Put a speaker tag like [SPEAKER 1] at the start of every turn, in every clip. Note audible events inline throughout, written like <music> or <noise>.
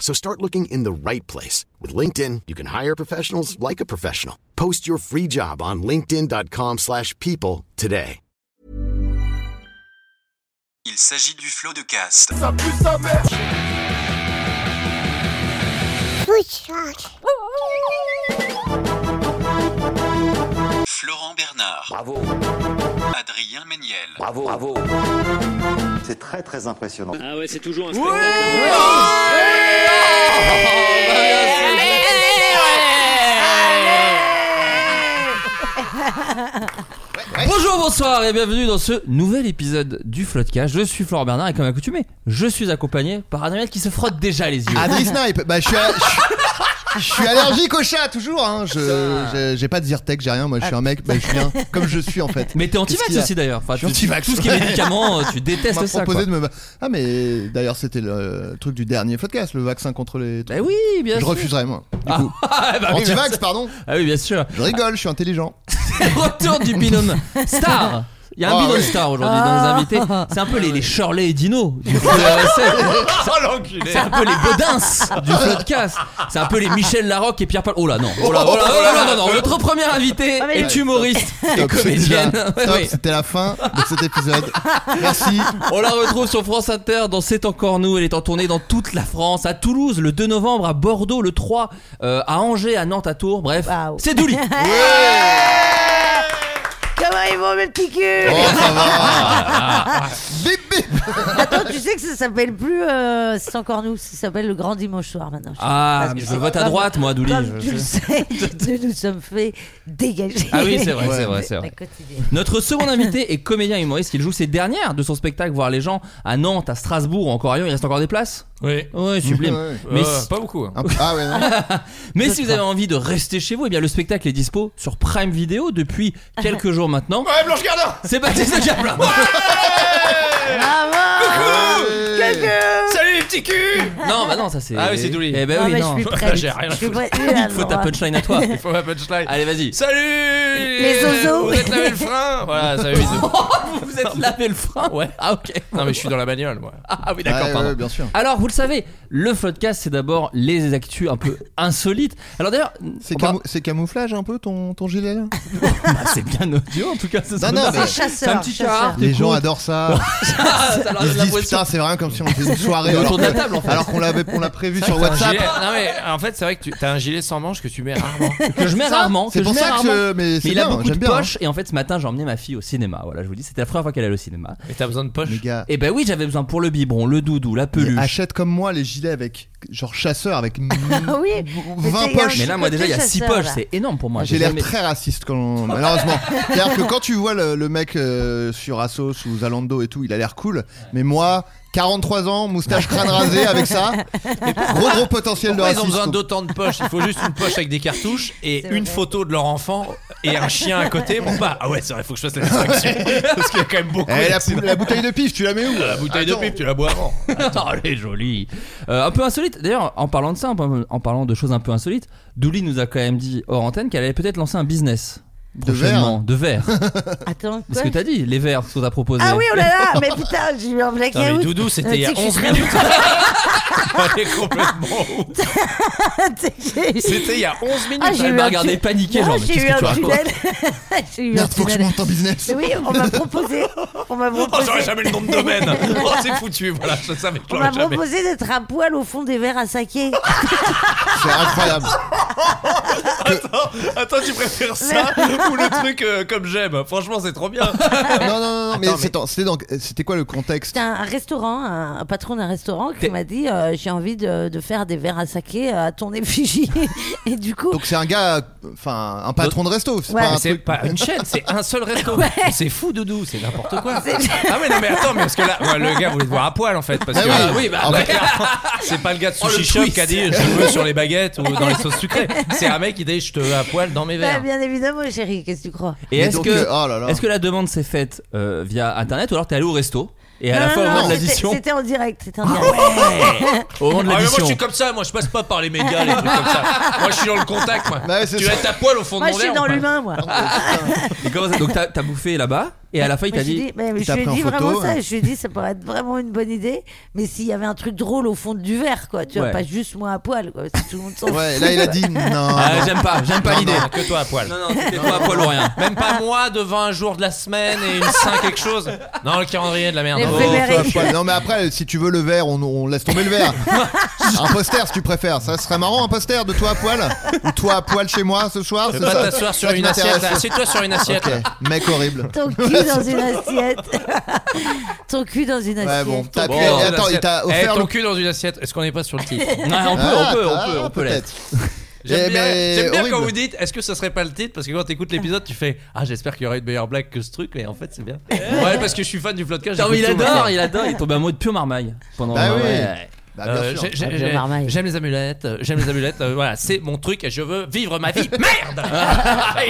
[SPEAKER 1] So start looking in the right place. With LinkedIn, you can hire professionals like a professional. Post your free job on linkedin.com/people slash people today.
[SPEAKER 2] Il s'agit du flot de cast.
[SPEAKER 3] Food truck.
[SPEAKER 2] Florent Bernard,
[SPEAKER 4] Bravo,
[SPEAKER 2] Adrien Méniel,
[SPEAKER 4] bravo, bravo.
[SPEAKER 5] C'est très très impressionnant.
[SPEAKER 6] Ah ouais, c'est toujours un spectacle.
[SPEAKER 7] Bonjour, bonsoir et bienvenue dans ce nouvel épisode du Floodcast. Je suis Florent Bernard et comme accoutumé, je suis accompagné par Adrien qui se frotte déjà les yeux.
[SPEAKER 8] Adri Snipe, bah je suis, à- je- je suis allergique au chat toujours. Hein. Je, je- j'ai pas de Zyrtec, j'ai rien. Moi, je suis un mec, bah, je suis bien comme je suis en fait.
[SPEAKER 7] Mais t'es
[SPEAKER 8] Qu'est-ce
[SPEAKER 7] anti-vax
[SPEAKER 8] qu'il y a
[SPEAKER 7] aussi d'ailleurs. Enfin,
[SPEAKER 8] Je suis
[SPEAKER 7] tu-
[SPEAKER 8] anti-vax,
[SPEAKER 7] Tout ce qui est
[SPEAKER 8] ouais.
[SPEAKER 7] médicaments, euh,
[SPEAKER 8] <laughs>
[SPEAKER 7] tu
[SPEAKER 8] On
[SPEAKER 7] détestes
[SPEAKER 8] m'a
[SPEAKER 7] ça. quoi.
[SPEAKER 8] proposé de me. va- Ah mais d'ailleurs c'était le truc du dernier podcast, le vaccin contre les.
[SPEAKER 7] Bah oui, bien
[SPEAKER 8] je
[SPEAKER 7] sûr.
[SPEAKER 8] refuserai moi. Du coup,
[SPEAKER 7] Ah, bah oui, bien
[SPEAKER 8] anti-vax,
[SPEAKER 7] sûr.
[SPEAKER 8] pardon.
[SPEAKER 7] Ah oui, bien sûr.
[SPEAKER 8] Je rigole, je
[SPEAKER 7] <laughs>
[SPEAKER 8] suis intelligent.
[SPEAKER 7] Retour du binôme star. Il y a un
[SPEAKER 8] Ah
[SPEAKER 7] binôme
[SPEAKER 8] ouais.
[SPEAKER 7] star aujourd'hui dans
[SPEAKER 9] Ah.
[SPEAKER 7] les invités. C'est un peu les, les Shirley et Dino du FLRSF. C'est un peu les Baudins du podcast. C'est un peu les Michel Larocque et Pierre Pal. Oh là non. Oh là, oh là, oh là, non, non, non. Notre première
[SPEAKER 9] Ah,
[SPEAKER 7] invitée est humoriste et
[SPEAKER 8] Top, c'est
[SPEAKER 7] comédienne.
[SPEAKER 8] déjà-
[SPEAKER 7] Ouais,
[SPEAKER 8] top,
[SPEAKER 7] ouais.
[SPEAKER 8] C'était la fin de cet épisode. Merci.
[SPEAKER 7] On la retrouve sur France Inter dans C'est encore nous. Elle est en tournée dans toute la France, à Toulouse le 2 novembre, à Bordeaux le 3, euh, à Angers, à Nantes, à Tours. Bref,
[SPEAKER 3] Waouh.
[SPEAKER 7] c'est Douli.
[SPEAKER 3] Comment ils vont mes petits culs
[SPEAKER 8] Oh ça va.
[SPEAKER 7] <laughs>
[SPEAKER 8] Bip bip.
[SPEAKER 9] Attends, tu sais que ça s'appelle plus euh, C'est encore nous, ça s'appelle le grand dimanche soir maintenant.
[SPEAKER 7] Ah,
[SPEAKER 9] Parce que
[SPEAKER 7] je
[SPEAKER 9] c'est
[SPEAKER 7] vote à
[SPEAKER 9] comme-
[SPEAKER 7] droite, moi, Douli.
[SPEAKER 9] Comme
[SPEAKER 7] Je
[SPEAKER 9] tu le
[SPEAKER 7] sais.
[SPEAKER 9] sais, nous nous sommes fait dégager.
[SPEAKER 7] Ah oui, c'est vrai,
[SPEAKER 8] Ouais.
[SPEAKER 7] c'est vrai, c'est
[SPEAKER 9] Un
[SPEAKER 7] vrai.
[SPEAKER 9] quotidien.
[SPEAKER 7] Notre
[SPEAKER 10] <laughs>
[SPEAKER 7] second invité est comédien humoriste. Il joue ses dernières de son spectacle, voir les gens à Nantes, à Strasbourg, ou encore à Lyon. Il reste encore des places
[SPEAKER 10] Oui.
[SPEAKER 7] Ouais, sublime.
[SPEAKER 8] Ouais, ouais.
[SPEAKER 7] Mais,
[SPEAKER 10] Euh,
[SPEAKER 7] si,
[SPEAKER 10] pas beaucoup. hein.
[SPEAKER 8] Un peu- Ah ouais.
[SPEAKER 7] <laughs>
[SPEAKER 8] Non.
[SPEAKER 7] mais si vous avez envie de rester chez vous, eh bien le spectacle est dispo sur Prime Video depuis quelques jours maintenant.
[SPEAKER 10] Ouais, Blanche Gardin
[SPEAKER 7] C'est Baptiste Le Diable.
[SPEAKER 8] Ah,
[SPEAKER 10] Salut les petits culs
[SPEAKER 7] Non, bah non, ça c'est.
[SPEAKER 10] Ah oui, c'est Douli.
[SPEAKER 7] Eh ben
[SPEAKER 9] Ah,
[SPEAKER 7] oui,
[SPEAKER 9] mais
[SPEAKER 7] non. <laughs>
[SPEAKER 9] je suis prête.
[SPEAKER 10] J'ai rien à
[SPEAKER 9] Je suis prête.
[SPEAKER 7] Il faut ta punchline à
[SPEAKER 10] <laughs>
[SPEAKER 7] toi.
[SPEAKER 10] Faut ma punchline.
[SPEAKER 7] Allez, vas-y.
[SPEAKER 10] Salut
[SPEAKER 9] Les zozos.
[SPEAKER 10] Vous êtes lavé le <laughs> frein Voilà, ça
[SPEAKER 7] <laughs>
[SPEAKER 10] bisous.
[SPEAKER 7] Vous êtes lavé le frein
[SPEAKER 10] Ouais.
[SPEAKER 7] Ah, ok.
[SPEAKER 10] Non, mais je suis dans la bagnole, moi.
[SPEAKER 7] <laughs> Ah oui,
[SPEAKER 8] Ouais,
[SPEAKER 7] d'accord,
[SPEAKER 8] ouais,
[SPEAKER 7] pardon.
[SPEAKER 8] ouais, bien sûr.
[SPEAKER 7] Alors, vous le savez, le podcast, c'est d'abord les actus un peu insolites. Alors d'ailleurs,
[SPEAKER 8] C'est,
[SPEAKER 7] on va-
[SPEAKER 8] camou- c'est camouflage un peu ton, ton gilet là
[SPEAKER 7] Bah, c'est bien audio en tout cas. Ça,
[SPEAKER 8] Non, non, mais-
[SPEAKER 7] c'est un petit
[SPEAKER 9] chasseur.
[SPEAKER 7] char.
[SPEAKER 8] Les gens adorent ça.
[SPEAKER 7] ça leur donne
[SPEAKER 8] Ils se disent
[SPEAKER 7] l'impression.
[SPEAKER 8] putain c'est vraiment comme si on faisait
[SPEAKER 7] <laughs>
[SPEAKER 8] une soirée
[SPEAKER 7] Mais
[SPEAKER 8] alors,
[SPEAKER 7] autour de la
[SPEAKER 8] que-
[SPEAKER 7] table, en fait.
[SPEAKER 8] alors qu'on l'avait on l'a prévu sur
[SPEAKER 10] T'as un
[SPEAKER 8] WhatsApp.
[SPEAKER 10] gilet- Non, mais euh, en fait, c'est vrai que tu... t'as un gilet sans manche que tu mets <laughs> rarement.
[SPEAKER 7] Que je mets rarement.
[SPEAKER 8] C'est
[SPEAKER 7] que
[SPEAKER 8] pour
[SPEAKER 7] je mets
[SPEAKER 8] ça que
[SPEAKER 7] rarement.
[SPEAKER 8] je- mais c'est
[SPEAKER 7] Mais il a
[SPEAKER 8] bien,
[SPEAKER 7] beaucoup
[SPEAKER 8] j'aime
[SPEAKER 7] de
[SPEAKER 8] bien. hein.
[SPEAKER 7] poches et en fait ce matin j'ai emmené ma fille au cinéma. Voilà, je vous dis, c'était la première fois qu'elle allait au cinéma.
[SPEAKER 10] Mais t'as besoin de poche.
[SPEAKER 8] Les gars,
[SPEAKER 7] Et ben oui, j'avais besoin pour le biberon, le doudou, la peluche.
[SPEAKER 8] achète comme moi les gilets avec genre chasseur
[SPEAKER 7] <laughs>
[SPEAKER 8] avec m-
[SPEAKER 9] Oui, mais
[SPEAKER 8] 20
[SPEAKER 9] c'est
[SPEAKER 8] poches.
[SPEAKER 7] Ah Mais là moi déjà il y a
[SPEAKER 9] Côté
[SPEAKER 7] 6
[SPEAKER 9] chasseur,
[SPEAKER 7] poches,
[SPEAKER 9] là.
[SPEAKER 7] c'est énorme pour moi.
[SPEAKER 8] Ah, J'ai l'air
[SPEAKER 7] jamais-
[SPEAKER 8] très raciste quand malheureusement. C'est-à-dire que quand tu vois le, le mec euh, sur Asos ou Zalando et tout, il a l'air cool, mais moi 43 ans, moustache crâne rasé avec ça, gros gros potentiel de
[SPEAKER 10] Pourquoi ils ont
[SPEAKER 8] racisme.
[SPEAKER 10] besoin d'autant de poches Il faut juste une poche avec
[SPEAKER 9] <laughs>
[SPEAKER 10] des cartouches et
[SPEAKER 9] C'est
[SPEAKER 10] une
[SPEAKER 9] vrai.
[SPEAKER 10] photo de leur enfant et un chien à côté pour pas. Ah ouais, c'est vrai, faut que je fasse la distinction.
[SPEAKER 9] <laughs>
[SPEAKER 10] Parce qu'il y a quand même beaucoup.
[SPEAKER 8] Eh, la,
[SPEAKER 10] d'accidents.
[SPEAKER 8] pou- la bouteille de pif, tu la mets où
[SPEAKER 10] Ah, La bouteille de
[SPEAKER 8] Attends.
[SPEAKER 10] pipe, tu la
[SPEAKER 8] <laughs>
[SPEAKER 10] bois avant.
[SPEAKER 7] Oh, elle est jolie. Euh, un peu insolite. D'ailleurs, en parlant de ça, en en parlant de choses un peu insolites, Douli nous a quand même dit hors antenne qu'elle allait peut-être lancer un business.
[SPEAKER 8] De
[SPEAKER 7] Prochainement, de verre.
[SPEAKER 9] Attends,
[SPEAKER 7] C'est ce que
[SPEAKER 9] quoi
[SPEAKER 7] t'as dit, les verres, ce qu'on t'a proposé.
[SPEAKER 9] Ah oui, oh là
[SPEAKER 7] <laughs>
[SPEAKER 9] là, mais putain, j'ai eu un
[SPEAKER 10] Putain, mais
[SPEAKER 9] blackout. Euh,
[SPEAKER 10] Doudou, c'était il y
[SPEAKER 9] Tu sais
[SPEAKER 10] a
[SPEAKER 9] que je
[SPEAKER 10] 11
[SPEAKER 9] suis
[SPEAKER 10] minutes. Elle est complètement ouf. C'était il y a 11 minutes.
[SPEAKER 9] Ah, j'ai
[SPEAKER 7] Elle
[SPEAKER 9] eu
[SPEAKER 7] m'a
[SPEAKER 9] un
[SPEAKER 7] regardé
[SPEAKER 9] tu-
[SPEAKER 7] paniqué,
[SPEAKER 9] Non,
[SPEAKER 7] genre, mais
[SPEAKER 9] j'ai
[SPEAKER 7] qu'est-ce
[SPEAKER 9] eu
[SPEAKER 7] que
[SPEAKER 9] un
[SPEAKER 7] tu racontes
[SPEAKER 9] tunnel. <laughs> J'ai eu un
[SPEAKER 8] Merde, faut que je
[SPEAKER 9] tunnel.
[SPEAKER 8] monte en business.
[SPEAKER 9] Mais oui, on m'a proposé, on m'a
[SPEAKER 10] Oh, j'aurais
[SPEAKER 9] proposé,
[SPEAKER 10] jamais le nom de domaine.
[SPEAKER 9] <laughs>
[SPEAKER 10] Oh, c'est foutu. Voilà, je savais que
[SPEAKER 9] on m'a
[SPEAKER 10] j'aurais jamais.
[SPEAKER 9] proposé d'être à poil au fond des verres à saké. <laughs>
[SPEAKER 8] C'est incroyable.
[SPEAKER 10] <laughs> Attends, attends, tu préfères ça ou le truc euh, comme j'aime Franchement, c'est trop bien.
[SPEAKER 8] Non, non, non, non, mais,
[SPEAKER 10] Attends, mais-
[SPEAKER 8] c'est dans- c'était dans- c'était quoi le contexte
[SPEAKER 9] C'était un un restaurant, un, un patron d'un restaurant qui
[SPEAKER 7] T'es-
[SPEAKER 9] m'a dit euh, j'ai envie de, de faire des verres à saké euh, à ton effigie. <laughs> et du coup,
[SPEAKER 8] Donc c'est un gars, euh, enfin un patron de resto, c'est
[SPEAKER 9] Ouais.
[SPEAKER 8] pas un
[SPEAKER 9] Mais
[SPEAKER 10] C'est
[SPEAKER 8] truc.
[SPEAKER 10] pas une chaîne, c'est un seul resto. C'est fou, Doudou, c'est n'importe quoi. Ah, mais non, mais attends, mais parce que là, ouais, le gars voulait te voir à poil en fait. Parce <laughs>
[SPEAKER 8] Ah
[SPEAKER 10] que,
[SPEAKER 8] oui.
[SPEAKER 10] euh, oui, bah,
[SPEAKER 8] Ah,
[SPEAKER 10] ouais,
[SPEAKER 8] bah,
[SPEAKER 10] clairement, c'est pas le gars de
[SPEAKER 7] Oh,
[SPEAKER 10] Sushi
[SPEAKER 7] le
[SPEAKER 10] Shop
[SPEAKER 7] twist.
[SPEAKER 10] qui a dit je veux sur les baguettes ou dans les sauces sucrées. C'est un mec qui dit je te veux à poil dans mes
[SPEAKER 9] bah, <laughs>
[SPEAKER 10] verres.
[SPEAKER 9] bien évidemment, chérie, qu'est-ce que tu crois
[SPEAKER 7] Et
[SPEAKER 8] Mais
[SPEAKER 7] est-ce
[SPEAKER 8] donc,
[SPEAKER 7] que,
[SPEAKER 8] euh, oh là là.
[SPEAKER 7] est-ce que la demande s'est faite euh, via internet ou alors t'es allé au resto et à
[SPEAKER 9] Non,
[SPEAKER 7] la
[SPEAKER 9] non,
[SPEAKER 7] fois au
[SPEAKER 9] non,
[SPEAKER 7] moment de
[SPEAKER 9] c'était-
[SPEAKER 7] l'addition
[SPEAKER 9] C'était en direct. C'était en direct.
[SPEAKER 7] Ouais. Au moment de
[SPEAKER 10] Ah, mais moi je
[SPEAKER 7] l'addition.
[SPEAKER 10] suis comme ça, moi je passe pas par les médias, les trucs comme ça. Moi je suis dans le contact, moi.
[SPEAKER 8] Bah ouais, c'est
[SPEAKER 10] tu
[SPEAKER 8] ça.
[SPEAKER 10] vas être à poil au fond
[SPEAKER 9] Ah. Moi,
[SPEAKER 10] de
[SPEAKER 9] je
[SPEAKER 10] mon
[SPEAKER 9] suis
[SPEAKER 10] verre.
[SPEAKER 9] dans
[SPEAKER 10] ou pas
[SPEAKER 9] l'humain, moi. Ah,
[SPEAKER 7] Et comment ça- Donc t'as t'as bouffé là-bas et à la fin il
[SPEAKER 9] Moi,
[SPEAKER 7] t'a
[SPEAKER 9] je lui ai
[SPEAKER 7] dit.
[SPEAKER 9] dit- mais
[SPEAKER 8] il
[SPEAKER 9] je
[SPEAKER 8] t'a
[SPEAKER 9] lui ai
[SPEAKER 8] pris en
[SPEAKER 9] dit
[SPEAKER 8] photo,
[SPEAKER 9] vraiment
[SPEAKER 8] ouais.
[SPEAKER 9] ça. Je lui ai dit, ça pourrait être vraiment une bonne idée. Mais s'il y avait un truc drôle au fond du verre, quoi. Tu vois,
[SPEAKER 7] Ouais.
[SPEAKER 9] pas juste moi à poil, quoi. parce que tout le monde s'en
[SPEAKER 8] Ouais, là il a dit non.
[SPEAKER 7] Ah, j'aime pas, j'aime pas
[SPEAKER 8] Non,
[SPEAKER 7] l'idée.
[SPEAKER 10] Non, que toi à poil.
[SPEAKER 7] Non, non, c'était toi à poil ou rien.
[SPEAKER 10] Même pas moi devant un jour de la semaine et une 5 quelque chose. Non, le calendrier de la merde.
[SPEAKER 9] Les
[SPEAKER 10] Oh,
[SPEAKER 9] février.
[SPEAKER 8] Toi, pas- non mais après si tu veux le verre on, on laisse tomber le verre Un poster si tu préfères Ça serait marrant un poster de toi à poil Ou toi à poil chez moi ce soir c'est
[SPEAKER 10] Je veux pas
[SPEAKER 8] ça
[SPEAKER 10] t'asseoir sur
[SPEAKER 8] Ça qui
[SPEAKER 10] une assiette.
[SPEAKER 8] m'intéresse.
[SPEAKER 10] Assieds-toi sur une assiette.
[SPEAKER 8] Ok, mec horrible
[SPEAKER 9] <laughs> Ton cul dans une assiette. <laughs> ton cul dans une
[SPEAKER 8] Ouais
[SPEAKER 9] assiette.
[SPEAKER 8] bon t'as
[SPEAKER 10] Bon,
[SPEAKER 8] appuyé-
[SPEAKER 10] dans une
[SPEAKER 8] Attends il
[SPEAKER 10] assiette.
[SPEAKER 8] t'a
[SPEAKER 10] Oh. Eh,
[SPEAKER 8] offert
[SPEAKER 10] ton
[SPEAKER 8] le
[SPEAKER 10] cul dans une assiette. Est-ce qu'on n'est pas sur le titre
[SPEAKER 7] Non, on peut, on
[SPEAKER 8] Ah,
[SPEAKER 7] peut,
[SPEAKER 8] ah,
[SPEAKER 7] on peut, on peut l'être.
[SPEAKER 8] peut-être. Eh,
[SPEAKER 10] J'aime bien,
[SPEAKER 8] mais
[SPEAKER 10] j'aime bien quand
[SPEAKER 8] horrible.
[SPEAKER 10] vous dites est-ce que ce serait pas le titre Parce que quand t'écoutes l'épisode, tu fais Ah, j'espère qu'il y aura une meilleure blague que ce truc, mais en fait, c'est bien. Ouais, parce que je suis fan du podcast.
[SPEAKER 7] Non, mais il
[SPEAKER 10] j'écoute tout Euh,
[SPEAKER 7] adore,
[SPEAKER 10] maintenant.
[SPEAKER 7] il adore, il est tombé amoureux de pure marmaille pendant.
[SPEAKER 8] Bah oui.
[SPEAKER 7] Ouais.
[SPEAKER 8] Bah, bien
[SPEAKER 10] Euh,
[SPEAKER 8] sûr.
[SPEAKER 10] j'ai- j'ai-
[SPEAKER 9] Ah,
[SPEAKER 10] j'ai-
[SPEAKER 9] le marmaille.
[SPEAKER 10] J'aime les amulettes, euh, j'aime les amulettes, euh, voilà, c'est mon truc et je veux vivre ma <laughs> vie. Merde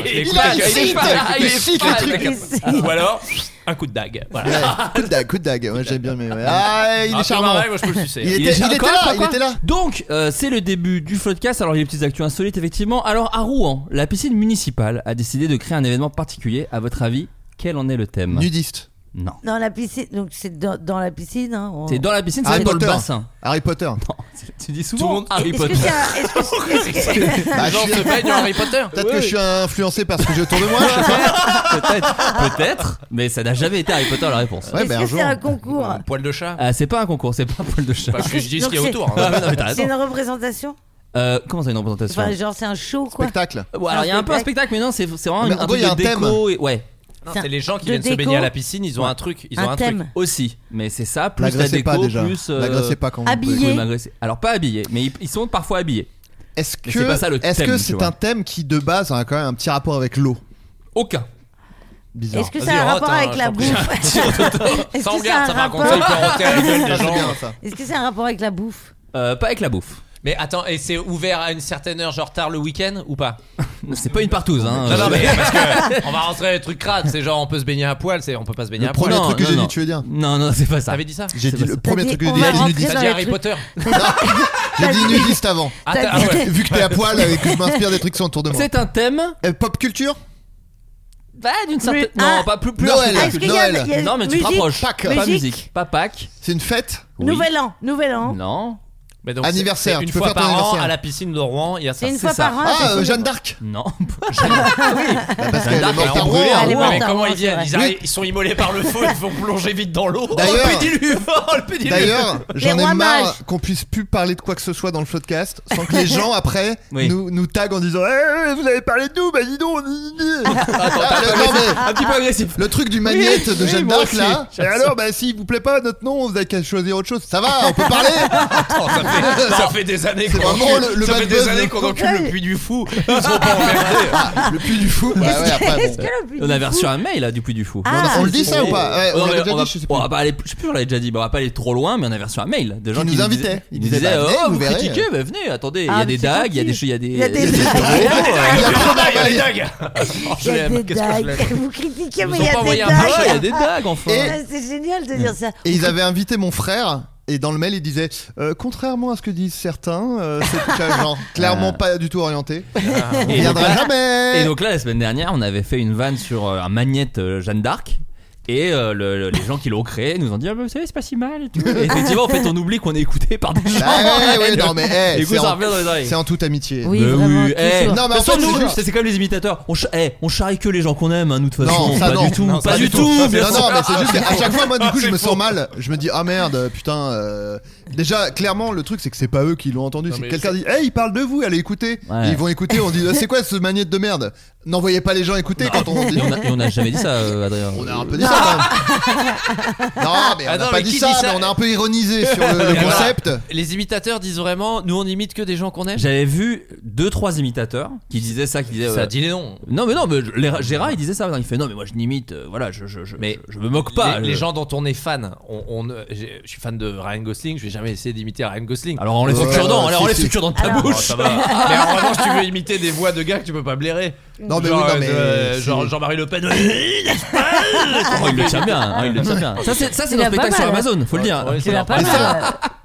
[SPEAKER 7] Il
[SPEAKER 10] pas-
[SPEAKER 7] cite,
[SPEAKER 10] est pas-
[SPEAKER 8] il
[SPEAKER 10] Ah, il est
[SPEAKER 8] cite
[SPEAKER 10] pas-
[SPEAKER 8] les
[SPEAKER 9] trucs.
[SPEAKER 10] il est pas- Ou alors, un coup de dague. Voilà.
[SPEAKER 8] Ouais, coup de dague, coup de dague. Ouais, j'aime bien, mais ouais. Ah, il
[SPEAKER 10] Un
[SPEAKER 8] est
[SPEAKER 10] peu
[SPEAKER 8] charmant.
[SPEAKER 10] marrant, moi je peux le sucer.
[SPEAKER 8] Il
[SPEAKER 10] hein.
[SPEAKER 8] était,
[SPEAKER 7] est-
[SPEAKER 8] il était
[SPEAKER 7] quoi,
[SPEAKER 8] là,
[SPEAKER 7] quoi,
[SPEAKER 8] il
[SPEAKER 7] quoi
[SPEAKER 8] était là.
[SPEAKER 7] Donc, euh, c'est le début du Floodcast. Alors, il y a des petites actus insolites, effectivement. Alors, à Rouen, la piscine municipale a décidé de créer un événement particulier. À votre avis, quel en est le thème
[SPEAKER 8] Nudiste.
[SPEAKER 7] Non.
[SPEAKER 9] Dans la piscine. Donc c'est dans, dans la piscine. Hein, on-
[SPEAKER 7] C'est dans la piscine,
[SPEAKER 8] Harry
[SPEAKER 7] c'est dans le
[SPEAKER 8] Potter. <laughs>
[SPEAKER 7] bassin.
[SPEAKER 8] Harry Potter.
[SPEAKER 7] Non, c'est- tu dis souvent
[SPEAKER 10] Tout le monde Harry
[SPEAKER 9] Est-ce que
[SPEAKER 10] Potter.
[SPEAKER 9] c'est un- est-ce que c'est- est-ce que-
[SPEAKER 8] Bah, je
[SPEAKER 10] Genre,
[SPEAKER 8] suis-
[SPEAKER 10] se baigne dans Harry Potter
[SPEAKER 8] Peut-être que je suis influencé par ce que j'ai autour de moi. je sais pas.
[SPEAKER 7] Peut-être, peut-être, mais ça n'a jamais été Harry Potter la réponse.
[SPEAKER 8] Ouais,
[SPEAKER 9] est-ce
[SPEAKER 8] bah,
[SPEAKER 9] que
[SPEAKER 8] un
[SPEAKER 9] c'est
[SPEAKER 8] jour.
[SPEAKER 9] un concours
[SPEAKER 10] Un Euh, Poil de chat
[SPEAKER 7] Ah, c'est pas un concours, c'est pas un poil de chat.
[SPEAKER 10] Parce que je dis ce
[SPEAKER 9] Donc
[SPEAKER 10] qu'il y a
[SPEAKER 9] c'est-
[SPEAKER 10] autour.
[SPEAKER 7] Ah,
[SPEAKER 10] hein.
[SPEAKER 7] mais non, mais t'as
[SPEAKER 9] C'est
[SPEAKER 7] raison.
[SPEAKER 9] une représentation
[SPEAKER 7] Euh, comment ça, une représentation
[SPEAKER 9] Enfin, genre, c'est un show, quoi.
[SPEAKER 8] Spectacle.
[SPEAKER 7] Ouais, alors, il y a un peu un spectacle, mais non, c'est c'est vraiment une-
[SPEAKER 8] Mais en
[SPEAKER 7] un
[SPEAKER 8] gros,
[SPEAKER 7] truc
[SPEAKER 8] Bah, il y
[SPEAKER 7] de
[SPEAKER 8] a un thème.
[SPEAKER 7] déco. Et... Ouais,
[SPEAKER 10] Non, c'est les gens qui
[SPEAKER 9] de
[SPEAKER 10] viennent se
[SPEAKER 9] déco.
[SPEAKER 10] baigner à la piscine, ils ont un truc. Ils ont
[SPEAKER 9] Un
[SPEAKER 10] un truc.
[SPEAKER 9] thème.
[SPEAKER 7] aussi, mais c'est ça, plus la
[SPEAKER 8] L'agressez
[SPEAKER 7] déco,
[SPEAKER 8] pas déjà.
[SPEAKER 7] plus. euh,
[SPEAKER 8] L'agressez pas quand vous
[SPEAKER 9] habillé.
[SPEAKER 8] pouvez.
[SPEAKER 7] oui, m'agresser. Alors, pas habillés, mais ils, ils sont parfois habillés.
[SPEAKER 8] Est-ce
[SPEAKER 7] Mais c'est pas ça
[SPEAKER 8] que
[SPEAKER 7] le
[SPEAKER 8] est-ce
[SPEAKER 7] thème,
[SPEAKER 8] que
[SPEAKER 7] tu
[SPEAKER 8] c'est
[SPEAKER 7] vois.
[SPEAKER 8] un thème qui de base a quand même un petit rapport avec l'eau
[SPEAKER 7] Aucun.
[SPEAKER 8] Bizarre.
[SPEAKER 9] Est-ce que
[SPEAKER 10] Vas-y,
[SPEAKER 9] ça a un
[SPEAKER 10] rote,
[SPEAKER 9] rapport
[SPEAKER 10] hein,
[SPEAKER 9] avec la
[SPEAKER 10] je t'en prie.
[SPEAKER 9] bouffe Est-ce
[SPEAKER 10] Ça
[SPEAKER 9] que c'est
[SPEAKER 10] regarde,
[SPEAKER 9] un
[SPEAKER 10] ça par contre, ça il
[SPEAKER 9] rapport
[SPEAKER 10] peut rentrer à la gueule des
[SPEAKER 8] Ah, <laughs> c'est
[SPEAKER 10] gens.
[SPEAKER 8] bien, ça.
[SPEAKER 9] Est-ce que c'est un rapport avec la bouffe
[SPEAKER 7] Euh, pas avec la bouffe.
[SPEAKER 10] Mais attends, et c'est ouvert à une certaine heure, genre tard le week-end ou pas
[SPEAKER 7] C'est pas une partouze, hein.
[SPEAKER 8] Ah,
[SPEAKER 10] Non, non,
[SPEAKER 7] Euh,
[SPEAKER 10] mais parce que on va rentrer dans les trucs crades. C'est genre on peut se baigner à poil, c'est on peut pas se baigner
[SPEAKER 8] Le
[SPEAKER 10] à poil.
[SPEAKER 8] premier
[SPEAKER 7] Non,
[SPEAKER 8] truc que
[SPEAKER 7] non,
[SPEAKER 8] j'ai
[SPEAKER 7] non.
[SPEAKER 8] dit, tu veux dire
[SPEAKER 7] Non, non, c'est pas ça.
[SPEAKER 10] T'avais dit ça
[SPEAKER 8] J'ai
[SPEAKER 7] C'est
[SPEAKER 8] dit
[SPEAKER 7] pas
[SPEAKER 8] le
[SPEAKER 7] ça.
[SPEAKER 8] premier
[SPEAKER 9] T'as
[SPEAKER 8] truc que
[SPEAKER 9] dit,
[SPEAKER 8] j'ai
[SPEAKER 9] on
[SPEAKER 8] dit,
[SPEAKER 9] va
[SPEAKER 8] j'ai dit
[SPEAKER 9] rentrer
[SPEAKER 8] nudiste.
[SPEAKER 10] T'as
[SPEAKER 9] dans
[SPEAKER 10] dit
[SPEAKER 9] les
[SPEAKER 10] Harry
[SPEAKER 9] trucs.
[SPEAKER 10] Potter
[SPEAKER 8] J'ai dit nudiste avant.
[SPEAKER 10] Ah,
[SPEAKER 9] T'as
[SPEAKER 10] t'as-
[SPEAKER 9] dit-
[SPEAKER 10] ah ouais.
[SPEAKER 8] Vu que t'es à poil et que je m'inspire des trucs qui sont autour de moi.
[SPEAKER 7] C'est un thème.
[SPEAKER 8] Euh, Pop culture
[SPEAKER 7] Bah, d'une certaine.
[SPEAKER 9] ah.
[SPEAKER 7] Non, pas plus. plus
[SPEAKER 8] Noël.
[SPEAKER 9] Ah, est-ce qu'il y a-
[SPEAKER 8] Noël.
[SPEAKER 9] il y a
[SPEAKER 7] Non, mais tu te
[SPEAKER 9] musique
[SPEAKER 7] rapproches.
[SPEAKER 8] Pâques.
[SPEAKER 7] Pas
[SPEAKER 9] Musique.
[SPEAKER 7] musique. Pas Pâques.
[SPEAKER 8] C'est une fête
[SPEAKER 9] Nouvel an, nouvel an.
[SPEAKER 7] Non.
[SPEAKER 10] Mais donc,
[SPEAKER 8] Anniversaire,
[SPEAKER 10] c'est Une
[SPEAKER 8] tu peux
[SPEAKER 10] fois
[SPEAKER 8] faire ton
[SPEAKER 10] par an
[SPEAKER 8] anniversaire.
[SPEAKER 10] à la piscine de Rouen, il y a ça.
[SPEAKER 9] C'est une
[SPEAKER 7] c'est
[SPEAKER 9] fois
[SPEAKER 7] ça.
[SPEAKER 9] par an.
[SPEAKER 8] Ah, euh,
[SPEAKER 9] c'est-
[SPEAKER 8] Jeanne d'Arc Bah,
[SPEAKER 7] Non.
[SPEAKER 8] Parce qu'elle
[SPEAKER 7] d'Arc,
[SPEAKER 8] est morte
[SPEAKER 7] elle est
[SPEAKER 8] à hein.
[SPEAKER 7] brûlée,
[SPEAKER 8] Rouen.
[SPEAKER 9] elle est morte
[SPEAKER 10] mais
[SPEAKER 9] à
[SPEAKER 10] comment
[SPEAKER 9] Rouen,
[SPEAKER 10] ils viennent
[SPEAKER 9] c'est
[SPEAKER 10] ils,
[SPEAKER 9] vrai.
[SPEAKER 10] arrivent, ils sont immolés par le feu, ils vont plonger vite dans l'eau.
[SPEAKER 8] D'ailleurs-
[SPEAKER 10] oh, le pédiluve Oh, le pédiluve
[SPEAKER 8] D'ailleurs, j'en
[SPEAKER 9] rois
[SPEAKER 8] ai
[SPEAKER 9] mages.
[SPEAKER 8] marre qu'on puisse plus parler de quoi que ce soit dans le podcast sans que les gens après
[SPEAKER 7] Oui.
[SPEAKER 8] nous, nous taguent en disant Eh, Vous avez parlé de nous, bah dis donc dis- dis- Ah, non, mais
[SPEAKER 10] <laughs>
[SPEAKER 7] Un petit peu agressif.
[SPEAKER 8] Le truc du magnète de Jeanne
[SPEAKER 7] moi
[SPEAKER 8] d'Arc
[SPEAKER 7] aussi.
[SPEAKER 8] là, et alors bah s'il vous plaît pas notre nom, vous avez qu'à choisir autre chose, ça va, on peut parler
[SPEAKER 10] Attends, ça, fait, ça fait des années qu'on
[SPEAKER 8] vraiment
[SPEAKER 10] encule-
[SPEAKER 8] le- le
[SPEAKER 10] ça fait
[SPEAKER 8] bad
[SPEAKER 10] des
[SPEAKER 8] buzz,
[SPEAKER 10] années
[SPEAKER 8] le-
[SPEAKER 10] qu'on encule le
[SPEAKER 9] Ouais.
[SPEAKER 10] puits du fou. Ils ont pas emmerdé.
[SPEAKER 8] Ah, Le puits du fou, bah ouais après
[SPEAKER 9] Est-ce que
[SPEAKER 8] bon.
[SPEAKER 9] le but
[SPEAKER 7] On a
[SPEAKER 9] du
[SPEAKER 7] reçu
[SPEAKER 9] foot-
[SPEAKER 7] un mail là du Puy du Fou.
[SPEAKER 9] Ah,
[SPEAKER 8] On le dit ça ou pas Ouais,
[SPEAKER 7] Non,
[SPEAKER 8] On
[SPEAKER 7] mais
[SPEAKER 8] l'avait déjà
[SPEAKER 7] on va-
[SPEAKER 8] dit, je sais
[SPEAKER 7] on
[SPEAKER 8] plus.
[SPEAKER 7] va pas aller, je sais plus, on l'avait déjà dit, mais on va pas aller trop loin, mais on avait reçu un mail des gens
[SPEAKER 8] Ils
[SPEAKER 7] qui disaient-
[SPEAKER 8] nous invitaient.
[SPEAKER 7] Ils
[SPEAKER 8] Ils
[SPEAKER 7] nous
[SPEAKER 8] disaient,
[SPEAKER 7] disaient,
[SPEAKER 8] bah, venez,
[SPEAKER 7] oh,
[SPEAKER 8] vous
[SPEAKER 7] vous
[SPEAKER 8] verrez.
[SPEAKER 7] critiquez, bah, venez, attendez, il y
[SPEAKER 9] Ah,
[SPEAKER 7] a
[SPEAKER 9] mais
[SPEAKER 7] des
[SPEAKER 9] c'est
[SPEAKER 7] dagues, il y a des
[SPEAKER 9] gentil.
[SPEAKER 7] choses, il y a des.
[SPEAKER 9] Il y a des-
[SPEAKER 7] des- des-
[SPEAKER 8] Il y a trop
[SPEAKER 10] Ah,
[SPEAKER 8] d'appels.
[SPEAKER 10] les dagues Oh,
[SPEAKER 9] Il
[SPEAKER 10] je
[SPEAKER 9] y a
[SPEAKER 10] l'aime,
[SPEAKER 9] des
[SPEAKER 10] qu'est-ce que je
[SPEAKER 9] dagues.
[SPEAKER 10] l'aime
[SPEAKER 9] Vous critiquez, mais
[SPEAKER 10] Ils nous
[SPEAKER 9] il
[SPEAKER 10] ont
[SPEAKER 9] y
[SPEAKER 10] pas
[SPEAKER 9] a des
[SPEAKER 10] envoyé un
[SPEAKER 7] Ah, il y a
[SPEAKER 9] dagues.
[SPEAKER 7] des dagues enfin.
[SPEAKER 8] Et-
[SPEAKER 9] Ah, C'est génial de dire ça.
[SPEAKER 8] <laughs> Et ils avaient invité mon frère. Et dans le mail, il disait euh, contrairement à ce que disent certains, euh, c'est tu vois, genre clairement pas du tout orienté. On
[SPEAKER 7] Ah. Et donc
[SPEAKER 8] viendra
[SPEAKER 7] là-
[SPEAKER 8] jamais.
[SPEAKER 7] Et donc là, la semaine dernière, on avait fait une vanne sur euh, un magnète euh, Jeanne d'Arc. Et euh, le- le- les gens qui l'ont créé nous ont dit Ah, bah, Vous savez, c'est pas si mal. Et tout. Et effectivement, en fait, on oublie qu'on est écouté par des gens.
[SPEAKER 8] Ah ouais, ouais, non, mais, eh,
[SPEAKER 7] Et du coup,
[SPEAKER 8] c'est
[SPEAKER 7] ça
[SPEAKER 8] en-
[SPEAKER 7] revient dans les oreilles.
[SPEAKER 8] C'est en toute amitié.
[SPEAKER 9] Oui,
[SPEAKER 7] Bah
[SPEAKER 9] vraiment.
[SPEAKER 7] oui, eh.
[SPEAKER 9] toujours.
[SPEAKER 8] Non,
[SPEAKER 7] De
[SPEAKER 8] mais en
[SPEAKER 7] toute façon,
[SPEAKER 8] fait, c'est
[SPEAKER 7] nous,
[SPEAKER 8] juste-
[SPEAKER 7] c'est comme les imitateurs. On, cha- eh, on charrie que les gens qu'on aime, hein, nous, de toute
[SPEAKER 8] Non,
[SPEAKER 7] façon.
[SPEAKER 8] ça,
[SPEAKER 7] pas
[SPEAKER 8] non.
[SPEAKER 7] du tout.
[SPEAKER 10] Non,
[SPEAKER 7] pas
[SPEAKER 10] ça,
[SPEAKER 7] du
[SPEAKER 10] c'est
[SPEAKER 7] tout.
[SPEAKER 10] faux. Ça,
[SPEAKER 7] bien
[SPEAKER 8] Non,
[SPEAKER 7] sûr.
[SPEAKER 8] non, Ah, mais c'est juste qu'à chaque fois, moi, du coup,
[SPEAKER 10] Ah,
[SPEAKER 8] je me
[SPEAKER 10] c'est
[SPEAKER 8] sens
[SPEAKER 10] faux.
[SPEAKER 8] mal. Je me dis, ah merde, putain. euh, Déjà, clairement, le truc, c'est que c'est pas eux qui l'ont entendu.
[SPEAKER 10] Non,
[SPEAKER 8] C'est que
[SPEAKER 10] mais
[SPEAKER 8] quelqu'un dit, hey, ils parlent de vous, allez écouter.
[SPEAKER 7] Ouais.
[SPEAKER 8] Et ils vont écouter, on dit, c'est quoi ce magnète de merde n'envoyez pas les gens écouter quand on dit.
[SPEAKER 7] Et on, a, et on a jamais dit ça, euh, Adrien.
[SPEAKER 8] On a un peu dit ça
[SPEAKER 10] <laughs>
[SPEAKER 8] quand même. Non, mais on
[SPEAKER 10] Ah
[SPEAKER 8] n'a
[SPEAKER 10] non,
[SPEAKER 8] pas
[SPEAKER 10] mais
[SPEAKER 8] dit
[SPEAKER 10] qui
[SPEAKER 8] ça,
[SPEAKER 10] dit ça
[SPEAKER 8] mais on a un peu ironisé sur le, le
[SPEAKER 10] Et voilà.
[SPEAKER 8] concept.
[SPEAKER 10] Les imitateurs disent vraiment, nous on imite que des gens qu'on aime.
[SPEAKER 7] J'avais vu deux trois imitateurs qui disaient ça, qui disaient.
[SPEAKER 10] Ça
[SPEAKER 7] euh,
[SPEAKER 10] dit les noms.
[SPEAKER 7] Non mais non mais je- les- Gérard il disait ça il fait non mais moi je n'imite euh, voilà je je, je,
[SPEAKER 10] Mais
[SPEAKER 7] je, je me moque pas
[SPEAKER 10] les,
[SPEAKER 7] je-
[SPEAKER 10] les gens dont on est fan, on, on, euh, j'ai- je suis fan de Ryan Gosling, je vais jamais essayer d'imiter Ryan Gosling.
[SPEAKER 7] alors enlève
[SPEAKER 8] Euh,
[SPEAKER 7] ce cure-dent
[SPEAKER 8] si,
[SPEAKER 7] alors enlève
[SPEAKER 8] si.
[SPEAKER 7] ce cure-dent de ta
[SPEAKER 9] Alors-
[SPEAKER 7] bouche
[SPEAKER 10] Oh, ça va. <laughs> mais en revanche, tu veux imiter des voix de gars que tu peux pas blairer.
[SPEAKER 8] Non, mais
[SPEAKER 10] genre,
[SPEAKER 8] oui, non, mais.
[SPEAKER 10] euh,
[SPEAKER 8] si.
[SPEAKER 10] genre Jean-Marie Le
[SPEAKER 7] Oh,
[SPEAKER 10] Pen.
[SPEAKER 7] il le tient bien hein, il le tient bien ça c'est ça c'est
[SPEAKER 9] Il
[SPEAKER 7] dans
[SPEAKER 9] a
[SPEAKER 7] le spectacle
[SPEAKER 9] pas
[SPEAKER 7] sur
[SPEAKER 9] mal, hein.
[SPEAKER 7] Amazon faut le dire
[SPEAKER 10] Ouais,
[SPEAKER 9] Tu l'as
[SPEAKER 10] leur-
[SPEAKER 9] pas
[SPEAKER 8] Mais ça-
[SPEAKER 9] mal.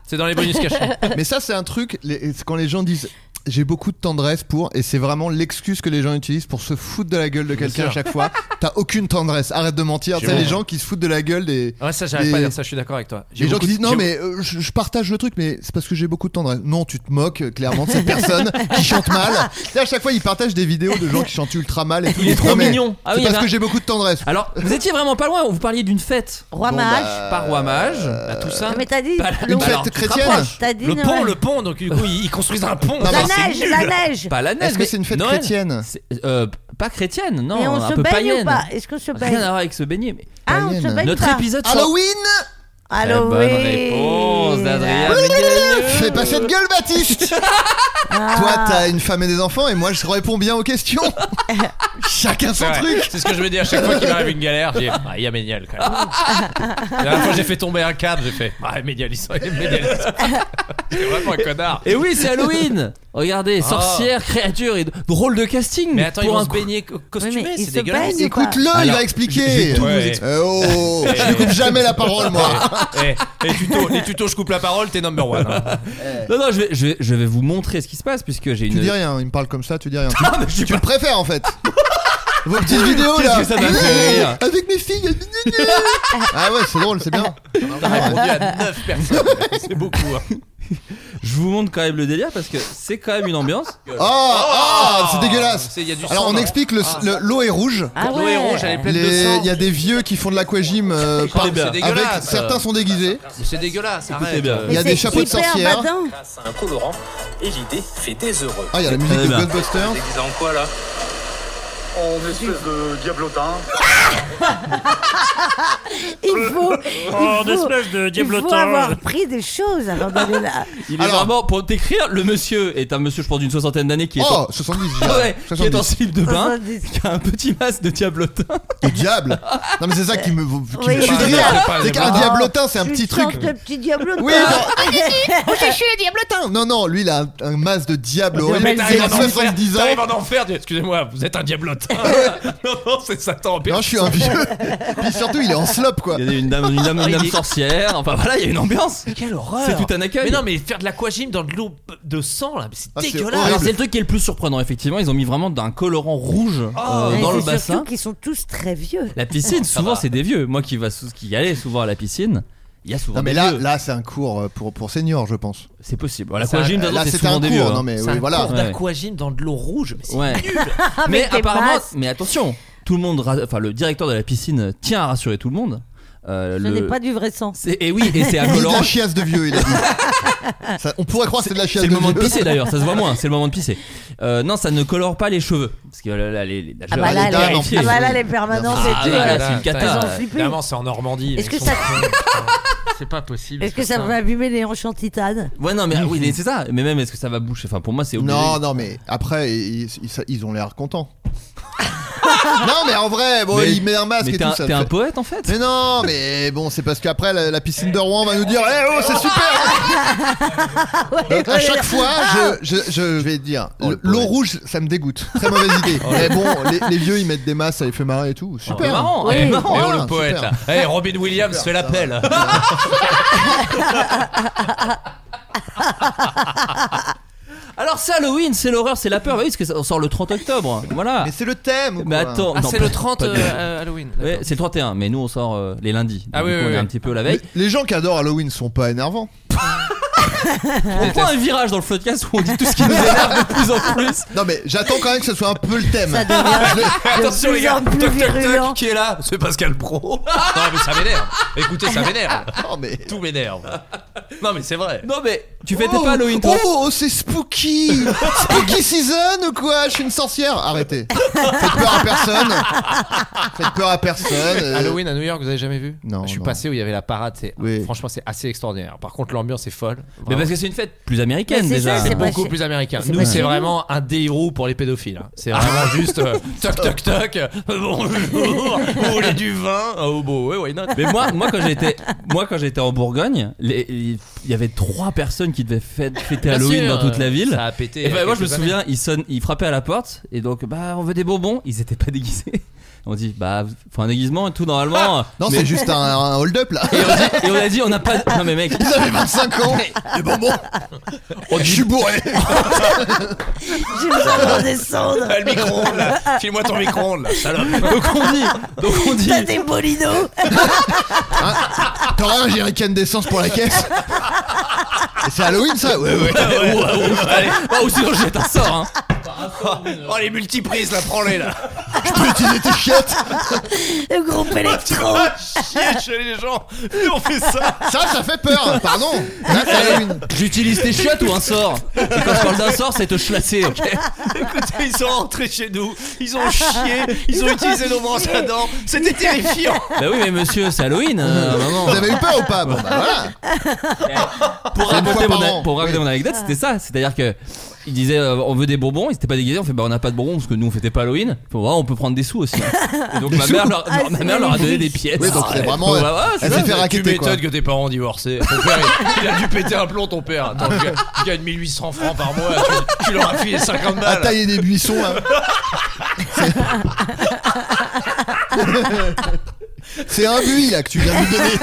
[SPEAKER 10] c'est dans les bonus cachés.
[SPEAKER 8] Mais ça, c'est un truc, les- quand les gens disent j'ai beaucoup de tendresse pour, et c'est vraiment l'excuse que les gens utilisent pour se foutre de la gueule de quelqu'un à chaque
[SPEAKER 10] <laughs>
[SPEAKER 8] fois. T'as aucune tendresse, arrête de mentir.
[SPEAKER 10] J'ai
[SPEAKER 8] T'as les
[SPEAKER 10] bon.
[SPEAKER 8] gens qui se foutent de la gueule des.
[SPEAKER 10] Ouais, ça, j'arrive
[SPEAKER 8] Les-
[SPEAKER 10] pas à dire ça, je suis d'accord avec toi. J'ai
[SPEAKER 8] Les gens
[SPEAKER 10] beaucoup
[SPEAKER 8] qui disent
[SPEAKER 10] de-
[SPEAKER 8] non
[SPEAKER 10] j'ai-
[SPEAKER 8] mais euh, je, je partage le truc mais c'est parce que j'ai beaucoup de tendresse. Non tu te moques euh, clairement de
[SPEAKER 10] <laughs>
[SPEAKER 8] cette personne qui chante mal. Et à chaque fois ils partagent des vidéos de gens qui chantent ultra mal et tout.
[SPEAKER 7] Il est trop
[SPEAKER 8] Non, mais
[SPEAKER 7] mignon. Ah
[SPEAKER 8] c'est
[SPEAKER 7] oui, il y
[SPEAKER 8] parce
[SPEAKER 10] bah.
[SPEAKER 7] en a-
[SPEAKER 8] que j'ai beaucoup de
[SPEAKER 10] Ah,
[SPEAKER 8] tendresse.
[SPEAKER 7] alors vous étiez vraiment pas loin vous parliez d'une fête
[SPEAKER 9] Roi
[SPEAKER 8] Bon,
[SPEAKER 9] mage.
[SPEAKER 8] bah,
[SPEAKER 7] par Ouamage à tout ça
[SPEAKER 9] Mais t'as dit.
[SPEAKER 7] Pas-
[SPEAKER 9] l'eau.
[SPEAKER 8] Une fête chrétienne.
[SPEAKER 9] T'as dit
[SPEAKER 10] Le
[SPEAKER 9] Noël.
[SPEAKER 10] pont, le pont, donc du coup, ils ils construisent un pont.
[SPEAKER 8] Non,
[SPEAKER 9] La
[SPEAKER 8] mais c'est
[SPEAKER 9] neige, la neige.
[SPEAKER 7] pas la neige
[SPEAKER 8] Est-ce que
[SPEAKER 7] mais
[SPEAKER 8] c'est une fête
[SPEAKER 7] Noël,
[SPEAKER 8] chrétienne
[SPEAKER 7] c'est- euh, pas chrétienne non
[SPEAKER 9] Mais on
[SPEAKER 7] un
[SPEAKER 9] se
[SPEAKER 7] peu
[SPEAKER 9] baigne ou
[SPEAKER 7] païenne
[SPEAKER 9] pas Est-ce qu'on se
[SPEAKER 7] rien à
[SPEAKER 9] baigne
[SPEAKER 7] voir avec se baigner mais
[SPEAKER 9] Ah, on se
[SPEAKER 8] Païenne.
[SPEAKER 9] baigne
[SPEAKER 7] notre
[SPEAKER 9] pas.
[SPEAKER 7] épisode sur-
[SPEAKER 8] Halloween
[SPEAKER 7] Très
[SPEAKER 9] Halloween.
[SPEAKER 7] bonne réponse d'Adrien
[SPEAKER 10] Euh.
[SPEAKER 8] Fais pas cette gueule Baptiste
[SPEAKER 10] <laughs> Ah.
[SPEAKER 8] Toi t'as une femme et des enfants et moi je réponds bien aux questions.
[SPEAKER 10] <laughs>
[SPEAKER 8] Chacun <laughs> son
[SPEAKER 10] Ouais,
[SPEAKER 8] truc.
[SPEAKER 10] C'est ce que je me dis à chaque fois qu'il m'arrive une galère. J'ai ah, il y a Méniel quand même. La dernière fois, j'ai fait tomber un cadre, j'ai fait Ah, Méniel, ils sont. Méniel, ils sont- <laughs> C'était vraiment un connard.
[SPEAKER 7] et Eh oui c'est Halloween regardez
[SPEAKER 10] Ah.
[SPEAKER 7] sorcière créature et drôle de casting
[SPEAKER 10] Mais attends, ils
[SPEAKER 7] pour
[SPEAKER 10] vont
[SPEAKER 7] un
[SPEAKER 10] se
[SPEAKER 7] coup-
[SPEAKER 10] baigner co- costumés,
[SPEAKER 9] mais ils
[SPEAKER 10] c'est
[SPEAKER 9] se
[SPEAKER 10] dégueulasse.
[SPEAKER 9] baignent.
[SPEAKER 8] Écoute-le, il
[SPEAKER 7] Alors,
[SPEAKER 8] va expliquer.
[SPEAKER 10] vous Ouais. expliquer.
[SPEAKER 8] Euh,
[SPEAKER 10] <laughs>
[SPEAKER 8] oh, je ne coupe jamais la parole moi.
[SPEAKER 10] Eh, eh, les, tutos, les tutos, je coupe la parole, t'es number one. hein.
[SPEAKER 7] non non je vais, je vais je vais vous montrer ce qui se passe puisque j'ai
[SPEAKER 8] Tu
[SPEAKER 7] une
[SPEAKER 8] dis rien, il me parle comme ça, tu dis rien. Tu,
[SPEAKER 7] mais je suis
[SPEAKER 8] tu le préfères en fait. Vos petites vidéos
[SPEAKER 7] Qu'est-ce
[SPEAKER 8] là. Euh,
[SPEAKER 7] que ça m'a fait rire.
[SPEAKER 8] Avec mes filles.
[SPEAKER 10] <laughs>
[SPEAKER 8] ah ouais, c'est drôle, c'est bien.
[SPEAKER 10] T'as répondu à 9 personnes. C'est beaucoup. hein.
[SPEAKER 7] Je vous montre quand même le délire parce que c'est quand même une ambiance.
[SPEAKER 8] Oh, oh, c'est dégueulasse.
[SPEAKER 10] Ah, C'est- Il y a du
[SPEAKER 8] Alors
[SPEAKER 10] sang
[SPEAKER 8] on
[SPEAKER 10] dans-
[SPEAKER 8] explique le- le- l'eau est rouge.
[SPEAKER 9] Ah
[SPEAKER 10] L'eau est rouge, elle est
[SPEAKER 9] ouais.
[SPEAKER 10] pleine de
[SPEAKER 8] Les-
[SPEAKER 10] sang.
[SPEAKER 8] Il y a des vieux qui font de l'aquagym. euh,
[SPEAKER 10] Écoutez
[SPEAKER 8] par-
[SPEAKER 10] bien.
[SPEAKER 8] avec
[SPEAKER 10] Dégueulasse.
[SPEAKER 8] certains sont déguisés.
[SPEAKER 10] C'est dégueulasse, arrête. euh.
[SPEAKER 7] bien.
[SPEAKER 8] Il y a
[SPEAKER 9] Mais
[SPEAKER 8] des
[SPEAKER 9] c'est
[SPEAKER 8] chapeaux de
[SPEAKER 9] hyper
[SPEAKER 8] sorcière.
[SPEAKER 9] badant.
[SPEAKER 4] grâce à un colorant, et JD fait des heureux.
[SPEAKER 8] Ah, il y a la musique
[SPEAKER 7] Très
[SPEAKER 8] de
[SPEAKER 7] bien.
[SPEAKER 8] Ghostbusters.
[SPEAKER 4] Déguisé en quoi là
[SPEAKER 6] En espèce de diablotin.
[SPEAKER 9] Il faut.
[SPEAKER 6] En
[SPEAKER 9] il faut-
[SPEAKER 6] espèce de
[SPEAKER 9] Il faut
[SPEAKER 6] diablotin.
[SPEAKER 9] avoir pris des choses avant d'aller là.
[SPEAKER 7] Il est
[SPEAKER 8] Alors-
[SPEAKER 7] vraiment pour t'écrire, le monsieur est un monsieur je pense d'une soixantaine d'années qui est
[SPEAKER 8] Oh,
[SPEAKER 7] en...
[SPEAKER 8] 70. je
[SPEAKER 7] Ah
[SPEAKER 8] dirais.
[SPEAKER 7] ouais, qui est en
[SPEAKER 8] 70.
[SPEAKER 7] slip de bain,
[SPEAKER 9] 70.
[SPEAKER 7] qui a un petit masque de diablotin.
[SPEAKER 8] Au diable. Non mais c'est ça qui me qui me
[SPEAKER 9] Oui,
[SPEAKER 8] tue de
[SPEAKER 9] oui.
[SPEAKER 8] rire.
[SPEAKER 10] C'est pas-
[SPEAKER 8] C'est
[SPEAKER 10] c'est
[SPEAKER 8] qu'un
[SPEAKER 7] Ah.
[SPEAKER 10] pas-
[SPEAKER 8] diablotin, c'est un
[SPEAKER 9] Tu
[SPEAKER 8] petit
[SPEAKER 9] sens
[SPEAKER 8] truc.
[SPEAKER 9] de petit diablo.
[SPEAKER 8] Oui,
[SPEAKER 9] <laughs> Moi, je suis le diablotin.
[SPEAKER 8] non. non, non, lui il a un, un masque de diable horrible.
[SPEAKER 10] Mais
[SPEAKER 8] Il
[SPEAKER 10] t'arrives
[SPEAKER 8] a
[SPEAKER 10] en enfer,
[SPEAKER 8] 70 ans.
[SPEAKER 10] t'arrives en enfer, tu- excusez-moi, vous êtes
[SPEAKER 8] <laughs>
[SPEAKER 10] un diablotin. non, non, c'est Satan en
[SPEAKER 8] Non,
[SPEAKER 10] personne.
[SPEAKER 8] je suis un vieux. <laughs> Puis surtout, il est en slop quoi.
[SPEAKER 7] Ah, Il y a une dame, une dame, une dame sorcière. Enfin voilà, il y a une ambiance.
[SPEAKER 10] Quelle horreur
[SPEAKER 7] C'est tout un accueil.
[SPEAKER 10] Mais non, mais faire de l'aquagym dans de l'eau de sang, là, c'est
[SPEAKER 8] Ah, c'est
[SPEAKER 10] dégueulasse
[SPEAKER 7] Alors
[SPEAKER 8] horrible.
[SPEAKER 7] c'est le truc qui est le plus surprenant effectivement. Ils ont mis vraiment d'un colorant rouge euh,
[SPEAKER 10] Oh.
[SPEAKER 7] dans le
[SPEAKER 9] C'est
[SPEAKER 7] bassin.
[SPEAKER 9] Surtout qu'ils sont tous très vieux.
[SPEAKER 7] La piscine,
[SPEAKER 10] Ça
[SPEAKER 7] souvent
[SPEAKER 10] va.
[SPEAKER 7] c'est des vieux. Moi qui va sous- qui y allais souvent à la piscine, il y a souvent
[SPEAKER 8] Non mais
[SPEAKER 7] des
[SPEAKER 8] là,
[SPEAKER 7] vieux.
[SPEAKER 8] là c'est un cours euh, pour, pour seniors, je pense.
[SPEAKER 7] c'est possible.
[SPEAKER 10] C'est un-
[SPEAKER 7] L'aquagym, de toute façon,
[SPEAKER 8] Là,
[SPEAKER 7] c'est
[SPEAKER 8] c'était
[SPEAKER 7] souvent
[SPEAKER 8] un
[SPEAKER 7] des
[SPEAKER 8] cours.
[SPEAKER 7] vieux. hein.
[SPEAKER 8] non mais
[SPEAKER 10] C'est
[SPEAKER 8] oui,
[SPEAKER 10] un
[SPEAKER 8] voilà.
[SPEAKER 10] cours d'aquagym dans de l'eau rouge, mais c'est
[SPEAKER 7] <laughs> Ouais. mais
[SPEAKER 9] Avec des
[SPEAKER 7] apparemment,
[SPEAKER 9] masses.
[SPEAKER 7] mais attention, tout le monde, ra- enfin le directeur de la piscine tient à rassurer tout le monde. Euh,
[SPEAKER 9] Ce
[SPEAKER 7] le-
[SPEAKER 9] n'est pas du vrai sens.
[SPEAKER 7] C'est- Et oui, et c'est
[SPEAKER 8] <laughs>
[SPEAKER 7] à
[SPEAKER 8] C'est de
[SPEAKER 7] colorant.
[SPEAKER 8] la chiasse de vieux, il a dit. Ça- on pourrait croire que c'est de la chiasse
[SPEAKER 7] C'est
[SPEAKER 8] de
[SPEAKER 7] le moment de
[SPEAKER 8] vieux.
[SPEAKER 7] pisser d'ailleurs, ça se voit moins, c'est le moment de pisser. Euh, non, ça ne colore pas les cheveux. Parce que là, là, les, les
[SPEAKER 9] Ah
[SPEAKER 7] nageurs,
[SPEAKER 9] bah là,
[SPEAKER 7] les
[SPEAKER 9] les,
[SPEAKER 8] dames,
[SPEAKER 7] dames,
[SPEAKER 8] en
[SPEAKER 9] ah
[SPEAKER 8] plus.
[SPEAKER 9] bah là, les permanences
[SPEAKER 7] Ah,
[SPEAKER 9] et tout.
[SPEAKER 7] là, là, c'est une cata.
[SPEAKER 9] Ils ont flippé.
[SPEAKER 10] Clairement, c'est en Normandie. mais
[SPEAKER 9] Est-ce que
[SPEAKER 10] ils sont
[SPEAKER 9] ça-
[SPEAKER 10] cons. C'est pas possible.
[SPEAKER 9] Est-ce que ça va abîmer les hanches en titane
[SPEAKER 7] Ouais, non, mais ah oui, mais c'est ça. Mais même, est-ce que ça va boucher Enfin, pour moi, c'est obligé.
[SPEAKER 8] Non, non, mais après, ils, ils- ça- ils ont l'air contents. <laughs> non, mais en vrai, bon,
[SPEAKER 7] Mais-
[SPEAKER 8] il met un masque
[SPEAKER 7] mais
[SPEAKER 8] et
[SPEAKER 7] t'es
[SPEAKER 8] tout
[SPEAKER 7] un,
[SPEAKER 8] ça.
[SPEAKER 7] t'es
[SPEAKER 8] fait-
[SPEAKER 7] un poète en fait
[SPEAKER 8] Mais non, mais bon, c'est parce qu'après la, la piscine de Rouen va nous dire Eh oh, c'est
[SPEAKER 9] <laughs>
[SPEAKER 8] super Donc à chaque fois, je, je, je vais dire
[SPEAKER 7] Oh, le Oh,
[SPEAKER 8] le- L'eau
[SPEAKER 7] pauvre.
[SPEAKER 8] rouge, ça me dégoûte. Très mauvaise
[SPEAKER 7] <laughs>
[SPEAKER 8] idée. mais bon, les, les vieux, ils mettent des masses, ça les fait marrer et tout.
[SPEAKER 7] C'est
[SPEAKER 8] Super
[SPEAKER 7] marrant,
[SPEAKER 9] Oui.
[SPEAKER 7] eh, marrant.
[SPEAKER 10] Oh,
[SPEAKER 8] Voilà,
[SPEAKER 10] le poète
[SPEAKER 8] super. <laughs>
[SPEAKER 10] là. Eh, Robin Williams
[SPEAKER 8] Super,
[SPEAKER 10] fait
[SPEAKER 8] ça
[SPEAKER 10] l'appel.
[SPEAKER 7] Alors, c'est Halloween, c'est l'horreur, c'est la peur. Bah oui, parce que ça- on sort le 30 octobre. hein. Voilà.
[SPEAKER 8] Mais c'est le thème ou
[SPEAKER 7] Mais
[SPEAKER 8] quoi
[SPEAKER 7] attends,
[SPEAKER 10] Ah,
[SPEAKER 7] non,
[SPEAKER 10] c'est
[SPEAKER 7] pas-
[SPEAKER 10] le 30
[SPEAKER 7] pas du-
[SPEAKER 10] euh, Halloween.
[SPEAKER 7] Ouais, c'est le 31, mais nous on sort euh, les lundis. Donc,
[SPEAKER 10] Ah
[SPEAKER 7] du coup,
[SPEAKER 10] oui, oui,
[SPEAKER 7] on est
[SPEAKER 10] oui.
[SPEAKER 7] un petit peu la veille.
[SPEAKER 8] Les gens qui adorent Halloween sont pas énervants.
[SPEAKER 7] On prend un virage dans le podcast où on dit tout ce qui nous énerve de plus en plus.
[SPEAKER 8] Non mais j'attends quand même que ce soit un peu le thème.
[SPEAKER 9] Ça
[SPEAKER 8] <laughs>
[SPEAKER 9] devient.
[SPEAKER 10] Attention
[SPEAKER 9] De
[SPEAKER 10] les gars,
[SPEAKER 9] plus en
[SPEAKER 10] toc
[SPEAKER 9] plus
[SPEAKER 10] toc
[SPEAKER 9] virulent.
[SPEAKER 10] toc, qui est là C'est Pascal Pro. non mais ça m'énerve. Écoutez, ça m'énerve.
[SPEAKER 8] Non mais
[SPEAKER 10] Tout m'énerve. Non mais c'est vrai.
[SPEAKER 7] Non mais Tu fêtais
[SPEAKER 8] Oh,
[SPEAKER 7] pas Halloween toi
[SPEAKER 8] Oh, oh, c'est
[SPEAKER 7] <laughs>
[SPEAKER 8] spooky Spooky season ou quoi Je suis une sorcière Arrêtez Faites peur à personne Faites peur à personne euh,
[SPEAKER 10] Halloween à New York, vous avez jamais vu
[SPEAKER 8] Non,
[SPEAKER 10] Je suis
[SPEAKER 8] non.
[SPEAKER 10] passé où il y avait la parade. c'est-
[SPEAKER 8] Oui.
[SPEAKER 10] Franchement, c'est assez extraordinaire. Par contre, l'ambiance est folle.
[SPEAKER 7] Mais
[SPEAKER 10] Vraiment.
[SPEAKER 7] parce que c'est une fête plus américaine
[SPEAKER 9] Mais c'est
[SPEAKER 7] déjà.
[SPEAKER 9] ça, c'est pas
[SPEAKER 10] beaucoup
[SPEAKER 9] chez-
[SPEAKER 10] plus américain.
[SPEAKER 9] c'est
[SPEAKER 10] Nous,
[SPEAKER 9] pas
[SPEAKER 10] c'est
[SPEAKER 9] chez nous. Ah.
[SPEAKER 10] vraiment un déhirou pour les pédophiles. hein. C'est vraiment juste euh, toc toc toc. euh, bonjour. Vous voulez du vin Oh bon, ouais, why not
[SPEAKER 7] Mais moi, moi quand j'étais, moi quand j'étais en Bourgogne, les- il y avait trois personnes qui devaient fête- fêter
[SPEAKER 10] Bien
[SPEAKER 7] Halloween
[SPEAKER 10] sûr,
[SPEAKER 7] dans toute la ville.
[SPEAKER 10] Ça a pété.
[SPEAKER 7] Et
[SPEAKER 10] il y a
[SPEAKER 7] bah, moi je me
[SPEAKER 10] quelques <laughs> années.
[SPEAKER 7] souviens, ils sonnent, ils frappaient à la porte et donc bah on veut des bonbons. Ils étaient pas déguisés. On dit bah faut un déguisement et tout normalement.
[SPEAKER 8] Non, c'est juste un, un hold-up là
[SPEAKER 7] Et on, dit- et on a dit on n'a pas. Non mais mec,
[SPEAKER 8] Vous avez 25 ans Les bonbons
[SPEAKER 7] Oh,
[SPEAKER 8] Je suis bourré
[SPEAKER 9] J'ai besoin d'en descendre.
[SPEAKER 10] Ah, le micro-ondes là. File-moi ton micro-ondes là, salope.
[SPEAKER 7] donc on dit, donc on dit.
[SPEAKER 9] T'as des bolinos.
[SPEAKER 8] T'auras un jerrycan d'essence pour la caisse Et C'est Halloween ça Ouais, ouais
[SPEAKER 7] Ouais, ouais, ouais, allez. Oh, ou sinon je jette un sort. Hein.
[SPEAKER 10] Oh, les multiprises là, prends-les là.
[SPEAKER 8] Je peux utiliser tes chiottes
[SPEAKER 9] Le groupe électro.
[SPEAKER 10] Ah, chier, chez les gens. Nous, on fait ça.
[SPEAKER 8] Ça, ça fait peur Pardon Là, c'est Halloween
[SPEAKER 7] J'utilise tes chiottes ou un sort. Et quand je parle d'un sort, c'est te chlasser. ok
[SPEAKER 10] Écoutez, ils sont rentrés chez nous. Ils ont chié. Ils ont utilisé nos manches à dents. C'était terrifiant.
[SPEAKER 7] Bah oui mais monsieur, c'est Halloween. euh, maman.
[SPEAKER 8] Vous avez eu peur ou pas Bon bah voilà
[SPEAKER 7] Ah, pour
[SPEAKER 8] C'est une
[SPEAKER 7] raconter,
[SPEAKER 8] fois par
[SPEAKER 7] mon,
[SPEAKER 8] an.
[SPEAKER 7] pour raconter
[SPEAKER 8] Oui.
[SPEAKER 7] mon
[SPEAKER 9] Ah.
[SPEAKER 7] anecdote, c'était ça. C'est-à-dire que il disait euh, on veut des bonbons, ils étaient pas déguisés. On fait bah on n'a pas de bonbons parce que nous on fêtait pas Halloween. Ils font, ouais, on peut prendre des sous aussi.
[SPEAKER 9] <laughs>
[SPEAKER 7] hein. Et donc ma
[SPEAKER 8] sous
[SPEAKER 7] mère, leur,
[SPEAKER 9] Ah,
[SPEAKER 7] ma
[SPEAKER 9] c'est
[SPEAKER 7] mère leur a donné des
[SPEAKER 9] magnifique.
[SPEAKER 7] pièces.
[SPEAKER 8] Oui, donc bah, c'est
[SPEAKER 7] Ouais.
[SPEAKER 8] vraiment-
[SPEAKER 7] Ouais, ouais, c'est
[SPEAKER 8] Elle
[SPEAKER 7] ça.
[SPEAKER 8] s'est fait
[SPEAKER 10] Tu
[SPEAKER 8] raqueter quoi
[SPEAKER 10] m'étonnes que tes parents ont divorcé. Ton père, il, il a dû péter un plomb, ton père. Attends, tu gagnes- tu gagnes 1800 francs par mois. Tu, tu leur as filé 50
[SPEAKER 8] à
[SPEAKER 10] balles.
[SPEAKER 8] tailler des buissons hein. là. C'est- <laughs> C'est un buis là que tu viens de lui donner.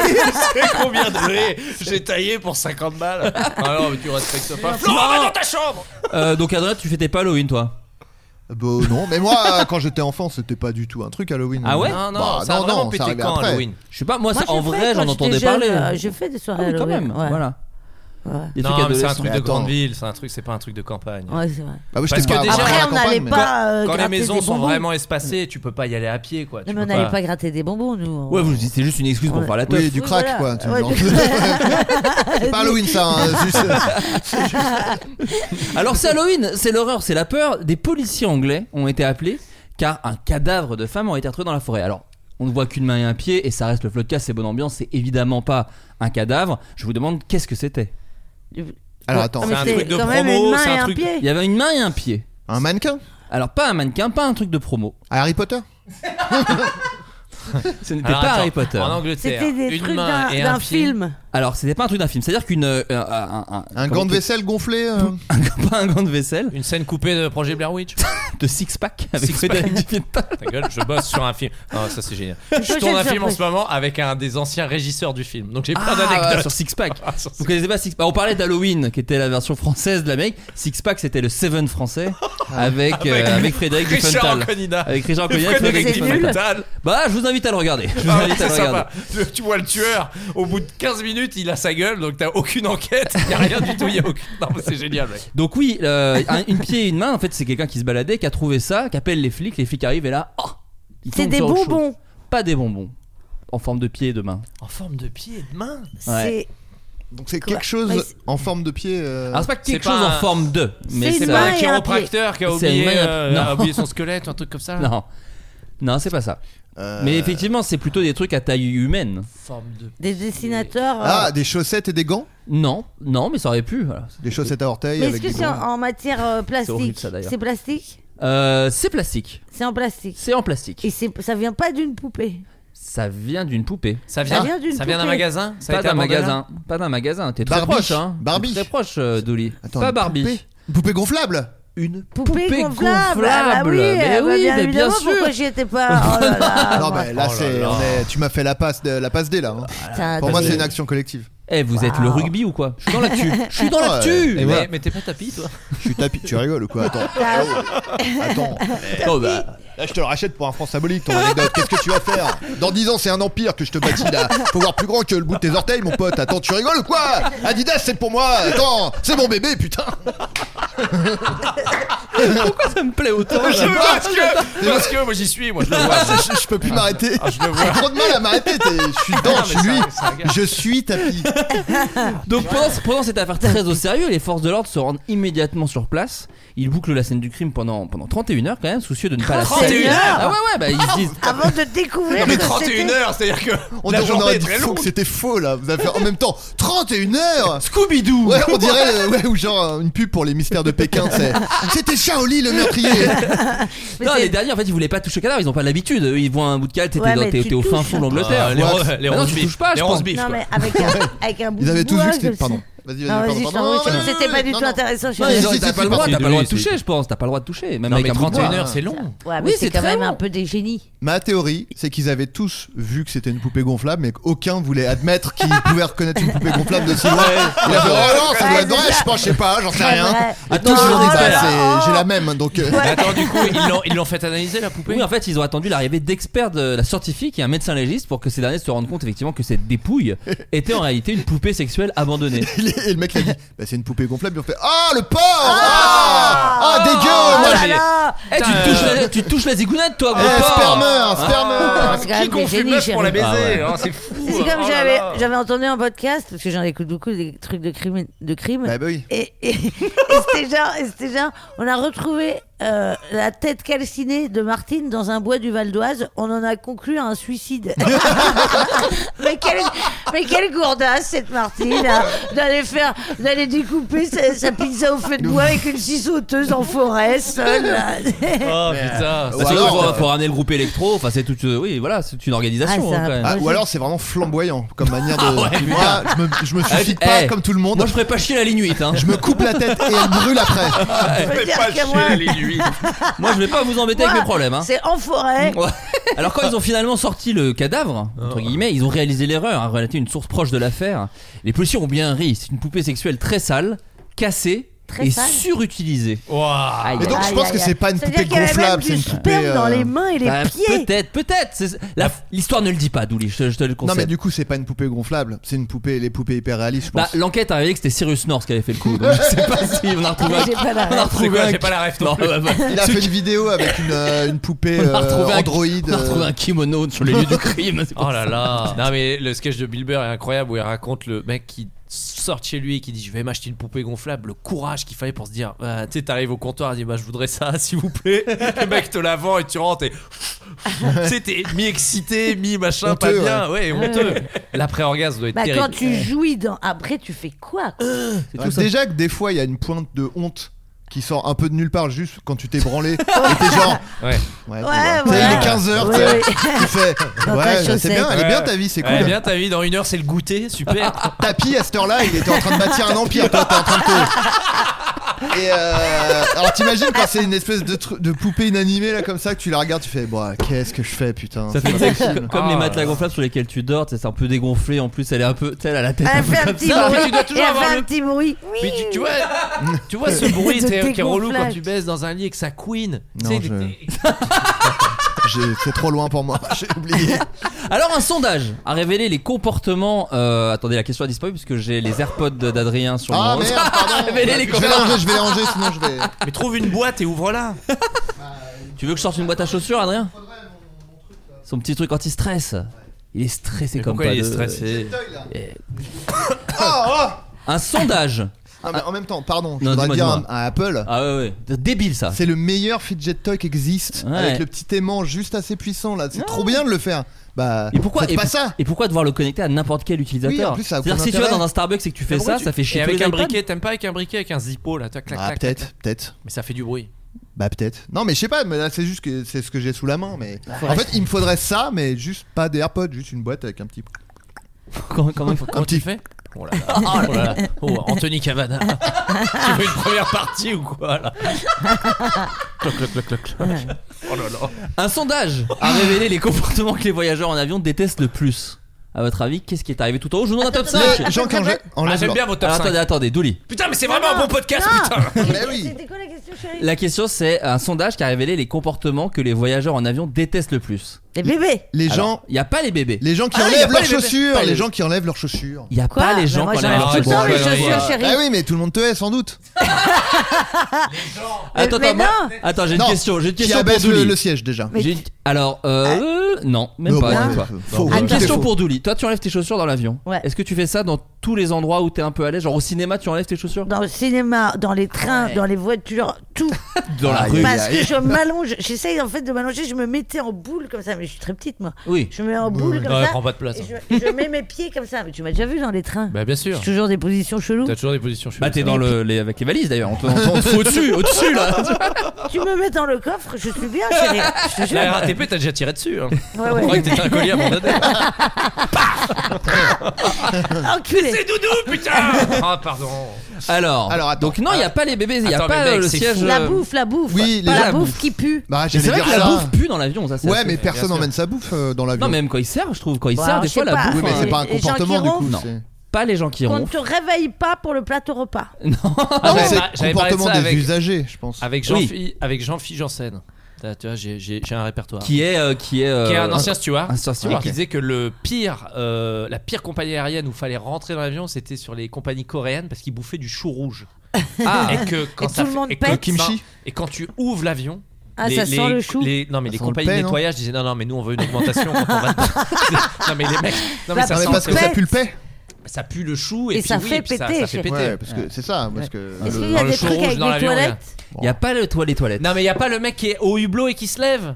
[SPEAKER 8] <laughs>
[SPEAKER 10] Et combien de blé j'ai taillé pour 50 balles
[SPEAKER 7] Ah,
[SPEAKER 10] Alors, mais tu respectes pas. Florent, va dans ta chambre
[SPEAKER 7] Euh, donc Adrien, tu fêtais pas Halloween toi
[SPEAKER 8] Bon Bah, non, mais moi quand j'étais enfant, c'était pas du tout un truc Halloween.
[SPEAKER 7] Ah ouais
[SPEAKER 10] Non, non,
[SPEAKER 8] Bah,
[SPEAKER 10] ça a
[SPEAKER 8] non, non,
[SPEAKER 10] vraiment
[SPEAKER 8] ça
[SPEAKER 10] pété
[SPEAKER 8] arrivait
[SPEAKER 10] quand
[SPEAKER 8] après.
[SPEAKER 10] Halloween
[SPEAKER 7] Je sais pas. Moi
[SPEAKER 9] Moi,
[SPEAKER 7] ça-
[SPEAKER 9] je
[SPEAKER 7] en
[SPEAKER 9] fais
[SPEAKER 7] vrai,
[SPEAKER 9] quand
[SPEAKER 7] j'en
[SPEAKER 9] j'étais
[SPEAKER 7] entendais
[SPEAKER 9] jeune,
[SPEAKER 7] parler.
[SPEAKER 9] euh, je fais des soirées
[SPEAKER 7] Ah oui, quand
[SPEAKER 9] Halloween,
[SPEAKER 7] même.
[SPEAKER 9] ouais.
[SPEAKER 7] Voilà.
[SPEAKER 9] Ouais.
[SPEAKER 7] Des
[SPEAKER 10] Non,
[SPEAKER 7] trucs
[SPEAKER 10] mais c'est un
[SPEAKER 7] adolescents.
[SPEAKER 10] truc
[SPEAKER 8] Mais
[SPEAKER 10] de grande
[SPEAKER 8] attends.
[SPEAKER 10] ville, c'est un truc, c'est pas un truc de campagne.
[SPEAKER 9] Ouais, c'est vrai.
[SPEAKER 8] Ah oui,
[SPEAKER 10] Parce
[SPEAKER 8] j'étais
[SPEAKER 10] que
[SPEAKER 8] pas
[SPEAKER 10] déjà,
[SPEAKER 8] vraiment à
[SPEAKER 9] Après,
[SPEAKER 8] la
[SPEAKER 9] on n'allait
[SPEAKER 8] campagne, mais-
[SPEAKER 9] pas. euh,
[SPEAKER 10] Quand les
[SPEAKER 9] gratter
[SPEAKER 10] maisons
[SPEAKER 9] des
[SPEAKER 10] sont
[SPEAKER 9] bonbons.
[SPEAKER 10] vraiment espacées, tu peux pas y aller à pied quoi. Tu
[SPEAKER 9] Non, mais
[SPEAKER 10] peux
[SPEAKER 9] on n'allait
[SPEAKER 10] pas-
[SPEAKER 9] pas gratter des bonbons, nous.
[SPEAKER 7] Ouais, vous dites c'est juste une excuse pour
[SPEAKER 9] Ouais.
[SPEAKER 7] faire la teuf.
[SPEAKER 8] Oui, du
[SPEAKER 9] Oui,
[SPEAKER 8] crack
[SPEAKER 9] voilà.
[SPEAKER 8] quoi. tu
[SPEAKER 9] Ouais,
[SPEAKER 8] vois.
[SPEAKER 9] du-
[SPEAKER 8] <laughs> C'est pas Halloween ça. hein,
[SPEAKER 10] <laughs>
[SPEAKER 8] c'est juste-
[SPEAKER 7] Alors c'est Halloween, c'est l'horreur, c'est la peur. Des policiers anglais ont été appelés car un cadavre de femme aurait été retrouvé dans la forêt. Alors on ne voit qu'une main et un pied et ça reste le floodcast, c'est bonne ambiance, c'est évidemment pas un cadavre. Je vous demande qu'est-ce que c'était
[SPEAKER 8] Alors attends,
[SPEAKER 9] Ah, mais
[SPEAKER 10] un
[SPEAKER 9] c'est
[SPEAKER 10] truc de
[SPEAKER 9] quand même
[SPEAKER 10] promo,
[SPEAKER 9] une main
[SPEAKER 10] c'est un
[SPEAKER 9] et
[SPEAKER 10] truc-
[SPEAKER 7] Il
[SPEAKER 9] pied.
[SPEAKER 7] y avait une main et un pied.
[SPEAKER 8] un mannequin
[SPEAKER 7] Alors pas un mannequin, pas un truc de promo.
[SPEAKER 8] Harry Potter
[SPEAKER 7] Ce n'était
[SPEAKER 10] Alors,
[SPEAKER 7] pas
[SPEAKER 10] attends,
[SPEAKER 7] Harry Potter.
[SPEAKER 10] En Angleterre,
[SPEAKER 9] C'était des
[SPEAKER 10] une
[SPEAKER 9] trucs d'un
[SPEAKER 10] main et
[SPEAKER 9] d'un
[SPEAKER 10] un pied.
[SPEAKER 9] film.
[SPEAKER 7] Alors c'était pas un truc d'un film, c'est-à-dire qu'une euh, euh, un, un-
[SPEAKER 8] Un
[SPEAKER 7] comment
[SPEAKER 8] gant
[SPEAKER 7] on
[SPEAKER 8] de
[SPEAKER 7] dit
[SPEAKER 8] vaisselle gonflé euh,
[SPEAKER 7] pas <laughs> un gant de vaisselle,
[SPEAKER 10] Une scène coupée de Projet Blair Witch.
[SPEAKER 7] de six pack avec
[SPEAKER 10] Six
[SPEAKER 7] Frédéric
[SPEAKER 10] pack.
[SPEAKER 7] Dupital.
[SPEAKER 10] Ta gueule, je bosse sur un film. Non, ça c'est génial. Je
[SPEAKER 9] Prochaine
[SPEAKER 10] tourne un film en
[SPEAKER 9] surprise.
[SPEAKER 10] ce moment avec un des anciens régisseurs du film. Donc j'ai plein
[SPEAKER 7] Ah, ouais,
[SPEAKER 10] d'anecdotes.
[SPEAKER 7] sur six pack.
[SPEAKER 10] Ah, <laughs> sur
[SPEAKER 7] Vous connaissez pas Six Pack On parlait d'Halloween, qui était la version française de la mec. Six Pack, c'était le Seven français avec, euh, avec, Frédéric
[SPEAKER 10] Ah. Richard
[SPEAKER 7] Dufontal.
[SPEAKER 10] Anconina.
[SPEAKER 7] Avec Richard
[SPEAKER 10] Et
[SPEAKER 7] Cognac,
[SPEAKER 10] Frédéric
[SPEAKER 7] Frédéric
[SPEAKER 9] Dufontal.
[SPEAKER 7] Dufontal.
[SPEAKER 10] Dufontal.
[SPEAKER 7] Bah, je vous invite à le regarder. Je vous
[SPEAKER 10] Ah,
[SPEAKER 7] invite à
[SPEAKER 10] c'est
[SPEAKER 7] le regarder.
[SPEAKER 10] sympa. Le- tu vois le tueur, au bout de 15 minutes, il a sa gueule, donc t'as aucune enquête, y a rien du tout, y a aucune. Non, mais c'est génial, mec.
[SPEAKER 7] Donc, oui, euh, un- une pied et une main, en fait, c'est quelqu'un qui se baladait, qui a trouvé ça, qui appelle les flics. Les flics arrivent et là, oh, ils
[SPEAKER 9] C'est
[SPEAKER 7] tombent
[SPEAKER 9] des
[SPEAKER 7] sur autre chose.
[SPEAKER 9] bonbons.
[SPEAKER 7] Pas des bonbons. En forme de pied et de main.
[SPEAKER 10] En forme de pied et de main.
[SPEAKER 9] C'est
[SPEAKER 8] Donc c'est
[SPEAKER 9] Quoi
[SPEAKER 8] quelque
[SPEAKER 9] Ouais,
[SPEAKER 8] chose
[SPEAKER 9] c'est-
[SPEAKER 8] en forme de pied. euh,
[SPEAKER 10] Ah,
[SPEAKER 7] Alors, c'est pas quelque
[SPEAKER 10] pas
[SPEAKER 7] chose en
[SPEAKER 10] un-
[SPEAKER 7] forme de, mais
[SPEAKER 9] c'est
[SPEAKER 7] c'est
[SPEAKER 9] une
[SPEAKER 7] pas-
[SPEAKER 9] main.
[SPEAKER 10] Un
[SPEAKER 9] et un
[SPEAKER 10] chiropracteur qui a
[SPEAKER 7] C'est
[SPEAKER 10] oublié,
[SPEAKER 7] une main-
[SPEAKER 10] euh,
[SPEAKER 7] non.
[SPEAKER 10] a oublié son squelette, un truc comme ça.
[SPEAKER 7] Non. Non, c'est pas ça.
[SPEAKER 8] euh,
[SPEAKER 7] Mais effectivement, c'est plutôt des trucs à taille humaine.
[SPEAKER 10] Forme de.
[SPEAKER 9] des dessinateurs. euh,
[SPEAKER 8] Ah, des chaussettes et des gants
[SPEAKER 7] Non, non, mais ça aurait pu. voilà.
[SPEAKER 8] Des chaussettes à orteils
[SPEAKER 9] Mais est-ce
[SPEAKER 8] avec
[SPEAKER 9] que
[SPEAKER 8] des
[SPEAKER 9] c'est
[SPEAKER 8] gants.
[SPEAKER 9] en, en matière euh,
[SPEAKER 7] horrible,
[SPEAKER 9] plastique
[SPEAKER 7] ça, d'ailleurs.
[SPEAKER 9] C'est plastique
[SPEAKER 7] Euh, c'est plastique.
[SPEAKER 9] C'est en plastique.
[SPEAKER 7] C'est en plastique.
[SPEAKER 9] Et c'est- ça vient pas d'une poupée.
[SPEAKER 7] Ça vient d'une poupée.
[SPEAKER 10] Ça
[SPEAKER 9] Ça
[SPEAKER 10] vient,
[SPEAKER 9] vient d'une
[SPEAKER 10] ça vient d'un
[SPEAKER 9] poupée.
[SPEAKER 10] magasin Ça a
[SPEAKER 7] pas
[SPEAKER 10] été un
[SPEAKER 7] d'un
[SPEAKER 10] magasin
[SPEAKER 7] magasin. Pas d'un magasin. T'es très
[SPEAKER 8] Barbie.
[SPEAKER 7] proche, hein.
[SPEAKER 8] Barbie.
[SPEAKER 7] T'es très proche, euh, Douli.
[SPEAKER 8] Attends,
[SPEAKER 7] pas
[SPEAKER 8] une
[SPEAKER 7] Barbie.
[SPEAKER 8] poupée Poupée gonflable
[SPEAKER 7] Une
[SPEAKER 9] Poupée, gonflable. Ah bah oui,
[SPEAKER 7] Mais
[SPEAKER 9] ah bah bien,
[SPEAKER 7] oui, mais bien
[SPEAKER 9] évidemment,
[SPEAKER 7] sûr.
[SPEAKER 9] Pourquoi j'y étais pas Oh là
[SPEAKER 8] <laughs>
[SPEAKER 9] là.
[SPEAKER 8] Non, mais là,
[SPEAKER 10] Oh là
[SPEAKER 8] c'est,
[SPEAKER 10] là.
[SPEAKER 8] on est- tu m'as fait la passe, de, la passe D là. hein.
[SPEAKER 9] Putain,
[SPEAKER 8] Pour moi,
[SPEAKER 9] Ah, t'as-
[SPEAKER 8] c'est une action collective.
[SPEAKER 7] Eh, vous êtes le rugby ou quoi Je suis dans l'actu. Je suis dans
[SPEAKER 8] Ouais.
[SPEAKER 7] l'actu.
[SPEAKER 8] Et
[SPEAKER 10] Mais,
[SPEAKER 8] voilà.
[SPEAKER 10] mais t'es pas tapis, toi
[SPEAKER 8] Je suis tapis. tu rigoles ou quoi Attends. Oh. Attends.
[SPEAKER 7] Oh, bah,
[SPEAKER 8] Là, je te le rachète pour un franc symbolique, ton anecdote. Qu'est-ce que tu vas faire Dans 10 ans, c'est un empire que je te bâtis là. Faut voir plus grand que le bout de tes orteils, mon pote. Attends, tu rigoles ou quoi Adidas, c'est pour moi. Attends, c'est mon bébé, putain.
[SPEAKER 7] Pourquoi <laughs> ça me plaît autant
[SPEAKER 10] Je sais pas, parce que,
[SPEAKER 8] Déjà-
[SPEAKER 10] parce que moi j'y suis, moi je le vois. <laughs>
[SPEAKER 8] je, je peux plus m'arrêter.
[SPEAKER 10] Ah, je le vois.
[SPEAKER 8] J'ai trop de mal à m'arrêter. t'es- Je suis dedans,
[SPEAKER 10] Non,
[SPEAKER 8] je
[SPEAKER 10] mais
[SPEAKER 8] suis lui.
[SPEAKER 10] c'est un- c'est un gars.
[SPEAKER 8] Je suis tapis.
[SPEAKER 7] Donc pendant, pendant cette affaire très au sérieux, les forces de l'ordre se rendent immédiatement sur place. Ils bouclent la scène du crime pendant, pendant 31 heures quand même, soucieux de ne pas la
[SPEAKER 10] 31 heures
[SPEAKER 7] Ah ouais ouais, bah ils se disent
[SPEAKER 9] Avant de découvrir
[SPEAKER 10] Non, mais
[SPEAKER 9] que
[SPEAKER 10] 31
[SPEAKER 9] c'était-
[SPEAKER 10] heures, c'est-à-dire que
[SPEAKER 8] On,
[SPEAKER 10] la
[SPEAKER 8] on
[SPEAKER 10] journée
[SPEAKER 8] aurait
[SPEAKER 10] est
[SPEAKER 8] dit
[SPEAKER 10] très
[SPEAKER 8] faux
[SPEAKER 10] longue.
[SPEAKER 8] que c'était faux là. Vous avez fait en même temps 31
[SPEAKER 10] <laughs>
[SPEAKER 8] heures.
[SPEAKER 7] Scooby-Doo
[SPEAKER 8] Ouais, on dirait euh, ouais, ou genre euh, une pub pour les mystères de Pékin.
[SPEAKER 10] <laughs>
[SPEAKER 8] c'est- C'était Shaoli le meurtrier.
[SPEAKER 9] Mais
[SPEAKER 7] Non,
[SPEAKER 9] c'est-
[SPEAKER 7] les derniers en fait ils voulaient pas toucher au cadavre, ils ont pas l'habitude. Eux, Ils voient un bout de cale, t'es
[SPEAKER 9] Ouais,
[SPEAKER 7] dans-
[SPEAKER 9] mais
[SPEAKER 7] t'es-
[SPEAKER 9] tu
[SPEAKER 7] t'es au fin
[SPEAKER 9] touches.
[SPEAKER 7] fond de l'Angleterre.
[SPEAKER 10] Ah, les ro- les
[SPEAKER 7] Ah non, tu
[SPEAKER 10] ronces
[SPEAKER 7] touches pas, je
[SPEAKER 10] les
[SPEAKER 7] pense.
[SPEAKER 10] ronces bifs,
[SPEAKER 9] Non,
[SPEAKER 10] quoi.
[SPEAKER 9] mais avec un, avec un bout
[SPEAKER 8] Ils
[SPEAKER 9] de
[SPEAKER 8] avaient tous
[SPEAKER 9] bois,
[SPEAKER 8] vu que c'était.
[SPEAKER 9] comme
[SPEAKER 8] Pardon.
[SPEAKER 9] ça.
[SPEAKER 8] Vas-y,
[SPEAKER 9] Non,
[SPEAKER 8] pardon,
[SPEAKER 9] vas-y, je
[SPEAKER 8] pardon.
[SPEAKER 9] t'en
[SPEAKER 8] Non,
[SPEAKER 9] prie,
[SPEAKER 8] non,
[SPEAKER 9] C'était
[SPEAKER 8] non,
[SPEAKER 9] pas du
[SPEAKER 8] non,
[SPEAKER 9] tout
[SPEAKER 8] non.
[SPEAKER 9] intéressant. je suis
[SPEAKER 8] Non,
[SPEAKER 7] Non, ils
[SPEAKER 9] désolée.
[SPEAKER 7] ont-
[SPEAKER 8] si,
[SPEAKER 7] T'as
[SPEAKER 8] si,
[SPEAKER 7] pas le
[SPEAKER 8] si,
[SPEAKER 7] droit,
[SPEAKER 8] si,
[SPEAKER 7] t'as pas
[SPEAKER 8] si,
[SPEAKER 7] le droit de
[SPEAKER 8] si.
[SPEAKER 7] toucher, je pense. T'as pas le droit de toucher, même
[SPEAKER 10] Non,
[SPEAKER 7] avec
[SPEAKER 10] mais
[SPEAKER 7] un bout de bois.
[SPEAKER 10] 31 heures, c'est long.
[SPEAKER 9] Ouais,
[SPEAKER 7] Oui,
[SPEAKER 9] mais
[SPEAKER 7] c'est
[SPEAKER 9] c'est quand
[SPEAKER 7] très
[SPEAKER 9] même
[SPEAKER 7] long.
[SPEAKER 9] un peu des génies.
[SPEAKER 8] Ma théorie, c'est qu'ils avaient tous vu que c'était une poupée gonflable, mais qu'aucun voulait admettre <laughs> qu'il pouvait reconnaître une poupée gonflable de si loin. Il a fait, oh non, ça doit être vrai, je pense, je sais pas, j'en sais
[SPEAKER 9] Très
[SPEAKER 8] rien.
[SPEAKER 9] vrai. Oh.
[SPEAKER 8] Et
[SPEAKER 7] Attends,
[SPEAKER 8] tous,
[SPEAKER 7] je
[SPEAKER 8] ils ont dit,
[SPEAKER 7] suis
[SPEAKER 8] bah,
[SPEAKER 7] expert.
[SPEAKER 8] c'est- j'ai la même, donc. euh,
[SPEAKER 10] Mais attends, du coup, ils l'ont- ils l'ont fait analyser la poupée
[SPEAKER 7] Oui, en fait, ils ont attendu l'arrivée d'experts de la scientifique et un médecin légiste pour que ces derniers se rendent compte effectivement que cette
[SPEAKER 10] <laughs>
[SPEAKER 7] dépouille était en réalité une poupée sexuelle abandonnée.
[SPEAKER 8] <laughs> Il est- Et le mec l'a dit, bah, c'est une poupée gonflable. Ils ont fait, ah, le porc Ah, ah, dégueu moi,
[SPEAKER 9] Oh là
[SPEAKER 8] j'ai-
[SPEAKER 9] là
[SPEAKER 7] Eh, tu,
[SPEAKER 10] Putain,
[SPEAKER 7] touches
[SPEAKER 10] euh.
[SPEAKER 7] la, tu touches la zigounette, toi, gros
[SPEAKER 8] Eh,
[SPEAKER 7] porc.
[SPEAKER 8] spermeur, spermeur
[SPEAKER 9] Ah, c'est quand même
[SPEAKER 10] Qui
[SPEAKER 9] des
[SPEAKER 10] confie
[SPEAKER 9] génies,
[SPEAKER 10] meuf pour la
[SPEAKER 9] chérie.
[SPEAKER 10] baiser
[SPEAKER 7] Ah ouais.
[SPEAKER 10] hein, C'est fou
[SPEAKER 9] C'est comme
[SPEAKER 10] oh là
[SPEAKER 9] j'avais,
[SPEAKER 10] là.
[SPEAKER 9] j'avais entendu un podcast, parce que j'en écoute beaucoup des trucs de crime. De crime
[SPEAKER 8] Bah, bah oui.
[SPEAKER 9] Et, <laughs> et- et c'était genre, et c'était genre, on a retrouvé euh, la tête calcinée de Martine dans un bois du Val d'Oise. On en a conclu à un suicide. mais, quelle, mais quelle gourdasse cette Martine hein, d'aller faire, d'aller découper sa, sa pizza au feu de bois avec une scie sauteuse en forêt seule. là.
[SPEAKER 10] Oh putain.
[SPEAKER 8] Ou
[SPEAKER 7] Parce que
[SPEAKER 8] alors,
[SPEAKER 7] pour,
[SPEAKER 8] euh,
[SPEAKER 7] pour ramener le groupe électro, enfin c'est toute, euh, oui voilà, c'est une
[SPEAKER 9] Ah,
[SPEAKER 7] organisation.
[SPEAKER 9] ça-
[SPEAKER 7] hein, quand même.
[SPEAKER 8] Ah,
[SPEAKER 9] Moi,
[SPEAKER 8] ou
[SPEAKER 9] j'ai-
[SPEAKER 8] alors c'est vraiment flamboyant comme manière de.
[SPEAKER 7] Ah, ouais,
[SPEAKER 8] moi, je me, je me suffit
[SPEAKER 7] Eh,
[SPEAKER 8] pas
[SPEAKER 7] eh,
[SPEAKER 8] comme tout le monde.
[SPEAKER 7] Moi je ferais pas chier la ligne
[SPEAKER 10] <laughs>
[SPEAKER 7] 8 hein.
[SPEAKER 8] Je me coupe la tête et elle
[SPEAKER 7] <laughs>
[SPEAKER 8] brûle après.
[SPEAKER 9] <laughs> Je veux
[SPEAKER 10] Fais
[SPEAKER 9] dire
[SPEAKER 10] pas
[SPEAKER 9] que
[SPEAKER 10] chier
[SPEAKER 9] moi,
[SPEAKER 10] la ligne huit.
[SPEAKER 7] Moi je vais pas vous embêter avec
[SPEAKER 9] moi,
[SPEAKER 7] mes problèmes hein.
[SPEAKER 9] C'est en forêt.
[SPEAKER 7] Ouais. Alors quand ils ont finalement sorti le cadavre,
[SPEAKER 8] Oh.
[SPEAKER 7] entre guillemets, ils ont réalisé l'erreur, hein, relaté une source proche de l'affaire. Les policiers ont bien ri, c'est une poupée sexuelle très sale, cassée
[SPEAKER 9] Très
[SPEAKER 7] et
[SPEAKER 9] sale.
[SPEAKER 7] surutilisée.
[SPEAKER 10] Ouah.
[SPEAKER 8] Mais donc je
[SPEAKER 9] Aïe,
[SPEAKER 8] pense
[SPEAKER 9] aïe,
[SPEAKER 8] que c'est
[SPEAKER 9] aïe.
[SPEAKER 8] pas une
[SPEAKER 9] C'est-à-dire
[SPEAKER 8] poupée
[SPEAKER 9] qu'il y avait même
[SPEAKER 8] gonflable,
[SPEAKER 9] du
[SPEAKER 8] c'est une
[SPEAKER 9] sperme
[SPEAKER 8] poupée. euh,
[SPEAKER 9] dans les mains et les
[SPEAKER 7] Bah,
[SPEAKER 9] pieds.
[SPEAKER 7] peut-être, peut-être. c'est- la- L'histoire ne le dit pas, Douli, je, je te le
[SPEAKER 8] Non
[SPEAKER 7] conseille.
[SPEAKER 8] mais du coup c'est pas une poupée gonflable, c'est une poupée, les poupées hyper réalistes je
[SPEAKER 7] Bah,
[SPEAKER 8] pense.
[SPEAKER 7] l'enquête a révélé que c'était Cyrus North qui avait fait le coup. Donc je sais pas si on a retrouvé. un-
[SPEAKER 9] <laughs> J'ai pas la
[SPEAKER 7] on a
[SPEAKER 9] ref.
[SPEAKER 7] retrouvé
[SPEAKER 10] C'est quoi,
[SPEAKER 7] un-
[SPEAKER 10] j'ai pas la ref,
[SPEAKER 7] Non,
[SPEAKER 10] non.
[SPEAKER 7] bah, bah,
[SPEAKER 8] Il a
[SPEAKER 7] ceux
[SPEAKER 8] fait
[SPEAKER 7] qui-
[SPEAKER 8] une vidéo avec une, euh, une poupée
[SPEAKER 7] <laughs> on a retrouvé
[SPEAKER 8] euh,
[SPEAKER 7] un-
[SPEAKER 8] Android.
[SPEAKER 7] On a retrouvé
[SPEAKER 8] euh,
[SPEAKER 7] un kimono sur les lieux du crime. c'est pour
[SPEAKER 10] Oh
[SPEAKER 7] ça.
[SPEAKER 8] <laughs>
[SPEAKER 10] là là. Non mais le sketch de Bill Burr est incroyable où il raconte le mec qui sort de chez lui et qui dit je vais m'acheter une poupée gonflable, le courage qu'il fallait pour se dire bah, tu sais t'arrives au comptoir et dis bah je voudrais ça <laughs> s'il vous
[SPEAKER 8] <laughs>
[SPEAKER 10] plaît. le mec te la vend et tu rentres et <laughs> tu sais t'es mi excité, mi machin pas
[SPEAKER 8] Honteux,
[SPEAKER 10] bien, ouais, honteux. L'après orgasme doit être
[SPEAKER 9] Bah,
[SPEAKER 10] terrible.
[SPEAKER 9] quand tu jouis dans. Après, tu fais quoi quoi
[SPEAKER 7] C'est
[SPEAKER 8] ouais,
[SPEAKER 7] tout ça.
[SPEAKER 8] Ah, Déjà que des fois il y a une pointe de honte qui sort un peu de nulle part juste quand tu t'es branlé et t'es genre
[SPEAKER 10] Ouais.
[SPEAKER 8] ouais,
[SPEAKER 9] Ouais,
[SPEAKER 8] t'es-
[SPEAKER 9] ouais.
[SPEAKER 8] il est 15h
[SPEAKER 9] Ouais, ouais. <laughs>
[SPEAKER 8] tu fais
[SPEAKER 9] Dans ta
[SPEAKER 8] ouais c'est
[SPEAKER 9] chaussette.
[SPEAKER 8] bien elle est
[SPEAKER 10] Ouais.
[SPEAKER 8] bien ta vie c'est cool
[SPEAKER 10] Ouais, bien ta vie dans une heure c'est le goûter, super.
[SPEAKER 8] <laughs> Tapi à cette heure-là, il était en train de bâtir un empire, toi t'es en train de te. Et euh, alors t'imagines quand c'est une espèce de, tru- de poupée inanimée là comme ça que tu la regardes, tu fais bon qu'est-ce que je fais putain.
[SPEAKER 7] Ça fait
[SPEAKER 8] c'est
[SPEAKER 7] tu sais,
[SPEAKER 8] pas possible.
[SPEAKER 7] comme, comme les
[SPEAKER 10] Ah.
[SPEAKER 7] matelas gonflables sur lesquels tu dors, tu sais, c'est un peu dégonflé en plus, elle est un peu, tu sais, elle a la
[SPEAKER 8] <laughs>
[SPEAKER 7] tête. un
[SPEAKER 9] Elle
[SPEAKER 7] peu
[SPEAKER 9] fait un
[SPEAKER 7] comme
[SPEAKER 9] petit
[SPEAKER 7] ça.
[SPEAKER 9] bruit.
[SPEAKER 10] mais tu dois toujours
[SPEAKER 9] et elle
[SPEAKER 10] avoir
[SPEAKER 9] fait un
[SPEAKER 10] le-
[SPEAKER 9] petit bruit.
[SPEAKER 10] Mais tu, tu vois, tu vois
[SPEAKER 8] <laughs>
[SPEAKER 10] ce bruit
[SPEAKER 9] Ce
[SPEAKER 10] t'es- qui est relou quand
[SPEAKER 9] dégonflage.
[SPEAKER 10] tu baisses dans un lit et que ça queen. Tu
[SPEAKER 8] Non,
[SPEAKER 10] sais,
[SPEAKER 8] je-
[SPEAKER 10] t'es-
[SPEAKER 8] J'ai- C'est trop loin pour moi, <laughs> j'ai oublié.
[SPEAKER 7] Alors un sondage a révélé les comportements. euh, attendez, la question a disparu puisque j'ai les AirPods d'Adrien sur
[SPEAKER 8] Ah
[SPEAKER 7] mon.
[SPEAKER 8] merde, pardon.
[SPEAKER 10] <laughs>
[SPEAKER 7] Mais les
[SPEAKER 8] je vais les ranger, je vais les ranger sinon je vais.
[SPEAKER 10] Mais trouve une boîte et ouvre-la.
[SPEAKER 7] Tu veux que je sorte une boîte à chaussures, Adrien Son petit truc anti-stress. Il est stressé
[SPEAKER 10] Mais
[SPEAKER 7] comme
[SPEAKER 10] pourquoi
[SPEAKER 7] pas
[SPEAKER 10] il est
[SPEAKER 7] de- Eh,
[SPEAKER 10] stressé Ah, oh.
[SPEAKER 7] Un sondage.
[SPEAKER 8] Non, Ah, mais en même temps, pardon, je
[SPEAKER 7] Non,
[SPEAKER 8] voudrais
[SPEAKER 7] dis-moi,
[SPEAKER 8] dire
[SPEAKER 7] dis-moi.
[SPEAKER 8] à, à Apple.
[SPEAKER 7] Ah ouais ouais. C'est Débile ça.
[SPEAKER 8] C'est le meilleur fidget toy qui existe
[SPEAKER 7] Ouais.
[SPEAKER 8] avec le petit aimant juste assez puissant là. C'est trop bien de le faire. Bah,
[SPEAKER 7] Et pourquoi
[SPEAKER 8] faites
[SPEAKER 7] et,
[SPEAKER 8] pas ça.
[SPEAKER 7] et pourquoi devoir le connecter à n'importe quel
[SPEAKER 8] Oui,
[SPEAKER 7] utilisateur
[SPEAKER 8] en plus, ça a
[SPEAKER 7] C'est-à-dire
[SPEAKER 8] aucun
[SPEAKER 7] si tu vas
[SPEAKER 8] intérêt.
[SPEAKER 7] dans un Starbucks et que tu
[SPEAKER 10] Mais
[SPEAKER 7] fais
[SPEAKER 10] Ah, pourquoi
[SPEAKER 7] ça,
[SPEAKER 10] tu-
[SPEAKER 7] ça fait chier
[SPEAKER 10] Et
[SPEAKER 7] tous
[SPEAKER 10] avec
[SPEAKER 7] les
[SPEAKER 10] un
[SPEAKER 7] iPads.
[SPEAKER 10] briquet, t'aimes pas avec un briquet, avec un zippo là, toi, clac,
[SPEAKER 8] Ah
[SPEAKER 10] clac, clac,
[SPEAKER 8] peut-être,
[SPEAKER 10] clac.
[SPEAKER 8] peut-être.
[SPEAKER 10] Mais ça fait du bruit.
[SPEAKER 8] Bah peut-être. Non mais je sais pas, mais là c'est juste que c'est ce que j'ai sous la main. Mais en fait, il me faudrait ça, mais juste pas des AirPods, juste une boîte avec un petit.
[SPEAKER 7] Comment, comment il faut
[SPEAKER 10] Comment tu fais Oh là là, <laughs> oh là là. Oh, Anthony Cavana. tu veux une première partie ou quoi là Cloc, cloc, cloc, cloc, cloc. Oh là là.
[SPEAKER 7] Un sondage a révélé les comportements que les voyageurs en avion détestent le plus. À votre avis, qu'est-ce qui est arrivé tout en haut Je vous demande un top 5
[SPEAKER 8] Les gens qui enlèvent-
[SPEAKER 10] Ah,
[SPEAKER 8] enlèvent
[SPEAKER 10] j'aime
[SPEAKER 8] leur-
[SPEAKER 10] bien votre top
[SPEAKER 7] Alors,
[SPEAKER 10] 5.
[SPEAKER 7] attendez, attendez, Douli.
[SPEAKER 9] <laughs>
[SPEAKER 10] Putain, mais c'est vraiment un bon podcast, putain.
[SPEAKER 8] Mais oui.
[SPEAKER 9] C'était quoi la question question, chérie
[SPEAKER 7] La question, c'est un sondage qui a révélé les comportements que les voyageurs en avion détestent le plus.
[SPEAKER 9] Les bébés.
[SPEAKER 8] Les gens-
[SPEAKER 7] Il n'y a pas les bébés.
[SPEAKER 8] Les gens qui
[SPEAKER 7] Ah, y a
[SPEAKER 8] enlèvent
[SPEAKER 7] pas
[SPEAKER 8] leurs
[SPEAKER 7] les bébés.
[SPEAKER 8] chaussures,
[SPEAKER 7] Pas
[SPEAKER 8] les gens qui enlèvent leurs chaussures.
[SPEAKER 7] Il n'y a pas les gens
[SPEAKER 8] Bah,
[SPEAKER 7] qui
[SPEAKER 8] moi, j'en
[SPEAKER 7] enlèvent
[SPEAKER 8] ai
[SPEAKER 7] leurs
[SPEAKER 8] tout le temps, les chaussures,
[SPEAKER 7] chaussures.
[SPEAKER 8] chérie. Ah oui, mais tout le monde te hait sans doute.
[SPEAKER 7] Attends,
[SPEAKER 8] Mais
[SPEAKER 7] attends, moi-
[SPEAKER 8] non.
[SPEAKER 7] attends, j'ai une
[SPEAKER 8] Non.
[SPEAKER 7] question. J'ai une
[SPEAKER 8] Qui
[SPEAKER 7] question pour
[SPEAKER 8] abaisse le-
[SPEAKER 7] Douli.
[SPEAKER 8] le siège, déjà.
[SPEAKER 7] J'ai une- Alors, euh, non, même
[SPEAKER 8] Non,
[SPEAKER 7] pas.
[SPEAKER 8] bah,
[SPEAKER 7] même pas.
[SPEAKER 8] euh, faux.
[SPEAKER 7] Une
[SPEAKER 8] Attends.
[SPEAKER 7] question
[SPEAKER 8] Faux.
[SPEAKER 7] pour Douli. Toi, tu enlèves tes chaussures dans l'avion.
[SPEAKER 9] Ouais.
[SPEAKER 7] Est-ce que tu fais ça dans tous les endroits où t'es un peu à l'aise Genre au cinéma, tu enlèves tes chaussures
[SPEAKER 9] Dans le cinéma, dans les trains, dans les voitures, tout.
[SPEAKER 7] Dans la rue.
[SPEAKER 9] Parce que je m'allonge, j'essaye en fait de m'allonger, je me mettais en boule comme ça, mais je suis très petite moi.
[SPEAKER 7] Oui.
[SPEAKER 9] Je me mets en boule
[SPEAKER 10] Ouais,
[SPEAKER 9] comme
[SPEAKER 10] ouais,
[SPEAKER 9] ça.
[SPEAKER 10] prends pas de place,
[SPEAKER 9] et
[SPEAKER 10] hein.
[SPEAKER 9] je, je mets mes pieds comme ça. Mais tu m'as déjà vu dans les trains.
[SPEAKER 10] Bah bien sûr.
[SPEAKER 9] J'ai toujours des positions cheloues.
[SPEAKER 10] T'as toujours des positions cheloues.
[SPEAKER 7] Bah, t'es dans le, les- avec les valises d'ailleurs. On te, on te- on te fout au-dessus, au-dessus là. <laughs>
[SPEAKER 9] Tu me mets dans le coffre, je suis bien
[SPEAKER 10] <laughs>
[SPEAKER 9] chérie. Je te jure.
[SPEAKER 10] La RATP, t'as déjà tiré dessus. Hein.
[SPEAKER 9] Ouais, ouais.
[SPEAKER 10] On croyait que t'étais un collier abandonné.
[SPEAKER 9] Enculé.
[SPEAKER 10] C'est doudou, putain <laughs> Ah, pardon.
[SPEAKER 7] Alors, donc non, il n'y a pas les bébés, il n'y a
[SPEAKER 10] Attends,
[SPEAKER 7] pas
[SPEAKER 10] mais mec,
[SPEAKER 7] le
[SPEAKER 10] c'est
[SPEAKER 7] siège.
[SPEAKER 10] fou.
[SPEAKER 9] La
[SPEAKER 7] euh,
[SPEAKER 9] bouffe, la bouffe.
[SPEAKER 8] Oui,
[SPEAKER 9] Pas
[SPEAKER 8] les-
[SPEAKER 9] la
[SPEAKER 8] la
[SPEAKER 9] bouffe qui pue.
[SPEAKER 8] Bah,
[SPEAKER 7] Mais
[SPEAKER 8] j'allais
[SPEAKER 7] c'est vrai
[SPEAKER 8] dire
[SPEAKER 7] que la
[SPEAKER 8] ça.
[SPEAKER 7] bouffe pue dans l'avion, ça c'est
[SPEAKER 8] Ouais,
[SPEAKER 7] assez-
[SPEAKER 8] mais personne
[SPEAKER 7] bien sûr.
[SPEAKER 8] emmène sa bouffe euh, dans l'avion.
[SPEAKER 7] Non, même quand il sert, je trouve, quand il
[SPEAKER 9] Bah,
[SPEAKER 7] sert, des
[SPEAKER 9] je
[SPEAKER 7] fois
[SPEAKER 9] sais
[SPEAKER 7] la
[SPEAKER 9] pas.
[SPEAKER 7] bouffe.
[SPEAKER 8] Oui, mais
[SPEAKER 7] hein,
[SPEAKER 8] c'est pas un
[SPEAKER 9] les gens qui
[SPEAKER 8] comportement du coup.
[SPEAKER 9] ronflent.
[SPEAKER 7] Non.
[SPEAKER 8] c'est-
[SPEAKER 7] Pas les gens qui
[SPEAKER 9] Qu'on ne
[SPEAKER 7] ronflent.
[SPEAKER 9] te réveille pas pour le plateau repas.
[SPEAKER 10] Ah,
[SPEAKER 8] Non,
[SPEAKER 10] j'avais
[SPEAKER 8] c'est
[SPEAKER 10] pas-
[SPEAKER 8] le
[SPEAKER 10] j'avais parlé de
[SPEAKER 8] comportement
[SPEAKER 10] ça
[SPEAKER 8] des
[SPEAKER 10] avec-
[SPEAKER 8] usagers, je pense.
[SPEAKER 10] Avec Jean-Philippe avec Jean-Phi Janssen. T'as- Tu vois, j'ai- j'ai j'ai un répertoire.
[SPEAKER 7] Qui est. euh, qui est, euh,
[SPEAKER 10] qui est un ancien steward,
[SPEAKER 7] Un ancien
[SPEAKER 10] et
[SPEAKER 7] steward.
[SPEAKER 10] Ah, qui disait que le pire, euh, la pire compagnie aérienne où fallait rentrer dans l'avion, c'était sur les compagnies coréennes parce qu'ils bouffaient du chou rouge.
[SPEAKER 7] Ah.
[SPEAKER 10] et que quand
[SPEAKER 9] Et
[SPEAKER 10] ça
[SPEAKER 9] tout le
[SPEAKER 10] fait-
[SPEAKER 9] monde
[SPEAKER 10] et que
[SPEAKER 9] pète.
[SPEAKER 10] ça-
[SPEAKER 8] Kimchi.
[SPEAKER 10] et quand tu ouvres l'avion.
[SPEAKER 9] Ah,
[SPEAKER 10] les,
[SPEAKER 9] ça
[SPEAKER 10] les-
[SPEAKER 9] sent le chou.
[SPEAKER 10] les- non, mais les
[SPEAKER 8] sent
[SPEAKER 10] compagnies
[SPEAKER 8] le
[SPEAKER 10] de
[SPEAKER 8] pain, non
[SPEAKER 10] nettoyage disaient non, non, mais nous on veut une augmentation. quand
[SPEAKER 9] <laughs>
[SPEAKER 10] on va- non, mais les mecs, non, mais
[SPEAKER 9] Bah,
[SPEAKER 10] ça,
[SPEAKER 8] Non, mais
[SPEAKER 10] sent
[SPEAKER 8] parce que
[SPEAKER 10] le-
[SPEAKER 8] ça
[SPEAKER 9] pète.
[SPEAKER 8] pue le paix.
[SPEAKER 10] ça pue le chou et,
[SPEAKER 9] Et
[SPEAKER 10] puis
[SPEAKER 9] ça
[SPEAKER 10] oui,
[SPEAKER 9] fait
[SPEAKER 10] puis ça-
[SPEAKER 9] péter,
[SPEAKER 10] ça fait
[SPEAKER 9] chérie.
[SPEAKER 10] péter.
[SPEAKER 8] Ouais, parce que c'est ça. Parce que
[SPEAKER 9] Est-ce
[SPEAKER 8] le-
[SPEAKER 9] qu'il y a
[SPEAKER 10] dans le
[SPEAKER 9] des
[SPEAKER 10] show
[SPEAKER 9] trucs
[SPEAKER 10] rouge,
[SPEAKER 9] avec
[SPEAKER 10] dans
[SPEAKER 9] des
[SPEAKER 10] l'avion, ouais.
[SPEAKER 9] toilettes
[SPEAKER 7] Il n'y a pas le toit les toilettes.
[SPEAKER 10] Non, mais il y a pas le mec qui est au hublot et qui se lève.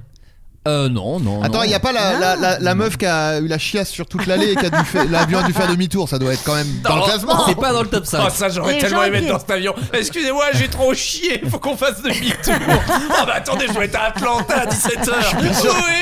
[SPEAKER 7] Euh, non, non.
[SPEAKER 8] Attends, il n'y a pas la, la, la, la meuf qui a eu la chiasse sur toute l'allée et qui a dû fa- l'avion a dû faire demi-tour. Ça doit être quand même dans le
[SPEAKER 10] Non.
[SPEAKER 8] classement.
[SPEAKER 7] C'est pas dans le top 5.
[SPEAKER 10] Oh, ça, j'aurais
[SPEAKER 9] Les
[SPEAKER 10] tellement
[SPEAKER 9] gens
[SPEAKER 10] aimé
[SPEAKER 9] qui-
[SPEAKER 10] être dans cet avion. Excusez-moi, j'ai trop chié. Faut qu'on fasse
[SPEAKER 8] <laughs>
[SPEAKER 10] demi-tour. oh, bah attendez, je vais être à Atlanta à 17h. Oui,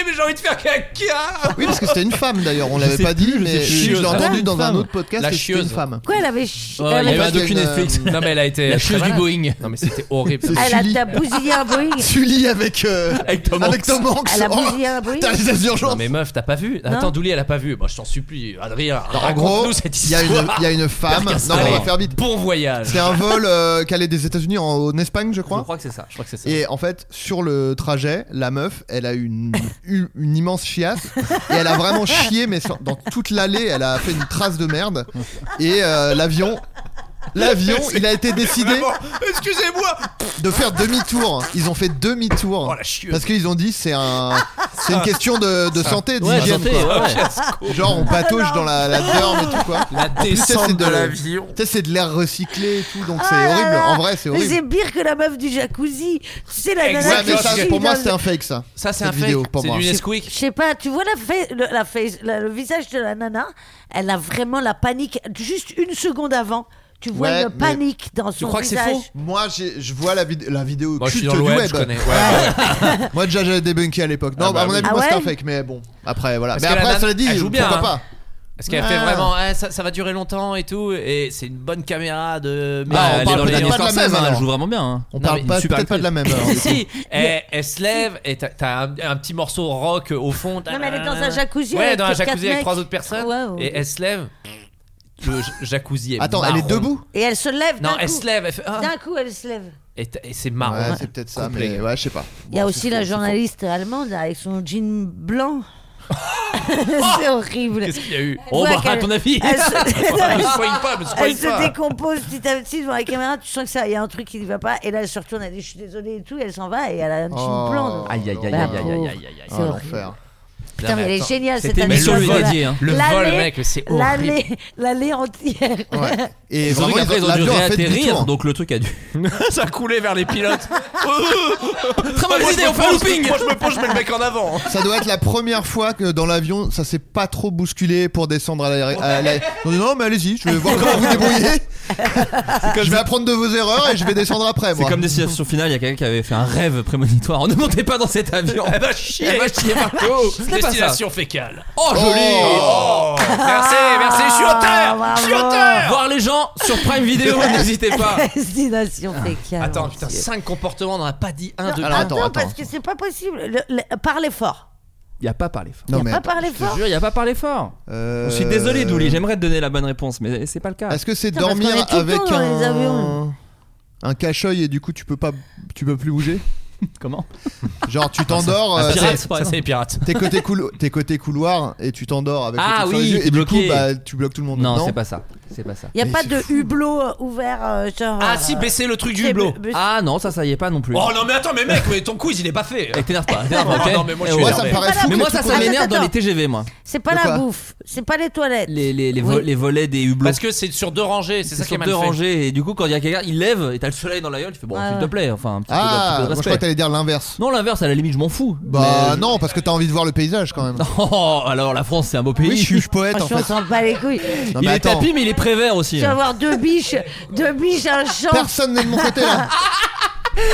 [SPEAKER 10] mais j'ai envie de faire caca.
[SPEAKER 8] Oui, parce que c'était une femme d'ailleurs. On l'avait
[SPEAKER 10] sais
[SPEAKER 8] pas dit,
[SPEAKER 10] plus, je sais
[SPEAKER 8] mais
[SPEAKER 10] plus.
[SPEAKER 8] je
[SPEAKER 10] Chieuse.
[SPEAKER 8] l'ai
[SPEAKER 10] Ah,
[SPEAKER 8] entendu
[SPEAKER 10] une
[SPEAKER 8] dans un
[SPEAKER 10] femme.
[SPEAKER 8] autre podcast.
[SPEAKER 10] La
[SPEAKER 8] que C'était une
[SPEAKER 10] chieuse.
[SPEAKER 8] femme.
[SPEAKER 9] Quoi, elle avait
[SPEAKER 10] Oh,
[SPEAKER 9] chi-
[SPEAKER 7] il y
[SPEAKER 9] elle
[SPEAKER 7] avait
[SPEAKER 9] avait-
[SPEAKER 7] un
[SPEAKER 8] parce
[SPEAKER 7] docu
[SPEAKER 8] qu'elle,
[SPEAKER 7] Netflix.
[SPEAKER 10] Non, mais elle a été.
[SPEAKER 7] La chose du Boeing.
[SPEAKER 10] Non, mais c'était horrible.
[SPEAKER 8] C'est
[SPEAKER 9] Elle a
[SPEAKER 8] Sully.
[SPEAKER 9] t'as bousillé un Boeing.
[SPEAKER 8] <laughs> Sully avec euh,
[SPEAKER 10] Avec Tom
[SPEAKER 8] avec Tom Hanks.
[SPEAKER 9] Elle a
[SPEAKER 8] Oh,
[SPEAKER 9] bousillé un Boeing.
[SPEAKER 8] T'as les urgences.
[SPEAKER 10] Non, mais meuf, t'as pas vu Attends, Douli, elle a pas vu. Moi, je t'en supplie, Adrien.
[SPEAKER 8] En gros,
[SPEAKER 10] raconte-nous cette
[SPEAKER 8] il y a une-
[SPEAKER 10] histoire.
[SPEAKER 8] il y a une femme. Non,
[SPEAKER 10] Père
[SPEAKER 8] mais on va
[SPEAKER 10] Castaner.
[SPEAKER 8] faire vite.
[SPEAKER 10] Bon voyage.
[SPEAKER 8] C'est un vol euh, qui allait des États-Unis en, en Espagne, je crois.
[SPEAKER 7] Je crois que c'est ça.
[SPEAKER 10] Je crois que c'est ça.
[SPEAKER 8] Et en fait, sur le trajet, la meuf, elle a eu une, eu une immense chiasse. Et elle a vraiment chié, mais sans- dans toute l'allée, elle a fait une trace de merde. Et euh, l'avion. L'avion, il a été décidé
[SPEAKER 10] Excusez-moi.
[SPEAKER 8] de faire demi-tour. Ils ont fait demi-tour.
[SPEAKER 10] Oh, la chieuse.
[SPEAKER 8] parce qu'ils ont dit c'est un c'est une question de, de santé,
[SPEAKER 7] Ouais,
[SPEAKER 8] d'hygiène,
[SPEAKER 7] santé,
[SPEAKER 8] quoi.
[SPEAKER 7] ouais.
[SPEAKER 8] Genre on patauge dans la, la dorme et tout quoi.
[SPEAKER 10] <laughs> La descente
[SPEAKER 8] c'est
[SPEAKER 10] de
[SPEAKER 8] de-
[SPEAKER 10] l'avion.
[SPEAKER 8] Tu sais c'est de l'air recyclé et tout, donc c'est
[SPEAKER 9] Ah là
[SPEAKER 8] horrible.
[SPEAKER 9] là.
[SPEAKER 8] En vrai c'est
[SPEAKER 9] Mais
[SPEAKER 8] horrible.
[SPEAKER 9] c'est pire que la meuf du jacuzzi. Tu sais, la nana
[SPEAKER 8] Ouais,
[SPEAKER 9] qui
[SPEAKER 8] mais ça,
[SPEAKER 9] chie
[SPEAKER 8] pour moi,
[SPEAKER 9] dans
[SPEAKER 8] c'était
[SPEAKER 9] le-
[SPEAKER 8] un fake, ça.
[SPEAKER 10] Ça, c'est
[SPEAKER 8] Cette
[SPEAKER 10] un fake.
[SPEAKER 8] vidéo, pour
[SPEAKER 10] C'est
[SPEAKER 8] moi.
[SPEAKER 10] du
[SPEAKER 9] Je
[SPEAKER 10] Nesquik.
[SPEAKER 9] sais pas, tu vois la fa- le, la face- la- le visage de la nana, elle a vraiment la panique juste une seconde avant. Tu vois
[SPEAKER 8] Ouais,
[SPEAKER 9] une
[SPEAKER 8] mais-
[SPEAKER 9] panique dans son
[SPEAKER 10] crois que c'est
[SPEAKER 9] visage.
[SPEAKER 10] faux
[SPEAKER 8] Moi, j'ai- je vois la, vid- la vidéo
[SPEAKER 10] Moi, je suis
[SPEAKER 8] culte
[SPEAKER 10] dans
[SPEAKER 8] du
[SPEAKER 10] le
[SPEAKER 8] web. Ah.
[SPEAKER 10] web, je connais. Ouais, bah ouais.
[SPEAKER 8] Moi, déjà, j'avais débunké à l'époque. Non,
[SPEAKER 10] Ah bah
[SPEAKER 8] à mon
[SPEAKER 10] oui.
[SPEAKER 8] avis,
[SPEAKER 9] Ah
[SPEAKER 8] moi, c'était un
[SPEAKER 9] ouais
[SPEAKER 8] fake, mais bon. Après, voilà.
[SPEAKER 10] Parce
[SPEAKER 8] mais
[SPEAKER 10] que la
[SPEAKER 8] après,
[SPEAKER 10] nana-
[SPEAKER 8] ça l'a dit,
[SPEAKER 10] elle joue bien,
[SPEAKER 8] pourquoi
[SPEAKER 10] hein.
[SPEAKER 8] pas
[SPEAKER 10] Parce qu'elle fait
[SPEAKER 8] Ah.
[SPEAKER 10] vraiment, eh, ça, ça va durer longtemps et tout, et c'est une bonne caméra de.
[SPEAKER 7] Bah,
[SPEAKER 8] on
[SPEAKER 7] elle est
[SPEAKER 8] parle
[SPEAKER 7] dans les
[SPEAKER 8] peut-être
[SPEAKER 7] années
[SPEAKER 8] pas de la
[SPEAKER 7] 76,
[SPEAKER 8] même,
[SPEAKER 7] hein, elle
[SPEAKER 8] alors.
[SPEAKER 7] joue vraiment bien. hein.
[SPEAKER 8] On
[SPEAKER 10] Non,
[SPEAKER 8] parle
[SPEAKER 10] mais
[SPEAKER 8] pas-
[SPEAKER 10] super
[SPEAKER 8] peut-être pas de la même. alors.
[SPEAKER 10] Si, si, elle, elle se lève et t'as- t'as un, un petit morceau rock au fond.
[SPEAKER 9] Non, mais elle est dans un jacuzzi
[SPEAKER 10] Ouais,
[SPEAKER 9] avec
[SPEAKER 10] dans un
[SPEAKER 9] quatre
[SPEAKER 10] jacuzzi avec
[SPEAKER 9] mecs.
[SPEAKER 10] trois autres personnes.
[SPEAKER 9] Waouh.
[SPEAKER 10] Et elle se lève. Le j- jacuzzi est
[SPEAKER 8] Attends, elle est
[SPEAKER 10] marron.
[SPEAKER 8] debout
[SPEAKER 9] Et elle se lève
[SPEAKER 10] Non,
[SPEAKER 9] d'un
[SPEAKER 10] elle
[SPEAKER 9] coup.
[SPEAKER 10] se lève. Elle fait, ah.
[SPEAKER 9] D'un coup, elle se lève.
[SPEAKER 10] Et, t- et c'est marrant.
[SPEAKER 8] Ouais, c'est peut-être ça,
[SPEAKER 10] Complet.
[SPEAKER 8] mais ouais, je sais pas.
[SPEAKER 9] Il y a
[SPEAKER 8] Bon,
[SPEAKER 9] aussi
[SPEAKER 8] c'est
[SPEAKER 9] la
[SPEAKER 8] faux, c'est faux.
[SPEAKER 9] journaliste allemande avec son jean
[SPEAKER 8] <laughs>
[SPEAKER 9] blanc. <laughs> c'est horrible.
[SPEAKER 10] Qu'est-ce qu'il y a eu
[SPEAKER 7] Oh,
[SPEAKER 9] Ouais,
[SPEAKER 7] bah, à
[SPEAKER 9] qu'elle-
[SPEAKER 7] ton avis.
[SPEAKER 9] Elle se...
[SPEAKER 7] <laughs>
[SPEAKER 9] <laughs>
[SPEAKER 10] Elle se soigne pas, elle se
[SPEAKER 9] Elle
[SPEAKER 10] soigne
[SPEAKER 9] se
[SPEAKER 10] pas.
[SPEAKER 9] décompose petit à petit devant la caméra, tu sens que ça, il y a un truc qui ne va pas, et là elle se retourne, elle dit je suis désolée et tout, et elle s'en va et elle a un jean
[SPEAKER 8] Oh.
[SPEAKER 9] blanc.
[SPEAKER 7] Aïe, aïe, aïe,
[SPEAKER 9] La
[SPEAKER 7] aïe, aïe, aïe,
[SPEAKER 9] pauvre.
[SPEAKER 7] aïe, aïe, aïe.
[SPEAKER 9] C'est
[SPEAKER 8] Ah,
[SPEAKER 9] horrible.
[SPEAKER 8] l'enfer.
[SPEAKER 9] Putain, mais elle est
[SPEAKER 10] attends,
[SPEAKER 9] géniale cette
[SPEAKER 7] C'était une
[SPEAKER 9] émission.
[SPEAKER 7] mission
[SPEAKER 9] voilà.
[SPEAKER 7] dédiée. hein.
[SPEAKER 10] Le
[SPEAKER 9] L'allée-
[SPEAKER 10] vol, mec, c'est horrible.
[SPEAKER 9] L'allée, l'allée entière.
[SPEAKER 8] Ouais. Et
[SPEAKER 7] Surtout
[SPEAKER 8] vraiment,
[SPEAKER 7] qu'après, ils ont dû
[SPEAKER 8] l'avion a fait
[SPEAKER 7] réatterrir,
[SPEAKER 8] demi-tour.
[SPEAKER 7] donc le truc a dû.
[SPEAKER 10] ça coulait vers
[SPEAKER 9] <laughs>
[SPEAKER 10] les pilotes. Très
[SPEAKER 7] mauvaise idée, on fait un looping.
[SPEAKER 10] Moi, je me penche, je mets le mec en avant.
[SPEAKER 8] Ça doit être la première fois que dans l'avion, ça s'est pas trop bousculé pour descendre à l'aéré- à la. Ils ont dit, non, mais allez-y, je vais voir comment vous débrouillez. Je vais apprendre de vos erreurs et je vais descendre après,
[SPEAKER 7] C'est
[SPEAKER 8] moi.
[SPEAKER 7] comme destination finale, il y a quelqu'un qui avait fait un rêve prémonitoire. Ne montez pas dans cet avion.
[SPEAKER 10] Elle va chier.
[SPEAKER 7] Elle va chier partout. C'était pas ça.
[SPEAKER 10] Destination fécale.
[SPEAKER 7] Oh, joli.
[SPEAKER 10] Oh, merci, merci, je suis auteur. Je suis
[SPEAKER 9] Ah, bravo.
[SPEAKER 10] auteur.
[SPEAKER 7] Voir les gens sur Prime
[SPEAKER 10] <laughs>
[SPEAKER 7] Video, n'hésitez pas.
[SPEAKER 9] <laughs> Destination fécale.
[SPEAKER 10] Attends,
[SPEAKER 9] mon
[SPEAKER 10] putain,
[SPEAKER 9] Dieu.
[SPEAKER 10] 5 comportements, on n'en a pas dit un, deux,
[SPEAKER 8] Alors,
[SPEAKER 10] trois.
[SPEAKER 8] attends,
[SPEAKER 9] Non,
[SPEAKER 8] attends.
[SPEAKER 9] parce que c'est pas possible. Le- le- parlez fort.
[SPEAKER 7] Il y a pas parlé fort.
[SPEAKER 8] Non,
[SPEAKER 9] Pas
[SPEAKER 8] attends,
[SPEAKER 9] parler
[SPEAKER 8] je te
[SPEAKER 9] fort.
[SPEAKER 7] Je jure, il y a pas parlé fort.
[SPEAKER 8] Euh,
[SPEAKER 7] Je suis désolé, Douli, j'aimerais te donner la bonne réponse, mais c'est pas le cas.
[SPEAKER 8] Est-ce que c'est
[SPEAKER 9] Putain, parce qu'on
[SPEAKER 8] dormir
[SPEAKER 9] est tout le
[SPEAKER 8] avec
[SPEAKER 9] temps dans les avions.
[SPEAKER 8] un. un cache-œil et du coup tu peux pas tu peux plus bouger
[SPEAKER 7] Comment
[SPEAKER 8] Genre tu t'endors
[SPEAKER 10] Un
[SPEAKER 8] euh,
[SPEAKER 10] pirate,
[SPEAKER 8] t'es-
[SPEAKER 10] par exemple. Ça, c'est les pirates.
[SPEAKER 8] T'es côté, coulo- t'es côté couloir et tu t'endors avec le
[SPEAKER 10] Ah
[SPEAKER 8] truc sur les
[SPEAKER 10] oui,
[SPEAKER 8] yeux,
[SPEAKER 10] t'es
[SPEAKER 8] et du coup
[SPEAKER 10] bloqué.
[SPEAKER 8] bah, tu bloques tout le monde.
[SPEAKER 7] Non, c'est pas ça. C'est pas ça.
[SPEAKER 9] Il n'y a pas de hublot euh, ouvert, euh, genre.
[SPEAKER 10] Ah
[SPEAKER 9] euh,
[SPEAKER 10] si, baisser le truc du
[SPEAKER 9] c'est
[SPEAKER 10] hublot.
[SPEAKER 9] b- b-
[SPEAKER 7] Ah non, ça, ça y est pas non plus.
[SPEAKER 10] Oh non mais attends mais mec mais ton quiz il est pas fait. Ah,
[SPEAKER 7] Et t'énerve pas, t'énerve pas, ok
[SPEAKER 10] Euh, <laughs> Non, non, mais moi, je
[SPEAKER 7] Eh
[SPEAKER 10] suis
[SPEAKER 7] ouais.
[SPEAKER 10] énervé. Ça me paraît
[SPEAKER 7] Mais
[SPEAKER 10] fou
[SPEAKER 7] moi
[SPEAKER 10] que
[SPEAKER 7] ça,
[SPEAKER 10] tu
[SPEAKER 7] ça
[SPEAKER 10] connais-
[SPEAKER 7] m'énerve dans les
[SPEAKER 9] Attends.
[SPEAKER 7] TGV, moi.
[SPEAKER 9] C'est pas
[SPEAKER 8] De
[SPEAKER 9] la
[SPEAKER 8] quoi
[SPEAKER 9] bouffe, c'est pas les toilettes.
[SPEAKER 7] Les, les, les,
[SPEAKER 9] Oui.
[SPEAKER 7] vo- les volets des hublots.
[SPEAKER 10] Parce que c'est sur deux rangées, c'est ça
[SPEAKER 7] Ils
[SPEAKER 10] qui est
[SPEAKER 7] sont
[SPEAKER 10] mal
[SPEAKER 7] deux
[SPEAKER 10] fait.
[SPEAKER 7] rangées et du coup quand il y a quelqu'un il lève et t'as le soleil dans la gueule tu fais bon
[SPEAKER 9] Ouais,
[SPEAKER 7] s'il te
[SPEAKER 9] ouais.
[SPEAKER 7] plaît enfin un petit peu de- un
[SPEAKER 8] Ah,
[SPEAKER 7] petit peu
[SPEAKER 8] moi
[SPEAKER 7] de
[SPEAKER 8] je crois que
[SPEAKER 7] respect
[SPEAKER 8] t'allais dire l'inverse.
[SPEAKER 7] non l'inverse à la limite je m'en fous
[SPEAKER 8] Bah
[SPEAKER 7] mais-
[SPEAKER 8] non, parce que t'as envie de voir le paysage quand même.
[SPEAKER 7] <laughs> oh alors la France c'est un beau pays
[SPEAKER 8] Oui, je suis je suis poète en
[SPEAKER 9] Franchement, on
[SPEAKER 8] fait.
[SPEAKER 9] s'en bat les couilles.
[SPEAKER 8] Non,
[SPEAKER 7] <laughs> il
[SPEAKER 8] mais
[SPEAKER 7] est
[SPEAKER 8] attends,
[SPEAKER 7] tapis mais il est prévert
[SPEAKER 9] Tu
[SPEAKER 7] aussi
[SPEAKER 9] vas avoir deux biches, deux biches, un champ.
[SPEAKER 8] personne n'est de mon côté là.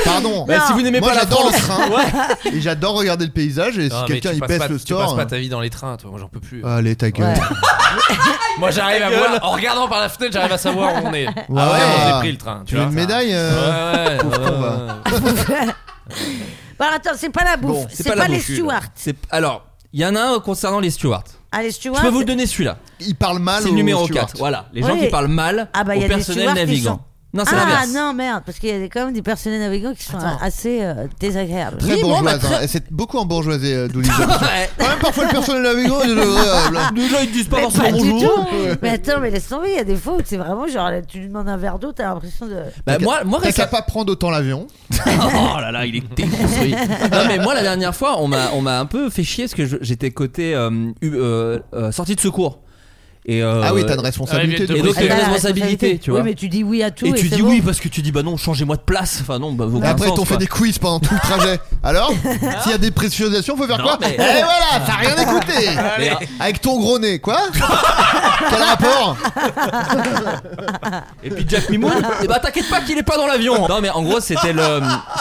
[SPEAKER 8] Pardon.
[SPEAKER 7] Bah, si vous n'aimez
[SPEAKER 8] Moi
[SPEAKER 7] pas la
[SPEAKER 8] j'adore le
[SPEAKER 7] France
[SPEAKER 8] train et j'adore regarder le paysage et si
[SPEAKER 10] Non, mais
[SPEAKER 8] quelqu'un
[SPEAKER 10] tu
[SPEAKER 8] il
[SPEAKER 10] passes
[SPEAKER 8] baisse
[SPEAKER 10] pas-
[SPEAKER 8] le
[SPEAKER 10] Tu
[SPEAKER 8] store. hein. euh.
[SPEAKER 10] passes pas ta vie dans les trains, toi. Moi, j'en peux plus.
[SPEAKER 8] Allez ta gueule.
[SPEAKER 9] Ouais.
[SPEAKER 10] Moi, j'arrive à voir. En regardant par la fenêtre, j'arrive à savoir où on est. Ah ouais,
[SPEAKER 8] Ouais.
[SPEAKER 10] j'ai pris le train.
[SPEAKER 8] Tu
[SPEAKER 10] vois.
[SPEAKER 8] veux une médaille
[SPEAKER 10] Ouais,
[SPEAKER 8] euh,
[SPEAKER 10] ouais. ouais,
[SPEAKER 8] con,
[SPEAKER 10] ouais, ouais.
[SPEAKER 9] Bon, Bah, attends, c'est pas la bouffe,
[SPEAKER 7] Bon,
[SPEAKER 9] c'est
[SPEAKER 7] la
[SPEAKER 9] pas, les
[SPEAKER 7] bouffe.
[SPEAKER 9] stewards.
[SPEAKER 7] C'est- alors il y en a un concernant les stewards
[SPEAKER 9] Ah, les
[SPEAKER 7] je
[SPEAKER 9] stewards.
[SPEAKER 7] peux vous donner celui-là
[SPEAKER 8] <laughs> Il parle mal.
[SPEAKER 7] c'est le
[SPEAKER 8] au
[SPEAKER 7] numéro
[SPEAKER 8] steward.
[SPEAKER 7] 4 voilà les gens
[SPEAKER 9] Oui.
[SPEAKER 7] qui parlent mal
[SPEAKER 9] Ah, bah, il y
[SPEAKER 7] au
[SPEAKER 9] a des
[SPEAKER 7] personnel
[SPEAKER 9] stewards qui
[SPEAKER 7] navigant non c'est
[SPEAKER 9] Ah
[SPEAKER 7] l'inverse
[SPEAKER 9] non, merde, parce qu'il y a quand même des personnels navigants qui sont assez euh, désagréables.
[SPEAKER 8] Très
[SPEAKER 7] Oui, bon,
[SPEAKER 8] bourgeoise.
[SPEAKER 7] bah, très-
[SPEAKER 8] hein, et C'est beaucoup en bourgeoisie euh, d'où les gens.
[SPEAKER 7] <laughs> Ouais.
[SPEAKER 8] Quand même parfois le personnel navigant est
[SPEAKER 7] <laughs>
[SPEAKER 8] euh, désagréable.
[SPEAKER 7] déjà ils disent pas
[SPEAKER 9] Mais
[SPEAKER 7] forcément
[SPEAKER 9] pas du
[SPEAKER 7] bonjour
[SPEAKER 9] tout. Mais attends, mais laisse tomber, il y a des fois où c'est vraiment genre, là, tu lui demandes un verre d'eau, t'as l'impression de.
[SPEAKER 7] bah moi moi
[SPEAKER 8] T'as qu'à
[SPEAKER 7] récemment-
[SPEAKER 8] pas prendre autant l'avion.
[SPEAKER 7] oh là là, il
[SPEAKER 9] <laughs>
[SPEAKER 7] est déconstruit. non mais moi la dernière fois, on m'a on m'a un peu fait chier parce que je- j'étais côté euh, U- euh, euh, sortie de secours. Et euh,
[SPEAKER 8] Ah oui, t'as une
[SPEAKER 10] Ah,
[SPEAKER 8] responsabilité.
[SPEAKER 10] il vient de
[SPEAKER 7] Et
[SPEAKER 8] donc.
[SPEAKER 7] donc,
[SPEAKER 9] Ah,
[SPEAKER 7] il y
[SPEAKER 9] bah,
[SPEAKER 7] a
[SPEAKER 9] la
[SPEAKER 7] une responsabilité, tu vois.
[SPEAKER 9] Oui, mais tu dis oui à tout.
[SPEAKER 7] et tu
[SPEAKER 9] c'est
[SPEAKER 7] dis
[SPEAKER 9] bon.
[SPEAKER 7] oui parce que tu dis bah non, changez-moi de place. Enfin non, bah vos
[SPEAKER 8] Après,
[SPEAKER 7] consciences,
[SPEAKER 8] t'ont fait
[SPEAKER 7] quoi.
[SPEAKER 8] des quiz pendant tout le trajet. Alors, s'il y a des préciosations, faut faire
[SPEAKER 7] Non,
[SPEAKER 8] quoi
[SPEAKER 7] mais-
[SPEAKER 8] Et voilà, t'as rien
[SPEAKER 7] <laughs>
[SPEAKER 8] écouté.
[SPEAKER 7] Mais,
[SPEAKER 8] Avec ton gros nez, quoi <laughs> Quel rapport
[SPEAKER 7] Et puis Jack Mimoun, <laughs> et bah t'inquiète pas qu'il est pas dans
[SPEAKER 10] <laughs>
[SPEAKER 7] l'avion. Non mais en gros, c'était le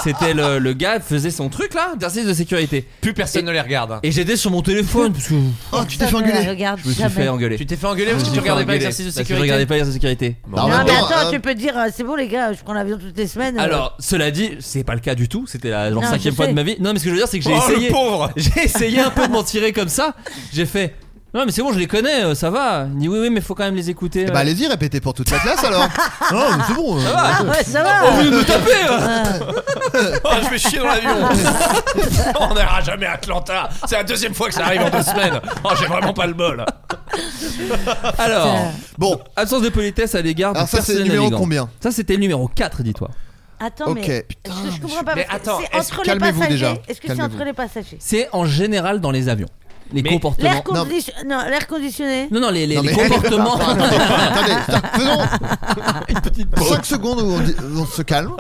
[SPEAKER 7] c'était le, le gars faisait son truc là, exercice de sécurité.
[SPEAKER 10] Plus personne ne les regarde. hein.
[SPEAKER 7] Et j'étais sur mon téléphone parce que
[SPEAKER 8] Oh, tu t'es fait
[SPEAKER 9] Personne ne la
[SPEAKER 8] engueuler.
[SPEAKER 9] regarde
[SPEAKER 7] je me suis
[SPEAKER 9] jamais.
[SPEAKER 7] fait engueuler.
[SPEAKER 10] Tu t'es fait engueuler parce
[SPEAKER 7] Je
[SPEAKER 10] que
[SPEAKER 7] me
[SPEAKER 10] tu
[SPEAKER 7] suis fait
[SPEAKER 10] regardais pas
[SPEAKER 7] engueuler
[SPEAKER 10] l'exercice de
[SPEAKER 7] parce que je
[SPEAKER 10] sécurité.
[SPEAKER 7] regardais pas l'exercice de sécurité.
[SPEAKER 8] Non,
[SPEAKER 9] Non, mais
[SPEAKER 8] Bon,
[SPEAKER 9] attends,
[SPEAKER 8] euh,
[SPEAKER 9] tu peux dire, euh, c'est bon les gars, je prends l'avion toutes les semaines. euh,
[SPEAKER 7] Alors, cela dit, c'est pas le cas du tout. C'était la genre
[SPEAKER 9] Non,
[SPEAKER 8] Ah.
[SPEAKER 7] cinquième
[SPEAKER 9] je
[SPEAKER 7] fois de
[SPEAKER 9] sais.
[SPEAKER 7] ma vie. Non, mais ce que je veux dire, c'est que j'ai
[SPEAKER 10] Oh, le
[SPEAKER 7] essayé.
[SPEAKER 10] pauvre
[SPEAKER 7] <laughs> J'ai essayé un peu de m'en tirer comme ça. J'ai fait. Non, mais c'est bon, je les connais, euh, ça va. Il dit oui, oui, mais faut quand même les écouter. euh.
[SPEAKER 9] euh.
[SPEAKER 8] Bah, allez-y, répétez pour toute la classe alors.
[SPEAKER 7] <laughs>
[SPEAKER 8] Non, mais c'est bon. euh,
[SPEAKER 9] Ah ouais, ça
[SPEAKER 7] Au
[SPEAKER 9] va.
[SPEAKER 7] lieu de me taper euh.
[SPEAKER 8] Ah.
[SPEAKER 10] <laughs> Oh, je vais chier dans l'avion. <laughs> on n'ira jamais à Atlanta. C'est la deuxième fois que ça arrive en deux semaines. Oh, j'ai vraiment pas le bol.
[SPEAKER 7] Alors,
[SPEAKER 8] Bon,
[SPEAKER 7] absence de politesse à l'égard du
[SPEAKER 8] alors ça, c'est le
[SPEAKER 7] personnel
[SPEAKER 8] numéro
[SPEAKER 7] navigant.
[SPEAKER 8] combien
[SPEAKER 7] Ça, c'était le numéro 4, dis-toi.
[SPEAKER 9] Attends,
[SPEAKER 8] Ok.
[SPEAKER 9] mais.
[SPEAKER 8] Putain,
[SPEAKER 9] je- Je comprends pas.
[SPEAKER 10] mais
[SPEAKER 9] parce que
[SPEAKER 10] attends,
[SPEAKER 9] c'est
[SPEAKER 10] est-ce-
[SPEAKER 9] entre les
[SPEAKER 8] calmez-vous
[SPEAKER 9] passagers.
[SPEAKER 8] déjà.
[SPEAKER 9] Est-ce que c'est
[SPEAKER 8] Calmez-vous.
[SPEAKER 9] entre les passagers
[SPEAKER 7] C'est en général dans les avions. Les
[SPEAKER 10] Mais-
[SPEAKER 7] comportements.
[SPEAKER 9] L'air condi- non, l'air conditionné.
[SPEAKER 7] Non, non, les, les-
[SPEAKER 8] Non,
[SPEAKER 7] les
[SPEAKER 8] mais-
[SPEAKER 7] comportements. <laughs>
[SPEAKER 8] Attendez, attendez, attendez,
[SPEAKER 10] <laughs>
[SPEAKER 8] faisons 5 secondes où on, dit- on se calme.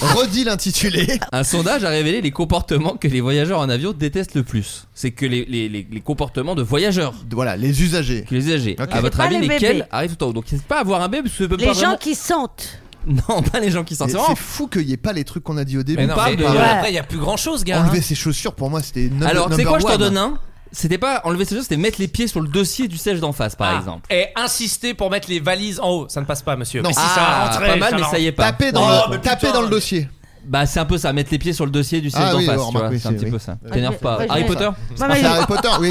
[SPEAKER 8] Redis l'intitulé.
[SPEAKER 7] Un sondage a révélé les comportements que les voyageurs en avion détestent le plus. C'est que les- les- les- les comportements de voyageurs.
[SPEAKER 8] Voilà, les usagers.
[SPEAKER 7] que les âgés.
[SPEAKER 8] Ok.
[SPEAKER 7] À votre
[SPEAKER 9] Pas
[SPEAKER 7] avis,
[SPEAKER 10] Eh
[SPEAKER 9] les
[SPEAKER 7] lesquels
[SPEAKER 10] ben.
[SPEAKER 9] bébés.
[SPEAKER 7] arrivent tout le temps Donc, c'est pas avoir un bébé, parce que <laughs> peut
[SPEAKER 9] Les
[SPEAKER 7] pas
[SPEAKER 9] gens
[SPEAKER 7] vraiment...
[SPEAKER 9] qui sentent.
[SPEAKER 7] Non, pas les gens qui s'en
[SPEAKER 8] C'est
[SPEAKER 7] sortent. vraiment
[SPEAKER 8] fou qu'il n'y ait pas les trucs qu'on a dit au début.
[SPEAKER 10] Mais non,
[SPEAKER 8] Par-
[SPEAKER 10] mais
[SPEAKER 8] par-
[SPEAKER 10] après, il y a plus grand chose, gars.
[SPEAKER 8] Enlever ses chaussures, pour moi, c'était number-
[SPEAKER 7] Alors, c'est
[SPEAKER 8] number
[SPEAKER 7] quoi Je t'en
[SPEAKER 8] one.
[SPEAKER 7] donne un. C'était pas enlever ses choses, c'était mettre les pieds sur le dossier du siège d'en face, par
[SPEAKER 10] Ah,
[SPEAKER 7] exemple.
[SPEAKER 10] Et insister pour mettre les valises en haut. Ça ne passe pas, monsieur.
[SPEAKER 8] Non.
[SPEAKER 10] Mais si, ça va
[SPEAKER 7] ah,
[SPEAKER 10] rentrer,
[SPEAKER 7] pas mal,
[SPEAKER 10] ça
[SPEAKER 7] mais
[SPEAKER 10] va
[SPEAKER 7] ça y est pas.
[SPEAKER 8] Taper dans,
[SPEAKER 10] Oh,
[SPEAKER 8] le,
[SPEAKER 10] mais
[SPEAKER 8] taper
[SPEAKER 10] putain,
[SPEAKER 8] dans le
[SPEAKER 10] mais-
[SPEAKER 8] dossier.
[SPEAKER 7] Bah, c'est un peu ça, mettre les pieds sur le dossier du siège
[SPEAKER 8] Ah
[SPEAKER 7] d'en
[SPEAKER 8] oui,
[SPEAKER 7] face, tu
[SPEAKER 8] remarque,
[SPEAKER 7] vois.
[SPEAKER 8] oui,
[SPEAKER 7] c'est un
[SPEAKER 8] c'est-
[SPEAKER 7] petit
[SPEAKER 8] oui.
[SPEAKER 7] peu ça. T'énerve
[SPEAKER 9] je-
[SPEAKER 7] pas.
[SPEAKER 9] ouais, je-
[SPEAKER 7] Harry Potter
[SPEAKER 9] Non, Ah, mais
[SPEAKER 8] C'est
[SPEAKER 9] je-
[SPEAKER 8] Harry Potter, oui.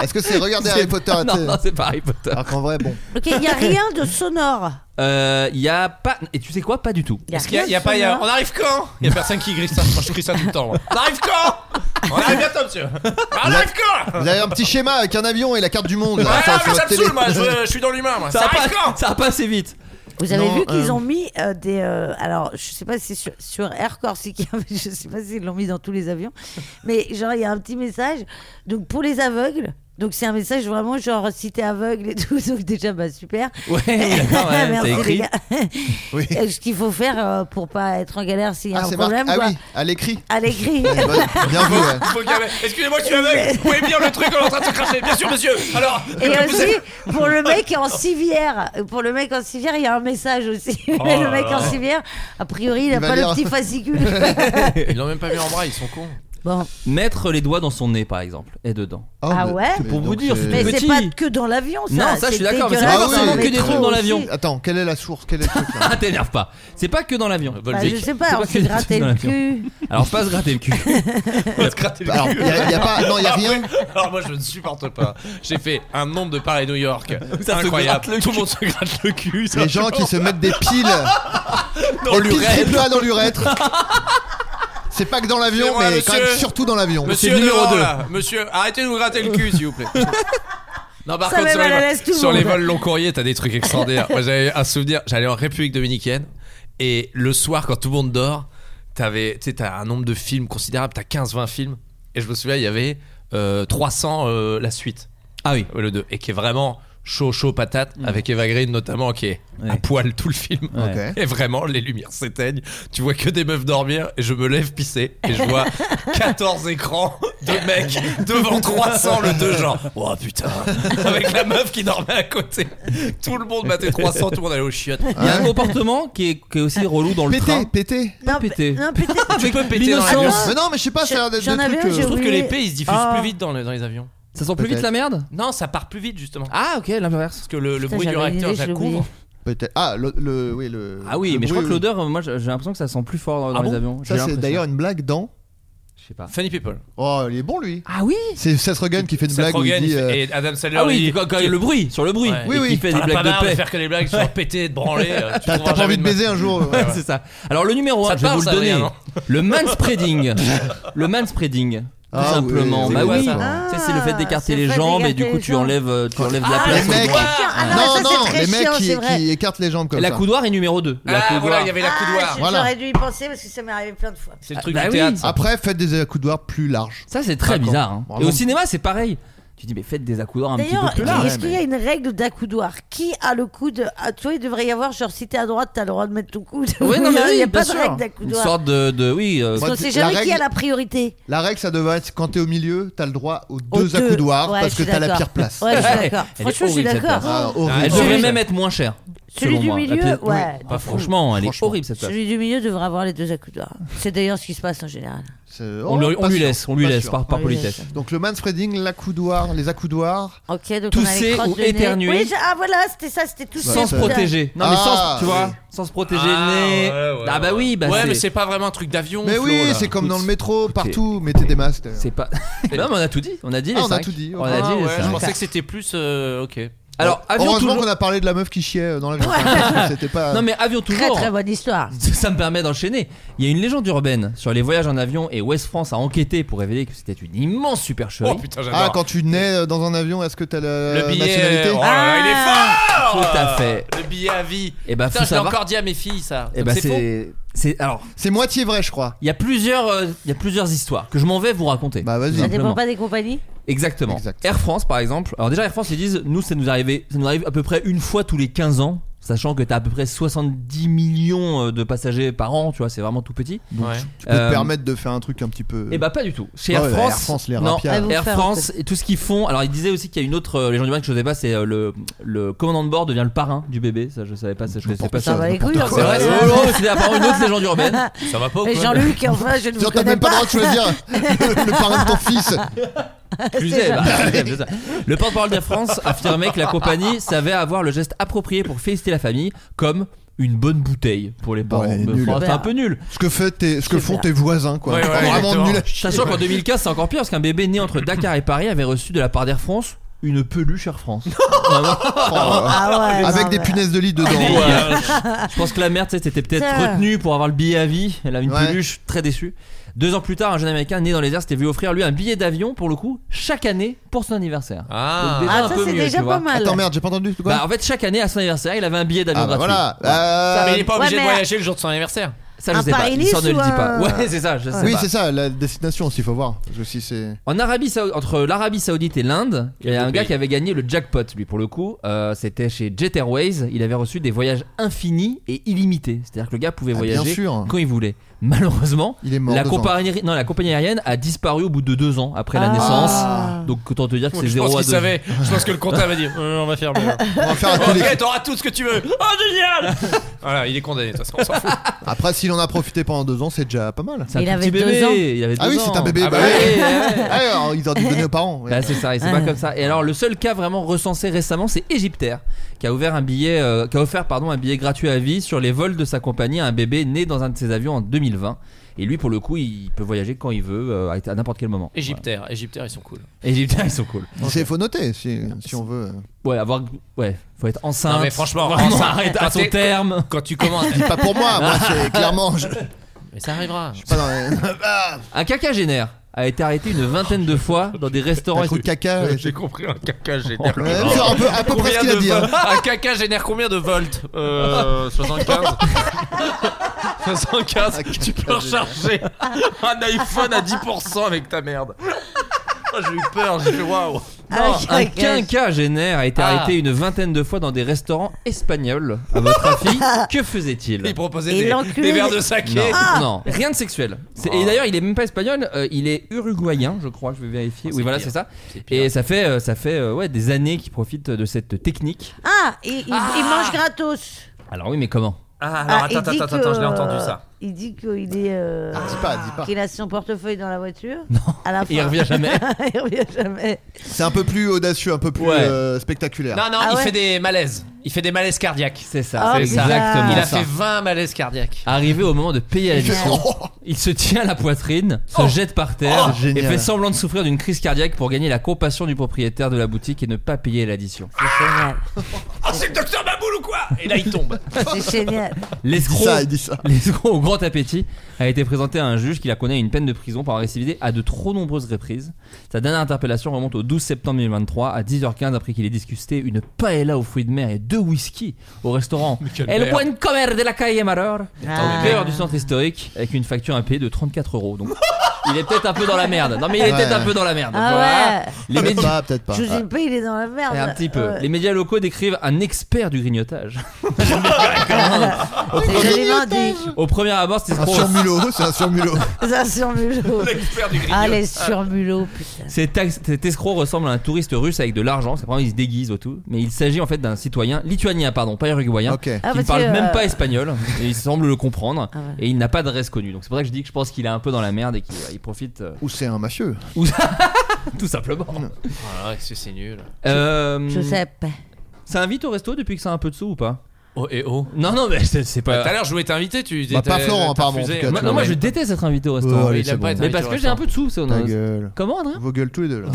[SPEAKER 8] Est-ce que c'est
[SPEAKER 10] <laughs>
[SPEAKER 8] regarder Harry Potter
[SPEAKER 7] <laughs> Non,
[SPEAKER 8] t'sais
[SPEAKER 7] non, c'est pas Harry Potter.
[SPEAKER 8] Alors qu'en vrai, bon.
[SPEAKER 9] Ok, il n'y a rien de sonore.
[SPEAKER 7] Euh, y a pas. Et tu sais quoi Pas du tout.
[SPEAKER 9] Il n'y a,
[SPEAKER 10] Parce qu'il y a-
[SPEAKER 9] rien
[SPEAKER 10] il y a
[SPEAKER 9] de
[SPEAKER 10] pas, il y a-
[SPEAKER 9] sonore.
[SPEAKER 10] on arrive quand Il y a personne qui grille ça. Moi, je crie ça tout le temps. moi. On arrive quand On arrive bientôt, monsieur. On arrive quand
[SPEAKER 8] Vous avez un petit schéma avec un avion et la carte du monde.
[SPEAKER 10] Ah,
[SPEAKER 8] Enfin,
[SPEAKER 10] non,
[SPEAKER 8] sur
[SPEAKER 10] mais ça
[SPEAKER 8] votre
[SPEAKER 10] me
[SPEAKER 8] télé. Ah,
[SPEAKER 10] saoule, moi. Je, veux- je suis dans l'humain, moi. Ça,
[SPEAKER 7] va
[SPEAKER 10] arrive
[SPEAKER 7] pas,
[SPEAKER 10] quand
[SPEAKER 7] ça va pas assez vite.
[SPEAKER 9] Vous avez
[SPEAKER 8] Non,
[SPEAKER 9] vu qu'ils
[SPEAKER 8] euh,
[SPEAKER 9] ont mis euh, des. euh, alors, je sais pas si sur, sur Air Corsica, <laughs> mais je sais pas s'ils l'ont mis dans tous les avions, mais genre, il y a un petit message. Donc, pour les aveugles, donc c'est un message vraiment genre si t'es aveugle et tout, <laughs> donc déjà, bah super.
[SPEAKER 7] Ouais, Eh
[SPEAKER 9] <laughs>
[SPEAKER 7] d'accord, ouais,
[SPEAKER 9] Merci,
[SPEAKER 7] t'as
[SPEAKER 9] les
[SPEAKER 7] écrit.
[SPEAKER 9] gars.
[SPEAKER 8] Oui.
[SPEAKER 9] Et ce qu'il faut faire euh, pour pas être en galère s'il y a
[SPEAKER 8] Ah,
[SPEAKER 9] un
[SPEAKER 8] c'est
[SPEAKER 9] problème,
[SPEAKER 8] marqué. Ah
[SPEAKER 9] quoi.
[SPEAKER 8] oui, à l'écrit.
[SPEAKER 9] À
[SPEAKER 8] <laughs>
[SPEAKER 9] l'écrit.
[SPEAKER 8] Ouais, bah, Bien vu, ouais.
[SPEAKER 10] Faut qu'il y ait- Excusez-moi, je suis aveugle. Vous pouvez me dire le truc, on est en train de se cracher. Bien sûr, monsieur. Alors,
[SPEAKER 9] Et
[SPEAKER 10] vous
[SPEAKER 9] aussi,
[SPEAKER 10] êtes-
[SPEAKER 9] pour le mec en civière, pour le mec en civière, il y a un message aussi.
[SPEAKER 7] Oh
[SPEAKER 9] Mais le mec en civière, a priori, il n'a
[SPEAKER 8] Il va
[SPEAKER 9] pas le
[SPEAKER 8] lire. <laughs>
[SPEAKER 9] petit fascicule. <laughs>
[SPEAKER 10] Ils l'ont même pas mis en bras, ils sont cons.
[SPEAKER 9] Bon.
[SPEAKER 7] Mettre les doigts dans son nez, par exemple, et dedans.
[SPEAKER 8] Oh,
[SPEAKER 9] Ah ouais
[SPEAKER 7] C'est Pour vous dire, c'est
[SPEAKER 8] euh,
[SPEAKER 9] Mais
[SPEAKER 7] tout
[SPEAKER 9] c'est
[SPEAKER 7] petit.
[SPEAKER 9] pas que dans l'avion, ça.
[SPEAKER 7] Non, ça, je suis d'accord, mais c'est
[SPEAKER 9] dégueulasse
[SPEAKER 7] pas forcément
[SPEAKER 9] le
[SPEAKER 7] que des
[SPEAKER 9] métro
[SPEAKER 7] trucs dans
[SPEAKER 9] aussi.
[SPEAKER 7] l'avion.
[SPEAKER 8] Attends, quelle est la source Quel est le truc
[SPEAKER 7] Ah, t'énerve pas. C'est pas que dans l'avion.
[SPEAKER 9] Bah, je sais pas, on
[SPEAKER 7] que
[SPEAKER 9] s'est
[SPEAKER 7] des
[SPEAKER 9] gratté
[SPEAKER 7] trucs dans
[SPEAKER 9] le
[SPEAKER 7] l'avion.
[SPEAKER 9] cul.
[SPEAKER 7] <laughs> Alors, pas se gratter le cul.
[SPEAKER 10] <laughs> On se gratter le
[SPEAKER 8] Alors,
[SPEAKER 10] cul.
[SPEAKER 8] y a- y a pas-
[SPEAKER 10] Ah,
[SPEAKER 8] non, y a rien.
[SPEAKER 10] Alors, moi, je ne supporte pas. J'ai fait un nombre de Paris-New York.
[SPEAKER 7] se
[SPEAKER 10] Incroyable.
[SPEAKER 7] gratte le
[SPEAKER 10] Tout le monde se gratte le cul. ça.
[SPEAKER 8] Les gens qui se mettent des piles
[SPEAKER 10] Dans
[SPEAKER 8] Des piles
[SPEAKER 10] l'urètre.
[SPEAKER 8] très plats dans l'urètre. C'est pas que dans l'avion,
[SPEAKER 10] Excusez-moi,
[SPEAKER 8] mais quand même
[SPEAKER 10] monsieur.
[SPEAKER 8] surtout dans l'avion.
[SPEAKER 10] Monsieur
[SPEAKER 7] C'est le
[SPEAKER 10] devant,
[SPEAKER 7] numéro deux.
[SPEAKER 10] là. Monsieur, arrêtez de nous gratter le cul, s'il vous plaît. <laughs> Non, par
[SPEAKER 9] Ça
[SPEAKER 10] contre,
[SPEAKER 9] met
[SPEAKER 10] sur,
[SPEAKER 9] mal à
[SPEAKER 10] les,
[SPEAKER 9] l'aise tout
[SPEAKER 10] vols-
[SPEAKER 9] le
[SPEAKER 10] sur les
[SPEAKER 9] monde.
[SPEAKER 10] vols long courrier, t'as des trucs extraordinaires.
[SPEAKER 9] <laughs>
[SPEAKER 10] Moi, j'avais un souvenir. J'allais en République Dominicaine et le soir, quand tout le monde dort, t'avais, tu sais, t'as un nombre de films considérable. T'as 15-20 films. Et je me souviens, il y avait euh, 300 euh, la suite,
[SPEAKER 7] Ah oui. Mm.
[SPEAKER 10] le 2, et qui est vraiment chaud, chaud patate, avec Eva Green notamment, qui est à
[SPEAKER 7] Ouais.
[SPEAKER 10] poil tout le film.
[SPEAKER 7] Ouais.
[SPEAKER 8] Ok.
[SPEAKER 10] Et vraiment, les lumières s'éteignent. Tu vois que des meufs dormir. Et je me lève pisser. Et
[SPEAKER 7] <laughs>
[SPEAKER 10] je vois 14 écrans de mecs devant 300 le 2 genre. Oh putain. <laughs> Avec la meuf qui dormait à côté. Tout le monde battait 300. Tout le monde allait au chiottes.
[SPEAKER 7] Il y a un
[SPEAKER 8] Ouais.
[SPEAKER 7] comportement qui est, qui est aussi relou dans le train.
[SPEAKER 8] Pété, pété.
[SPEAKER 9] Non,
[SPEAKER 7] pété.
[SPEAKER 9] Non, pété.
[SPEAKER 8] <laughs>
[SPEAKER 10] Ah, Tu peux péter dans
[SPEAKER 7] l'innocence.
[SPEAKER 10] l'avion.
[SPEAKER 9] Ah
[SPEAKER 8] Mais non, mais je sais pas,
[SPEAKER 9] Je-
[SPEAKER 8] ça a l'air d'être
[SPEAKER 9] j'en
[SPEAKER 8] des
[SPEAKER 9] avais
[SPEAKER 8] trucs. euh,
[SPEAKER 9] un, j'ai
[SPEAKER 10] Je trouve que
[SPEAKER 9] Oui.
[SPEAKER 10] l'épée, ils se diffusent
[SPEAKER 9] Ah.
[SPEAKER 10] plus vite dans, le- dans les avions.
[SPEAKER 7] Ça sent plus
[SPEAKER 8] Peut-être.
[SPEAKER 7] vite la merde
[SPEAKER 10] Non, ça part plus vite justement.
[SPEAKER 7] Ah, ok, l'inverse.
[SPEAKER 10] Parce que le, le
[SPEAKER 9] Putain,
[SPEAKER 10] bruit du
[SPEAKER 9] j'avais une
[SPEAKER 10] réacteur,
[SPEAKER 9] idée,
[SPEAKER 10] ça
[SPEAKER 9] je l'ai
[SPEAKER 10] couvre.
[SPEAKER 9] oubliée.
[SPEAKER 8] Peut-être. Ah, le, le- oui, le.
[SPEAKER 7] Ah oui,
[SPEAKER 8] le
[SPEAKER 7] mais je crois
[SPEAKER 8] bruit,
[SPEAKER 7] que
[SPEAKER 8] oui.
[SPEAKER 7] l'odeur, euh, moi j'ai j'ai l'impression que ça sent plus fort dans
[SPEAKER 8] Ah
[SPEAKER 7] les
[SPEAKER 8] bon
[SPEAKER 7] avions. J'ai
[SPEAKER 8] Ça, c'est
[SPEAKER 7] l'impression.
[SPEAKER 8] d'ailleurs une blague dans.
[SPEAKER 7] Je sais pas.
[SPEAKER 10] Funny people.
[SPEAKER 8] Oh, il est bon lui.
[SPEAKER 7] Ah oui
[SPEAKER 8] C'est Seth Rogen qui fait une
[SPEAKER 10] Seth
[SPEAKER 8] blague où il
[SPEAKER 10] Rogen,
[SPEAKER 8] dit.
[SPEAKER 10] il
[SPEAKER 8] euh,
[SPEAKER 10] fait- et Adam Sandler.
[SPEAKER 7] Ah oui,
[SPEAKER 10] il-
[SPEAKER 7] quand, quand il y a le bruit, sur le bruit.
[SPEAKER 10] Ouais.
[SPEAKER 8] Oui, oui.
[SPEAKER 7] Il fait des
[SPEAKER 10] T'en as pas
[SPEAKER 7] blagues
[SPEAKER 10] marre
[SPEAKER 7] de paix. <laughs>
[SPEAKER 10] faire que des blagues sur péter, de branler. euh, tu
[SPEAKER 8] T'as t'as
[SPEAKER 10] trouveras
[SPEAKER 8] pas
[SPEAKER 10] jamais
[SPEAKER 8] envie de
[SPEAKER 10] meuf.
[SPEAKER 8] baiser un jour.
[SPEAKER 7] <laughs>
[SPEAKER 8] ouais.
[SPEAKER 7] C'est ça. Alors le numéro
[SPEAKER 10] Ça
[SPEAKER 7] 1,
[SPEAKER 10] te
[SPEAKER 7] je vais
[SPEAKER 10] parle,
[SPEAKER 7] vous le
[SPEAKER 10] ça,
[SPEAKER 7] donner.
[SPEAKER 10] Adrien, non
[SPEAKER 7] le
[SPEAKER 10] <laughs>
[SPEAKER 7] manspreading. le manspreading. Tout
[SPEAKER 8] Ah
[SPEAKER 7] simplement.
[SPEAKER 8] oui,
[SPEAKER 7] bah
[SPEAKER 8] c'est quoi
[SPEAKER 7] oui.
[SPEAKER 8] ça
[SPEAKER 7] Tu sais, c'est le fait
[SPEAKER 9] Ah, c'est
[SPEAKER 7] d'écarter
[SPEAKER 9] le
[SPEAKER 7] les
[SPEAKER 9] fait
[SPEAKER 7] jambes
[SPEAKER 9] d'écarter
[SPEAKER 7] et du coup
[SPEAKER 9] les
[SPEAKER 7] tu
[SPEAKER 9] jambes.
[SPEAKER 7] enlèves, euh, tu enlèves de la
[SPEAKER 10] Ah,
[SPEAKER 7] place.
[SPEAKER 8] les mecs.
[SPEAKER 9] Ah non,
[SPEAKER 8] Non,
[SPEAKER 9] ça, c'est
[SPEAKER 8] non,
[SPEAKER 9] très
[SPEAKER 8] les mecs
[SPEAKER 9] chiant,
[SPEAKER 8] qui,
[SPEAKER 9] c'est vrai.
[SPEAKER 8] qui écartent les jambes comme
[SPEAKER 7] La
[SPEAKER 8] ça.
[SPEAKER 7] coudoir est numéro 2. La
[SPEAKER 10] Ah,
[SPEAKER 7] coudoir.
[SPEAKER 10] voilà, il y avait la coudoir.
[SPEAKER 9] Ah, j'ai-
[SPEAKER 8] Voilà.
[SPEAKER 9] J'aurais dû y penser parce que ça m'est arrivé plein de fois.
[SPEAKER 10] C'est le truc
[SPEAKER 7] bah
[SPEAKER 10] du
[SPEAKER 7] oui.
[SPEAKER 10] théâtre. ça.
[SPEAKER 8] Après, faites des accoudoirs plus larges.
[SPEAKER 7] Ça c'est très
[SPEAKER 8] D'accord.
[SPEAKER 7] bizarre. hein. Et
[SPEAKER 8] Vraiment.
[SPEAKER 7] au cinéma c'est pareil. Tu dis mais faites des accoudoirs un petit peu
[SPEAKER 9] D'ailleurs,
[SPEAKER 7] plus larges.
[SPEAKER 9] est-ce qu'il y a une règle d'accoudoir Qui a le coude à toi Il devrait y avoir, genre, si t'es à droite, t'as le droit de mettre ton coude. <laughs>
[SPEAKER 7] Oui, non, mais
[SPEAKER 9] il n'y a
[SPEAKER 7] oui,
[SPEAKER 9] pas
[SPEAKER 7] bien
[SPEAKER 9] de règle
[SPEAKER 7] sûr. Une
[SPEAKER 9] d'accoudoir.
[SPEAKER 7] sorte de, de- oui. euh,
[SPEAKER 9] Parce
[SPEAKER 8] Moi,
[SPEAKER 9] qu'on sait
[SPEAKER 8] la
[SPEAKER 9] jamais qui
[SPEAKER 8] règle-
[SPEAKER 9] a la priorité.
[SPEAKER 8] La règle, ça devrait être quand t'es au milieu, t'as le droit aux
[SPEAKER 9] Aux
[SPEAKER 8] deux accoudoirs
[SPEAKER 9] Ouais,
[SPEAKER 8] parce
[SPEAKER 9] je
[SPEAKER 8] que
[SPEAKER 9] suis
[SPEAKER 8] t'as la
[SPEAKER 9] d'accord.
[SPEAKER 8] pire place.
[SPEAKER 9] Ouais, je suis
[SPEAKER 7] Ouais.
[SPEAKER 9] d'accord.
[SPEAKER 7] Elle est
[SPEAKER 9] Franchement, je suis
[SPEAKER 7] horrible, cette
[SPEAKER 9] d'accord.
[SPEAKER 7] place.
[SPEAKER 8] Ah,
[SPEAKER 7] elle
[SPEAKER 8] horrible.
[SPEAKER 7] devrait
[SPEAKER 9] Celui-
[SPEAKER 7] même être moins chère.
[SPEAKER 9] Celui
[SPEAKER 7] selon
[SPEAKER 9] du
[SPEAKER 7] moi.
[SPEAKER 9] milieu,
[SPEAKER 7] La pièce-
[SPEAKER 9] ouais.
[SPEAKER 7] Bah, franchement, elle est
[SPEAKER 8] Franchement.
[SPEAKER 7] horrible cette place.
[SPEAKER 9] Celui du milieu devrait avoir les deux accoudoirs. C'est d'ailleurs ce qui se passe en général.
[SPEAKER 8] C'est-
[SPEAKER 7] On,
[SPEAKER 8] oh,
[SPEAKER 7] lui- on
[SPEAKER 8] pas
[SPEAKER 7] lui
[SPEAKER 8] sûr,
[SPEAKER 7] laisse, on lui
[SPEAKER 8] pas
[SPEAKER 7] laisse
[SPEAKER 8] sûr.
[SPEAKER 7] par, par
[SPEAKER 9] On lui
[SPEAKER 7] politesse.
[SPEAKER 8] Donc le manspreading, l'accoudoir, les accoudoirs.
[SPEAKER 9] Ok, donc on a
[SPEAKER 7] Tousser
[SPEAKER 9] les crottes
[SPEAKER 7] ou
[SPEAKER 9] de nez.
[SPEAKER 7] éternuer.
[SPEAKER 9] Oui, je- ah voilà, c'était ça, c'était tousser.
[SPEAKER 7] Sans se
[SPEAKER 8] Ouais.
[SPEAKER 7] protéger. Non, mais
[SPEAKER 8] Ah,
[SPEAKER 7] sans, tu vois,
[SPEAKER 8] oui.
[SPEAKER 7] sans se protéger
[SPEAKER 10] Ah,
[SPEAKER 7] le nez.
[SPEAKER 10] ouais, ouais,
[SPEAKER 7] ah bah oui, bah
[SPEAKER 10] ouais, mais
[SPEAKER 7] c'est.
[SPEAKER 10] c'est pas vraiment un truc d'avion.
[SPEAKER 8] Mais
[SPEAKER 10] Flo,
[SPEAKER 8] oui,
[SPEAKER 10] là.
[SPEAKER 8] c'est comme dans le
[SPEAKER 10] Écoute,
[SPEAKER 8] métro, partout, mettez des masques. d'ailleurs.
[SPEAKER 7] C'est
[SPEAKER 10] <laughs>
[SPEAKER 7] pas. <laughs> non, mais on a tout dit. On a dit
[SPEAKER 8] Ah,
[SPEAKER 7] les
[SPEAKER 8] on a
[SPEAKER 7] cinq.
[SPEAKER 8] tout dit,
[SPEAKER 7] On a
[SPEAKER 8] ok.
[SPEAKER 7] dit
[SPEAKER 10] Ah
[SPEAKER 7] les
[SPEAKER 10] ouais, je
[SPEAKER 7] cinq.
[SPEAKER 10] pensais que c'était plus. euh, ok.
[SPEAKER 7] Alors, avion
[SPEAKER 8] Heureusement
[SPEAKER 7] toujours.
[SPEAKER 8] qu'on a parlé de la meuf qui chiait euh, dans l'avion. Parce que <laughs> C'était pas.
[SPEAKER 7] Non, mais avion
[SPEAKER 9] Très
[SPEAKER 7] toujours.
[SPEAKER 9] très bonne histoire.
[SPEAKER 7] Ça me permet d'enchaîner. Il y a une légende urbaine sur les voyages en avion et West France a enquêté pour révéler que c'était une immense supercherie.
[SPEAKER 10] Oh putain, j'adore.
[SPEAKER 8] Ah, quand tu nais euh, dans un avion, est-ce que t'as la
[SPEAKER 10] le billet.
[SPEAKER 7] euh,
[SPEAKER 8] nationalité
[SPEAKER 10] Oh là là, il est fort
[SPEAKER 7] Tout à fait.
[SPEAKER 10] Le billet à vie.
[SPEAKER 7] Et bah,
[SPEAKER 10] Putain,
[SPEAKER 7] faut
[SPEAKER 10] je l'ai
[SPEAKER 7] savoir.
[SPEAKER 10] encore dit à mes filles, ça.
[SPEAKER 7] Et
[SPEAKER 10] Donc
[SPEAKER 7] bah,
[SPEAKER 10] c'est faux.
[SPEAKER 7] c'est. c'est- Alors,
[SPEAKER 8] C'est moitié vrai, je crois.
[SPEAKER 7] il y a plusieurs, euh, il y a plusieurs histoires que je m'en vais vous raconter.
[SPEAKER 8] Bah, vas-y.
[SPEAKER 7] Tout
[SPEAKER 9] Ça
[SPEAKER 7] simplement.
[SPEAKER 9] dépend pas des compagnies
[SPEAKER 7] Exactement.
[SPEAKER 8] Exact.
[SPEAKER 7] Air France, par exemple. Alors déjà, Air France, ils disent, nous, ça nous arrive, ça nous arrive à peu près une fois tous les 15 ans, sachant que t'as à peu près 70 millions euh, de passagers par an, tu vois, c'est vraiment tout petit.
[SPEAKER 10] Ouais.
[SPEAKER 8] Tu peux
[SPEAKER 7] Euh,
[SPEAKER 8] te permettre de faire un truc un petit peu.
[SPEAKER 7] Et bah pas du tout. Chez
[SPEAKER 8] Ah
[SPEAKER 7] Air
[SPEAKER 8] ouais,
[SPEAKER 7] France,
[SPEAKER 8] Air France, les
[SPEAKER 7] non,
[SPEAKER 8] rapias.
[SPEAKER 9] Elles vont
[SPEAKER 7] Air
[SPEAKER 9] faire,
[SPEAKER 7] France et tout ce qu'ils font. Alors ils disaient aussi qu'il y a une autre euh, légende urbaine que je ne savais pas, c'est euh, le, le commandant de bord devient le parrain du bébé. Ça je savais pas, ça, je connaissais pas
[SPEAKER 9] Ça
[SPEAKER 7] ça.
[SPEAKER 9] va les couilles.
[SPEAKER 8] n'importe
[SPEAKER 9] en
[SPEAKER 7] C'est
[SPEAKER 8] quoi.
[SPEAKER 7] vrai,
[SPEAKER 9] fait.
[SPEAKER 7] c'est- oh, oh, c'était apparemment une autre légende urbaine.
[SPEAKER 10] Ça va pas ou
[SPEAKER 9] Et
[SPEAKER 10] quoi
[SPEAKER 9] Jean-Luc, enfin, je ne vous
[SPEAKER 8] Genre, t'as
[SPEAKER 9] connais
[SPEAKER 8] même pas le
[SPEAKER 9] pas.
[SPEAKER 8] droit de choisir
[SPEAKER 9] <laughs>
[SPEAKER 8] le, le parrain de ton fils.
[SPEAKER 10] <laughs>
[SPEAKER 7] Plus
[SPEAKER 9] C'est
[SPEAKER 7] est,
[SPEAKER 9] ça.
[SPEAKER 7] bah, plus est, plus est. Le porte-parole d'Air France affirmait que la
[SPEAKER 10] <laughs>
[SPEAKER 7] compagnie savait avoir le geste approprié pour féliciter la famille comme une bonne bouteille pour les parents.
[SPEAKER 8] Ouais,
[SPEAKER 7] Mais
[SPEAKER 8] nul.
[SPEAKER 10] Ah,
[SPEAKER 7] enfin, C'est
[SPEAKER 10] bah.
[SPEAKER 7] un peu nul.
[SPEAKER 8] Ce que, fait tes- ce que
[SPEAKER 9] C'est
[SPEAKER 8] font
[SPEAKER 9] bien.
[SPEAKER 8] tes voisins, quoi.
[SPEAKER 10] Ouais, ouais,
[SPEAKER 8] Vraiment
[SPEAKER 10] exactement.
[SPEAKER 8] nul à chier.
[SPEAKER 7] Sachant qu'en 2015, c'est encore pire parce qu'un bébé né entre Dakar et Paris avait reçu de la part d'Air France une peluche Air
[SPEAKER 10] <laughs>
[SPEAKER 7] France. Vraiment.
[SPEAKER 9] Ah ouais,
[SPEAKER 8] Avec
[SPEAKER 9] non,
[SPEAKER 8] des
[SPEAKER 9] mais-
[SPEAKER 8] punaises de lit dedans.
[SPEAKER 7] Ah, euh, Je pense que la merde, tu sais, t'étais peut-être
[SPEAKER 9] Ça.
[SPEAKER 7] retenu pour avoir le billet à vie. Elle a une
[SPEAKER 8] Ouais.
[SPEAKER 7] peluche, très déçue. Deux ans plus tard, un jeune américain né dans les airs s'était vu offrir lui un billet d'avion pour le coup chaque année pour son anniversaire.
[SPEAKER 10] Ah.
[SPEAKER 7] Donc déjà-
[SPEAKER 9] Ah,
[SPEAKER 7] un
[SPEAKER 9] ça
[SPEAKER 7] peu
[SPEAKER 9] c'est
[SPEAKER 7] mieux,
[SPEAKER 9] déjà
[SPEAKER 7] tu vois.
[SPEAKER 9] pas mal.
[SPEAKER 8] Attends, merde, j'ai pas entendu. Quoi
[SPEAKER 7] Bah, en fait, chaque année à son anniversaire, il avait un billet d'avion
[SPEAKER 8] Ah, bah,
[SPEAKER 7] gratuit.
[SPEAKER 8] voilà.
[SPEAKER 7] Ouais.
[SPEAKER 8] Euh,
[SPEAKER 10] Ah, Mais il est pas
[SPEAKER 9] Ouais,
[SPEAKER 10] obligé de
[SPEAKER 9] mais-
[SPEAKER 10] voyager le jour de son anniversaire.
[SPEAKER 7] Ça, je
[SPEAKER 9] Un
[SPEAKER 7] sais pas.
[SPEAKER 9] Paris-Nice
[SPEAKER 7] L'histoire ne le
[SPEAKER 9] ou
[SPEAKER 7] dit pas.
[SPEAKER 9] un-
[SPEAKER 7] <laughs> Ouais, c'est ça, je sais
[SPEAKER 8] Oui,
[SPEAKER 7] pas.
[SPEAKER 8] c'est ça, la destination aussi, faut voir. Parce que si c'est.
[SPEAKER 7] En Arabie Saoudite, entre l'Arabie Saoudite et l'Inde, il y a un
[SPEAKER 10] Quel
[SPEAKER 7] gars
[SPEAKER 10] pays.
[SPEAKER 7] qui avait gagné le jackpot, lui, pour le coup. Euh, C'était chez Jet Airways. Il avait reçu des voyages infinis et illimités. C'est-à-dire que le gars pouvait
[SPEAKER 8] Ah, bien
[SPEAKER 7] voyager
[SPEAKER 8] sûr.
[SPEAKER 7] quand il voulait. Malheureusement,
[SPEAKER 8] Il est mort.
[SPEAKER 7] la,
[SPEAKER 8] dedans.
[SPEAKER 7] compagnie, non, la compagnie aérienne a disparu au bout de deux ans après la
[SPEAKER 9] Ah.
[SPEAKER 7] naissance. Donc autant te dire que c'est
[SPEAKER 10] Je
[SPEAKER 7] zéro
[SPEAKER 10] pense
[SPEAKER 7] à
[SPEAKER 10] qu'il
[SPEAKER 7] deux.
[SPEAKER 10] savait. Je pense que le comptable va dire Euh, on va fermer.
[SPEAKER 7] <laughs>
[SPEAKER 10] là.
[SPEAKER 8] On va faire un coup
[SPEAKER 10] Ok,
[SPEAKER 8] d'écrit.
[SPEAKER 10] t'auras tout ce que tu veux. Oh, génial Voilà, il est condamné, de toute façon, on s'en fout.
[SPEAKER 8] Après, si s'il en a profité pendant deux ans, c'est déjà pas mal.
[SPEAKER 7] C'est un Il tout avait petit bébé, deux ans. il avait
[SPEAKER 8] ah
[SPEAKER 7] deux
[SPEAKER 8] oui,
[SPEAKER 7] ans.
[SPEAKER 8] c'est un bébé.
[SPEAKER 7] Ah
[SPEAKER 8] bah
[SPEAKER 7] bah
[SPEAKER 8] oui.
[SPEAKER 7] oui, ouais.
[SPEAKER 8] Ah, alors, ils ont dû donner aux parents. oui.
[SPEAKER 7] Bah, c'est ça, et c'est pas comme ça. Et alors, le seul cas vraiment recensé récemment, c'est Égyptaire, qui a ouvert un billet, euh, qui a offert pardon, un billet gratuit à vie sur les vols de sa compagnie à un bébé né dans un de ses avions en 2020. Et lui, pour le coup, il peut voyager quand il veut, euh, à à n'importe quel moment.
[SPEAKER 10] Égyptaire, Égyptaire, ils sont cool.
[SPEAKER 7] Égyptaires, ils sont cool.
[SPEAKER 8] C'est faut noter si, si
[SPEAKER 7] <laughs>
[SPEAKER 8] on veut.
[SPEAKER 7] Ouais, avoir, ouais, faut être enceinte.
[SPEAKER 10] Non,
[SPEAKER 7] <laughs>
[SPEAKER 10] mais franchement,
[SPEAKER 7] Vraiment,
[SPEAKER 10] enceinte,
[SPEAKER 7] arrête
[SPEAKER 10] quand
[SPEAKER 7] à son
[SPEAKER 10] t'es-
[SPEAKER 7] terme.
[SPEAKER 10] Quand tu commences.
[SPEAKER 8] Dis pas pour moi, moi c'est clairement. Je...
[SPEAKER 10] Mais ça arrivera.
[SPEAKER 8] Pas dans les-
[SPEAKER 7] Un quinquagénaire a été arrêté une vingtaine de fois dans des restaurants.
[SPEAKER 8] T'as cru caca, ouais.
[SPEAKER 10] J'ai compris un caca génère.
[SPEAKER 8] <laughs> Ouais, c'est un peu- à peu près ce qu'il a dit, hein.
[SPEAKER 10] Un caca génère combien de volts <laughs> euh, 75 75 Tu peux recharger un iPhone à 10% avec ta merde. Oh, j'ai eu peur, j'ai fait waouh.
[SPEAKER 9] Ah,
[SPEAKER 7] Non, un
[SPEAKER 10] quinquagénaire.
[SPEAKER 7] quinquagénaire a été
[SPEAKER 10] Ah.
[SPEAKER 7] arrêté une vingtaine de fois dans des restaurants espagnols.
[SPEAKER 9] <laughs>
[SPEAKER 7] À votre avis, que faisait-il
[SPEAKER 10] Il proposait
[SPEAKER 9] Et
[SPEAKER 10] des,
[SPEAKER 9] l'enculé.
[SPEAKER 10] des verres de saké.
[SPEAKER 7] Non,
[SPEAKER 9] Ah.
[SPEAKER 7] non, rien de sexuel. C'est- Et d'ailleurs, il est même pas espagnol, euh, il est uruguayen, je crois, je vais vérifier.
[SPEAKER 10] Oh,
[SPEAKER 7] oui,
[SPEAKER 10] c'est
[SPEAKER 7] voilà,
[SPEAKER 10] pire.
[SPEAKER 7] c'est ça.
[SPEAKER 10] C'est pire.
[SPEAKER 7] Et ça fait, euh, ça fait euh, ouais, des années qu'il profite de cette technique.
[SPEAKER 9] Ah, il, il- il mange gratos.
[SPEAKER 7] Alors oui, mais comment
[SPEAKER 10] Ah,
[SPEAKER 9] Ah,
[SPEAKER 10] alors
[SPEAKER 9] il
[SPEAKER 10] attends,
[SPEAKER 9] dit
[SPEAKER 10] attends,
[SPEAKER 9] que- euh,
[SPEAKER 10] attends, je l'ai entendu ça.
[SPEAKER 9] Il dit qu'il est. euh,
[SPEAKER 8] Dis pas, dis pas.
[SPEAKER 9] Qu'il a son portefeuille dans la voiture. Non. À la fin.
[SPEAKER 7] Il revient jamais.
[SPEAKER 9] <laughs> il revient jamais.
[SPEAKER 8] C'est un peu plus audacieux, un peu plus
[SPEAKER 7] Ouais.
[SPEAKER 8] euh, spectaculaire.
[SPEAKER 10] Non, non,
[SPEAKER 9] Ah
[SPEAKER 10] il
[SPEAKER 9] ouais.
[SPEAKER 10] fait des malaises. Il fait des malaises cardiaques.
[SPEAKER 7] C'est ça,
[SPEAKER 9] Oh,
[SPEAKER 7] c'est
[SPEAKER 9] putain.
[SPEAKER 7] exactement
[SPEAKER 10] Il a
[SPEAKER 7] ça.
[SPEAKER 10] fait 20 malaises cardiaques.
[SPEAKER 7] Arrivé au moment de payer l'addition,
[SPEAKER 8] Oh.
[SPEAKER 7] il se tient à la poitrine, se jette par terre
[SPEAKER 8] Oh,
[SPEAKER 7] et
[SPEAKER 8] génial.
[SPEAKER 7] fait semblant de souffrir d'une crise cardiaque pour gagner la compassion du propriétaire de la boutique et ne pas payer l'addition.
[SPEAKER 10] Ah, c'est le docteur Baboul ou quoi Et là, il tombe.
[SPEAKER 8] <laughs>
[SPEAKER 9] C'est génial.
[SPEAKER 8] Il dit
[SPEAKER 7] L'escroc,
[SPEAKER 8] ça, il dit ça.
[SPEAKER 7] l'escroc au grand appétit a été présenté à un juge qui la connaît à une peine de prison pour avoir récidivé à de trop nombreuses reprises. Sa dernière interpellation remonte au 12 septembre 2023 à 10h15 après qu'il ait discuté une paella aux fruits de mer et deux whisky au restaurant
[SPEAKER 10] quelle
[SPEAKER 7] El
[SPEAKER 10] merde.
[SPEAKER 7] Buen Comer de la Calle Maror,
[SPEAKER 9] Ah.
[SPEAKER 7] au cœur du centre historique, avec une facture impayée de 34 euros. Donc, il est peut-être un peu dans la merde. Non, mais il est
[SPEAKER 8] Ouais.
[SPEAKER 7] peut-être un peu dans la merde.
[SPEAKER 9] Ah
[SPEAKER 7] Voilà.
[SPEAKER 9] ouais.
[SPEAKER 7] Les
[SPEAKER 8] Peut-être
[SPEAKER 7] médias-
[SPEAKER 8] pas, peut-être pas.
[SPEAKER 9] Josépe, il est dans la merde.
[SPEAKER 8] bah.
[SPEAKER 7] un petit peu.
[SPEAKER 9] Ouais.
[SPEAKER 7] Les médias locaux décrivent un expert du grignotage.
[SPEAKER 9] C'est joliment Oh, dit.
[SPEAKER 7] Au premier abord, c'était
[SPEAKER 8] Ah, Un surmulot, c'est un
[SPEAKER 10] <laughs>
[SPEAKER 8] surmulot. <laughs>
[SPEAKER 9] Ça, surmulot. Ah, les surmulots, putain.
[SPEAKER 7] Cet, ex- cet escroc ressemble à un touriste russe avec de l'argent, c'est vraiment il se déguise au tout, mais il s'agit en fait d'un citoyen lituanien, pardon, pas uruguayen,
[SPEAKER 8] Ok.
[SPEAKER 9] Ah,
[SPEAKER 7] qui ne
[SPEAKER 9] parce
[SPEAKER 7] parle
[SPEAKER 9] que,
[SPEAKER 7] même
[SPEAKER 9] euh,
[SPEAKER 7] pas espagnol, et il semble le comprendre,
[SPEAKER 9] Ah ouais.
[SPEAKER 7] et il n'a pas d'adresse connue. Donc c'est pour ça que je dis que je pense qu'il est un peu dans la merde et qu'il euh, il profite
[SPEAKER 8] <laughs>
[SPEAKER 7] euh,
[SPEAKER 8] Ou c'est un mafieux.
[SPEAKER 7] tout simplement.
[SPEAKER 10] Ah, qu'est-ce que c'est nul.
[SPEAKER 8] Hmm.
[SPEAKER 7] Euh,
[SPEAKER 9] Joseph.
[SPEAKER 7] ça invite au resto depuis que ça a un peu de sous ou pas
[SPEAKER 10] Oh et oh.
[SPEAKER 7] Non, non, mais c'est c'est
[SPEAKER 10] Tout
[SPEAKER 7] pas.
[SPEAKER 10] à l'heure, je voulais t'inviter, tu
[SPEAKER 8] Bah, pas
[SPEAKER 10] t'as-
[SPEAKER 8] Florent,
[SPEAKER 10] t'as
[SPEAKER 8] apparemment,
[SPEAKER 10] refusé.
[SPEAKER 8] en tout cas,
[SPEAKER 7] Moi-
[SPEAKER 8] tu
[SPEAKER 7] non, moi
[SPEAKER 8] l'as
[SPEAKER 7] je déteste être invité au resto.
[SPEAKER 8] Oh,
[SPEAKER 10] il
[SPEAKER 8] allez,
[SPEAKER 10] a
[SPEAKER 8] c'est
[SPEAKER 10] pas
[SPEAKER 8] bon.
[SPEAKER 10] été-
[SPEAKER 7] mais parce que j'ai un peu de sous, c'est
[SPEAKER 8] Ta gueule.
[SPEAKER 7] Comment Adrien
[SPEAKER 8] Vos gueules tous les deux
[SPEAKER 10] <laughs>
[SPEAKER 8] là.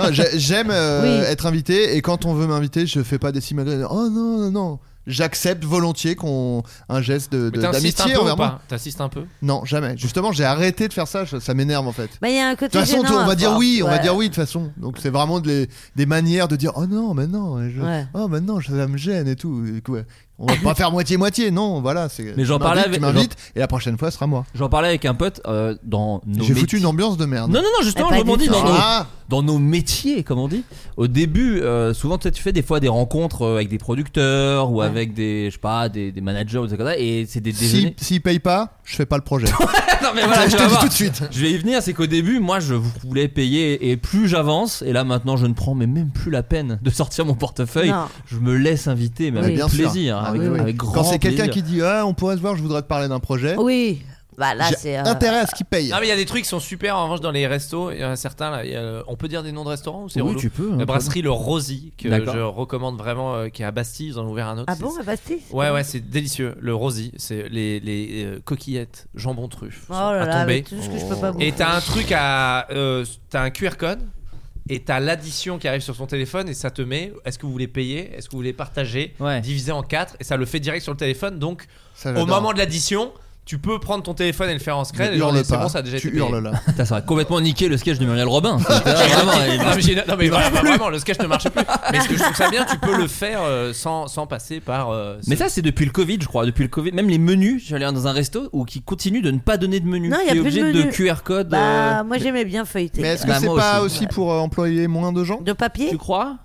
[SPEAKER 8] Non, j'ai- J'aime euh,
[SPEAKER 9] Oui.
[SPEAKER 8] être invité et quand on veut m'inviter, je fais pas des simagrées. Oh non, non, non. J'accepte volontiers qu'on un geste de- de-
[SPEAKER 10] Mais T'insistes un
[SPEAKER 8] d'amitié
[SPEAKER 10] peu ou
[SPEAKER 8] envers
[SPEAKER 10] pas
[SPEAKER 8] moi.
[SPEAKER 10] T'insistes un peu
[SPEAKER 8] Non, jamais. Justement, j'ai arrêté de faire ça. je- Ça m'énerve en fait.
[SPEAKER 9] Bah, il y a un côté.
[SPEAKER 8] De toute façon,
[SPEAKER 9] gênant
[SPEAKER 8] on va
[SPEAKER 9] à
[SPEAKER 8] dire
[SPEAKER 9] force,
[SPEAKER 8] oui, on va
[SPEAKER 9] ouais.
[SPEAKER 8] dire oui de toute façon. Donc c'est vraiment des, des manières de dire oh non, maintenant, je,
[SPEAKER 9] Ouais.
[SPEAKER 8] oh maintenant, ça me gêne et tout. Et quoi, On va pas faire moitié moitié, non. Voilà, c'est.
[SPEAKER 7] Mais j'en
[SPEAKER 8] tu
[SPEAKER 7] parlais
[SPEAKER 8] m'invites,
[SPEAKER 7] avec-
[SPEAKER 8] Tu m'invites et la prochaine fois ce sera moi.
[SPEAKER 7] J'en parlais avec un pote euh, dans nos.
[SPEAKER 8] J'ai foutu
[SPEAKER 7] métiers-
[SPEAKER 8] une ambiance de merde.
[SPEAKER 7] Non, non, non, justement,
[SPEAKER 9] Eh, pas
[SPEAKER 7] je
[SPEAKER 9] du
[SPEAKER 7] rebondis
[SPEAKER 9] tout.
[SPEAKER 7] dans nos,
[SPEAKER 8] Ah,
[SPEAKER 7] dans nos métiers, comme on dit. Au début, euh, souvent, tu sais, tu fais des fois des rencontres euh, avec des producteurs ou avec des, je sais pas, des, des managers ou des trucs comme ça, et c'est des
[SPEAKER 8] si <laughs>
[SPEAKER 7] déjeuners.
[SPEAKER 8] s'il paye pas, je fais pas le projet.
[SPEAKER 7] non, mais <laughs> voilà,
[SPEAKER 8] je
[SPEAKER 7] tu
[SPEAKER 8] te
[SPEAKER 7] vas
[SPEAKER 8] dis
[SPEAKER 7] voir.
[SPEAKER 8] tout de suite.
[SPEAKER 7] Je vais y venir, c'est qu'au début, moi, je voulais payer et plus j'avance, et là maintenant, je ne prends mais même plus la peine de sortir mon portefeuille.
[SPEAKER 9] Non.
[SPEAKER 7] Je me laisse inviter, mais
[SPEAKER 9] Oui.
[SPEAKER 7] avec
[SPEAKER 8] Bien sûr.
[SPEAKER 7] plaisir,
[SPEAKER 8] Ah
[SPEAKER 7] avec,
[SPEAKER 8] oui, oui.
[SPEAKER 7] avec grand
[SPEAKER 8] Quand c'est quelqu'un
[SPEAKER 7] plaisir.
[SPEAKER 8] qui dit ah, on pourrait se voir, je voudrais te parler d'un projet.
[SPEAKER 9] Oui. Bah, là,
[SPEAKER 8] J'ai
[SPEAKER 9] c'est. euh,
[SPEAKER 8] intérêt à ce qu'il paye.
[SPEAKER 10] Non,
[SPEAKER 7] Ah
[SPEAKER 10] mais il y a des trucs qui sont super en revanche dans les restos. Il y en a certains là. il y a, euh, on peut dire des noms de restaurants ou c'est
[SPEAKER 7] oui,
[SPEAKER 10] relou
[SPEAKER 7] tu peux.
[SPEAKER 10] La
[SPEAKER 7] hein,
[SPEAKER 10] brasserie Le Rosy, que
[SPEAKER 7] D'accord.
[SPEAKER 10] je recommande vraiment, euh, qui est à Bastille. Ils en ont ouvert un autre.
[SPEAKER 9] Ah
[SPEAKER 10] c'est-
[SPEAKER 9] bon, à Bastille
[SPEAKER 10] Ouais, ouais, c'est délicieux. Le Rosy, c'est les, les euh, coquillettes, jambon truffe.
[SPEAKER 9] Oh
[SPEAKER 10] sont
[SPEAKER 9] là là,
[SPEAKER 10] à tomber.
[SPEAKER 9] avec tout ce que je peux pas bouffer.
[SPEAKER 10] Et t'as un truc à. euh, t'as un QR code et t'as l'addition qui arrive sur son téléphone et ça te met est-ce que vous voulez payer Est-ce que vous voulez partager
[SPEAKER 7] Ouais.
[SPEAKER 10] Diviser en 4 et ça le fait direct sur le téléphone. Donc
[SPEAKER 8] Ça,
[SPEAKER 10] au
[SPEAKER 8] Ah, j'adore.
[SPEAKER 10] moment de l'addition, tu peux prendre ton téléphone et le faire en
[SPEAKER 8] Ne
[SPEAKER 10] screen et genre,
[SPEAKER 8] hurle
[SPEAKER 10] c'est
[SPEAKER 8] pas.
[SPEAKER 10] bon, ça a déjà
[SPEAKER 8] tu
[SPEAKER 10] été payé.
[SPEAKER 8] hurles là.
[SPEAKER 7] Putain, ça aurait complètement niqué le sketch de Muriel Robin. C'était vraiment, il-
[SPEAKER 10] <laughs> Non mais, j'ai- non, mais voilà, vraiment le sketch ne
[SPEAKER 8] <laughs>
[SPEAKER 10] marche plus. Mais ce que je trouve ça bien, tu peux le faire euh, sans, sans passer par. euh, ce-
[SPEAKER 7] Mais ça, c'est depuis le Covid, je crois. Depuis le Covid, même les menus, j'allais dans un resto où qui continue de ne pas donner de menu.
[SPEAKER 9] Non, il y a
[SPEAKER 7] qui est
[SPEAKER 9] plus de
[SPEAKER 7] obligé
[SPEAKER 9] menu.
[SPEAKER 7] QR code.
[SPEAKER 9] Bah,
[SPEAKER 7] euh,
[SPEAKER 9] moi, j'aimais bien feuilleter. <laughs>
[SPEAKER 8] Mais est-ce que
[SPEAKER 7] Bah,
[SPEAKER 8] c'est
[SPEAKER 7] moi
[SPEAKER 8] pas
[SPEAKER 7] aussi.
[SPEAKER 8] aussi pour euh, employer moins de gens
[SPEAKER 9] De papier
[SPEAKER 7] Tu crois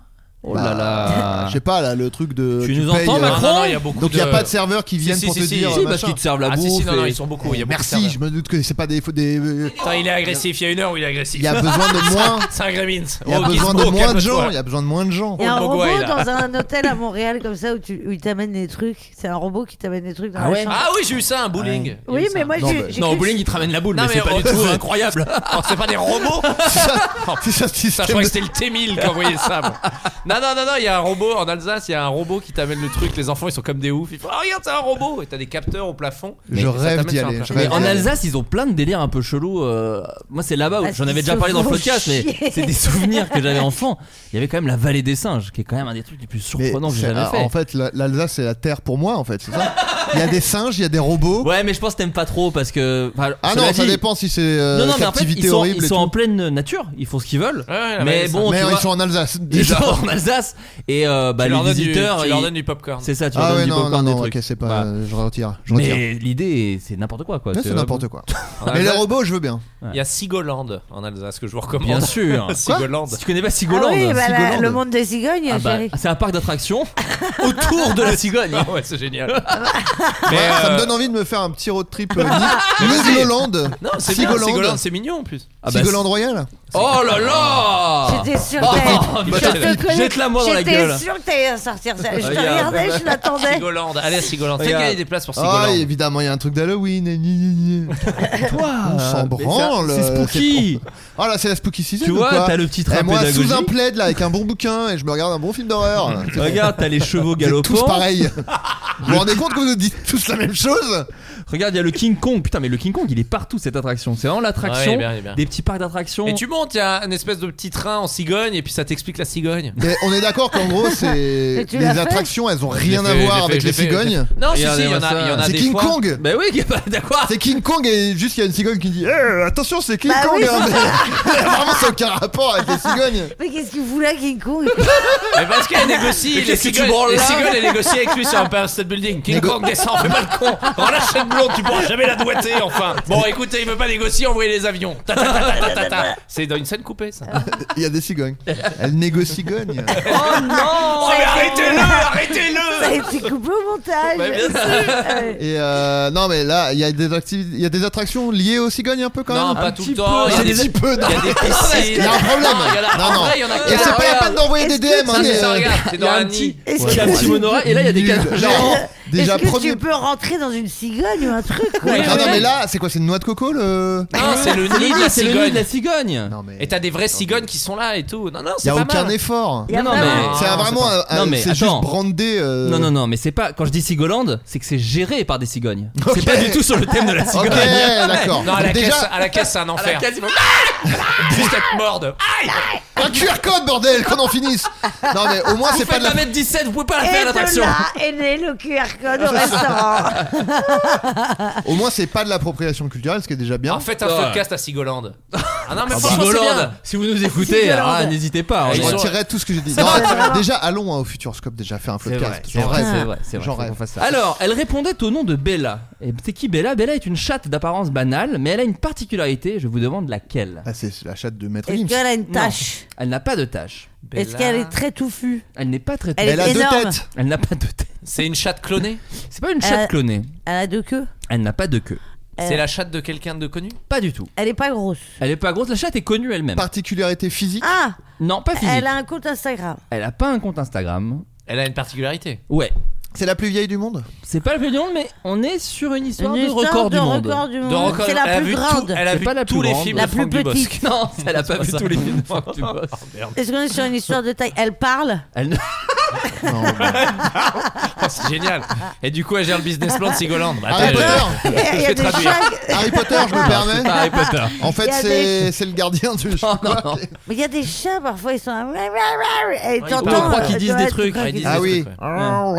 [SPEAKER 7] Oh
[SPEAKER 8] Bah,
[SPEAKER 7] là là.
[SPEAKER 8] je sais pas là le truc de
[SPEAKER 7] Tu nous entends, Macron
[SPEAKER 8] Non,
[SPEAKER 7] Non,
[SPEAKER 8] non,
[SPEAKER 7] non, il y a beaucoup
[SPEAKER 8] donc il y a
[SPEAKER 7] de-
[SPEAKER 8] pas de serveur qui
[SPEAKER 7] Si,
[SPEAKER 8] viennent
[SPEAKER 7] si,
[SPEAKER 8] pour
[SPEAKER 7] si,
[SPEAKER 8] te
[SPEAKER 7] si,
[SPEAKER 8] dire euh,
[SPEAKER 7] si, parce
[SPEAKER 8] machin.
[SPEAKER 7] qu'ils te servent la
[SPEAKER 10] Ah, si, si,
[SPEAKER 7] bouffe
[SPEAKER 10] non, non,
[SPEAKER 7] et-
[SPEAKER 10] ils sont beaucoup, il y a beaucoup de
[SPEAKER 8] merci je me doute que c'est pas des des
[SPEAKER 10] Putain, il est agressif, il y a une heure où il est agressif.
[SPEAKER 8] Il y a besoin de moins.
[SPEAKER 10] C'est un gremlins.
[SPEAKER 8] il y a
[SPEAKER 10] Oh,
[SPEAKER 8] besoin de
[SPEAKER 10] Gizmo,
[SPEAKER 8] moins de gens
[SPEAKER 10] calme-toi.
[SPEAKER 8] il y a besoin de moins de gens
[SPEAKER 9] Il y a un
[SPEAKER 10] Oh, le
[SPEAKER 9] robot
[SPEAKER 10] Mogwai, là.
[SPEAKER 9] dans
[SPEAKER 10] <laughs>
[SPEAKER 9] un hôtel à Montréal comme ça où, tu, où il t'amène des trucs. C'est un robot qui t'amène des trucs dans la chambre.
[SPEAKER 10] Ah oui, j'ai eu ça, un bowling.
[SPEAKER 9] Ouais. Oui, mais moi,
[SPEAKER 10] Non,
[SPEAKER 9] j'ai-
[SPEAKER 10] bah,
[SPEAKER 9] j'ai
[SPEAKER 10] Non, au
[SPEAKER 9] cru-
[SPEAKER 10] bowling, ils te ramènent la boule,
[SPEAKER 7] Non,
[SPEAKER 10] mais,
[SPEAKER 7] mais
[SPEAKER 10] c'est pas
[SPEAKER 7] oh,
[SPEAKER 10] du tout
[SPEAKER 7] c'est-
[SPEAKER 8] <laughs>
[SPEAKER 10] incroyable. Oh, c'est pas des robots
[SPEAKER 8] c'est ça
[SPEAKER 10] Ça, je croyais que c'était le T1000 qui envoyait ça.
[SPEAKER 8] <laughs>
[SPEAKER 10] moi. Non, non, non, non, il y a un robot en Alsace, il y a un robot qui t'amène le truc. Les enfants, ils sont comme des oufs. Ils font, Ah, regarde, c'est un robot. Et t'as des capteurs au plafond.
[SPEAKER 8] Je
[SPEAKER 10] Et ça
[SPEAKER 8] rêve
[SPEAKER 10] t'amène
[SPEAKER 8] d'y
[SPEAKER 10] sur un
[SPEAKER 8] aller,
[SPEAKER 10] plafond.
[SPEAKER 8] je rêve
[SPEAKER 7] <laughs> Mais en
[SPEAKER 8] Ouais.
[SPEAKER 7] Alsace, ils ont plein de délires un peu chelous. euh, Moi, c'est là-bas où
[SPEAKER 9] Parce
[SPEAKER 7] j'en
[SPEAKER 9] qu'ils
[SPEAKER 7] avais déjà
[SPEAKER 9] Ah, se
[SPEAKER 7] parlé dans le
[SPEAKER 9] font
[SPEAKER 7] podcast, mais
[SPEAKER 9] chier.
[SPEAKER 7] c'est des souvenirs que j'avais enfant. Il y avait quand même la vallée des singes, qui est quand même un des trucs les plus
[SPEAKER 8] Mais
[SPEAKER 7] surprenants que j'ai
[SPEAKER 8] c'est-
[SPEAKER 7] jamais fait.
[SPEAKER 8] en fait la- l'Alsace c'est la terre pour moi en fait c'est ça il y a des singes il y a des robots
[SPEAKER 7] Ouais, mais je pense que t'aimes pas trop parce que. enfin,
[SPEAKER 8] ah
[SPEAKER 7] cela
[SPEAKER 8] non ça
[SPEAKER 7] dit-
[SPEAKER 8] dépend si c'est euh,
[SPEAKER 7] Non, non, mais en fait,
[SPEAKER 8] captivité
[SPEAKER 7] ils sont,
[SPEAKER 8] horrible
[SPEAKER 7] ils
[SPEAKER 8] et
[SPEAKER 7] sont
[SPEAKER 8] tout.
[SPEAKER 7] en pleine nature, ils font ce qu'ils veulent.
[SPEAKER 10] ouais, la
[SPEAKER 7] mais
[SPEAKER 10] vallée des
[SPEAKER 7] bon,
[SPEAKER 8] mais
[SPEAKER 7] tu
[SPEAKER 8] ils
[SPEAKER 7] vois,
[SPEAKER 8] sont en Alsace
[SPEAKER 7] <laughs> ils
[SPEAKER 8] déjà
[SPEAKER 7] sont en Alsace. Et euh, bah,
[SPEAKER 10] tu
[SPEAKER 7] les
[SPEAKER 10] leur donnes du-
[SPEAKER 7] visiteurs.
[SPEAKER 10] tu leur
[SPEAKER 7] ils-
[SPEAKER 10] donnes du popcorn.
[SPEAKER 7] C'est ça, tu leur
[SPEAKER 8] ah
[SPEAKER 7] donnes
[SPEAKER 8] ouais
[SPEAKER 7] du
[SPEAKER 8] non
[SPEAKER 7] popcorn
[SPEAKER 8] non
[SPEAKER 7] des
[SPEAKER 8] non
[SPEAKER 7] trucs.
[SPEAKER 8] ok c'est pas
[SPEAKER 7] Voilà.
[SPEAKER 8] euh, je retire je retire
[SPEAKER 7] Mais l'idée, c'est n'importe quoi, quoi.
[SPEAKER 8] Là, c'est
[SPEAKER 7] euh,
[SPEAKER 8] n'importe quoi
[SPEAKER 10] En
[SPEAKER 8] mais les
[SPEAKER 10] Alsace,
[SPEAKER 8] robots je veux bien
[SPEAKER 10] Il y a Sigoland en Alsace que je vous recommande. <laughs>
[SPEAKER 7] Bien sûr.
[SPEAKER 10] Sigoland.
[SPEAKER 7] Si tu connais pas
[SPEAKER 9] Ah
[SPEAKER 7] Sigoland,
[SPEAKER 10] hein,
[SPEAKER 9] oui, bah, la-
[SPEAKER 7] Sigoland.
[SPEAKER 9] le monde des cigognes,
[SPEAKER 7] Ah bah,
[SPEAKER 9] chérie.
[SPEAKER 7] c'est un
[SPEAKER 9] <laughs>
[SPEAKER 7] parc d'attractions autour de la cigogne.
[SPEAKER 10] Ah ouais,
[SPEAKER 8] <laughs>
[SPEAKER 10] c'est génial. Mais,
[SPEAKER 8] Ouais, ça
[SPEAKER 10] euh,
[SPEAKER 8] me donne envie de me faire un petit road trip
[SPEAKER 7] <laughs>
[SPEAKER 8] euh, Ni- Nigoland
[SPEAKER 10] Non, c'est bien,
[SPEAKER 8] Sigoland
[SPEAKER 10] Sigoland, c'est mignon en plus.
[SPEAKER 7] Ah bah,
[SPEAKER 8] Sigoland Royal
[SPEAKER 7] Oh là
[SPEAKER 10] ah.
[SPEAKER 7] là
[SPEAKER 9] J'étais sûre
[SPEAKER 7] Oh,
[SPEAKER 9] que t'allais-
[SPEAKER 7] bah,
[SPEAKER 9] Je te connais.
[SPEAKER 7] Jette-la moi dans la gueule.
[SPEAKER 9] J'étais sûre que t'allais sortir ça. Je te
[SPEAKER 10] Regarde.
[SPEAKER 9] regardais, je
[SPEAKER 10] <laughs>
[SPEAKER 9] l'attendais.
[SPEAKER 10] Sigoland, allez à Sigoland. Faites
[SPEAKER 7] Regarde.
[SPEAKER 10] gagner des places pour
[SPEAKER 8] Ah,
[SPEAKER 10] Sigoland.
[SPEAKER 8] évidemment, il y a un truc d'Halloween. et gni, gni, gni.
[SPEAKER 7] <laughs>
[SPEAKER 8] On s'en
[SPEAKER 7] mais ça,
[SPEAKER 8] branle.
[SPEAKER 7] c'est spooky.
[SPEAKER 8] trop- Ah là, c'est la spooky season.
[SPEAKER 7] Tu
[SPEAKER 8] ou
[SPEAKER 7] vois,
[SPEAKER 8] quoi
[SPEAKER 7] t'as le petit train
[SPEAKER 8] Eh, Moi,
[SPEAKER 7] pédagogique.
[SPEAKER 8] sous un plaid, là, avec un bon bouquin, et je me regarde un bon film d'horreur. C'est bon.
[SPEAKER 7] Regarde, t'as les chevaux
[SPEAKER 8] Vous êtes tous
[SPEAKER 7] galopants. <laughs>
[SPEAKER 8] pareils. Vous vous rendez compte que vous dites tous la même chose
[SPEAKER 7] Regarde, il y a le King Kong. Putain, mais le King Kong, il est partout cette attraction. C'est vraiment
[SPEAKER 10] Ouais, il
[SPEAKER 7] l'attraction
[SPEAKER 10] est bien, il est bien.
[SPEAKER 7] des petits parcs d'attractions.
[SPEAKER 10] Et tu montes, il y a un espèce de petit train en cigogne et puis ça t'explique la cigogne.
[SPEAKER 8] Mais on est d'accord qu'en gros, c'est
[SPEAKER 9] Mais tu
[SPEAKER 8] les
[SPEAKER 9] l'as fait
[SPEAKER 8] attractions, elles ont rien
[SPEAKER 10] Je
[SPEAKER 8] à
[SPEAKER 10] l'ai fait, je
[SPEAKER 8] voir
[SPEAKER 10] l'ai
[SPEAKER 8] avec
[SPEAKER 10] fait,
[SPEAKER 8] les
[SPEAKER 10] je l'ai fait, je l'ai
[SPEAKER 8] cigognes.
[SPEAKER 10] fait. Non, si, si, il y en
[SPEAKER 7] Regardez-moi
[SPEAKER 10] a, il y en a
[SPEAKER 8] C'est
[SPEAKER 10] des
[SPEAKER 8] King
[SPEAKER 10] fois.
[SPEAKER 8] Kong.
[SPEAKER 7] Bah oui, bah, d'accord.
[SPEAKER 8] C'est King Kong et juste il y a une cigogne qui dit Eh, attention c'est King
[SPEAKER 9] Bah
[SPEAKER 8] Kong
[SPEAKER 9] <laughs>
[SPEAKER 8] hein, mais- Vraiment ça n'a aucun rapport avec les cigognes
[SPEAKER 9] Mais qu'est-ce qu'il voulait là, King
[SPEAKER 10] <laughs>
[SPEAKER 9] Kong
[SPEAKER 10] Mais parce qu'elle négocie, les
[SPEAKER 7] qu'est-ce que tu
[SPEAKER 10] cigognes,
[SPEAKER 7] branles
[SPEAKER 10] les
[SPEAKER 7] là
[SPEAKER 10] cigognes, elle négocie avec lui sur Empire State Building. King
[SPEAKER 8] Négo-
[SPEAKER 10] Kong descend, fais pas le <laughs> con. Relâche cette blonde, tu pourras jamais la doigter, enfin. Bon, écoutez, il veut pas négocier, envoyez les avions. Ta, ta, ta, ta, ta, ta. C'est dans une scène coupée, ça.
[SPEAKER 8] Il y a des cigognes. Elle négocie cigogne.
[SPEAKER 9] Oh non
[SPEAKER 10] Oh, mais arrêtez-le, arrêtez-le
[SPEAKER 9] Ça a été coupé au montage.
[SPEAKER 10] Bah, bien sûr.
[SPEAKER 9] Ouais.
[SPEAKER 8] Et euh, non mais là il y a des activi- il y a des attractions liées aux cigognes un peu quand
[SPEAKER 10] Non,
[SPEAKER 8] même.
[SPEAKER 10] pas
[SPEAKER 8] Un
[SPEAKER 10] tout
[SPEAKER 8] petit
[SPEAKER 10] le temps,
[SPEAKER 8] peu.
[SPEAKER 10] il y a
[SPEAKER 8] Un
[SPEAKER 10] des-
[SPEAKER 8] petit peu. <laughs> non.
[SPEAKER 10] <laughs> Il y a des
[SPEAKER 8] Il y
[SPEAKER 10] piscines.
[SPEAKER 8] a un problème.
[SPEAKER 10] Non, il y en a-
[SPEAKER 8] Non,
[SPEAKER 10] en
[SPEAKER 8] non.
[SPEAKER 10] vrai, il y en a
[SPEAKER 8] Et c'est pas la
[SPEAKER 10] quatre.
[SPEAKER 8] peine d'envoyer des DM. hein,
[SPEAKER 10] C'est
[SPEAKER 8] mais,
[SPEAKER 10] ça,
[SPEAKER 8] euh,
[SPEAKER 10] regarde, c'est
[SPEAKER 7] Il y
[SPEAKER 10] dans
[SPEAKER 7] a
[SPEAKER 10] la
[SPEAKER 7] un
[SPEAKER 10] nid.
[SPEAKER 7] petit,
[SPEAKER 9] Est-ce
[SPEAKER 7] il y a un
[SPEAKER 9] que
[SPEAKER 7] petit
[SPEAKER 9] tu-
[SPEAKER 7] monorail et là il y a des
[SPEAKER 8] Nul.
[SPEAKER 7] canards.
[SPEAKER 8] Genre, déjà
[SPEAKER 9] Est-ce que
[SPEAKER 8] premier.
[SPEAKER 9] tu peux rentrer dans une cigogne ou un truc quoi
[SPEAKER 10] Oui,
[SPEAKER 8] Ah non
[SPEAKER 10] Ouais.
[SPEAKER 8] mais là c'est quoi c'est une noix de coco le.
[SPEAKER 10] Non, c'est le nid de la
[SPEAKER 7] C'est le nid de la
[SPEAKER 10] cigogne.
[SPEAKER 7] cigogne.
[SPEAKER 8] Non mais.
[SPEAKER 10] Et t'as des vraies cigognes qui sont là et tout. Non, non,
[SPEAKER 8] Il y
[SPEAKER 10] c'est
[SPEAKER 8] a
[SPEAKER 10] pas
[SPEAKER 8] aucun
[SPEAKER 10] mal.
[SPEAKER 8] effort.
[SPEAKER 9] Il y a
[SPEAKER 7] Non,
[SPEAKER 9] pas
[SPEAKER 7] non,
[SPEAKER 9] mal.
[SPEAKER 7] mais-
[SPEAKER 8] C'est
[SPEAKER 10] Ah,
[SPEAKER 8] vraiment
[SPEAKER 7] c'est pas-
[SPEAKER 8] un-
[SPEAKER 7] Non, mais
[SPEAKER 8] c'est juste
[SPEAKER 7] attends.
[SPEAKER 8] brandé. euh,
[SPEAKER 7] Non, non, non, mais c'est pas. Quand je dis Sigoland, c'est que c'est géré par des cigognes.
[SPEAKER 8] <laughs> Ok. Oh,
[SPEAKER 7] C'est pas du tout sur le thème de la cigogne.
[SPEAKER 8] Ok d'accord.
[SPEAKER 10] Non, à la
[SPEAKER 8] Donc déjà
[SPEAKER 10] caisse, à la caisse, c'est un enfer.
[SPEAKER 7] case, ils vont-
[SPEAKER 10] Juste être morde.
[SPEAKER 8] un QR code bordel qu'on en finisse. Non mais au moins
[SPEAKER 7] Vous
[SPEAKER 8] c'est pas
[SPEAKER 7] faites
[SPEAKER 8] de la
[SPEAKER 7] 1m17, vous pouvez pas la faire
[SPEAKER 9] Et de
[SPEAKER 7] l'attraction.
[SPEAKER 9] là est né le QR code au restaurant.
[SPEAKER 8] Au moins, c'est pas de l'appropriation culturelle, ce qui est déjà bien.
[SPEAKER 10] En fait, un
[SPEAKER 7] Ouais.
[SPEAKER 10] podcast à Sigoland. Ah non, mais
[SPEAKER 7] Ah bah.
[SPEAKER 10] franchement, c'est
[SPEAKER 7] Sigoland,
[SPEAKER 10] bien.
[SPEAKER 7] si vous nous écoutez,
[SPEAKER 9] Sigoland.
[SPEAKER 7] ah, n'hésitez pas.
[SPEAKER 10] Et
[SPEAKER 8] je
[SPEAKER 10] ils ont-
[SPEAKER 8] retirerai tout ce que j'ai dit. Non, déjà, allons hein, au Futuroscope, déjà faire un
[SPEAKER 7] C'est vrai,
[SPEAKER 8] podcast.
[SPEAKER 7] c'est
[SPEAKER 8] J'en
[SPEAKER 7] vrai,
[SPEAKER 8] rêve.
[SPEAKER 7] c'est vrai, c'est vrai,
[SPEAKER 8] J'en
[SPEAKER 7] faut
[SPEAKER 8] rêve.
[SPEAKER 7] qu'on Alors, elle répondait au nom de Bella. Et c'est qui Bella Bella est une chatte d'apparence banale, mais elle a une particularité, je vous demande laquelle.
[SPEAKER 8] Ah, c'est la chatte de Maître
[SPEAKER 9] Est-ce
[SPEAKER 8] Gims.
[SPEAKER 9] qu'elle a une tache
[SPEAKER 7] Elle n'a pas de tache.
[SPEAKER 9] Est-ce qu'elle est très touffue
[SPEAKER 7] Elle n'est pas très
[SPEAKER 9] Elle
[SPEAKER 8] Elle
[SPEAKER 9] est
[SPEAKER 8] a deux
[SPEAKER 9] énorme.
[SPEAKER 8] têtes.
[SPEAKER 7] Elle n'a pas de tête.
[SPEAKER 10] C'est une chatte clonée
[SPEAKER 7] C'est pas une chatte
[SPEAKER 9] Euh,
[SPEAKER 7] clonée.
[SPEAKER 9] Elle a deux queues
[SPEAKER 7] Elle n'a pas de queue.
[SPEAKER 10] C'est la chatte de quelqu'un de connu
[SPEAKER 7] Pas du tout.
[SPEAKER 9] Elle est pas grosse.
[SPEAKER 7] Elle est pas grosse, la chatte est connue elle-même.
[SPEAKER 8] Particularité physique.
[SPEAKER 9] Ah
[SPEAKER 7] Non, pas physique.
[SPEAKER 9] Elle a un compte Instagram.
[SPEAKER 7] Elle a pas un compte Instagram.
[SPEAKER 10] Elle a une particularité.
[SPEAKER 7] Ouais.
[SPEAKER 8] C'est la plus vieille du monde.
[SPEAKER 7] C'est pas le plus du monde, mais on est sur une histoire
[SPEAKER 9] Une
[SPEAKER 7] de
[SPEAKER 9] histoire
[SPEAKER 7] record
[SPEAKER 9] de
[SPEAKER 7] du monde.
[SPEAKER 9] record du
[SPEAKER 10] Dans
[SPEAKER 9] monde.
[SPEAKER 10] Record-
[SPEAKER 9] C'est
[SPEAKER 10] elle a
[SPEAKER 9] la plus
[SPEAKER 10] vu tout-
[SPEAKER 9] grande.
[SPEAKER 10] elle a
[SPEAKER 7] C'est
[SPEAKER 10] vu
[SPEAKER 7] pas la plus
[SPEAKER 10] tous les
[SPEAKER 7] grande.
[SPEAKER 10] films
[SPEAKER 9] La
[SPEAKER 10] de
[SPEAKER 9] plus
[SPEAKER 10] Franck Dubosc.
[SPEAKER 9] petite.
[SPEAKER 7] <laughs> Non, elle a pas vu
[SPEAKER 9] <laughs>
[SPEAKER 10] ça.
[SPEAKER 7] tous les films de Franck Dubosc.
[SPEAKER 9] Est-ce qu'on est sur une histoire de taille Elle parle
[SPEAKER 7] Elle ne-
[SPEAKER 8] Non, bah,
[SPEAKER 10] Oh, c'est génial. Et du coup, elle gère le business plan de Sigoland. Bah,
[SPEAKER 8] Harry
[SPEAKER 10] attends, <laughs> elle-
[SPEAKER 9] Il
[SPEAKER 8] Potter.
[SPEAKER 9] y a- il y a
[SPEAKER 10] fais
[SPEAKER 9] des
[SPEAKER 10] traduire.
[SPEAKER 9] chats-
[SPEAKER 8] Harry Potter, je me
[SPEAKER 7] pas
[SPEAKER 8] permets.
[SPEAKER 7] Harry Potter.
[SPEAKER 8] En fait,
[SPEAKER 9] Il y a
[SPEAKER 8] c'est c'est le gardien du.
[SPEAKER 7] Oh, Non, non, non.
[SPEAKER 9] Mais il y a des chats parfois, ils sont. Et
[SPEAKER 10] parlent.
[SPEAKER 9] t'entends.
[SPEAKER 10] On
[SPEAKER 7] croit qu'ils
[SPEAKER 9] euh,
[SPEAKER 7] disent
[SPEAKER 9] tu
[SPEAKER 7] des
[SPEAKER 9] vois,
[SPEAKER 7] trucs.
[SPEAKER 9] tu crois
[SPEAKER 10] Ils
[SPEAKER 9] qu'ils-
[SPEAKER 10] disent
[SPEAKER 8] Ah
[SPEAKER 10] des
[SPEAKER 8] oui.
[SPEAKER 10] trucs, Ah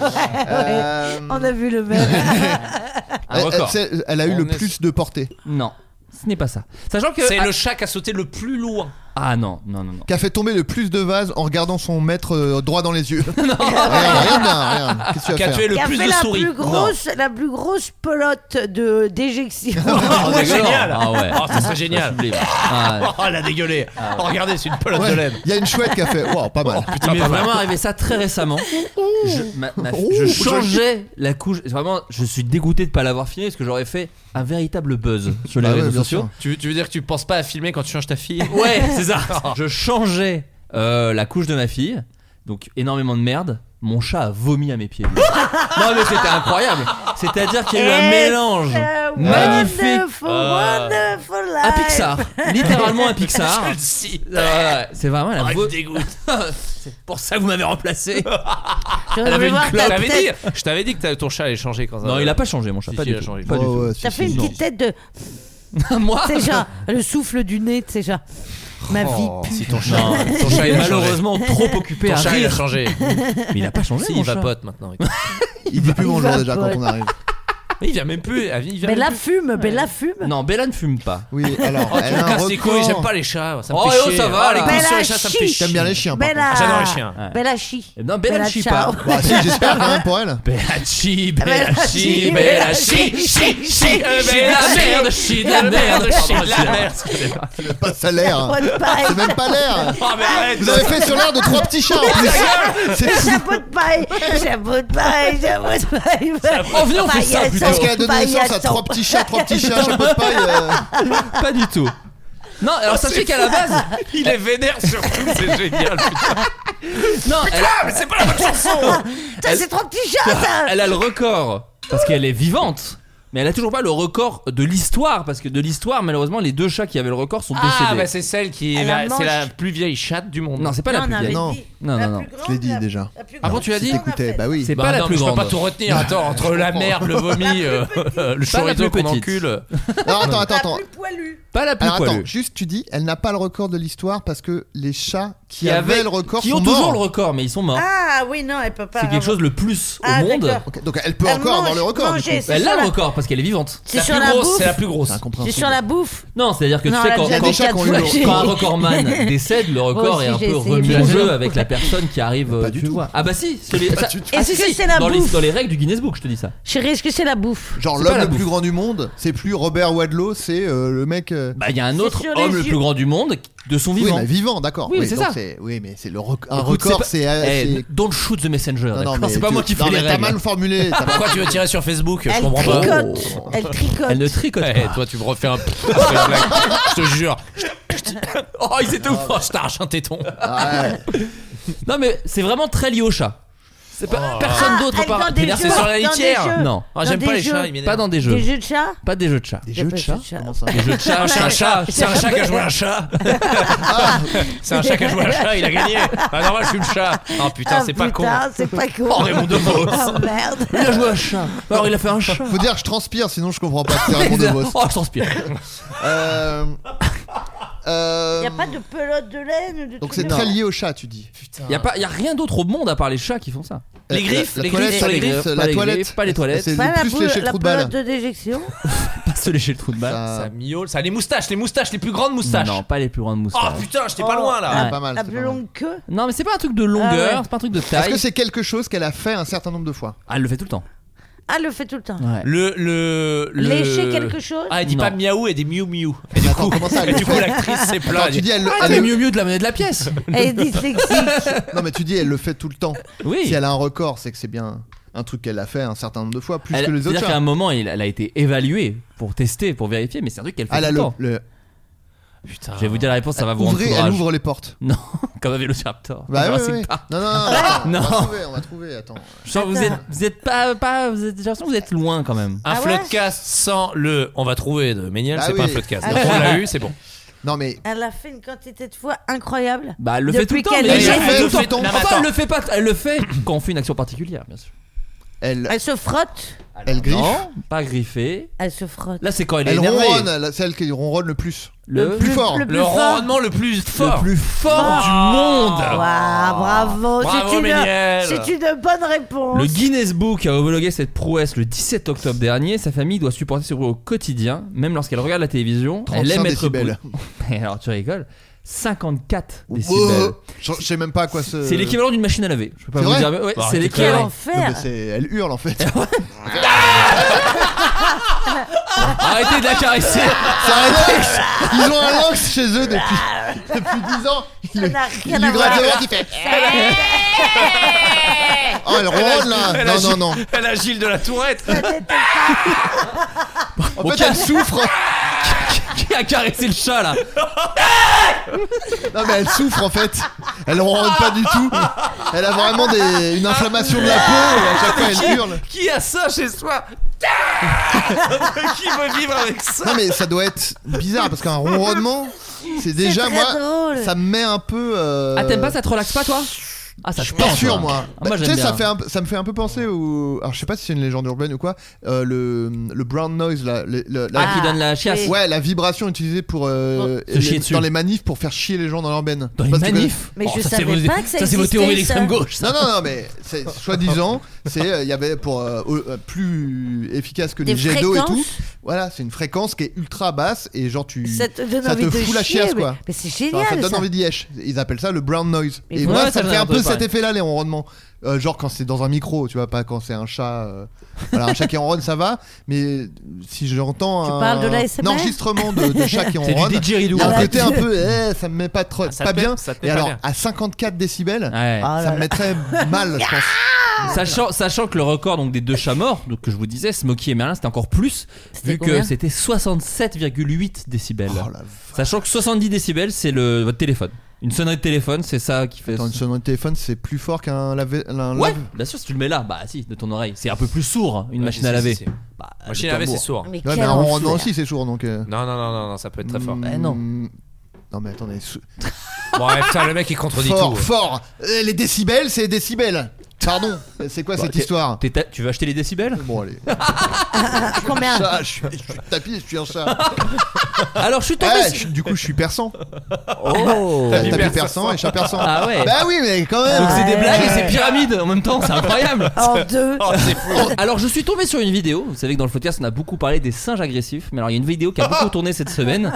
[SPEAKER 10] ouais.
[SPEAKER 8] Euh,
[SPEAKER 9] On a vu le même.
[SPEAKER 7] Un
[SPEAKER 8] elle- elle-
[SPEAKER 10] euh,
[SPEAKER 7] record.
[SPEAKER 10] <laughs>
[SPEAKER 8] c'est- Elle a eu
[SPEAKER 10] On
[SPEAKER 8] le
[SPEAKER 10] est-
[SPEAKER 8] plus de portée.
[SPEAKER 7] Non. Ce n'est pas ça. Sachant que.
[SPEAKER 10] C'est
[SPEAKER 7] ah-
[SPEAKER 10] le chat qui a sauté le plus loin.
[SPEAKER 7] Ah non, non, non, non.
[SPEAKER 8] Qui a fait tomber le plus de vases en regardant son maître euh, droit dans les yeux. rien, rien de bien, rien. Qu'est-ce que tu
[SPEAKER 10] Qui a
[SPEAKER 8] vas
[SPEAKER 10] tué
[SPEAKER 8] faire
[SPEAKER 10] le
[SPEAKER 9] Qui a
[SPEAKER 10] plus
[SPEAKER 9] fait
[SPEAKER 10] de
[SPEAKER 9] la
[SPEAKER 10] souris.
[SPEAKER 9] plus grosse, la plus grosse pelote de
[SPEAKER 10] <laughs>
[SPEAKER 9] d'éjection. <laughs>
[SPEAKER 10] Oh,
[SPEAKER 7] Oh, dégueulasse.
[SPEAKER 10] génial.
[SPEAKER 7] Ah ouais.
[SPEAKER 10] Oh, ça serait génial.
[SPEAKER 7] Sublime. Ah, ouais.
[SPEAKER 10] Oh, elle a dégueulé. Oh, regardez, c'est une pelote
[SPEAKER 8] Ouais,
[SPEAKER 10] de laine. Oh,
[SPEAKER 8] Il y a une chouette qui a fait. Waouh, pas mal.
[SPEAKER 10] Putain,
[SPEAKER 7] Il
[SPEAKER 10] pas Oh,
[SPEAKER 7] m'est
[SPEAKER 10] mal.
[SPEAKER 7] vraiment arrivé ça très récemment. Je, ma- ma-
[SPEAKER 8] Ouh,
[SPEAKER 7] je
[SPEAKER 8] je-
[SPEAKER 7] changeais la couche. Vraiment, je suis dégoûté de pas l'avoir filmé parce que j'aurais fait un véritable buzz sur les
[SPEAKER 8] Bah ouais,
[SPEAKER 7] réseaux
[SPEAKER 8] bien
[SPEAKER 7] sociaux.
[SPEAKER 10] Tu, veux- tu veux dire que tu penses pas à filmer quand tu changes ta fille <laughs> Oh.
[SPEAKER 7] Ouais, c'est ça. Je changeais euh, la couche de ma fille, donc énormément de merde. Mon chat a vomi à mes
[SPEAKER 10] <laughs>
[SPEAKER 7] pieds. non mais c'était incroyable. C'est-à-dire qu'il y a eu un
[SPEAKER 9] It's
[SPEAKER 7] mélange
[SPEAKER 9] a
[SPEAKER 7] magnifique
[SPEAKER 9] Euh, Wonderful, wonderful
[SPEAKER 7] à
[SPEAKER 9] life.
[SPEAKER 7] Pixar, littéralement à
[SPEAKER 10] <laughs>
[SPEAKER 7] Pixar.
[SPEAKER 10] Si.
[SPEAKER 7] Euh, ouais, c'est vraiment la
[SPEAKER 10] Ah, il me
[SPEAKER 7] vo-
[SPEAKER 10] dégoûte.
[SPEAKER 7] C'est pour ça que vous m'avez
[SPEAKER 9] Tu
[SPEAKER 7] remplacé.
[SPEAKER 9] vas
[SPEAKER 10] Elle avait une
[SPEAKER 9] voir
[SPEAKER 10] clope.
[SPEAKER 9] ta
[SPEAKER 10] Je t'avais
[SPEAKER 9] tête.
[SPEAKER 10] dit- euh, Je t'avais dit que t'avais- ton chat allait changer quand ça.
[SPEAKER 7] Non, il a pas changé mon chat.
[SPEAKER 10] Si,
[SPEAKER 7] pas
[SPEAKER 10] si,
[SPEAKER 7] du
[SPEAKER 10] il a
[SPEAKER 7] tout.
[SPEAKER 10] changé. Oh.
[SPEAKER 7] Pas du
[SPEAKER 8] Ouais,
[SPEAKER 7] tout.
[SPEAKER 8] ouais, si,
[SPEAKER 9] T'as
[SPEAKER 8] si.
[SPEAKER 9] fait une
[SPEAKER 7] Non.
[SPEAKER 9] petite tête de.
[SPEAKER 7] Moi.
[SPEAKER 9] C'est genre le souffle du nez, c'est genre. Ma vie pue.
[SPEAKER 10] Si ton chat,
[SPEAKER 7] Non,
[SPEAKER 10] ton chat <laughs> il a changé.
[SPEAKER 7] malheureusement trop occupé
[SPEAKER 10] Ton
[SPEAKER 7] à
[SPEAKER 10] chat il a
[SPEAKER 7] rire.
[SPEAKER 10] changé.
[SPEAKER 7] Mais il a pas changé.
[SPEAKER 10] Si,
[SPEAKER 7] mon
[SPEAKER 10] il
[SPEAKER 7] chat.
[SPEAKER 10] vapote maintenant.
[SPEAKER 8] Il dit plus bonjour déjà quand
[SPEAKER 9] ouais.
[SPEAKER 8] on arrive.
[SPEAKER 10] Mais il vient même plus. Il vient
[SPEAKER 9] Bella
[SPEAKER 10] même
[SPEAKER 9] fume, Bella fume.
[SPEAKER 7] Non, Bella ne fume pas.
[SPEAKER 8] Oui, alors,
[SPEAKER 10] plus.
[SPEAKER 8] elle
[SPEAKER 10] Tu me
[SPEAKER 8] a un
[SPEAKER 10] casses les couilles,
[SPEAKER 8] record.
[SPEAKER 10] Oh, j'aime pas les chats. Ça me
[SPEAKER 7] Oh,
[SPEAKER 10] fait
[SPEAKER 7] oh,
[SPEAKER 10] chier.
[SPEAKER 7] ça va,
[SPEAKER 10] Oh, les
[SPEAKER 7] les
[SPEAKER 10] couilles
[SPEAKER 9] couilles
[SPEAKER 10] sur les
[SPEAKER 9] chie.
[SPEAKER 10] chats, ça me fait chier.
[SPEAKER 8] J'aime bien les chiens. par
[SPEAKER 9] Bella.
[SPEAKER 10] J'adore les chiens.
[SPEAKER 7] Ouais.
[SPEAKER 9] Bella chi.
[SPEAKER 7] Non, Bella chie pas.
[SPEAKER 9] ciao.
[SPEAKER 8] contre. Bah, si, j'espère quand même pour elle.
[SPEAKER 7] Belachi,
[SPEAKER 9] Belachi,
[SPEAKER 7] Belachi, Belachi, chi, chi, euh, Bella merde, chi de la merde, chi de la merde.
[SPEAKER 8] Pas ça l'air.
[SPEAKER 9] Pas de paille.
[SPEAKER 8] C'est même pas l'air.
[SPEAKER 10] Oh, mais arrête.
[SPEAKER 8] Vous avez fait sur l'air de trois petits chats en plus. C'est
[SPEAKER 9] <laughs>
[SPEAKER 8] fou.
[SPEAKER 9] Chapeau de paille. Chapeau de paille. Chapeau de paille.
[SPEAKER 7] Oh, venez, on fait ça,
[SPEAKER 8] Je
[SPEAKER 7] plutôt.
[SPEAKER 8] pense qu'elle a donné naissance à trois petits chats, trois petits chats, chapeau de paille. euh,
[SPEAKER 7] Pas du tout. Non, alors sachez qu'à la base,
[SPEAKER 10] Il est vénère surtout, c'est génial.
[SPEAKER 7] non, elle,
[SPEAKER 10] Ah, mais c'est pas la bonne chanson.
[SPEAKER 9] Putain, c'est trois petits chats, ça.
[SPEAKER 7] elle a le record parce qu'elle est vivante. Mais elle a toujours pas le record de l'histoire parce que de l'histoire, malheureusement, les deux chats qui avaient le record sont
[SPEAKER 10] Ah,
[SPEAKER 7] décédés.
[SPEAKER 10] bah c'est celle qui est
[SPEAKER 9] Elle
[SPEAKER 10] la,
[SPEAKER 9] la
[SPEAKER 10] c'est la
[SPEAKER 9] mange.
[SPEAKER 10] plus vieille chatte du monde.
[SPEAKER 7] non, c'est pas la
[SPEAKER 9] Non,
[SPEAKER 7] plus
[SPEAKER 9] on avait
[SPEAKER 7] vieille.
[SPEAKER 8] non.
[SPEAKER 9] dit.
[SPEAKER 7] Non,
[SPEAKER 9] La
[SPEAKER 7] non,
[SPEAKER 9] plus
[SPEAKER 7] non.
[SPEAKER 9] grande,
[SPEAKER 8] Je l'ai dit
[SPEAKER 9] la-
[SPEAKER 8] déjà.
[SPEAKER 9] la plus
[SPEAKER 10] Ah bon,
[SPEAKER 9] grande.
[SPEAKER 10] tu l'as dit
[SPEAKER 9] On a
[SPEAKER 8] Écoutez,
[SPEAKER 9] fait.
[SPEAKER 8] bah oui.
[SPEAKER 7] C'est pas la
[SPEAKER 10] non,
[SPEAKER 7] plus
[SPEAKER 10] mais
[SPEAKER 7] grande.
[SPEAKER 10] Je peux pas tout retenir. Attends, entre la merde,
[SPEAKER 7] <laughs>
[SPEAKER 10] le vomi, euh, le
[SPEAKER 7] Pas la
[SPEAKER 10] chorizo
[SPEAKER 7] plus
[SPEAKER 10] qu'on
[SPEAKER 7] petite.
[SPEAKER 10] encule.
[SPEAKER 8] Alors attends, attends,
[SPEAKER 9] La
[SPEAKER 8] attends.
[SPEAKER 9] plus poilue.
[SPEAKER 7] Pas la plus
[SPEAKER 8] Alors attends,
[SPEAKER 7] poilue.
[SPEAKER 8] juste tu dis, elle n'a pas le record de l'histoire parce que les chats qui, avaient le record
[SPEAKER 7] qui
[SPEAKER 8] sont
[SPEAKER 7] ont
[SPEAKER 8] morts.
[SPEAKER 7] toujours le record, mais ils sont morts.
[SPEAKER 9] Ah oui, non, elle peut pas.
[SPEAKER 7] c'est quelque
[SPEAKER 9] avoir-
[SPEAKER 7] chose le plus
[SPEAKER 9] Ah,
[SPEAKER 7] au monde.
[SPEAKER 9] d'accord.
[SPEAKER 8] Ok, donc elle peut
[SPEAKER 9] Elle
[SPEAKER 8] encore avoir
[SPEAKER 9] mange-
[SPEAKER 8] le record. du
[SPEAKER 9] manger,
[SPEAKER 8] coup.
[SPEAKER 9] c'est
[SPEAKER 7] Elle
[SPEAKER 9] sur
[SPEAKER 7] a
[SPEAKER 9] la-
[SPEAKER 7] le record parce qu'elle est vivante.
[SPEAKER 9] C'est sur
[SPEAKER 10] plus
[SPEAKER 9] la
[SPEAKER 10] grosse,
[SPEAKER 9] bouffe.
[SPEAKER 10] c'est la plus grosse.
[SPEAKER 8] C'est
[SPEAKER 9] C'est
[SPEAKER 8] incompréhensible.
[SPEAKER 9] sur la bouffe.
[SPEAKER 7] Non, c'est-à-dire que
[SPEAKER 9] Non,
[SPEAKER 7] tu sais
[SPEAKER 9] elle a
[SPEAKER 7] quand,
[SPEAKER 9] déjà
[SPEAKER 7] quand-
[SPEAKER 8] des chats qui ont eu
[SPEAKER 7] quand-
[SPEAKER 8] le
[SPEAKER 7] quand un recordman décède, le record
[SPEAKER 9] aussi,
[SPEAKER 7] est un
[SPEAKER 9] j'ai
[SPEAKER 7] peu
[SPEAKER 9] essayé
[SPEAKER 7] remis
[SPEAKER 9] de
[SPEAKER 7] en
[SPEAKER 9] faire
[SPEAKER 7] jeu
[SPEAKER 9] ça.
[SPEAKER 7] avec la personne qui arrive. euh,
[SPEAKER 8] pas du
[SPEAKER 7] tu
[SPEAKER 8] tout.
[SPEAKER 7] vois. Ah bah si, c'est les- ça- ah
[SPEAKER 9] Est-ce
[SPEAKER 7] si,
[SPEAKER 9] que
[SPEAKER 7] si,
[SPEAKER 9] c'est la
[SPEAKER 7] dans les-
[SPEAKER 9] bouffe
[SPEAKER 7] dans les règles du Guinness Book, je te dis ça.
[SPEAKER 9] Chérie, est-ce que c'est la bouffe
[SPEAKER 8] Genre
[SPEAKER 7] C'est pas
[SPEAKER 8] l'homme
[SPEAKER 7] la
[SPEAKER 8] le plus
[SPEAKER 7] bouffe.
[SPEAKER 8] grand du monde, c'est plus Robert Wadlow, c'est euh, le mec. euh,
[SPEAKER 7] Bah il y a un autre
[SPEAKER 9] sur les
[SPEAKER 7] homme le
[SPEAKER 9] yeux.
[SPEAKER 7] plus grand du monde de son
[SPEAKER 8] Oui,
[SPEAKER 7] vivant.
[SPEAKER 8] mais vivant, d'accord.
[SPEAKER 7] Oui, c'est
[SPEAKER 8] donc
[SPEAKER 7] ça.
[SPEAKER 8] Oui, mais c'est le rec- un
[SPEAKER 7] Écoute,
[SPEAKER 8] record,
[SPEAKER 7] c'est
[SPEAKER 8] c'est.
[SPEAKER 7] pas-
[SPEAKER 8] euh,
[SPEAKER 7] Eh,
[SPEAKER 8] c'est-
[SPEAKER 7] Don't shoot the messenger.
[SPEAKER 8] Non, non,
[SPEAKER 7] d'accord
[SPEAKER 8] mais
[SPEAKER 7] C'est pas
[SPEAKER 8] tu-
[SPEAKER 7] moi qui
[SPEAKER 8] non,
[SPEAKER 7] fais les
[SPEAKER 8] mais T'as mal
[SPEAKER 7] règles. <laughs>
[SPEAKER 8] formulé. t'as mal-
[SPEAKER 10] Pourquoi tu veux tirer sur Facebook Je
[SPEAKER 9] Elle
[SPEAKER 10] comprends pas.
[SPEAKER 9] tricote. Elle tricote.
[SPEAKER 7] Elle ne tricote
[SPEAKER 10] Eh,
[SPEAKER 7] pas.
[SPEAKER 10] toi, tu me refais un. <laughs> après la blague. Je te
[SPEAKER 7] <laughs>
[SPEAKER 10] jure. Oh, il s'étouffe. Oh, je t'arrache un téton.
[SPEAKER 8] Ah, ouais.
[SPEAKER 7] Non mais c'est vraiment très lié au chat. C'est pas personne d'autre à
[SPEAKER 9] elle
[SPEAKER 7] part.
[SPEAKER 9] dans des
[SPEAKER 7] T'énerves, c'est
[SPEAKER 9] jeux,
[SPEAKER 7] sur la
[SPEAKER 9] dans des
[SPEAKER 7] litière.
[SPEAKER 9] jeux.
[SPEAKER 7] Non,
[SPEAKER 10] Oh,
[SPEAKER 9] Dans
[SPEAKER 10] J'aime
[SPEAKER 9] des
[SPEAKER 10] pas les
[SPEAKER 9] jeux.
[SPEAKER 10] chats, il m'énerve.
[SPEAKER 7] pas dans des
[SPEAKER 9] Des
[SPEAKER 7] jeux.
[SPEAKER 9] jeux de chat
[SPEAKER 7] Pas des jeux de chat.
[SPEAKER 8] Des
[SPEAKER 9] Y a
[SPEAKER 8] jeux
[SPEAKER 9] pas
[SPEAKER 8] de
[SPEAKER 9] de
[SPEAKER 8] chat
[SPEAKER 9] chat.
[SPEAKER 8] Comment ça
[SPEAKER 7] Des jeux de chat,
[SPEAKER 10] C'est un chat,
[SPEAKER 9] <laughs>
[SPEAKER 10] c'est un chat qui a joué à
[SPEAKER 7] <laughs>
[SPEAKER 10] un chat. Ah. C'est un chat qui a joué à un chat, il a gagné. Ah, normal, je suis le chat. Oh
[SPEAKER 8] Ah,
[SPEAKER 10] putain, c'est pas con.
[SPEAKER 9] Putain, c'est pas con.
[SPEAKER 10] Oh, Raymond Devos.
[SPEAKER 9] Oh merde.
[SPEAKER 7] Il a joué à chat. Alors il a fait un chat.
[SPEAKER 8] Faut dire, je transpire, sinon je comprends pas.
[SPEAKER 7] <laughs>
[SPEAKER 8] C'est Raymond Devos.
[SPEAKER 7] Oh, je transpire.
[SPEAKER 8] Euh, euh,
[SPEAKER 9] Y a pas de pelote de laine ou de
[SPEAKER 8] Donc
[SPEAKER 9] trucs
[SPEAKER 8] c'est
[SPEAKER 9] de-
[SPEAKER 8] très lié au chat, tu dis.
[SPEAKER 7] Il y a pas, y a rien d'autre au monde à part les chats qui font ça.
[SPEAKER 10] Les
[SPEAKER 8] Euh,
[SPEAKER 10] griffes,
[SPEAKER 8] la,
[SPEAKER 10] les
[SPEAKER 8] la toilette,
[SPEAKER 10] griffes sur les
[SPEAKER 8] la
[SPEAKER 10] griffes,
[SPEAKER 8] griffes,
[SPEAKER 7] pas
[SPEAKER 8] la
[SPEAKER 7] les
[SPEAKER 8] toilette,
[SPEAKER 7] griffes, pas les toilettes.
[SPEAKER 8] C'est
[SPEAKER 9] Pas la,
[SPEAKER 8] plus
[SPEAKER 9] boule-
[SPEAKER 8] léché le
[SPEAKER 9] la
[SPEAKER 8] trou de
[SPEAKER 9] pelote
[SPEAKER 8] balle.
[SPEAKER 9] de déjection.
[SPEAKER 7] Pas se lécher le trou de balle.
[SPEAKER 8] Ça-
[SPEAKER 10] Ça miaule, ça. Les moustaches, les moustaches, les plus grandes moustaches.
[SPEAKER 7] Non, pas les plus grandes
[SPEAKER 10] Oh
[SPEAKER 7] moustaches.
[SPEAKER 10] putain, j'étais pas loin là.
[SPEAKER 8] Ah,
[SPEAKER 7] Ouais.
[SPEAKER 8] Pas mal.
[SPEAKER 9] La
[SPEAKER 8] c'est
[SPEAKER 9] plus
[SPEAKER 8] pas mal.
[SPEAKER 9] longue queue.
[SPEAKER 7] non, mais c'est pas un truc de longueur,
[SPEAKER 9] Ah ouais.
[SPEAKER 7] c'est pas un truc de
[SPEAKER 8] Est-ce
[SPEAKER 7] taille.
[SPEAKER 8] que c'est quelque chose qu'elle a fait un certain nombre de fois
[SPEAKER 7] Ah, elle le fait tout le temps.
[SPEAKER 9] Ah, le fait tout le temps.
[SPEAKER 10] Le, le, le-
[SPEAKER 9] Lécher quelque chose.
[SPEAKER 10] Ah, elle dit
[SPEAKER 7] Non.
[SPEAKER 10] pas miaou, elle dit miou miou. Et du
[SPEAKER 8] Attends,
[SPEAKER 10] coup,
[SPEAKER 8] comment ça,
[SPEAKER 10] et
[SPEAKER 8] elle
[SPEAKER 10] du
[SPEAKER 8] le
[SPEAKER 10] coup,
[SPEAKER 8] fait
[SPEAKER 10] l'actrice, c'est plein.
[SPEAKER 8] Attends, tu dis elle, le-
[SPEAKER 7] Ah,
[SPEAKER 8] elle
[SPEAKER 7] le
[SPEAKER 8] le-
[SPEAKER 7] mieux mieux de la monnaie de la
[SPEAKER 10] <laughs>
[SPEAKER 7] pièce.
[SPEAKER 9] Elle est dyslexique.
[SPEAKER 7] <laughs>
[SPEAKER 8] non mais tu dis elle le fait tout le temps.
[SPEAKER 7] Oui.
[SPEAKER 8] Si elle a un record, c'est que c'est bien un truc qu'elle a fait un certain nombre de fois plus
[SPEAKER 7] Elle-
[SPEAKER 8] que les autres.
[SPEAKER 7] C'est-à-dire qu'à un
[SPEAKER 8] chats.
[SPEAKER 10] hein.
[SPEAKER 7] moment, il- elle a été évaluée pour tester, pour vérifier, mais c'est un truc
[SPEAKER 10] Ah,
[SPEAKER 7] qu'elle fait
[SPEAKER 8] Elle
[SPEAKER 7] tout
[SPEAKER 8] a
[SPEAKER 7] le
[SPEAKER 8] le,
[SPEAKER 7] temps.
[SPEAKER 8] le-
[SPEAKER 10] Putain.
[SPEAKER 7] Je vais vous dire la réponse, ça va vous rendre
[SPEAKER 8] ouvrez,
[SPEAKER 7] fou de
[SPEAKER 8] elle
[SPEAKER 7] rage.
[SPEAKER 8] ouvre les portes.
[SPEAKER 7] Non, <laughs> comme un vélociraptor.
[SPEAKER 8] Bah oui,
[SPEAKER 7] Jurassic
[SPEAKER 8] oui, oui.
[SPEAKER 7] Park.
[SPEAKER 8] Non, non, non,
[SPEAKER 7] Non.
[SPEAKER 8] On va trouver, on va trouver. Attends.
[SPEAKER 7] Je sens que vous êtes, vous êtes pas, pas vous êtes, j'ai l'impression que vous êtes loin quand même.
[SPEAKER 10] Un
[SPEAKER 9] Ah ouais
[SPEAKER 10] floodcast sans le. On va trouver de Méniel,
[SPEAKER 8] Bah
[SPEAKER 10] c'est pas un
[SPEAKER 8] oui.
[SPEAKER 10] floodcast.
[SPEAKER 9] Ah
[SPEAKER 10] Donc,
[SPEAKER 9] ouais.
[SPEAKER 10] on l'a
[SPEAKER 7] <coughs>
[SPEAKER 10] eu, c'est bon.
[SPEAKER 8] Non mais
[SPEAKER 9] Elle a fait une quantité de fois incroyable.
[SPEAKER 7] Bah, elle le fait
[SPEAKER 9] Depuis
[SPEAKER 7] tout le temps.
[SPEAKER 9] qu'elle
[SPEAKER 7] mais
[SPEAKER 9] est
[SPEAKER 7] elle
[SPEAKER 9] jeune,
[SPEAKER 7] le fait tout le
[SPEAKER 10] elle le
[SPEAKER 7] temps.
[SPEAKER 10] fait- non, mais
[SPEAKER 7] Enfin,
[SPEAKER 10] attends.
[SPEAKER 7] elle le fait pas. Elle le fait quand on fait une action particulière, bien sûr.
[SPEAKER 8] elle,
[SPEAKER 9] Elle se frotte.
[SPEAKER 8] Elle griffe
[SPEAKER 7] Non, pas griffée.
[SPEAKER 9] Elle se frotte.
[SPEAKER 7] Là, c'est quand elle est
[SPEAKER 8] Elle
[SPEAKER 7] énervée.
[SPEAKER 8] ronronne, elle- celle qui ronronne le plus.
[SPEAKER 7] Le
[SPEAKER 8] plus
[SPEAKER 7] plus-
[SPEAKER 8] fort. Oh,
[SPEAKER 9] le plus
[SPEAKER 7] Le
[SPEAKER 9] fort.
[SPEAKER 7] rendement le plus fort.
[SPEAKER 8] Le plus
[SPEAKER 7] fort du monde.
[SPEAKER 9] Waouh, bravo,
[SPEAKER 7] Bravo,
[SPEAKER 9] c'est une,
[SPEAKER 7] Méniel.
[SPEAKER 9] c'est une bonne réponse.
[SPEAKER 7] Le Guinness Book a homologué cette prouesse le 17 octobre dernier. Sa famille doit supporter ce bruit au quotidien, même lorsqu'elle regarde la télévision. Elle
[SPEAKER 8] 35
[SPEAKER 7] aime être
[SPEAKER 8] décibels.
[SPEAKER 7] <laughs> brou- Mais alors tu rigoles 54 décibels.
[SPEAKER 8] Wow. Oh, Je je sais même pas à quoi se.
[SPEAKER 7] C'est l'équivalent d'une machine à laver. Je peux pas
[SPEAKER 8] C'est
[SPEAKER 7] vous
[SPEAKER 8] vrai
[SPEAKER 7] dire. mais- Ouais,
[SPEAKER 10] Bah,
[SPEAKER 7] c'est
[SPEAKER 10] t'es
[SPEAKER 7] l'équivalent.
[SPEAKER 8] Non, mais
[SPEAKER 9] Enfer.
[SPEAKER 8] c'est- Elle hurle en fait.
[SPEAKER 7] Arrêtez de la
[SPEAKER 8] <laughs>
[SPEAKER 7] caresser.
[SPEAKER 8] Ils ont un lynx chez eux depuis, <laughs> depuis 10 ans. Il,
[SPEAKER 9] Ça n'a
[SPEAKER 8] il
[SPEAKER 9] rien à
[SPEAKER 8] lui gratte
[SPEAKER 9] voir.
[SPEAKER 8] devant qui fait. <laughs> Oh, elle ronronne là.
[SPEAKER 10] Elle
[SPEAKER 8] Non,
[SPEAKER 10] agit-
[SPEAKER 8] non, non.
[SPEAKER 10] Elle a Gilles de la Tourette.
[SPEAKER 8] En fait, elle souffre.
[SPEAKER 7] Qui a caressé le chat là
[SPEAKER 8] Non, mais elle souffre en fait. Elle ronronne pas du tout. Elle a vraiment des- une inflammation de la peau. et à chaque fois, elle hurle.
[SPEAKER 10] Qui a ça chez soi Qui veut vivre avec ça
[SPEAKER 8] Non mais ça doit être bizarre parce qu'un ronronnement, c'est déjà
[SPEAKER 9] très
[SPEAKER 8] moi,
[SPEAKER 9] drôle.
[SPEAKER 8] ça me met un peu. euh,
[SPEAKER 7] Ah t'aimes pas ça te relaxe pas toi Ah ça
[SPEAKER 8] Je suis
[SPEAKER 7] te
[SPEAKER 8] pas
[SPEAKER 7] tente,
[SPEAKER 8] sûr
[SPEAKER 7] hein.
[SPEAKER 8] moi.
[SPEAKER 7] Ah, moi
[SPEAKER 8] Bah, tu
[SPEAKER 7] j'aime
[SPEAKER 8] sais, ça
[SPEAKER 7] bien.
[SPEAKER 8] fait un peu- ça me fait un peu penser au. Alors je sais pas si c'est une légende urbaine ou quoi. euh, le le brown noise là. le- le- la...
[SPEAKER 7] Ah, qui donne la chiasse.
[SPEAKER 9] oui.
[SPEAKER 8] Ouais, la vibration utilisée pour euh,
[SPEAKER 7] Se chier
[SPEAKER 8] les-
[SPEAKER 7] dessus.
[SPEAKER 8] dans les manifs pour faire chier les gens dans l'urbaine.
[SPEAKER 7] Dans les
[SPEAKER 8] Parce que-
[SPEAKER 7] manifs.
[SPEAKER 9] Mais je
[SPEAKER 7] Oh, ça, c'est
[SPEAKER 9] savais
[SPEAKER 7] vos-
[SPEAKER 9] pas que ça
[SPEAKER 7] c'est vos
[SPEAKER 9] existait,
[SPEAKER 7] théories
[SPEAKER 9] ça.
[SPEAKER 7] d'extrême gauche. ça.
[SPEAKER 8] Non non non mais c'est soi-disant c'est euh, il y avait pour euh, au- euh, plus efficace que
[SPEAKER 9] Des
[SPEAKER 8] les jets d'eau et tout.
[SPEAKER 9] fréquences.
[SPEAKER 8] Voilà c'est une fréquence qui est ultra basse et genre tu
[SPEAKER 9] Ça te donne
[SPEAKER 8] ça
[SPEAKER 9] envie
[SPEAKER 8] te
[SPEAKER 9] de
[SPEAKER 8] fout la
[SPEAKER 9] chier,
[SPEAKER 8] chiasse
[SPEAKER 9] mais-
[SPEAKER 8] quoi.
[SPEAKER 9] Mais, c'est
[SPEAKER 8] Enfin,
[SPEAKER 9] génial.
[SPEAKER 8] ça te donne
[SPEAKER 9] ça.
[SPEAKER 8] envie d'y être. Ils appellent ça le brown noise.
[SPEAKER 9] Mais
[SPEAKER 8] Et
[SPEAKER 7] ouais,
[SPEAKER 8] moi,
[SPEAKER 7] ça
[SPEAKER 8] ça, me
[SPEAKER 7] me
[SPEAKER 8] fait un
[SPEAKER 7] donne
[SPEAKER 8] peu
[SPEAKER 7] un peu
[SPEAKER 8] cet
[SPEAKER 7] pareil.
[SPEAKER 8] effet-là, les ronronnements. Euh, genre quand c'est dans un micro, tu vois, pas quand c'est un chat. euh, Voilà, un chat qui ronronne, ça va. Mais si j'entends
[SPEAKER 9] Tu
[SPEAKER 8] un...
[SPEAKER 9] parles de l'ASMR?
[SPEAKER 8] un enregistrement de, de chat
[SPEAKER 10] <laughs>
[SPEAKER 8] qui
[SPEAKER 7] C'est
[SPEAKER 8] ronronne,
[SPEAKER 7] du didgeridoo.
[SPEAKER 8] il y a
[SPEAKER 9] Ah
[SPEAKER 8] un
[SPEAKER 9] bah,
[SPEAKER 8] côté
[SPEAKER 9] tu-
[SPEAKER 8] un peu, eh, ça me met pas trop,
[SPEAKER 10] Ah, ça
[SPEAKER 8] pas
[SPEAKER 10] te plaît-
[SPEAKER 8] bien.
[SPEAKER 10] ça te
[SPEAKER 8] Et
[SPEAKER 10] met pas
[SPEAKER 8] alors,
[SPEAKER 10] bien. Ah,
[SPEAKER 8] à 54 décibels,
[SPEAKER 7] Ouais.
[SPEAKER 9] Ah,
[SPEAKER 8] ça me mettrait mal, je
[SPEAKER 9] <laughs>
[SPEAKER 8] pense.
[SPEAKER 7] Sachant, sachant que le record donc des deux chats morts, donc, que je vous disais, Smokey et Merlin, c'était encore plus,
[SPEAKER 9] C'était
[SPEAKER 7] vu que
[SPEAKER 9] combien
[SPEAKER 7] Euh, c'était 67,8 décibels.
[SPEAKER 8] Oh la
[SPEAKER 7] sachant que 70 décibels, c'est le votre téléphone. Une sonnerie de téléphone, c'est ça qui fait.
[SPEAKER 8] Attends, une sonnerie de téléphone, c'est plus fort qu'un lave... un
[SPEAKER 7] Ouais,
[SPEAKER 8] lave-
[SPEAKER 7] bien sûr, si tu le mets là, bah si, de ton oreille, c'est un peu plus sourd, hein, une
[SPEAKER 10] Ouais,
[SPEAKER 7] machine
[SPEAKER 10] Ah, si,
[SPEAKER 7] à
[SPEAKER 10] si,
[SPEAKER 7] laver.
[SPEAKER 10] si.
[SPEAKER 7] Bah,
[SPEAKER 8] Ah,
[SPEAKER 10] Machine
[SPEAKER 7] le
[SPEAKER 10] à laver,
[SPEAKER 7] tambour.
[SPEAKER 10] c'est sourd.
[SPEAKER 9] Mais,
[SPEAKER 8] Ouais,
[SPEAKER 9] quel
[SPEAKER 8] mais un ronronnement
[SPEAKER 9] enfer.
[SPEAKER 8] aussi, c'est sourd donc. euh, hmm.
[SPEAKER 10] Non, non, non, non, non, ça peut être très fort.
[SPEAKER 8] Mm.
[SPEAKER 7] Eh non.
[SPEAKER 8] Non, mais attendez. sou-
[SPEAKER 10] Bon, ouais, putain, le mec il contredit
[SPEAKER 8] Fort,
[SPEAKER 10] tout. <laughs>
[SPEAKER 8] fort. Euh, Les décibels, c'est les décibels. Pardon. C'est quoi cette
[SPEAKER 7] t'es-
[SPEAKER 10] <laughs>
[SPEAKER 8] histoire
[SPEAKER 7] T'es ta- Tu veux acheter les
[SPEAKER 8] <laughs>
[SPEAKER 7] décibels
[SPEAKER 8] Bon allez.
[SPEAKER 9] Ah, Combien
[SPEAKER 8] Chat, Ah, je suis, je suis tapis, je suis
[SPEAKER 7] <laughs>
[SPEAKER 8] un chat.
[SPEAKER 7] Alors je suis tombé.
[SPEAKER 8] Ouais,
[SPEAKER 7] sur-
[SPEAKER 8] je suis- du coup, je suis persan.
[SPEAKER 7] Oh.
[SPEAKER 8] Tapis persan et chat persan.
[SPEAKER 7] Ah ouais.
[SPEAKER 8] Bah oui, mais quand même.
[SPEAKER 7] Donc c'est des
[SPEAKER 9] Ouais.
[SPEAKER 7] blagues et c'est pyramide en même temps, c'est <laughs> incroyable.
[SPEAKER 9] En deux.
[SPEAKER 8] <laughs>
[SPEAKER 7] Oh, Alors je suis tombé sur une vidéo, vous savez que dans le podcast on a beaucoup parlé des singes agressifs, mais alors il y a une vidéo qui a beaucoup tourné cette semaine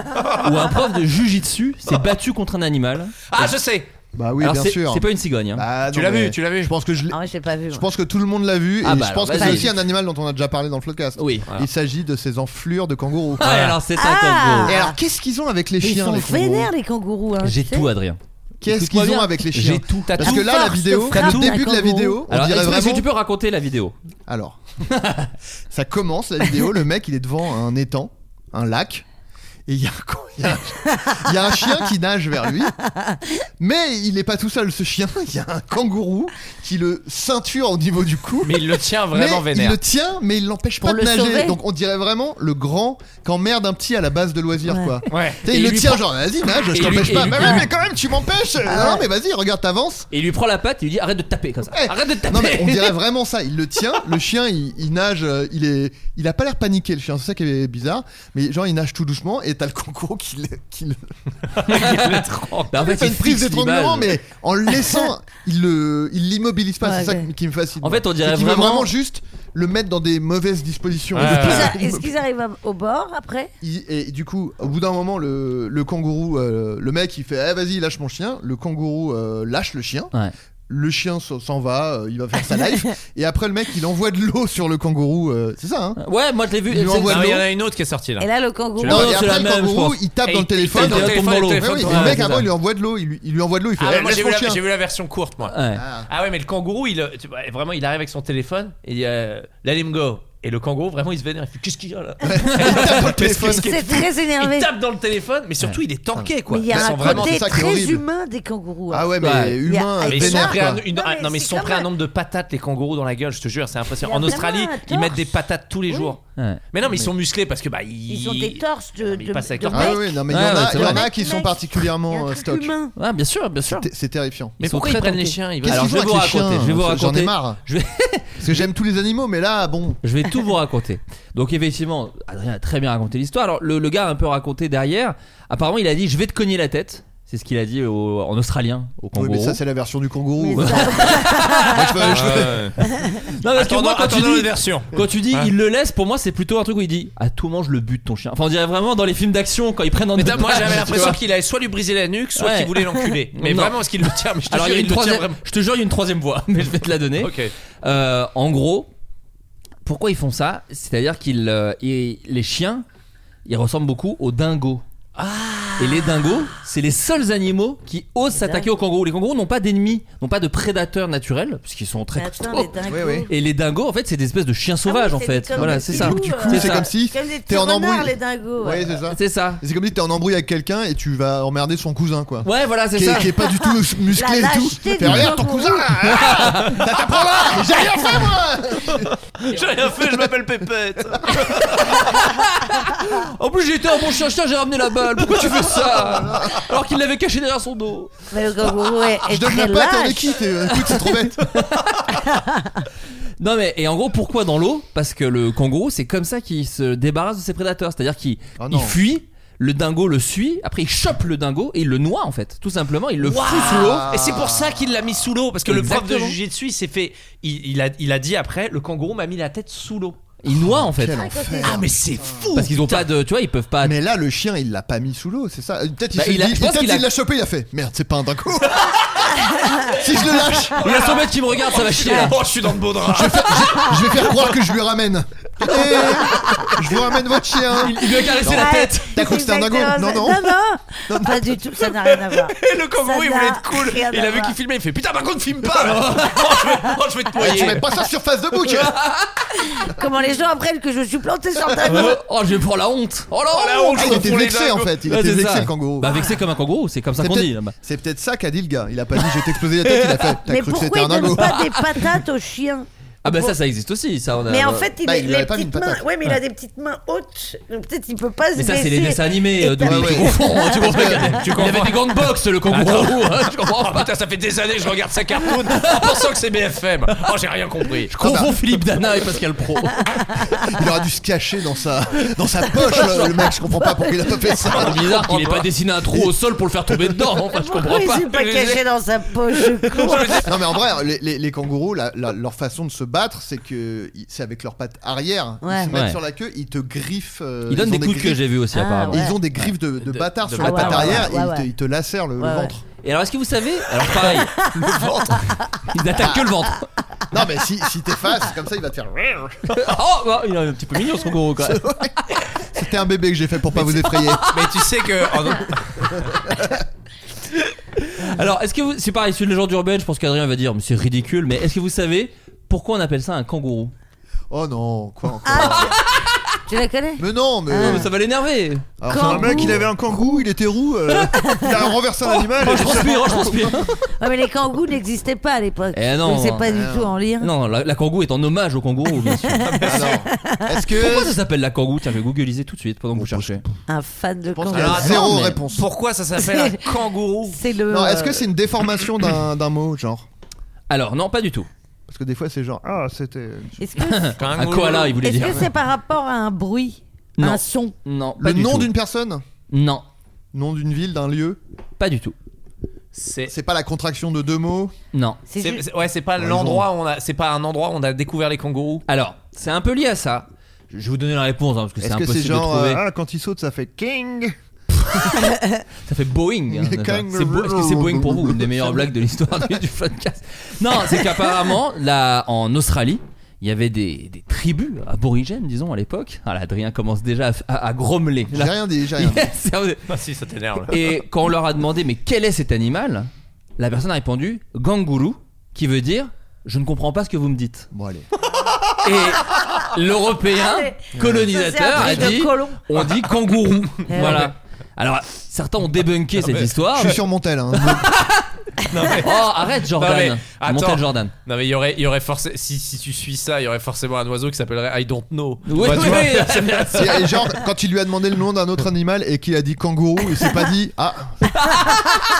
[SPEAKER 7] où un prof de jujitsu s'est battu contre un animal.
[SPEAKER 10] Ah, je sais
[SPEAKER 8] Bah oui,
[SPEAKER 7] alors
[SPEAKER 8] bien
[SPEAKER 7] c'est,
[SPEAKER 8] sûr.
[SPEAKER 7] c'est pas une cigogne. hein.
[SPEAKER 8] Bah,
[SPEAKER 10] Tu
[SPEAKER 8] non,
[SPEAKER 10] l'as
[SPEAKER 8] mais
[SPEAKER 10] vu, tu l'as vu.
[SPEAKER 8] Je pense que je l'ai-
[SPEAKER 9] Ah ouais, j'ai pas vu.
[SPEAKER 8] Je
[SPEAKER 9] moi.
[SPEAKER 8] pense que tout le monde l'a vu
[SPEAKER 7] Ah
[SPEAKER 8] et
[SPEAKER 7] bah
[SPEAKER 8] je pense
[SPEAKER 7] alors,
[SPEAKER 8] que c'est
[SPEAKER 7] vas-y.
[SPEAKER 8] aussi un animal dont on a déjà parlé dans le podcast.
[SPEAKER 7] Oui.
[SPEAKER 8] Il s'agit de ces enflures de kangourous.
[SPEAKER 7] Ah, et alors c'est un
[SPEAKER 9] Ah.
[SPEAKER 7] kangourou.
[SPEAKER 8] Et alors qu'est-ce qu'ils ont avec les
[SPEAKER 9] Mais Ils
[SPEAKER 8] chiens
[SPEAKER 9] sont
[SPEAKER 8] les kangourous
[SPEAKER 9] vénères les kangourous. hein,
[SPEAKER 7] J'ai
[SPEAKER 9] tu sais.
[SPEAKER 7] tout Adrien.
[SPEAKER 8] Qu'est-ce
[SPEAKER 7] Écoute-moi
[SPEAKER 8] qu'ils ont
[SPEAKER 7] bien.
[SPEAKER 8] avec les chiens
[SPEAKER 7] J'ai tout.
[SPEAKER 8] Parce
[SPEAKER 9] tout.
[SPEAKER 8] que là la
[SPEAKER 9] Force,
[SPEAKER 8] vidéo,
[SPEAKER 9] frappe
[SPEAKER 8] le
[SPEAKER 9] d'un
[SPEAKER 8] début de la
[SPEAKER 9] kangourou.
[SPEAKER 8] vidéo, on
[SPEAKER 7] Alors
[SPEAKER 8] dirait
[SPEAKER 7] est-ce que
[SPEAKER 8] vraiment
[SPEAKER 7] tu peux raconter la vidéo
[SPEAKER 8] Alors, <laughs> ça commence la vidéo, le mec il est devant un étang, un lac, et il y, a un con- <laughs> il y a un- il y a un chien qui nage vers lui, mais il n'est pas tout seul ce chien, il y a un kangourou qui le ceinture au niveau du cou.
[SPEAKER 10] Mais il le tient vraiment
[SPEAKER 8] mais
[SPEAKER 10] vénère.
[SPEAKER 8] Il le tient, mais il l'empêche pas
[SPEAKER 9] Pour
[SPEAKER 8] de
[SPEAKER 9] le
[SPEAKER 8] nager.
[SPEAKER 9] sauver.
[SPEAKER 8] Donc on dirait vraiment le grand qu'emmerde un petit à la base de loisirs,
[SPEAKER 9] Ouais.
[SPEAKER 8] quoi.
[SPEAKER 10] Ouais.
[SPEAKER 8] Tu sais,
[SPEAKER 7] Et
[SPEAKER 8] il le
[SPEAKER 7] lui
[SPEAKER 8] tient,
[SPEAKER 7] prend-
[SPEAKER 8] genre vas-y, nage, je
[SPEAKER 7] Et lui-
[SPEAKER 8] t'empêche
[SPEAKER 7] et
[SPEAKER 8] pas.
[SPEAKER 7] lui-
[SPEAKER 8] Mais,
[SPEAKER 7] et
[SPEAKER 8] ouais,
[SPEAKER 7] lui-
[SPEAKER 8] mais quand même, tu m'empêches.
[SPEAKER 9] Ah
[SPEAKER 8] Non, mais vas-y, regarde, t'avances. Eh,
[SPEAKER 7] Et il lui prend la patte et il lui dit arrête de taper
[SPEAKER 8] <laughs>
[SPEAKER 7] comme ça.
[SPEAKER 8] Ouais.
[SPEAKER 7] Arrête de taper.
[SPEAKER 8] Non mais on dirait vraiment ça. Il le tient, le chien il, il nage, euh, il est, il a pas l'air paniqué le chien. C'est ça qui est bizarre. Mais genre il nage tout doucement et t'as le concours qui le, qui le-
[SPEAKER 7] Bah, en fait,
[SPEAKER 8] fait
[SPEAKER 7] il
[SPEAKER 8] une prise
[SPEAKER 7] fixe
[SPEAKER 8] d'étranglement,
[SPEAKER 7] l'image.
[SPEAKER 8] mais en le laissant, il le, il l'immobilise pas.
[SPEAKER 9] Ouais,
[SPEAKER 8] c'est ça
[SPEAKER 9] ouais.
[SPEAKER 8] qui me fascine.
[SPEAKER 7] En fait, on dirait
[SPEAKER 8] C'est qu'il veut
[SPEAKER 7] vraiment-
[SPEAKER 8] vraiment juste le mettre dans des mauvaises dispositions.
[SPEAKER 10] Ouais,
[SPEAKER 9] Est-ce qu'ils
[SPEAKER 8] <laughs>
[SPEAKER 9] a-
[SPEAKER 10] ouais,
[SPEAKER 9] Est-ce qu'ils arrivent à- au bord après
[SPEAKER 8] Il- et du coup, au bout d'un moment, le, le kangourou, euh, le mec, il fait Eh, vas-y, lâche mon chien. Le kangourou euh, lâche le chien.
[SPEAKER 7] Ouais.
[SPEAKER 8] Le chien s- s'en va, euh, il va faire sa
[SPEAKER 7] <laughs>
[SPEAKER 8] life. et après, le mec, il envoie de l'eau sur le kangourou. euh, c'est ça, hein
[SPEAKER 7] Ouais, moi je l'ai vu.
[SPEAKER 8] Il lui
[SPEAKER 7] C'est-
[SPEAKER 8] envoie
[SPEAKER 10] Non,
[SPEAKER 8] de
[SPEAKER 10] mais il y
[SPEAKER 8] l'eau.
[SPEAKER 10] en a une autre qui est sortie là.
[SPEAKER 9] Et là le kangourou.
[SPEAKER 7] Non,
[SPEAKER 8] et
[SPEAKER 7] c'est
[SPEAKER 8] après,
[SPEAKER 7] la
[SPEAKER 8] le
[SPEAKER 7] même, je
[SPEAKER 8] kangourou,
[SPEAKER 7] pense.
[SPEAKER 8] il tape
[SPEAKER 10] hein, Et
[SPEAKER 8] dans le
[SPEAKER 10] il- il
[SPEAKER 8] téléphone.
[SPEAKER 10] tape dans le
[SPEAKER 8] Ouais,
[SPEAKER 7] téléphone,
[SPEAKER 10] téléphone,
[SPEAKER 7] dans
[SPEAKER 10] le
[SPEAKER 7] l'eau.
[SPEAKER 8] oui,
[SPEAKER 10] téléphone.
[SPEAKER 8] et
[SPEAKER 10] dans
[SPEAKER 8] le
[SPEAKER 10] la-
[SPEAKER 8] mec,
[SPEAKER 7] c'est
[SPEAKER 8] après,
[SPEAKER 7] ça.
[SPEAKER 8] il lui envoie de l'eau. Il, lui- il lui envoie de l'eau, il fait
[SPEAKER 10] Ah ouais,
[SPEAKER 8] Eh,
[SPEAKER 10] moi
[SPEAKER 8] lâche
[SPEAKER 10] j'ai
[SPEAKER 8] mon
[SPEAKER 10] vu, la-
[SPEAKER 8] chien.
[SPEAKER 10] j'ai vu la version courte moi.
[SPEAKER 7] Ouais.
[SPEAKER 8] Ah.
[SPEAKER 10] Ah ouais mais le kangourou il euh, tu vois, vraiment il arrive avec son téléphone et il dit euh, let him go et le kangourou vraiment il se vénère il fait qu'est-ce qu'il
[SPEAKER 7] <laughs>
[SPEAKER 10] y a là
[SPEAKER 8] Il tape dans le téléphone.
[SPEAKER 10] Qu'est-ce qu'il y a
[SPEAKER 9] C'est très énervé.
[SPEAKER 10] il tape dans le téléphone mais surtout il est tanké quoi
[SPEAKER 9] Mais il y
[SPEAKER 10] Ils
[SPEAKER 9] a
[SPEAKER 10] sont
[SPEAKER 9] un
[SPEAKER 10] vraiment
[SPEAKER 9] côté
[SPEAKER 8] c'est ça qui est
[SPEAKER 9] très
[SPEAKER 8] horrible.
[SPEAKER 9] humain des kangourous. hein.
[SPEAKER 8] Ah ouais, mais
[SPEAKER 7] Ouais.
[SPEAKER 8] humain,
[SPEAKER 9] Il y a-
[SPEAKER 10] mais ils sont
[SPEAKER 8] vénère.
[SPEAKER 10] prêts à
[SPEAKER 8] quoi.
[SPEAKER 10] une-
[SPEAKER 9] Non,
[SPEAKER 10] ah,
[SPEAKER 9] mais
[SPEAKER 10] non, mais ils
[SPEAKER 9] c'est
[SPEAKER 10] sont
[SPEAKER 9] quand
[SPEAKER 10] prêts à un
[SPEAKER 9] même-
[SPEAKER 10] nombre de patates les kangourous dans la gueule je te jure c'est
[SPEAKER 9] Il y
[SPEAKER 10] impressionnant
[SPEAKER 9] a
[SPEAKER 10] en
[SPEAKER 9] vraiment
[SPEAKER 10] Australie
[SPEAKER 9] un
[SPEAKER 10] ils
[SPEAKER 9] torse.
[SPEAKER 10] mettent des patates tous les jours Mais non, mais ils sont musclés parce que bah ils,
[SPEAKER 9] Ils ont des torses de.
[SPEAKER 10] ils
[SPEAKER 9] de-
[SPEAKER 10] passent avec
[SPEAKER 9] de
[SPEAKER 10] leur
[SPEAKER 8] Ah
[SPEAKER 9] mecs.
[SPEAKER 8] oui, oui, non, mais il y
[SPEAKER 10] Ouais,
[SPEAKER 8] en
[SPEAKER 10] ouais,
[SPEAKER 8] a,
[SPEAKER 10] c'est
[SPEAKER 8] il y en
[SPEAKER 10] vrai.
[SPEAKER 8] a qui sont particulièrement euh, stock.
[SPEAKER 9] Humains.
[SPEAKER 7] Ah, bien sûr, bien sûr.
[SPEAKER 8] C'est- C'est terrifiant.
[SPEAKER 10] Mais
[SPEAKER 7] Ils sont
[SPEAKER 10] pourquoi ils
[SPEAKER 7] très
[SPEAKER 10] prennent les
[SPEAKER 7] tentés.
[SPEAKER 10] chiens ils
[SPEAKER 8] Qu'est-ce
[SPEAKER 10] veulent-
[SPEAKER 8] qu'ils
[SPEAKER 7] Alors, je
[SPEAKER 8] font
[SPEAKER 7] vais vous
[SPEAKER 8] avec les
[SPEAKER 7] raconter.
[SPEAKER 8] chiens
[SPEAKER 7] je vais vous
[SPEAKER 8] J'en
[SPEAKER 7] raconter.
[SPEAKER 8] ai marre.
[SPEAKER 7] Je vais,
[SPEAKER 8] Parce que j'aime tous les animaux, mais là, bon.
[SPEAKER 7] je vais tout vous raconter. Donc, effectivement, Adrien a très bien raconté l'histoire. Alors, le, le gars a un peu raconté derrière. Apparemment, il a dit Je vais te cogner la tête. C'est ce qu'il a dit au- en Australien, au
[SPEAKER 8] Oui,
[SPEAKER 7] kangourou.
[SPEAKER 8] mais ça, c'est la version du kangourou.
[SPEAKER 9] Mais
[SPEAKER 8] <laughs> Moi,
[SPEAKER 9] ça-
[SPEAKER 8] je peux- je peux-
[SPEAKER 7] non, parce que moi, quand tu dis,
[SPEAKER 10] version.
[SPEAKER 7] quand tu dis
[SPEAKER 10] Ouais.
[SPEAKER 7] il le laisse, pour moi, c'est plutôt un truc où il dit À tout mange le but de ton chien. Enfin, on dirait vraiment dans les films d'action quand ils prennent en
[SPEAKER 10] Mais t'as- moi
[SPEAKER 7] otage,
[SPEAKER 10] j'avais
[SPEAKER 7] tu
[SPEAKER 10] l'impression
[SPEAKER 7] vois.
[SPEAKER 10] qu'il allait soit lui briser la nuque, soit
[SPEAKER 7] Ouais.
[SPEAKER 10] qu'il voulait l'enculer. Mais
[SPEAKER 7] Non.
[SPEAKER 10] vraiment, parce qu'il le tient. Mais je te
[SPEAKER 7] Alors, il y
[SPEAKER 10] jure,
[SPEAKER 7] a une
[SPEAKER 10] il le tient
[SPEAKER 7] troisième.
[SPEAKER 10] vraiment.
[SPEAKER 7] Je te jure, il y a une troisième voix, <laughs> mais je vais te la donner.
[SPEAKER 10] Ok.
[SPEAKER 7] Euh, en gros, pourquoi ils font ça C'est-à-dire qu'ils, euh, ils- les chiens, ils ressemblent beaucoup aux dingos.
[SPEAKER 9] Ah.
[SPEAKER 7] Et les dingos, c'est les seuls animaux qui osent s'attaquer aux kangourous. Les kangourous n'ont pas d'ennemis, n'ont pas de prédateurs naturels, puisqu'ils sont très
[SPEAKER 9] Mais attends,
[SPEAKER 7] costauds.
[SPEAKER 9] les dingos.
[SPEAKER 8] Oui, oui.
[SPEAKER 7] Et les dingos, en fait, c'est des espèces de chiens sauvages,
[SPEAKER 9] Ah
[SPEAKER 7] en
[SPEAKER 9] oui,
[SPEAKER 7] fait.
[SPEAKER 9] comme
[SPEAKER 7] Voilà,
[SPEAKER 9] des
[SPEAKER 7] c'est
[SPEAKER 9] petits
[SPEAKER 7] ça.
[SPEAKER 9] loups,
[SPEAKER 8] Du
[SPEAKER 9] euh,
[SPEAKER 8] coup, c'est comme si
[SPEAKER 9] Comme des petits
[SPEAKER 8] t'es en
[SPEAKER 9] renards, les
[SPEAKER 8] embrouille.
[SPEAKER 9] dingos.
[SPEAKER 8] Ouais, c'est ça.
[SPEAKER 7] C'est ça.
[SPEAKER 8] C'est comme si t'es en embrouille avec quelqu'un et tu vas emmerder son cousin, quoi.
[SPEAKER 7] Ouais, voilà, c'est
[SPEAKER 8] Qui
[SPEAKER 7] ça.
[SPEAKER 8] est, qui est pas du tout
[SPEAKER 9] <laughs>
[SPEAKER 8] musclé
[SPEAKER 9] La
[SPEAKER 8] et tout.
[SPEAKER 9] lâcheté
[SPEAKER 8] Fais
[SPEAKER 9] du
[SPEAKER 8] rien, ton
[SPEAKER 9] kangourou.
[SPEAKER 8] cousin
[SPEAKER 9] <laughs>
[SPEAKER 8] ah, Ça t'apprend là J'ai rien fait, moi
[SPEAKER 10] J'ai rien fait, je m'appelle Pépette.
[SPEAKER 7] En plus, j'étais un bon chien, chien, j'ai ramené la balle. Pourquoi tu fais
[SPEAKER 8] <laughs>
[SPEAKER 7] ça Alors qu'il l'avait caché derrière son dos.
[SPEAKER 9] Mais le kangourou est, est
[SPEAKER 8] Je
[SPEAKER 9] très
[SPEAKER 8] deviens pas, t'es
[SPEAKER 9] lâche.
[SPEAKER 8] avec qui t'es- euh, Écoute, c'est
[SPEAKER 7] <laughs>
[SPEAKER 8] trop bête.
[SPEAKER 7] Non mais et en gros pourquoi dans l'eau Parce que le kangourou c'est comme ça qu'il se débarrasse de ses prédateurs, c'est-à-dire qu'il
[SPEAKER 8] Ah
[SPEAKER 7] il
[SPEAKER 8] non.
[SPEAKER 7] fuit, le dingo le suit, après il chope le dingo et il le noie en fait, tout simplement, il le fout sous l'eau.
[SPEAKER 10] Et c'est pour ça qu'il l'a mis sous l'eau. Parce que le prof de
[SPEAKER 7] Exactement.
[SPEAKER 10] jiu-jitsu, il s'est fait. Il, il a, il a dit après le kangourou m'a mis la tête sous l'eau.
[SPEAKER 7] Il noie en fait.
[SPEAKER 8] Quel enfer.
[SPEAKER 10] Ah, mais c'est fou!
[SPEAKER 7] Parce qu'ils ont pas de tu vois, ils peuvent pas
[SPEAKER 8] Mais là, le chien, il l'a pas mis sous l'eau, c'est ça Euh, Peut-être il
[SPEAKER 7] Bah,
[SPEAKER 8] s'est
[SPEAKER 7] il a-
[SPEAKER 8] dit,
[SPEAKER 7] je pense
[SPEAKER 8] peut-être
[SPEAKER 7] qu'il a-
[SPEAKER 8] il l'a chopé, il a fait Merde, c'est pas
[SPEAKER 9] <laughs>
[SPEAKER 8] un dingo Si je le lâche,
[SPEAKER 7] Il y a son maître qui me regarde, ça va chier. là.
[SPEAKER 10] Oh, je suis dans le beau drap!
[SPEAKER 8] je vais faire croire que je
[SPEAKER 9] <laughs>
[SPEAKER 8] lui ramène. Eh, je vous ramène votre chien.
[SPEAKER 7] Il lui a caressé la
[SPEAKER 9] Ouais,
[SPEAKER 7] tête.
[SPEAKER 8] T'as cru que c'était un dingo
[SPEAKER 9] exactement
[SPEAKER 8] Non,
[SPEAKER 9] ça.
[SPEAKER 8] non.
[SPEAKER 9] non, non. Pas du tout, ça n'a rien à voir.
[SPEAKER 10] <laughs> Et le kangourou,
[SPEAKER 9] Ça
[SPEAKER 10] il voulait
[SPEAKER 9] n'a
[SPEAKER 10] être cool!
[SPEAKER 9] rien
[SPEAKER 10] Il
[SPEAKER 9] à
[SPEAKER 10] a vu
[SPEAKER 9] voir.
[SPEAKER 10] qu'il filmait, il fait Putain, par contre, filme pas! là. Oh, je vais, oh, je vais te
[SPEAKER 8] Eh, tu
[SPEAKER 10] <laughs>
[SPEAKER 8] mets
[SPEAKER 10] noyer!
[SPEAKER 8] pas ça sur face de bouc hein.
[SPEAKER 9] Comment les gens apprennent que je suis planté
[SPEAKER 10] <laughs>
[SPEAKER 9] sur le
[SPEAKER 10] Ah
[SPEAKER 9] dingo
[SPEAKER 7] Euh, Oh, je vais prendre la honte. Oh la honte.
[SPEAKER 10] la honte.
[SPEAKER 8] Ah, il était vexé en fait, il
[SPEAKER 7] Ouais,
[SPEAKER 8] était
[SPEAKER 7] c'est
[SPEAKER 8] vexé
[SPEAKER 7] ça.
[SPEAKER 8] le kangourou.
[SPEAKER 7] Bah vexé comme un kangourou, c'est comme ça
[SPEAKER 8] C'est
[SPEAKER 7] qu'on dit.
[SPEAKER 8] peut-être-
[SPEAKER 7] là-bas.
[SPEAKER 8] C'est peut-être ça qu'a dit le gars. Il a pas dit je vais t'exploser la tête, il a fait
[SPEAKER 9] <laughs>
[SPEAKER 8] T'as
[SPEAKER 9] Mais
[SPEAKER 8] cru que
[SPEAKER 9] pourquoi
[SPEAKER 8] c'était
[SPEAKER 9] ils
[SPEAKER 8] un dingo.
[SPEAKER 9] donnent pas des patates aux chiens
[SPEAKER 7] Ah bah ça ça existe aussi, ça on a-
[SPEAKER 9] Mais en fait, il,
[SPEAKER 8] Bah,
[SPEAKER 9] a-
[SPEAKER 8] il lui
[SPEAKER 9] les
[SPEAKER 8] avait pas mis une
[SPEAKER 9] petites mains.
[SPEAKER 8] patate.
[SPEAKER 9] Ouais, mais il a des petites mains hautes. Donc peut-être il peut pas se
[SPEAKER 7] Mais ça, c'est
[SPEAKER 9] baisser.
[SPEAKER 7] les dessins animés, euh,
[SPEAKER 9] Et bah
[SPEAKER 7] Doumé,
[SPEAKER 8] t'as-
[SPEAKER 7] tu
[SPEAKER 8] Ouais,
[SPEAKER 7] confonds, hein, tu comprends.
[SPEAKER 10] tu
[SPEAKER 7] Il avait
[SPEAKER 10] comprends. Ah
[SPEAKER 7] des gants de boxe, le
[SPEAKER 10] Oh,
[SPEAKER 7] kangourou, hein, tu comprends pas.
[SPEAKER 10] Putain, ça fait des années que je regarde sa cartoon en pensant que c'est BFM! Oh, <laughs> j'ai rien compris!
[SPEAKER 7] Je confonds Philippe Dana et Pascal Pro.
[SPEAKER 8] <laughs> Il aurait dû se cacher dans sa, dans sa
[SPEAKER 9] <laughs>
[SPEAKER 8] poche, le le mec. Je comprends pas pourquoi il a pas fait ça. <laughs>
[SPEAKER 7] C'est bizarre qu'il ait pas dessiné un trou au sol pour le faire tomber dedans. Enfin, je comprends
[SPEAKER 9] Pourquoi il
[SPEAKER 7] pas.
[SPEAKER 9] s'est
[SPEAKER 7] <laughs>
[SPEAKER 9] pas caché dans sa poche ce con
[SPEAKER 8] Non mais en vrai, les, les- les kangourous, la- la- leur façon de se battre, c'est que ils- c'est avec leurs pattes arrière.
[SPEAKER 9] Ouais.
[SPEAKER 8] Ils se mettent
[SPEAKER 7] Ouais.
[SPEAKER 8] sur la queue, ils te griffent. euh,
[SPEAKER 7] Il donne
[SPEAKER 8] ont
[SPEAKER 7] des coups de queue,
[SPEAKER 8] griffes-
[SPEAKER 7] j'ai vu aussi,
[SPEAKER 9] Ah,
[SPEAKER 7] apparemment.
[SPEAKER 9] ouais.
[SPEAKER 8] Ils ont des griffes de, de bâtard
[SPEAKER 10] de
[SPEAKER 8] sur la
[SPEAKER 9] bâtard,
[SPEAKER 8] patte arrière
[SPEAKER 9] ouais,
[SPEAKER 8] et
[SPEAKER 9] ouais,
[SPEAKER 8] ils te-
[SPEAKER 9] ouais.
[SPEAKER 8] ils te, lacèrent le, le
[SPEAKER 9] Ouais, ouais.
[SPEAKER 8] ventre.
[SPEAKER 7] Et alors, est-ce que vous savez <laughs> Alors, pareil, le ventre. Ils n'attaquent que le ventre.
[SPEAKER 8] Non mais si, si t'effaces, comme ça il va
[SPEAKER 7] <laughs>
[SPEAKER 8] te faire.
[SPEAKER 7] Oh, bah, il est un petit peu mignon, ce kangourou, quand même.
[SPEAKER 8] C'était un bébé que j'ai fait pour pas vous effrayer.
[SPEAKER 10] Mais tu sais que. oh, non.
[SPEAKER 7] <laughs> Alors, est-ce que vous. C'est pareil, c'est une légende urbaine, je pense qu'Adrien va dire, mais c'est ridicule, mais est-ce que vous savez pourquoi on appelle ça un kangourou
[SPEAKER 8] Oh non, quoi encore
[SPEAKER 9] Ah. Tu la connais
[SPEAKER 8] Mais non, mais.
[SPEAKER 7] Ah, Non, mais ça va l'énerver.
[SPEAKER 8] Alors, c'est un
[SPEAKER 9] Kangourou.
[SPEAKER 8] mec, il avait un kangourou, il était
[SPEAKER 7] <laughs>
[SPEAKER 8] roux, euh, il a renversé un animal.
[SPEAKER 7] Oh,
[SPEAKER 8] et
[SPEAKER 7] je transpire, oh, je transpire.
[SPEAKER 9] Ouais, mais les kangourous n'existaient pas à l'époque.
[SPEAKER 7] Eh non.
[SPEAKER 9] Donc c'est pas du
[SPEAKER 8] Eh
[SPEAKER 9] tout
[SPEAKER 8] non.
[SPEAKER 9] en lien.
[SPEAKER 7] <laughs> Non, la, la kangou est en hommage au kangourou, bien sûr.
[SPEAKER 8] Alors, est-ce que.
[SPEAKER 7] Pourquoi ça s'appelle la kangou Tiens, je vais googliser tout de suite pendant que vous
[SPEAKER 8] Bon,
[SPEAKER 7] cherchez.
[SPEAKER 9] Un fan de
[SPEAKER 8] Je pense qu'il y a
[SPEAKER 9] kangourous.
[SPEAKER 10] Alors,
[SPEAKER 8] zéro
[SPEAKER 7] attends, mais-
[SPEAKER 8] réponse.
[SPEAKER 10] Pourquoi ça s'appelle un kangourou?
[SPEAKER 9] C'est le.
[SPEAKER 8] Non, est-ce que
[SPEAKER 9] euh,
[SPEAKER 8] c'est une
[SPEAKER 7] <coughs>
[SPEAKER 8] déformation d'un d'un mot, genre
[SPEAKER 7] Alors, non, pas du tout.
[SPEAKER 8] Parce que des fois, c'est genre Ah, c'était.
[SPEAKER 9] Est-ce
[SPEAKER 7] <laughs>
[SPEAKER 9] que
[SPEAKER 7] Un koala, il voulait
[SPEAKER 9] est-ce
[SPEAKER 7] dire.
[SPEAKER 9] que c'est par rapport à un bruit
[SPEAKER 7] Non.
[SPEAKER 9] Un son
[SPEAKER 7] Non, pas
[SPEAKER 8] Le
[SPEAKER 7] du
[SPEAKER 8] nom
[SPEAKER 7] tout.
[SPEAKER 8] d'une personne
[SPEAKER 7] Non,
[SPEAKER 8] Nom d'une ville, d'un lieu
[SPEAKER 7] pas du tout.
[SPEAKER 10] C'est.
[SPEAKER 8] C'est pas la contraction de deux mots
[SPEAKER 7] Non.
[SPEAKER 9] C'est
[SPEAKER 10] C'est-
[SPEAKER 9] ju-
[SPEAKER 10] c'est- ouais, c'est pas
[SPEAKER 8] Ouais,
[SPEAKER 10] l'endroit où on a, c'est pas un endroit où on a découvert les kangourous.
[SPEAKER 7] Alors, c'est un peu lié à ça. Je vais vous donner la réponse hein, parce que c'est
[SPEAKER 8] Est-ce que
[SPEAKER 7] impossible
[SPEAKER 8] c'est genre
[SPEAKER 7] de trouver.
[SPEAKER 8] euh, Ah, quand il saute, ça fait King
[SPEAKER 7] Ça fait Boeing. hein,
[SPEAKER 8] Mais
[SPEAKER 7] d'accord.
[SPEAKER 8] quand-
[SPEAKER 7] C'est Bo- Est-ce que c'est Boeing pour vous Une des meilleures blagues de l'histoire du, du podcast. Non, c'est qu'apparemment, là, en Australie, il y avait des, des tribus aborigènes, disons, à l'époque. Ah, là, Adrien commence déjà à, f- à- à grommeler.
[SPEAKER 8] J'ai
[SPEAKER 7] Là.
[SPEAKER 8] rien dit,
[SPEAKER 7] <laughs>
[SPEAKER 8] j'ai rien hein. dit.
[SPEAKER 7] Yes, sérieux.
[SPEAKER 10] Ah si, ça t'énerve.
[SPEAKER 7] Et quand on leur a demandé mais quel est cet animal, la personne a répondu gangourou, qui veut dire je ne comprends pas ce que vous me dites.
[SPEAKER 8] Bon, allez.
[SPEAKER 7] Et l'Européen
[SPEAKER 9] Allez. Ah, Ça, c'est un
[SPEAKER 7] <laughs> colonisateur a
[SPEAKER 9] bruit de
[SPEAKER 7] dit
[SPEAKER 9] colon.
[SPEAKER 7] on dit kangourou.
[SPEAKER 9] Eh
[SPEAKER 7] voilà. Alors Certains ont débunké cette
[SPEAKER 10] mais-
[SPEAKER 7] histoire.
[SPEAKER 8] Ah, Je suis sur
[SPEAKER 7] <laughs>
[SPEAKER 8] Montel. hein.
[SPEAKER 10] Non, mais-
[SPEAKER 7] Oh, arrête, Jordan.
[SPEAKER 10] Non, mais,
[SPEAKER 7] Tu montais
[SPEAKER 10] attends.
[SPEAKER 7] le Jordan.
[SPEAKER 10] Non mais il y aurait, il y aurait forcément si, si tu suis ça, il y aurait forcément un oiseau qui s'appellerait I don't know.
[SPEAKER 7] Oui,
[SPEAKER 10] Bah, tu
[SPEAKER 7] oui,
[SPEAKER 10] vois,
[SPEAKER 7] oui.
[SPEAKER 10] c'est-
[SPEAKER 8] Et, et genre, quand il lui a demandé le nom d'un autre animal et qu'il a dit kangourou, il s'est pas dit
[SPEAKER 7] <laughs>
[SPEAKER 8] Ah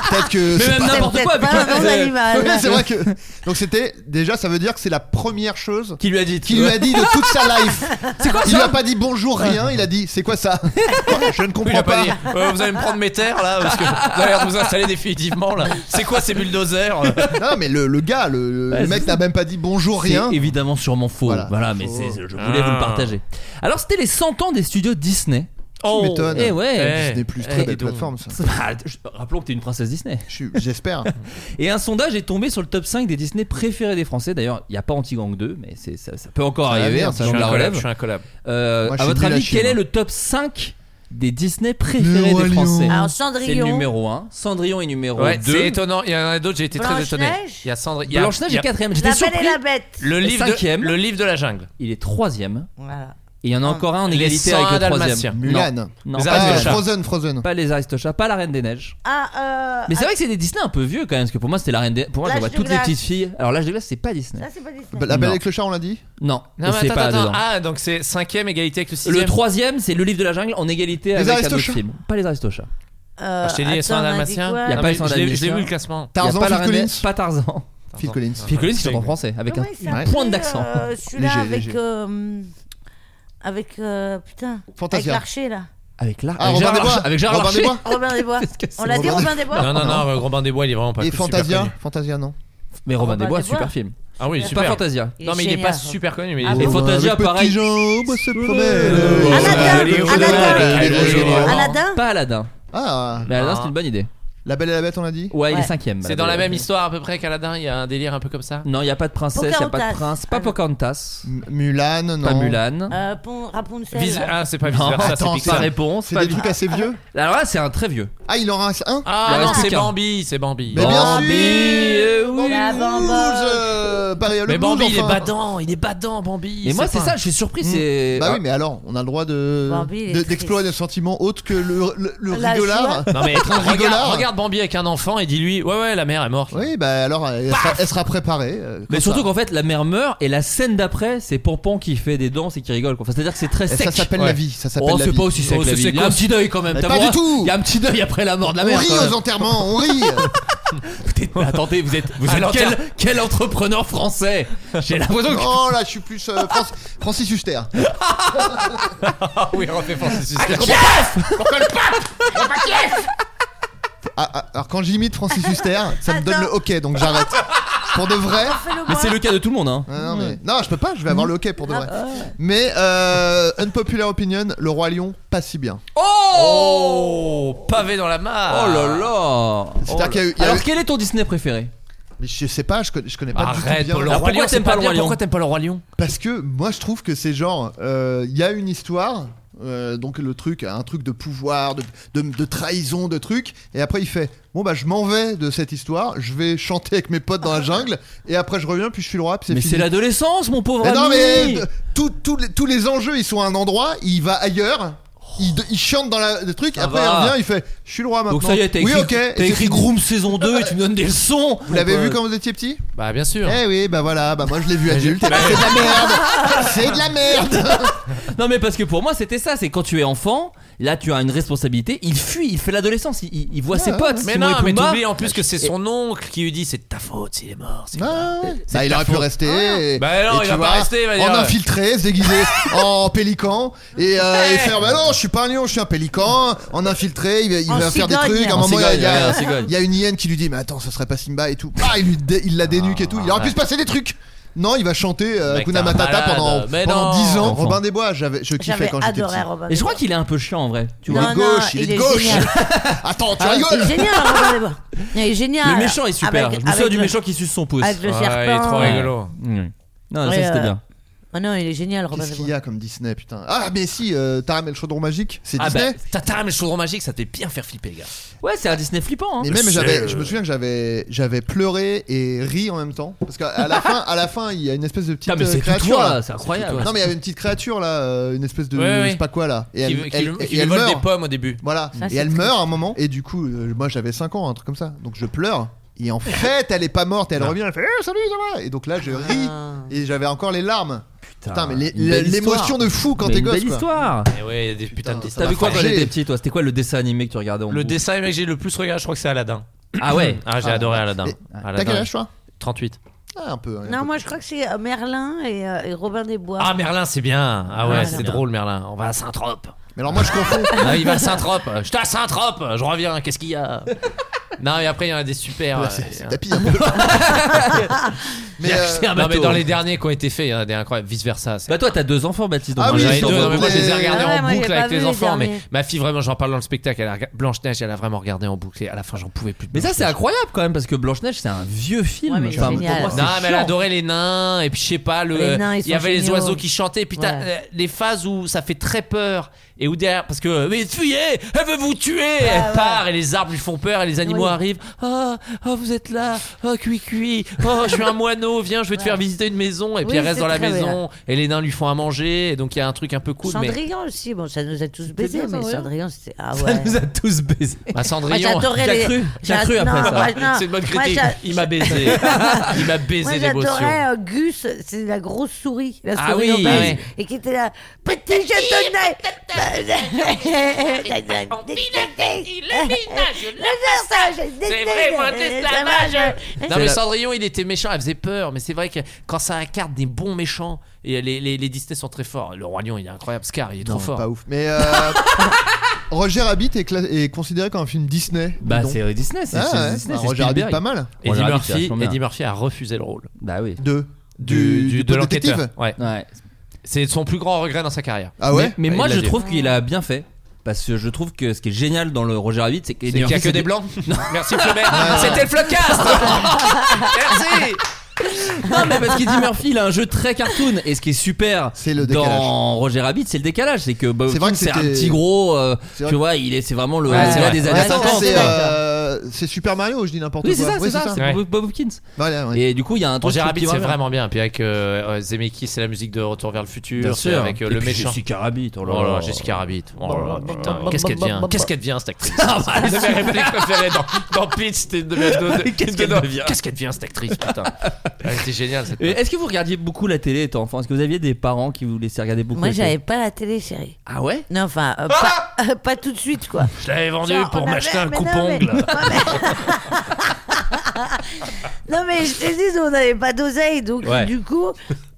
[SPEAKER 8] Peut-être que.
[SPEAKER 7] Mais
[SPEAKER 8] c'est
[SPEAKER 7] même
[SPEAKER 8] pas-
[SPEAKER 7] n'importe quoi.
[SPEAKER 9] peut-être
[SPEAKER 7] avec
[SPEAKER 9] pas un
[SPEAKER 7] le-
[SPEAKER 9] bon
[SPEAKER 8] <laughs>
[SPEAKER 9] animal.
[SPEAKER 8] Ouais, c'est vrai que. Donc c'était. Déjà, ça veut dire que c'est la première chose
[SPEAKER 7] Qui lui a dit
[SPEAKER 8] qu'il lui a dit de toute sa life.
[SPEAKER 7] C'est quoi
[SPEAKER 8] Il lui a
[SPEAKER 7] ça
[SPEAKER 8] pas dit bonjour, rien, il a dit C'est quoi ça Je ne
[SPEAKER 10] Oui, il
[SPEAKER 8] comprends
[SPEAKER 10] a pas
[SPEAKER 8] pas.
[SPEAKER 10] dit, euh, vous allez me prendre mes terres là parce que vous allez vous installer définitivement là. C'est quoi ces bulldozers
[SPEAKER 8] Non, mais le, le gars, le, le
[SPEAKER 7] Ouais,
[SPEAKER 8] mec
[SPEAKER 7] c'est-
[SPEAKER 8] n'a même pas dit bonjour,
[SPEAKER 7] C'est
[SPEAKER 8] rien.
[SPEAKER 7] évidemment sûrement faux. Voilà,
[SPEAKER 8] Voilà.
[SPEAKER 7] mais
[SPEAKER 8] Faux.
[SPEAKER 7] c'est- je voulais vous le
[SPEAKER 10] Ah.
[SPEAKER 7] partager. Alors, c'était les 100 ans des studios Disney.
[SPEAKER 10] Oh.
[SPEAKER 8] m'étonnes.
[SPEAKER 7] Eh ouais.
[SPEAKER 10] Eh.
[SPEAKER 8] Disney Plus,
[SPEAKER 7] Eh,
[SPEAKER 8] très
[SPEAKER 7] et
[SPEAKER 8] belle
[SPEAKER 10] donc-
[SPEAKER 8] plateforme ça.
[SPEAKER 7] Bah, je- rappelons que t'es une princesse Disney.
[SPEAKER 8] Je suis- J'espère.
[SPEAKER 7] Et un sondage est tombé sur le top 5 des Disney préférés des Français. D'ailleurs, il n'y a pas Anti-Gang 2, mais c'est- ça, ça peut encore
[SPEAKER 8] Ça va
[SPEAKER 7] arriver.
[SPEAKER 8] venir,
[SPEAKER 7] hein, si
[SPEAKER 8] ça va
[SPEAKER 7] on
[SPEAKER 10] Je suis
[SPEAKER 7] la
[SPEAKER 10] un collab,
[SPEAKER 7] relève.
[SPEAKER 10] je suis un collab.
[SPEAKER 7] Euh,
[SPEAKER 8] Moi, je
[SPEAKER 7] à
[SPEAKER 8] suis
[SPEAKER 7] votre
[SPEAKER 8] nul à hein.
[SPEAKER 7] avis,
[SPEAKER 8] chier,
[SPEAKER 7] quel est
[SPEAKER 8] moi.
[SPEAKER 7] le top 5 des Disney préférés
[SPEAKER 8] Roi
[SPEAKER 7] des Français
[SPEAKER 8] Lion.
[SPEAKER 9] Alors
[SPEAKER 7] C'est le
[SPEAKER 9] Cendrillon.
[SPEAKER 7] numéro 1. Cendrillon est numéro
[SPEAKER 10] Ouais,
[SPEAKER 7] 2.
[SPEAKER 10] c'est étonnant. Il y en a d'autres. J'ai été très
[SPEAKER 9] Blanche-Neige
[SPEAKER 10] étonné. Il y a Sandre. il y a-
[SPEAKER 7] Blanche-Neige
[SPEAKER 10] il y
[SPEAKER 7] est
[SPEAKER 10] a-
[SPEAKER 7] 4ème.
[SPEAKER 9] La
[SPEAKER 7] J'étais
[SPEAKER 9] Belle et
[SPEAKER 7] surpris.
[SPEAKER 9] la Bête.
[SPEAKER 10] Le livre,
[SPEAKER 7] Cinquième.
[SPEAKER 10] de, le livre de la jungle.
[SPEAKER 7] Il est 3ème.
[SPEAKER 9] Voilà.
[SPEAKER 7] Et il y
[SPEAKER 9] Ah.
[SPEAKER 7] en a encore un en
[SPEAKER 10] Les
[SPEAKER 7] égalité avec
[SPEAKER 10] 101
[SPEAKER 7] le 3ème.
[SPEAKER 10] Dalmatiens.
[SPEAKER 8] Mulan.
[SPEAKER 7] Non,
[SPEAKER 10] Les
[SPEAKER 7] pas
[SPEAKER 8] Ah,
[SPEAKER 10] Arrête,
[SPEAKER 7] les-
[SPEAKER 10] le chat.
[SPEAKER 8] Frozen, Frozen.
[SPEAKER 7] pas les Aristochats, pas la Reine des Neiges.
[SPEAKER 9] Ah, euh,
[SPEAKER 7] Mais c'est vrai que c'est des Disney un peu vieux quand même, parce que pour moi c'était la reine des. Pour moi je
[SPEAKER 9] L'âge
[SPEAKER 7] vois
[SPEAKER 9] de
[SPEAKER 7] toutes
[SPEAKER 9] glace.
[SPEAKER 7] les petites filles. Alors l'âge de glace c'est pas Disney.
[SPEAKER 9] ça Ah, c'est pas Disney.
[SPEAKER 8] La belle
[SPEAKER 7] Non.
[SPEAKER 8] avec le chat, on l'a dit
[SPEAKER 7] Non,
[SPEAKER 10] Non, mais
[SPEAKER 7] c'est
[SPEAKER 10] attends,
[SPEAKER 7] pas
[SPEAKER 10] attends.
[SPEAKER 7] dedans.
[SPEAKER 10] Ah, donc c'est cinquième égalité avec le sixième.
[SPEAKER 7] le troisième c'est le livre de la jungle en égalité avec un autre
[SPEAKER 8] Aristochats.
[SPEAKER 7] film. Pas les Aristochats.
[SPEAKER 9] Euh,
[SPEAKER 10] Ah, je t'ai dit, les
[SPEAKER 9] attends, on a dit
[SPEAKER 10] Dalmatiens.
[SPEAKER 9] quoi
[SPEAKER 7] Y a
[SPEAKER 10] Non,
[SPEAKER 7] pas
[SPEAKER 10] mais
[SPEAKER 7] les
[SPEAKER 10] je l'ai- Je l'ai
[SPEAKER 7] Dalmatiens.
[SPEAKER 10] vu le classement.
[SPEAKER 7] Y a
[SPEAKER 8] Tarzan,
[SPEAKER 7] pas la
[SPEAKER 8] Phil
[SPEAKER 7] reine des-
[SPEAKER 8] Collins.
[SPEAKER 7] Pas
[SPEAKER 10] Ah,
[SPEAKER 7] Tarzan.
[SPEAKER 8] Phil Collins.
[SPEAKER 7] Phil Collins il chante en français avec un.
[SPEAKER 9] Comment il
[SPEAKER 8] Ouais.
[SPEAKER 7] point
[SPEAKER 9] s'appelait,
[SPEAKER 7] d'accent.
[SPEAKER 9] euh, Celui-là
[SPEAKER 8] Léger,
[SPEAKER 9] avec.
[SPEAKER 8] léger.
[SPEAKER 9] euh, Avec. euh, Putain. Avec
[SPEAKER 8] Fantasia.
[SPEAKER 9] l'archer là.
[SPEAKER 7] Avec l'art.
[SPEAKER 8] Ah,
[SPEAKER 7] avec
[SPEAKER 8] Robin
[SPEAKER 7] Gérard
[SPEAKER 8] des Bois.
[SPEAKER 7] Larcher- Avec Gérard
[SPEAKER 8] Robin
[SPEAKER 7] Larcher.
[SPEAKER 8] des Bois.
[SPEAKER 9] Robin des Bois.
[SPEAKER 7] Qu'est-ce que c'est
[SPEAKER 9] On l'a dit
[SPEAKER 8] Robin
[SPEAKER 9] Robin des Bois
[SPEAKER 10] Non, non, non. euh, Robin Desbois, il est vraiment pas.
[SPEAKER 8] Et
[SPEAKER 10] cool, super
[SPEAKER 8] Fantasia
[SPEAKER 10] connu.
[SPEAKER 8] Fantasia, non
[SPEAKER 7] Mais Robin
[SPEAKER 9] Robin
[SPEAKER 7] des Bois
[SPEAKER 9] des Bois.
[SPEAKER 7] super film.
[SPEAKER 10] Ah oui,
[SPEAKER 7] C'est
[SPEAKER 10] super.
[SPEAKER 7] pas Fantasia.
[SPEAKER 10] Non, mais il est
[SPEAKER 9] génial.
[SPEAKER 10] pas super connu. Mais il est-
[SPEAKER 7] Et Fantasia
[SPEAKER 8] Oh, Avec
[SPEAKER 7] pareil. Ah,
[SPEAKER 8] Petit Jean, se
[SPEAKER 10] Oh,
[SPEAKER 8] promène.
[SPEAKER 10] Léo,
[SPEAKER 9] Aladdin,
[SPEAKER 10] Léo,
[SPEAKER 8] Aladdin.
[SPEAKER 10] Léo.
[SPEAKER 9] Aladdin
[SPEAKER 7] Pas Aladdin.
[SPEAKER 8] Ah,
[SPEAKER 7] Mais Aladdin
[SPEAKER 10] Ah.
[SPEAKER 7] c'est une bonne idée.
[SPEAKER 8] la belle et la bête, on l'a dit
[SPEAKER 7] Ouais, il est
[SPEAKER 9] Ouais.
[SPEAKER 7] cinquième.
[SPEAKER 10] C'est dans la même histoire à peu près qu'Aladin. Il y a un délire un peu comme ça.
[SPEAKER 7] Non, il y a pas de princesse, il y a pas de
[SPEAKER 9] Pocahontas.
[SPEAKER 7] prince. Pas
[SPEAKER 9] Ah, non.
[SPEAKER 7] Pocahontas.
[SPEAKER 8] M- Mulan, non.
[SPEAKER 7] Pas
[SPEAKER 10] Ah.
[SPEAKER 7] Mulan.
[SPEAKER 9] Euh, Pon- Rapunzel.
[SPEAKER 10] Vis- Ah, c'est pas vice
[SPEAKER 7] Non,
[SPEAKER 10] versa, c'est
[SPEAKER 8] attends,
[SPEAKER 7] Pas
[SPEAKER 10] Pixar.
[SPEAKER 7] réponse.
[SPEAKER 8] C'est
[SPEAKER 7] pas
[SPEAKER 8] des
[SPEAKER 7] du-
[SPEAKER 8] trucs
[SPEAKER 7] <laughs>
[SPEAKER 8] assez vieux
[SPEAKER 7] Alors là, c'est un très vieux.
[SPEAKER 8] Ah, il en reste un
[SPEAKER 7] Il en
[SPEAKER 10] Ah non,
[SPEAKER 7] reste
[SPEAKER 10] c'est
[SPEAKER 7] qu'un.
[SPEAKER 10] Bambi, c'est Bambi.
[SPEAKER 8] Mais bien
[SPEAKER 7] Bambi,
[SPEAKER 8] sûr
[SPEAKER 7] eh oui.
[SPEAKER 9] La
[SPEAKER 8] Blues, euh, Paris à le
[SPEAKER 10] Mais
[SPEAKER 8] Blues,
[SPEAKER 10] Bambi, il est
[SPEAKER 8] enfin.
[SPEAKER 10] badant, il est badant, Bambi.
[SPEAKER 7] Mais moi, c'est
[SPEAKER 10] pas-
[SPEAKER 7] ça, je suis surpris. C'est.
[SPEAKER 8] Bah oui, mais alors, on a le droit de
[SPEAKER 9] Bambi, il est
[SPEAKER 8] de-
[SPEAKER 9] triste.
[SPEAKER 8] d'explorer des sentiments autres que le, le, le
[SPEAKER 9] La
[SPEAKER 8] rigolard.
[SPEAKER 10] Non mais
[SPEAKER 7] <laughs>
[SPEAKER 10] regarde,
[SPEAKER 8] rigolard.
[SPEAKER 10] regarde Bambi avec un enfant et dis-lui, ouais ouais, la mère est morte.
[SPEAKER 8] Oui, bah alors, elle sera, elle sera préparée. euh,
[SPEAKER 7] Mais
[SPEAKER 8] comme
[SPEAKER 7] surtout
[SPEAKER 8] ça.
[SPEAKER 7] qu'en fait, la mère meurt et la scène d'après, c'est Pompon qui fait des danses et qui rigole. quoi. Enfin, C'est-à-dire que c'est très
[SPEAKER 8] Et
[SPEAKER 7] sec.
[SPEAKER 8] ça s'appelle
[SPEAKER 7] Ouais.
[SPEAKER 8] la vie. Ça s'appelle
[SPEAKER 7] Oh,
[SPEAKER 8] la
[SPEAKER 7] c'est
[SPEAKER 8] vie.
[SPEAKER 7] pas aussi sec
[SPEAKER 10] Oh,
[SPEAKER 7] la
[SPEAKER 10] c'est
[SPEAKER 7] vie.
[SPEAKER 10] sec
[SPEAKER 7] Il y a un
[SPEAKER 10] aussi.
[SPEAKER 7] petit deuil quand même.
[SPEAKER 8] Mais
[SPEAKER 7] t'as
[SPEAKER 8] pas
[SPEAKER 7] vu
[SPEAKER 8] du tout.
[SPEAKER 7] Il y a un petit deuil après la mort de la
[SPEAKER 8] on
[SPEAKER 7] mère.
[SPEAKER 8] rit
[SPEAKER 7] Ah, quand même.
[SPEAKER 8] aux enterrements, on rit.
[SPEAKER 7] Écoutez, <laughs> mais attendez, vous êtes, vous
[SPEAKER 8] Ah,
[SPEAKER 7] êtes
[SPEAKER 10] Alors,
[SPEAKER 7] quel, quel entrepreneur
[SPEAKER 8] <laughs>
[SPEAKER 7] français <laughs> J'ai l'impression que.
[SPEAKER 8] oh là, je suis plus euh, Franc- Francis Huster.
[SPEAKER 10] Ah oui, refais Francis Huster.
[SPEAKER 8] Ah, ah, alors quand j'imite Francis Huster, ça me donne le hockey, donc j'arrête. Pour de vrai.
[SPEAKER 9] Fais-le
[SPEAKER 7] Mais
[SPEAKER 9] moi.
[SPEAKER 7] <laughs> c'est le cas de tout le monde, hein.
[SPEAKER 8] Ah, non, mais- non, je peux pas, je vais avoir le hockey pour de vrai. Mais euh, unpopular opinion, le roi lion, pas si bien.
[SPEAKER 10] Oh, pavé dans la mare.
[SPEAKER 7] Oh là Oh là
[SPEAKER 8] C'est-à-dire qu'il y a eu- il y a
[SPEAKER 7] Alors,
[SPEAKER 8] eu-
[SPEAKER 7] quel est ton Disney préféré
[SPEAKER 8] Mais je sais pas, je connais, je connais pas
[SPEAKER 10] Arrête,
[SPEAKER 8] du tout
[SPEAKER 10] Paul, le
[SPEAKER 8] bien.
[SPEAKER 7] Alors,
[SPEAKER 10] roi
[SPEAKER 7] pourquoi
[SPEAKER 10] lion,
[SPEAKER 7] t'aimes
[SPEAKER 10] c'est
[SPEAKER 7] pas
[SPEAKER 10] pas
[SPEAKER 7] le
[SPEAKER 10] bien.
[SPEAKER 7] Roi Lion
[SPEAKER 10] Pourquoi t'aimes pas le roi lion
[SPEAKER 8] Parce que moi je trouve que c'est genre, euh, il y a une histoire, euh, donc le truc, un truc de pouvoir, de, de, de trahison, de truc, et après il fait, bon bah je m'en vais de cette histoire, je vais chanter avec mes potes dans
[SPEAKER 7] <laughs>
[SPEAKER 8] la jungle, et après je reviens, puis je suis le roi, puis c'est
[SPEAKER 7] Mais
[SPEAKER 8] fini.
[SPEAKER 7] c'est l'adolescence, mon pauvre
[SPEAKER 8] Mais non,
[SPEAKER 7] ami <laughs>
[SPEAKER 8] mais euh, tout- tout les- tous les enjeux, ils sont à un endroit, il va ailleurs, il, il chante dans la- le truc,
[SPEAKER 7] Oh. Ça
[SPEAKER 8] après
[SPEAKER 7] va.
[SPEAKER 8] il revient, il fait Je suis le roi maintenant.
[SPEAKER 7] Donc ça y est, t'as
[SPEAKER 8] oui,
[SPEAKER 7] écrit,
[SPEAKER 8] ok. et
[SPEAKER 7] t'as
[SPEAKER 8] c'est
[SPEAKER 7] écrit
[SPEAKER 8] fini.
[SPEAKER 7] Groom saison 2 et tu me donnes des leçons
[SPEAKER 8] Vous l'avez vu quand vous étiez petit
[SPEAKER 10] Bah bien sûr.
[SPEAKER 8] Eh oui, bah voilà, bah moi je l'ai
[SPEAKER 7] <laughs>
[SPEAKER 8] vu adulte, et bah, c'est de la merde <laughs> C'est de la merde
[SPEAKER 7] Non mais parce que pour moi c'était ça, c'est quand tu es enfant, là tu as une responsabilité, il fuit, il fait l'adolescence, il- il, il voit ses potes,
[SPEAKER 10] Mais
[SPEAKER 7] Simon
[SPEAKER 10] non,
[SPEAKER 7] et
[SPEAKER 10] mais
[SPEAKER 7] Pumba.
[SPEAKER 10] t'oublies en plus que c'est son oncle qui lui dit c'est de ta faute s'il est mort. c'est-
[SPEAKER 8] Ah, Bah il aurait pu rester. et-
[SPEAKER 10] Bah non,
[SPEAKER 8] et
[SPEAKER 10] il
[SPEAKER 8] tu
[SPEAKER 10] va
[SPEAKER 8] vois,
[SPEAKER 10] pas rester, il va dire,
[SPEAKER 8] En
[SPEAKER 10] ouais.
[SPEAKER 8] infiltré, se
[SPEAKER 10] <laughs>
[SPEAKER 8] déguiser en pélican et, euh, et faire Bah non, je suis pas un lion, je suis un pélican. En infiltré, il va, il
[SPEAKER 9] En
[SPEAKER 8] va faire des
[SPEAKER 9] cigogne.
[SPEAKER 8] trucs. À un
[SPEAKER 9] En
[SPEAKER 8] moment, il y a- il y
[SPEAKER 7] cigogne, ouais,
[SPEAKER 8] a-
[SPEAKER 7] en cigogne.
[SPEAKER 8] il y a une hyène qui lui dit Mais attends, ce serait pas Simba et tout. Ah, il, lui dé- il la dénuque et tout. Il aurait pu se passer des trucs. Non, il va chanter euh,
[SPEAKER 10] Mec,
[SPEAKER 8] Hakuna
[SPEAKER 10] t'es un
[SPEAKER 8] Matata
[SPEAKER 10] malade.
[SPEAKER 8] pendant,
[SPEAKER 10] Mais
[SPEAKER 8] pendant
[SPEAKER 10] non.
[SPEAKER 8] 10 ans.
[SPEAKER 7] Enfant.
[SPEAKER 8] Robin des Bois, j'avais- je kiffais
[SPEAKER 9] J'avais
[SPEAKER 8] quand j'étais
[SPEAKER 9] adoré
[SPEAKER 8] petit.
[SPEAKER 9] Robin des
[SPEAKER 7] Et je crois
[SPEAKER 9] Bois.
[SPEAKER 7] qu'il est un peu chiant en vrai, tu
[SPEAKER 8] Il
[SPEAKER 7] vois.
[SPEAKER 9] Non,
[SPEAKER 8] est de
[SPEAKER 9] non,
[SPEAKER 8] gauche, il
[SPEAKER 9] il
[SPEAKER 8] est
[SPEAKER 9] est
[SPEAKER 8] de gauche.
[SPEAKER 9] génial.
[SPEAKER 8] Attends, tu
[SPEAKER 9] Ah, Il est
[SPEAKER 8] rigoles
[SPEAKER 9] génial, Robin des Bois. Il est génial.
[SPEAKER 7] Le méchant est super,
[SPEAKER 9] Ah, Avec-
[SPEAKER 7] je me souviens
[SPEAKER 9] avec
[SPEAKER 7] du
[SPEAKER 9] le-
[SPEAKER 7] méchant qui suce son pouce.
[SPEAKER 9] Avec le
[SPEAKER 10] Ouais, il est trop
[SPEAKER 9] serpent.
[SPEAKER 10] rigolo.
[SPEAKER 7] Mmh. Non, ça
[SPEAKER 9] Ouais,
[SPEAKER 7] c'était
[SPEAKER 9] euh,
[SPEAKER 7] bien.
[SPEAKER 9] Ah non, il est génial, Robin
[SPEAKER 8] Qu'est-ce
[SPEAKER 9] des
[SPEAKER 8] qu'il
[SPEAKER 9] Bois.
[SPEAKER 8] y a comme Disney, putain Ah, mais si, euh, Taram et le chaudron magique, c'est
[SPEAKER 10] Ah bah,
[SPEAKER 8] Disney
[SPEAKER 10] t'as t'as le chaudron magique, ça t'est bien faire flipper, les gars.
[SPEAKER 7] Ouais, c'est un Disney flippant. Hein.
[SPEAKER 8] Mais même,
[SPEAKER 10] C'est-
[SPEAKER 8] j'avais,
[SPEAKER 9] euh,
[SPEAKER 8] je me souviens que j'avais, j'avais pleuré et ri en même temps. Parce qu'à à la fin, à la fin, il y a une espèce de petite
[SPEAKER 7] Ah, mais
[SPEAKER 8] euh,
[SPEAKER 7] c'est tout
[SPEAKER 8] créature.
[SPEAKER 7] toi,
[SPEAKER 8] là.
[SPEAKER 7] c'est incroyable.
[SPEAKER 8] Non, mais il y avait une petite créature là, euh, une espèce de.
[SPEAKER 10] Ouais, ouais.
[SPEAKER 8] Je sais pas quoi là. Et
[SPEAKER 10] Qui-
[SPEAKER 8] elle,
[SPEAKER 10] qui
[SPEAKER 8] elle-
[SPEAKER 10] lui-
[SPEAKER 8] et
[SPEAKER 10] qui lui
[SPEAKER 8] elle
[SPEAKER 10] vole
[SPEAKER 8] meurt.
[SPEAKER 10] des pommes au début.
[SPEAKER 8] Voilà.
[SPEAKER 9] Ça,
[SPEAKER 8] et
[SPEAKER 9] c'est
[SPEAKER 8] elle
[SPEAKER 9] triste.
[SPEAKER 8] meurt à un moment. Et du coup, euh, moi j'avais 5 ans, un truc comme ça. Donc je pleure. Et
[SPEAKER 7] <laughs>
[SPEAKER 8] en fait, elle est pas morte.
[SPEAKER 7] Ah.
[SPEAKER 8] Elle revient, elle fait Eh, Salut, ça va Et donc là, je ris. Et j'avais encore les larmes. Putain, mais les-
[SPEAKER 7] une belle
[SPEAKER 8] l'émotion
[SPEAKER 7] histoire.
[SPEAKER 8] de fou quand
[SPEAKER 7] Mais
[SPEAKER 8] t'es
[SPEAKER 7] une
[SPEAKER 8] gosse.
[SPEAKER 7] belle
[SPEAKER 8] quoi. Ah,
[SPEAKER 7] histoire.
[SPEAKER 10] Et Eh ouais, il y a des putains de dessins.
[SPEAKER 7] T'avais quoi quand
[SPEAKER 8] frangé.
[SPEAKER 7] t'étais petit, toi C'était quoi le dessin animé que tu regardais en
[SPEAKER 10] Le
[SPEAKER 7] boucle
[SPEAKER 10] dessin animé que j'ai le plus regardé, je crois que c'est Aladdin.
[SPEAKER 7] Ah ouais.
[SPEAKER 10] Ah, j'ai
[SPEAKER 8] Ah,
[SPEAKER 10] adoré
[SPEAKER 8] ouais.
[SPEAKER 10] Aladdin.
[SPEAKER 8] Mais T'as
[SPEAKER 10] Aladdin,
[SPEAKER 8] quel âge, toi
[SPEAKER 10] 38.
[SPEAKER 8] Ah, un peu. un
[SPEAKER 9] Non,
[SPEAKER 8] peu.
[SPEAKER 9] moi je crois que c'est euh, Merlin et, euh, et Robin des Bois.
[SPEAKER 10] Ah, Merlin, c'est bien. Ah ouais,
[SPEAKER 9] Merlin.
[SPEAKER 10] c'est drôle, Merlin. On va à Saint-Trope.
[SPEAKER 8] Mais alors moi, je confonds.
[SPEAKER 10] Ah, il va à Saint-Trope. Je t'ai à Saint-Trope. Je reviens. Qu'est-ce qu'il y a Non, et après, il y en a des
[SPEAKER 7] Ah,
[SPEAKER 10] super.
[SPEAKER 8] Là,
[SPEAKER 10] euh,
[SPEAKER 8] C'est c'est
[SPEAKER 10] <laughs> euh,
[SPEAKER 8] tapis un peu. Mais, euh,
[SPEAKER 7] acheté un
[SPEAKER 10] non, mais
[SPEAKER 7] bateau.
[SPEAKER 10] dans les derniers qui ont été faits, il y en a des incroyables. Vice versa. c'est-
[SPEAKER 7] Bah toi t'as deux enfants Baptiste. donc
[SPEAKER 8] Ah
[SPEAKER 10] J'en
[SPEAKER 8] oui,
[SPEAKER 7] j'en ai
[SPEAKER 10] ai
[SPEAKER 8] sur
[SPEAKER 10] deux, non, mais moi je les ai
[SPEAKER 8] Blu-ray.
[SPEAKER 10] regardés
[SPEAKER 9] Ah ouais,
[SPEAKER 10] en
[SPEAKER 9] moi, j'ai
[SPEAKER 10] boucle
[SPEAKER 9] pas
[SPEAKER 10] avec
[SPEAKER 9] vu
[SPEAKER 10] les
[SPEAKER 9] les
[SPEAKER 10] enfants, mais
[SPEAKER 9] derniers.
[SPEAKER 10] ma fille, vraiment, j'en parle dans le spectacle. Elle a rega- Blanche-Neige, elle a vraiment regardé en boucle et à la fin, j'en pouvais plus. de
[SPEAKER 7] Mais ça c'est
[SPEAKER 10] Blanche-Neige.
[SPEAKER 7] incroyable quand même parce que Blanche Neige c'est un vieux film.
[SPEAKER 9] Ouais, mais
[SPEAKER 7] Enfin,
[SPEAKER 9] génial.
[SPEAKER 7] pour moi, c'est
[SPEAKER 10] Non, mais elle
[SPEAKER 7] chiant.
[SPEAKER 10] adorait les nains, et puis je sais pas, le,
[SPEAKER 9] Les nains, ils
[SPEAKER 10] il y
[SPEAKER 9] sont
[SPEAKER 10] avait les
[SPEAKER 9] géniaux.
[SPEAKER 10] oiseaux qui chantaient, et puis t'as
[SPEAKER 9] Ouais.
[SPEAKER 10] euh, les phases où ça fait très peur, et où derrière, parce que, mais fuyez, elle veut vous tuer, elle
[SPEAKER 9] Ah ouais.
[SPEAKER 10] part, et les arbres lui font peur, et les animaux
[SPEAKER 9] Oui.
[SPEAKER 10] arrivent, ah, ah, vous êtes là, oh, cuit, cuit, oh, je suis un moineau, viens, je vais te faire visiter une maison, et puis
[SPEAKER 9] Oui,
[SPEAKER 10] elle reste
[SPEAKER 9] c'est
[SPEAKER 10] dans la
[SPEAKER 9] très
[SPEAKER 10] maison, et les nains lui font à manger, et donc il y a un truc un peu cool, mais.
[SPEAKER 9] Cendrillon aussi, bon, ça nous a tous baisés,
[SPEAKER 7] bien,
[SPEAKER 9] mais Cendrillon,
[SPEAKER 7] Cendrillon
[SPEAKER 9] c'était. Ah
[SPEAKER 7] Ça
[SPEAKER 9] ouais.
[SPEAKER 7] nous a tous baisés.
[SPEAKER 10] Bah,
[SPEAKER 9] Moi,
[SPEAKER 10] Cendrillon,
[SPEAKER 9] Ah,
[SPEAKER 10] <laughs>
[SPEAKER 9] j'adorais
[SPEAKER 7] T'as
[SPEAKER 9] les.
[SPEAKER 7] cru T'as
[SPEAKER 9] j'a-
[SPEAKER 7] cru après
[SPEAKER 9] Ah, non,
[SPEAKER 7] ça
[SPEAKER 9] moi, non.
[SPEAKER 10] c'est une bonne
[SPEAKER 9] Moi,
[SPEAKER 10] critique,
[SPEAKER 9] j'a-
[SPEAKER 10] il m'a baisé, il
[SPEAKER 9] Moi
[SPEAKER 10] m'a baisé des
[SPEAKER 9] j'adorais euh, Gus, c'est la grosse souris, la
[SPEAKER 10] Ah
[SPEAKER 9] souris
[SPEAKER 10] oui,
[SPEAKER 9] obèse,
[SPEAKER 10] ah ouais.
[SPEAKER 9] et qui était là, petit je
[SPEAKER 10] C'est vraiment de l'esclavage. Non
[SPEAKER 7] C'est
[SPEAKER 10] mais
[SPEAKER 7] la-
[SPEAKER 10] Cendrillon il était méchant, elle faisait peur, mais c'est vrai que quand ça incarne des bons méchants, et les, les, les Disney sont très forts. Le roi lion il est incroyable, Scar il est trop
[SPEAKER 8] Non,
[SPEAKER 10] fort.
[SPEAKER 8] Pas ouf.
[SPEAKER 7] <laughs>
[SPEAKER 8] Mais euh, Roger Rabbit est, cla- est considéré comme un film Disney. dis
[SPEAKER 7] Bah
[SPEAKER 8] donc.
[SPEAKER 7] c'est Disney, c'est
[SPEAKER 8] Ah,
[SPEAKER 7] c'est
[SPEAKER 8] ouais.
[SPEAKER 7] Disney,
[SPEAKER 8] Bah,
[SPEAKER 7] c'est
[SPEAKER 8] Roger Rabbit,
[SPEAKER 7] Spielberg.
[SPEAKER 8] pas mal.
[SPEAKER 10] Eddie,
[SPEAKER 7] Roger Rabbit, c'est
[SPEAKER 10] Murphy,
[SPEAKER 7] vachement bien.
[SPEAKER 10] Eddie Murphy a refusé le rôle
[SPEAKER 7] Bah oui.
[SPEAKER 8] De.
[SPEAKER 10] du, du- de
[SPEAKER 8] pot
[SPEAKER 10] l'enquêteur.
[SPEAKER 8] détective
[SPEAKER 10] Ouais.
[SPEAKER 7] Ouais.
[SPEAKER 10] C'est son plus grand regret dans sa carrière.
[SPEAKER 8] Ah ouais
[SPEAKER 7] Mais, mais
[SPEAKER 10] Ouais,
[SPEAKER 7] moi
[SPEAKER 10] il l'a
[SPEAKER 7] je
[SPEAKER 10] dit.
[SPEAKER 7] trouve qu'il a bien fait parce que je trouve que ce qui est génial dans le Roger Rabbit c'est
[SPEAKER 10] C'est qu'il n'y a que des blancs. Merci Flaubert. C'était le Floodcast. Merci.
[SPEAKER 7] Non mais parce qu'Eddie Murphy il a un jeu très cartoon et ce qui est super
[SPEAKER 8] C'est le décalage.
[SPEAKER 7] dans Roger Rabbit c'est le décalage c'est que Bob
[SPEAKER 8] C'est vrai
[SPEAKER 7] Hoskins,
[SPEAKER 8] que
[SPEAKER 7] c'est un
[SPEAKER 8] c'était-
[SPEAKER 7] petit gros euh,
[SPEAKER 8] C'est vrai
[SPEAKER 7] tu vois il est c'est vraiment le
[SPEAKER 10] Ouais,
[SPEAKER 7] c'est
[SPEAKER 10] c'est
[SPEAKER 7] vrai des
[SPEAKER 10] vrai.
[SPEAKER 8] Mais
[SPEAKER 7] années
[SPEAKER 8] attends,
[SPEAKER 7] 50
[SPEAKER 8] c'est,
[SPEAKER 7] quoi.
[SPEAKER 8] euh, c'est Super Mario, je dis n'importe
[SPEAKER 7] oui c'est
[SPEAKER 8] quoi.
[SPEAKER 7] ça
[SPEAKER 8] Oui,
[SPEAKER 7] c'est ça c'est
[SPEAKER 10] Ouais.
[SPEAKER 7] Bob- Bob Hoskins
[SPEAKER 8] Voilà, ouais.
[SPEAKER 7] et du coup il y a un truc
[SPEAKER 10] Roger
[SPEAKER 7] qui
[SPEAKER 10] Rabbit
[SPEAKER 7] va
[SPEAKER 10] c'est
[SPEAKER 7] bien.
[SPEAKER 10] vraiment bien. Puis avec euh, euh, Zemeckis c'est la musique de Retour vers le futur.
[SPEAKER 7] bien
[SPEAKER 10] c'est
[SPEAKER 7] sûr
[SPEAKER 10] Avec euh,
[SPEAKER 7] Et
[SPEAKER 10] le
[SPEAKER 7] puis
[SPEAKER 10] méchant.
[SPEAKER 7] Jessica Rabbit oh là
[SPEAKER 10] Oh là
[SPEAKER 7] là.
[SPEAKER 10] là, Jessica Rabbit. Oh là là, putain.
[SPEAKER 8] bah,
[SPEAKER 10] Qu'est-ce qu'elle
[SPEAKER 8] bah,
[SPEAKER 10] devient
[SPEAKER 8] bah,
[SPEAKER 10] Qu'est-ce qu'elle Ah, bah, devient cette <laughs> actrice C'est de mes répliques préférées dans, dans Pitch. C'était de <laughs> mes deux- deux-
[SPEAKER 7] Qu'est-ce qu'elle
[SPEAKER 10] une dedans.
[SPEAKER 7] devient
[SPEAKER 10] Qu'est-ce qu'elle devient cette actrice Putain. <laughs> Elle était géniale cette.
[SPEAKER 7] Et Est-ce que vous regardiez beaucoup la télé étant enfant Est-ce que vous aviez des parents qui vous laissaient regarder beaucoup
[SPEAKER 9] Moi
[SPEAKER 7] la télé
[SPEAKER 9] j'avais pas la télé, chérie.
[SPEAKER 7] Ah ouais
[SPEAKER 9] Non, enfin, euh, pas, euh, pas tout de suite, quoi.
[SPEAKER 10] Je l'avais vendue
[SPEAKER 9] Genre, on
[SPEAKER 10] pour
[SPEAKER 9] avait-
[SPEAKER 10] m'acheter un
[SPEAKER 9] mais non, <laughs>
[SPEAKER 10] coupe-ongle.
[SPEAKER 9] mais- Non, mais je te dis, on n'avait pas d'oseille. Donc,
[SPEAKER 7] Ouais.
[SPEAKER 9] du coup,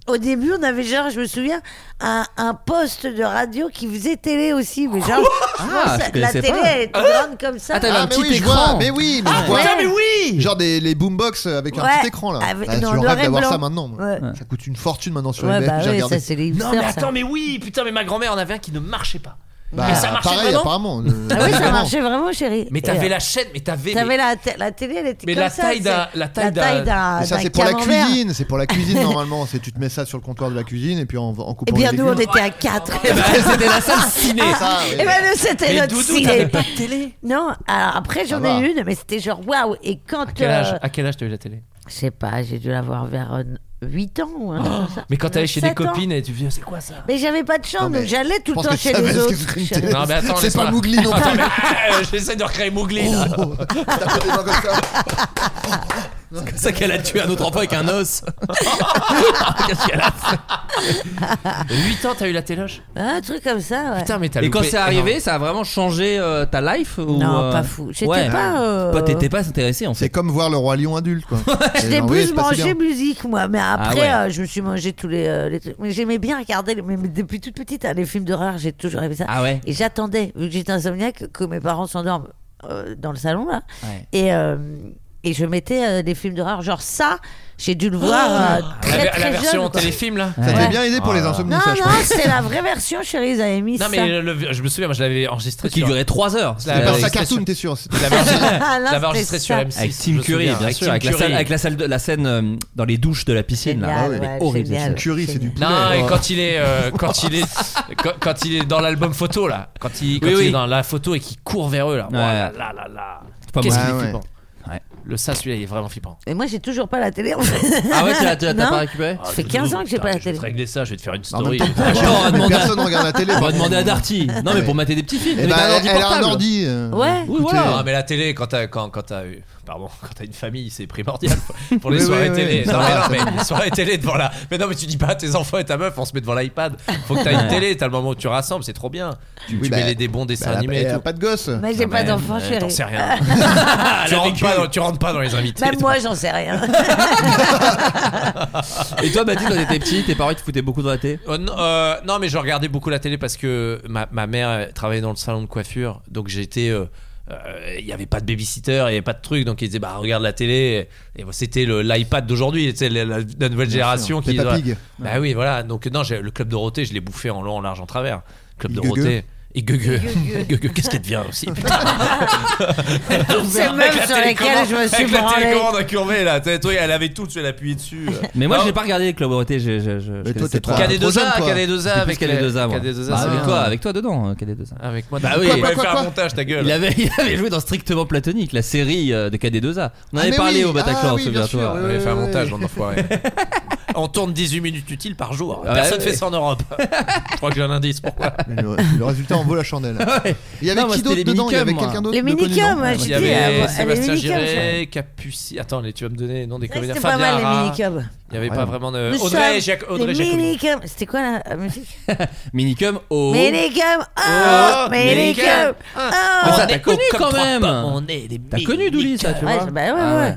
[SPEAKER 9] au début, on avait genre, je me souviens, un, un poste de radio qui faisait télé aussi. Mais genre, je
[SPEAKER 7] Ah,
[SPEAKER 9] pense,
[SPEAKER 7] je
[SPEAKER 9] la
[SPEAKER 7] connaissais
[SPEAKER 9] télé,
[SPEAKER 7] pas.
[SPEAKER 9] elle était grande comme ça.
[SPEAKER 7] Ah, t'avais un
[SPEAKER 8] mais
[SPEAKER 7] petit
[SPEAKER 8] oui, je
[SPEAKER 7] écran. Ah,
[SPEAKER 8] vois, mais oui, mais je vois.
[SPEAKER 9] putain, mais
[SPEAKER 7] oui
[SPEAKER 8] Genre des, les boombox euh, avec un
[SPEAKER 9] Ouais,
[SPEAKER 8] petit écran là.
[SPEAKER 9] avec-
[SPEAKER 8] Ah,
[SPEAKER 9] non,
[SPEAKER 8] je
[SPEAKER 9] noir
[SPEAKER 8] rêve
[SPEAKER 9] et
[SPEAKER 8] d'avoir
[SPEAKER 9] blanc.
[SPEAKER 8] ça maintenant. moi.
[SPEAKER 9] Ouais.
[SPEAKER 8] Ça coûte une fortune maintenant sur
[SPEAKER 9] Ouais,
[SPEAKER 8] les
[SPEAKER 9] bah
[SPEAKER 8] j'ai
[SPEAKER 9] ouais,
[SPEAKER 8] regardé.
[SPEAKER 9] ça, c'est les
[SPEAKER 10] Non mais
[SPEAKER 9] hipsters, ça.
[SPEAKER 10] attends mais oui putain mais ma grand-mère en avait un qui ne marchait pas.
[SPEAKER 8] Bah,
[SPEAKER 10] Mais ça marchait
[SPEAKER 8] pareil,
[SPEAKER 9] <laughs>
[SPEAKER 10] vraiment
[SPEAKER 8] apparemment. euh,
[SPEAKER 9] Ah oui, ça
[SPEAKER 8] vraiment.
[SPEAKER 9] marchait vraiment, chérie.
[SPEAKER 10] Mais t'avais la chaîne mais t'avais.
[SPEAKER 9] T'avais
[SPEAKER 10] les-
[SPEAKER 9] la, té- la télé, elle était
[SPEAKER 10] Mais
[SPEAKER 9] comme
[SPEAKER 10] la
[SPEAKER 9] ça,
[SPEAKER 10] taille
[SPEAKER 9] c'est-
[SPEAKER 10] d'un- la taille d'un-
[SPEAKER 9] taille d'un.
[SPEAKER 8] Mais ça
[SPEAKER 9] d'un
[SPEAKER 8] c'est pour la
[SPEAKER 9] Bah, camembert.
[SPEAKER 8] cuisine, c'est pour la cuisine normalement. C'est tu te mets ça sur le comptoir de la cuisine et puis en, en
[SPEAKER 9] Eh
[SPEAKER 8] coupant
[SPEAKER 9] bien,
[SPEAKER 8] les
[SPEAKER 9] nous, on
[SPEAKER 8] légumes.
[SPEAKER 9] était à 4.
[SPEAKER 10] Eh ben, C'était la salle ciné.
[SPEAKER 8] Ça, oui.
[SPEAKER 9] Eh ben, nous, c'était
[SPEAKER 10] Ah Mais
[SPEAKER 9] notre
[SPEAKER 10] Doudou,
[SPEAKER 9] ciné.
[SPEAKER 10] t'avais pas de télé Ah bah.
[SPEAKER 9] Non, alors après, j'en
[SPEAKER 8] va.
[SPEAKER 9] ai une, mais c'était genre waouh. Et quand.
[SPEAKER 10] À quel âge
[SPEAKER 9] euh,
[SPEAKER 10] À quel âge t'as eu la télé
[SPEAKER 9] Je sais pas, j'ai dû l'avoir vers euh, 8 ans ou un truc comme Ah, ça.
[SPEAKER 10] Oh, Mais quand t'allais chez des
[SPEAKER 9] Sept ans.
[SPEAKER 10] copines et tu disais c'est quoi ça
[SPEAKER 9] Mais j'avais pas de
[SPEAKER 8] Non,
[SPEAKER 9] chambre,
[SPEAKER 8] mais
[SPEAKER 9] donc j'allais tout
[SPEAKER 8] je
[SPEAKER 9] le
[SPEAKER 8] pense
[SPEAKER 9] temps
[SPEAKER 8] que
[SPEAKER 9] chez
[SPEAKER 8] ça va,
[SPEAKER 9] les
[SPEAKER 8] est-ce
[SPEAKER 9] autres.
[SPEAKER 8] que c'est une télé
[SPEAKER 10] Non mais attends
[SPEAKER 8] C'est
[SPEAKER 10] laisse-moi.
[SPEAKER 8] pas Mougli non
[SPEAKER 10] Attends,
[SPEAKER 8] plus.
[SPEAKER 10] mais, ah, J'essaie de recréer Mowgli là.
[SPEAKER 8] Oh, t'as fait des mains comme ça.
[SPEAKER 7] C'est comme ça qu'elle a tué un autre enfant avec un
[SPEAKER 10] <laughs>
[SPEAKER 7] os. Qu'est-ce qu'elle a fait
[SPEAKER 10] 8 ans t'as eu la téloche
[SPEAKER 9] Un truc comme ça, ouais.
[SPEAKER 10] Putain mais t'as
[SPEAKER 7] Et quand
[SPEAKER 10] loupé
[SPEAKER 7] c'est arrivé,
[SPEAKER 10] énorme.
[SPEAKER 7] ça a vraiment changé euh, ta life ou,
[SPEAKER 9] Non,
[SPEAKER 7] euh,
[SPEAKER 9] pas fou. J'étais
[SPEAKER 7] ouais.
[SPEAKER 9] pas. euh,
[SPEAKER 7] Toi, t'étais pas intéressé en
[SPEAKER 8] C'est
[SPEAKER 7] fait.
[SPEAKER 8] comme voir le roi lion adulte quoi.
[SPEAKER 9] J'étais
[SPEAKER 8] Non, oui,
[SPEAKER 9] plus
[SPEAKER 8] c'est pas si
[SPEAKER 9] mangé
[SPEAKER 8] bien.
[SPEAKER 9] musique, moi. Mais
[SPEAKER 10] Ah
[SPEAKER 9] après,
[SPEAKER 7] ouais.
[SPEAKER 9] euh, je me suis mangé tous les, euh, les trucs. Mais j'aimais bien regarder, les- mais mais depuis toute petite, hein, les films d'horreur, j'ai toujours aimé ça.
[SPEAKER 7] Ah ouais.
[SPEAKER 9] Et j'attendais, vu que j'étais insomniaque, que mes parents s'endorment euh, dans le salon, là.
[SPEAKER 7] Ouais.
[SPEAKER 9] Et, euh, et je mettais euh, des films d'horreur. Genre ça, j'ai dû le voir euh, très,
[SPEAKER 10] la, la
[SPEAKER 9] très
[SPEAKER 10] version
[SPEAKER 9] jeune, quoi.
[SPEAKER 10] téléfilm là Ah.
[SPEAKER 8] Ça devait bien aider pour les
[SPEAKER 9] Non,
[SPEAKER 8] insomnies, ça, je
[SPEAKER 9] non,
[SPEAKER 8] pense.
[SPEAKER 9] c'est la vraie version, chérie, ils avaient mis
[SPEAKER 10] Non
[SPEAKER 9] ça.
[SPEAKER 10] mais euh, le- je me souviens, moi je l'avais enregistré.
[SPEAKER 7] Qui
[SPEAKER 10] sur-
[SPEAKER 7] durait 3 heures. Euh,
[SPEAKER 10] Je
[SPEAKER 8] C'est
[SPEAKER 10] l'avais
[SPEAKER 8] pas ça
[SPEAKER 10] enregistré
[SPEAKER 8] cartoon,
[SPEAKER 10] sur-
[SPEAKER 8] t'es sûr. c'est-
[SPEAKER 10] je l'avais enregistré-
[SPEAKER 9] Ah,
[SPEAKER 10] je l'avais
[SPEAKER 9] là,
[SPEAKER 10] enregistré
[SPEAKER 9] c'était
[SPEAKER 10] sur
[SPEAKER 9] ça.
[SPEAKER 10] M6.
[SPEAKER 7] Avec
[SPEAKER 10] je
[SPEAKER 7] Tim
[SPEAKER 10] me
[SPEAKER 7] Curry,
[SPEAKER 10] souviens,
[SPEAKER 7] bien
[SPEAKER 10] avec
[SPEAKER 7] sûr,
[SPEAKER 10] Tim
[SPEAKER 7] avec la,
[SPEAKER 10] Curry.
[SPEAKER 7] salle, avec la salle de la scène euh, dans les douches de la piscine là.
[SPEAKER 8] Ah
[SPEAKER 9] Génial,
[SPEAKER 7] Elle est
[SPEAKER 9] ouais,
[SPEAKER 7] horrible,
[SPEAKER 9] génial.
[SPEAKER 7] cette scène.
[SPEAKER 8] Curie, c'est du poulet.
[SPEAKER 10] Non, et
[SPEAKER 8] Ouais.
[SPEAKER 10] quand il est, euh, quand il est, quand, quand il est dans l'album photo là, quand il, quand
[SPEAKER 7] Oui,
[SPEAKER 10] il
[SPEAKER 7] oui.
[SPEAKER 10] est dans la photo et qu'il court vers eux là, Oh
[SPEAKER 7] Ouais.
[SPEAKER 10] là là là là.
[SPEAKER 7] C'est pas
[SPEAKER 10] Qu'est-ce
[SPEAKER 7] mal.
[SPEAKER 10] qu'il est
[SPEAKER 8] Ouais,
[SPEAKER 10] flippant.
[SPEAKER 7] Ouais.
[SPEAKER 10] Le ça, celui-là, il est vraiment flippant.
[SPEAKER 9] Et moi, j'ai toujours pas la télé. en fait.
[SPEAKER 7] Ah ouais, tu l'as- tu l'as- t'as
[SPEAKER 9] Non.
[SPEAKER 7] pas récupéré
[SPEAKER 8] Ah,
[SPEAKER 10] Ça
[SPEAKER 9] fait 15 ans que j'ai pas la
[SPEAKER 10] Je vais te
[SPEAKER 9] télé.
[SPEAKER 10] régler ça, je vais te faire une
[SPEAKER 8] En même
[SPEAKER 10] story.
[SPEAKER 8] temps,
[SPEAKER 7] Attends, on va demander à-
[SPEAKER 8] personne ne regarde la télé.
[SPEAKER 7] On va
[SPEAKER 8] bon.
[SPEAKER 7] demander à Darty. Non, mais pour mater des petits films. Mais
[SPEAKER 8] Eh ben,
[SPEAKER 7] t'as un ordi
[SPEAKER 8] elle a un
[SPEAKER 7] portable.
[SPEAKER 8] ordi. euh,
[SPEAKER 9] Ouais.
[SPEAKER 7] Oui,
[SPEAKER 8] écoutez,
[SPEAKER 7] voilà.
[SPEAKER 10] Non, mais la télé, quand t'as quand, quand t'as eu- pardon, quand t'as une famille, c'est primordial
[SPEAKER 9] <laughs>
[SPEAKER 10] pour les
[SPEAKER 8] Oui,
[SPEAKER 10] soirées
[SPEAKER 8] oui,
[SPEAKER 10] télé.
[SPEAKER 8] oui.
[SPEAKER 10] Non,
[SPEAKER 8] Ça
[SPEAKER 10] mais non, mais soirées télé devant la. Mais non, mais tu dis pas à tes enfants et ta meuf, on se met devant l'iPad. Faut que t'aies une télé, t'as le moment où tu rassembles, c'est trop bien. Tu,
[SPEAKER 8] Oui,
[SPEAKER 10] tu
[SPEAKER 8] bah,
[SPEAKER 10] mets les, des bons dessins
[SPEAKER 8] bah, elle a-
[SPEAKER 10] animés
[SPEAKER 8] elle
[SPEAKER 10] et
[SPEAKER 8] a
[SPEAKER 10] tout.
[SPEAKER 8] pas de gosse.
[SPEAKER 9] Mais j'ai pas d'enfant,
[SPEAKER 10] Ouais, T'en
[SPEAKER 9] chérie. <laughs>
[SPEAKER 10] sais rien. tu, rentres pas dans, tu rentres pas dans les invités.
[SPEAKER 9] Même
[SPEAKER 10] toi.
[SPEAKER 9] moi, j'en sais rien.
[SPEAKER 7] Et toi, Mathilde, quand t'étais petit, tes parents ils te foutaient beaucoup de la télé
[SPEAKER 10] Oh, non, euh, non, mais je regardais beaucoup la télé parce que ma, ma mère euh, travaillait dans le salon de coiffure. Donc j'étais. euh, euh, Il n'y avait pas de babysitter, il n'y avait pas de truc. Donc ils disaient Bah regarde la télé. Et bon, c'était le- l'iPad d'aujourd'hui, tu sais, la, la- la nouvelle génération qui.
[SPEAKER 8] Peppa Pig.
[SPEAKER 10] Bah oui, voilà. Donc non, j'ai- le Club Dorothée, je l'ai bouffé en long, en large, en travers. Club
[SPEAKER 8] Et
[SPEAKER 10] Dorothée. Et gueugue. Qu'est-ce qu'elle devient aussi
[SPEAKER 9] <laughs>
[SPEAKER 10] putain. Avec
[SPEAKER 9] Ces
[SPEAKER 10] la
[SPEAKER 9] meufs sur lesquelles
[SPEAKER 10] télécommande-
[SPEAKER 9] je me suis
[SPEAKER 10] Avec la
[SPEAKER 9] branlée.
[SPEAKER 10] télécommande incurvée là. Tu sais, toi, Elle avait tout, tu appuyé dessus. euh.
[SPEAKER 7] Mais moi,
[SPEAKER 10] Non.
[SPEAKER 7] j'ai pas regardé les clubs Dorothée. j'ai- j'ai- je- je
[SPEAKER 8] toi,
[SPEAKER 7] connaissais
[SPEAKER 8] t'es
[SPEAKER 7] pas.
[SPEAKER 8] trop- trop jeune,
[SPEAKER 10] KD2A,
[SPEAKER 8] quoi.
[SPEAKER 10] KD2A
[SPEAKER 7] C'était
[SPEAKER 10] avec
[SPEAKER 7] plus KD2A, moi.
[SPEAKER 10] KD2A,
[SPEAKER 7] Bah,
[SPEAKER 10] c'est
[SPEAKER 7] avec
[SPEAKER 10] bien.
[SPEAKER 7] toi, avec toi dedans, hein, KD2A.
[SPEAKER 10] Ah, Avec moi,
[SPEAKER 7] Bah
[SPEAKER 10] tu
[SPEAKER 7] oui,
[SPEAKER 10] peux
[SPEAKER 7] quoi,
[SPEAKER 10] pas
[SPEAKER 8] quoi,
[SPEAKER 10] faire
[SPEAKER 8] quoi.
[SPEAKER 10] un montage, ta gueule.
[SPEAKER 7] Il avait, <laughs> il avait joué dans Strictement Platonique, la série euh, de KD2A. On en
[SPEAKER 8] Ah,
[SPEAKER 7] avait
[SPEAKER 8] mais
[SPEAKER 7] parlé
[SPEAKER 8] oui,
[SPEAKER 7] au
[SPEAKER 8] ah
[SPEAKER 7] Bataclan,
[SPEAKER 8] oui, bien
[SPEAKER 7] souviens-toi.
[SPEAKER 8] sûr,
[SPEAKER 10] Il avait fait un
[SPEAKER 8] Ouais,
[SPEAKER 10] montage,
[SPEAKER 8] ouais.
[SPEAKER 10] mon enfoiré. <laughs> On tourne 18 minutes utiles par jour.
[SPEAKER 7] Ouais,
[SPEAKER 10] Personne
[SPEAKER 7] ouais.
[SPEAKER 10] fait ça en Europe. <laughs> Je crois que j'ai un indice. Pourquoi
[SPEAKER 8] Le le résultat en vaut la chandelle.
[SPEAKER 7] Ouais.
[SPEAKER 8] Il y avait
[SPEAKER 7] Non, moi,
[SPEAKER 8] qui
[SPEAKER 7] c'était
[SPEAKER 8] d'autre
[SPEAKER 7] les
[SPEAKER 8] dedans Il y avait
[SPEAKER 7] minicums,
[SPEAKER 8] quelqu'un d'autre
[SPEAKER 9] Les
[SPEAKER 8] de connu,
[SPEAKER 9] minicums,
[SPEAKER 8] non
[SPEAKER 9] ouais,
[SPEAKER 10] Il y
[SPEAKER 9] j'ai dit, elle
[SPEAKER 10] avait
[SPEAKER 9] est
[SPEAKER 10] Sébastien
[SPEAKER 9] minicum,
[SPEAKER 10] Giré, Capucci. Attends, les- tu vas me donner le nom des comédiens.
[SPEAKER 9] C'était pas mal, les
[SPEAKER 10] Fabien Arra.
[SPEAKER 9] minicums.
[SPEAKER 10] Il y avait pas
[SPEAKER 8] Incroyable.
[SPEAKER 10] vraiment de.
[SPEAKER 9] Nous
[SPEAKER 10] Euh, Audrey,
[SPEAKER 9] sommes
[SPEAKER 10] Jac- Audrey
[SPEAKER 9] les
[SPEAKER 10] Jacobi.
[SPEAKER 9] minicums. C'était quoi la la musique
[SPEAKER 7] Minicum au.
[SPEAKER 9] Minicum
[SPEAKER 10] Oh,
[SPEAKER 9] Oh Minicum
[SPEAKER 7] Ah, ça,
[SPEAKER 9] Oh
[SPEAKER 7] t'as
[SPEAKER 10] est con
[SPEAKER 7] connu
[SPEAKER 10] comme
[SPEAKER 7] quand
[SPEAKER 10] trois
[SPEAKER 7] même.
[SPEAKER 10] pommes, on est des
[SPEAKER 7] T'as connu Douli, ça, tu
[SPEAKER 9] Ouais,
[SPEAKER 7] vois
[SPEAKER 9] bah ouais,
[SPEAKER 7] Ah
[SPEAKER 9] ouais.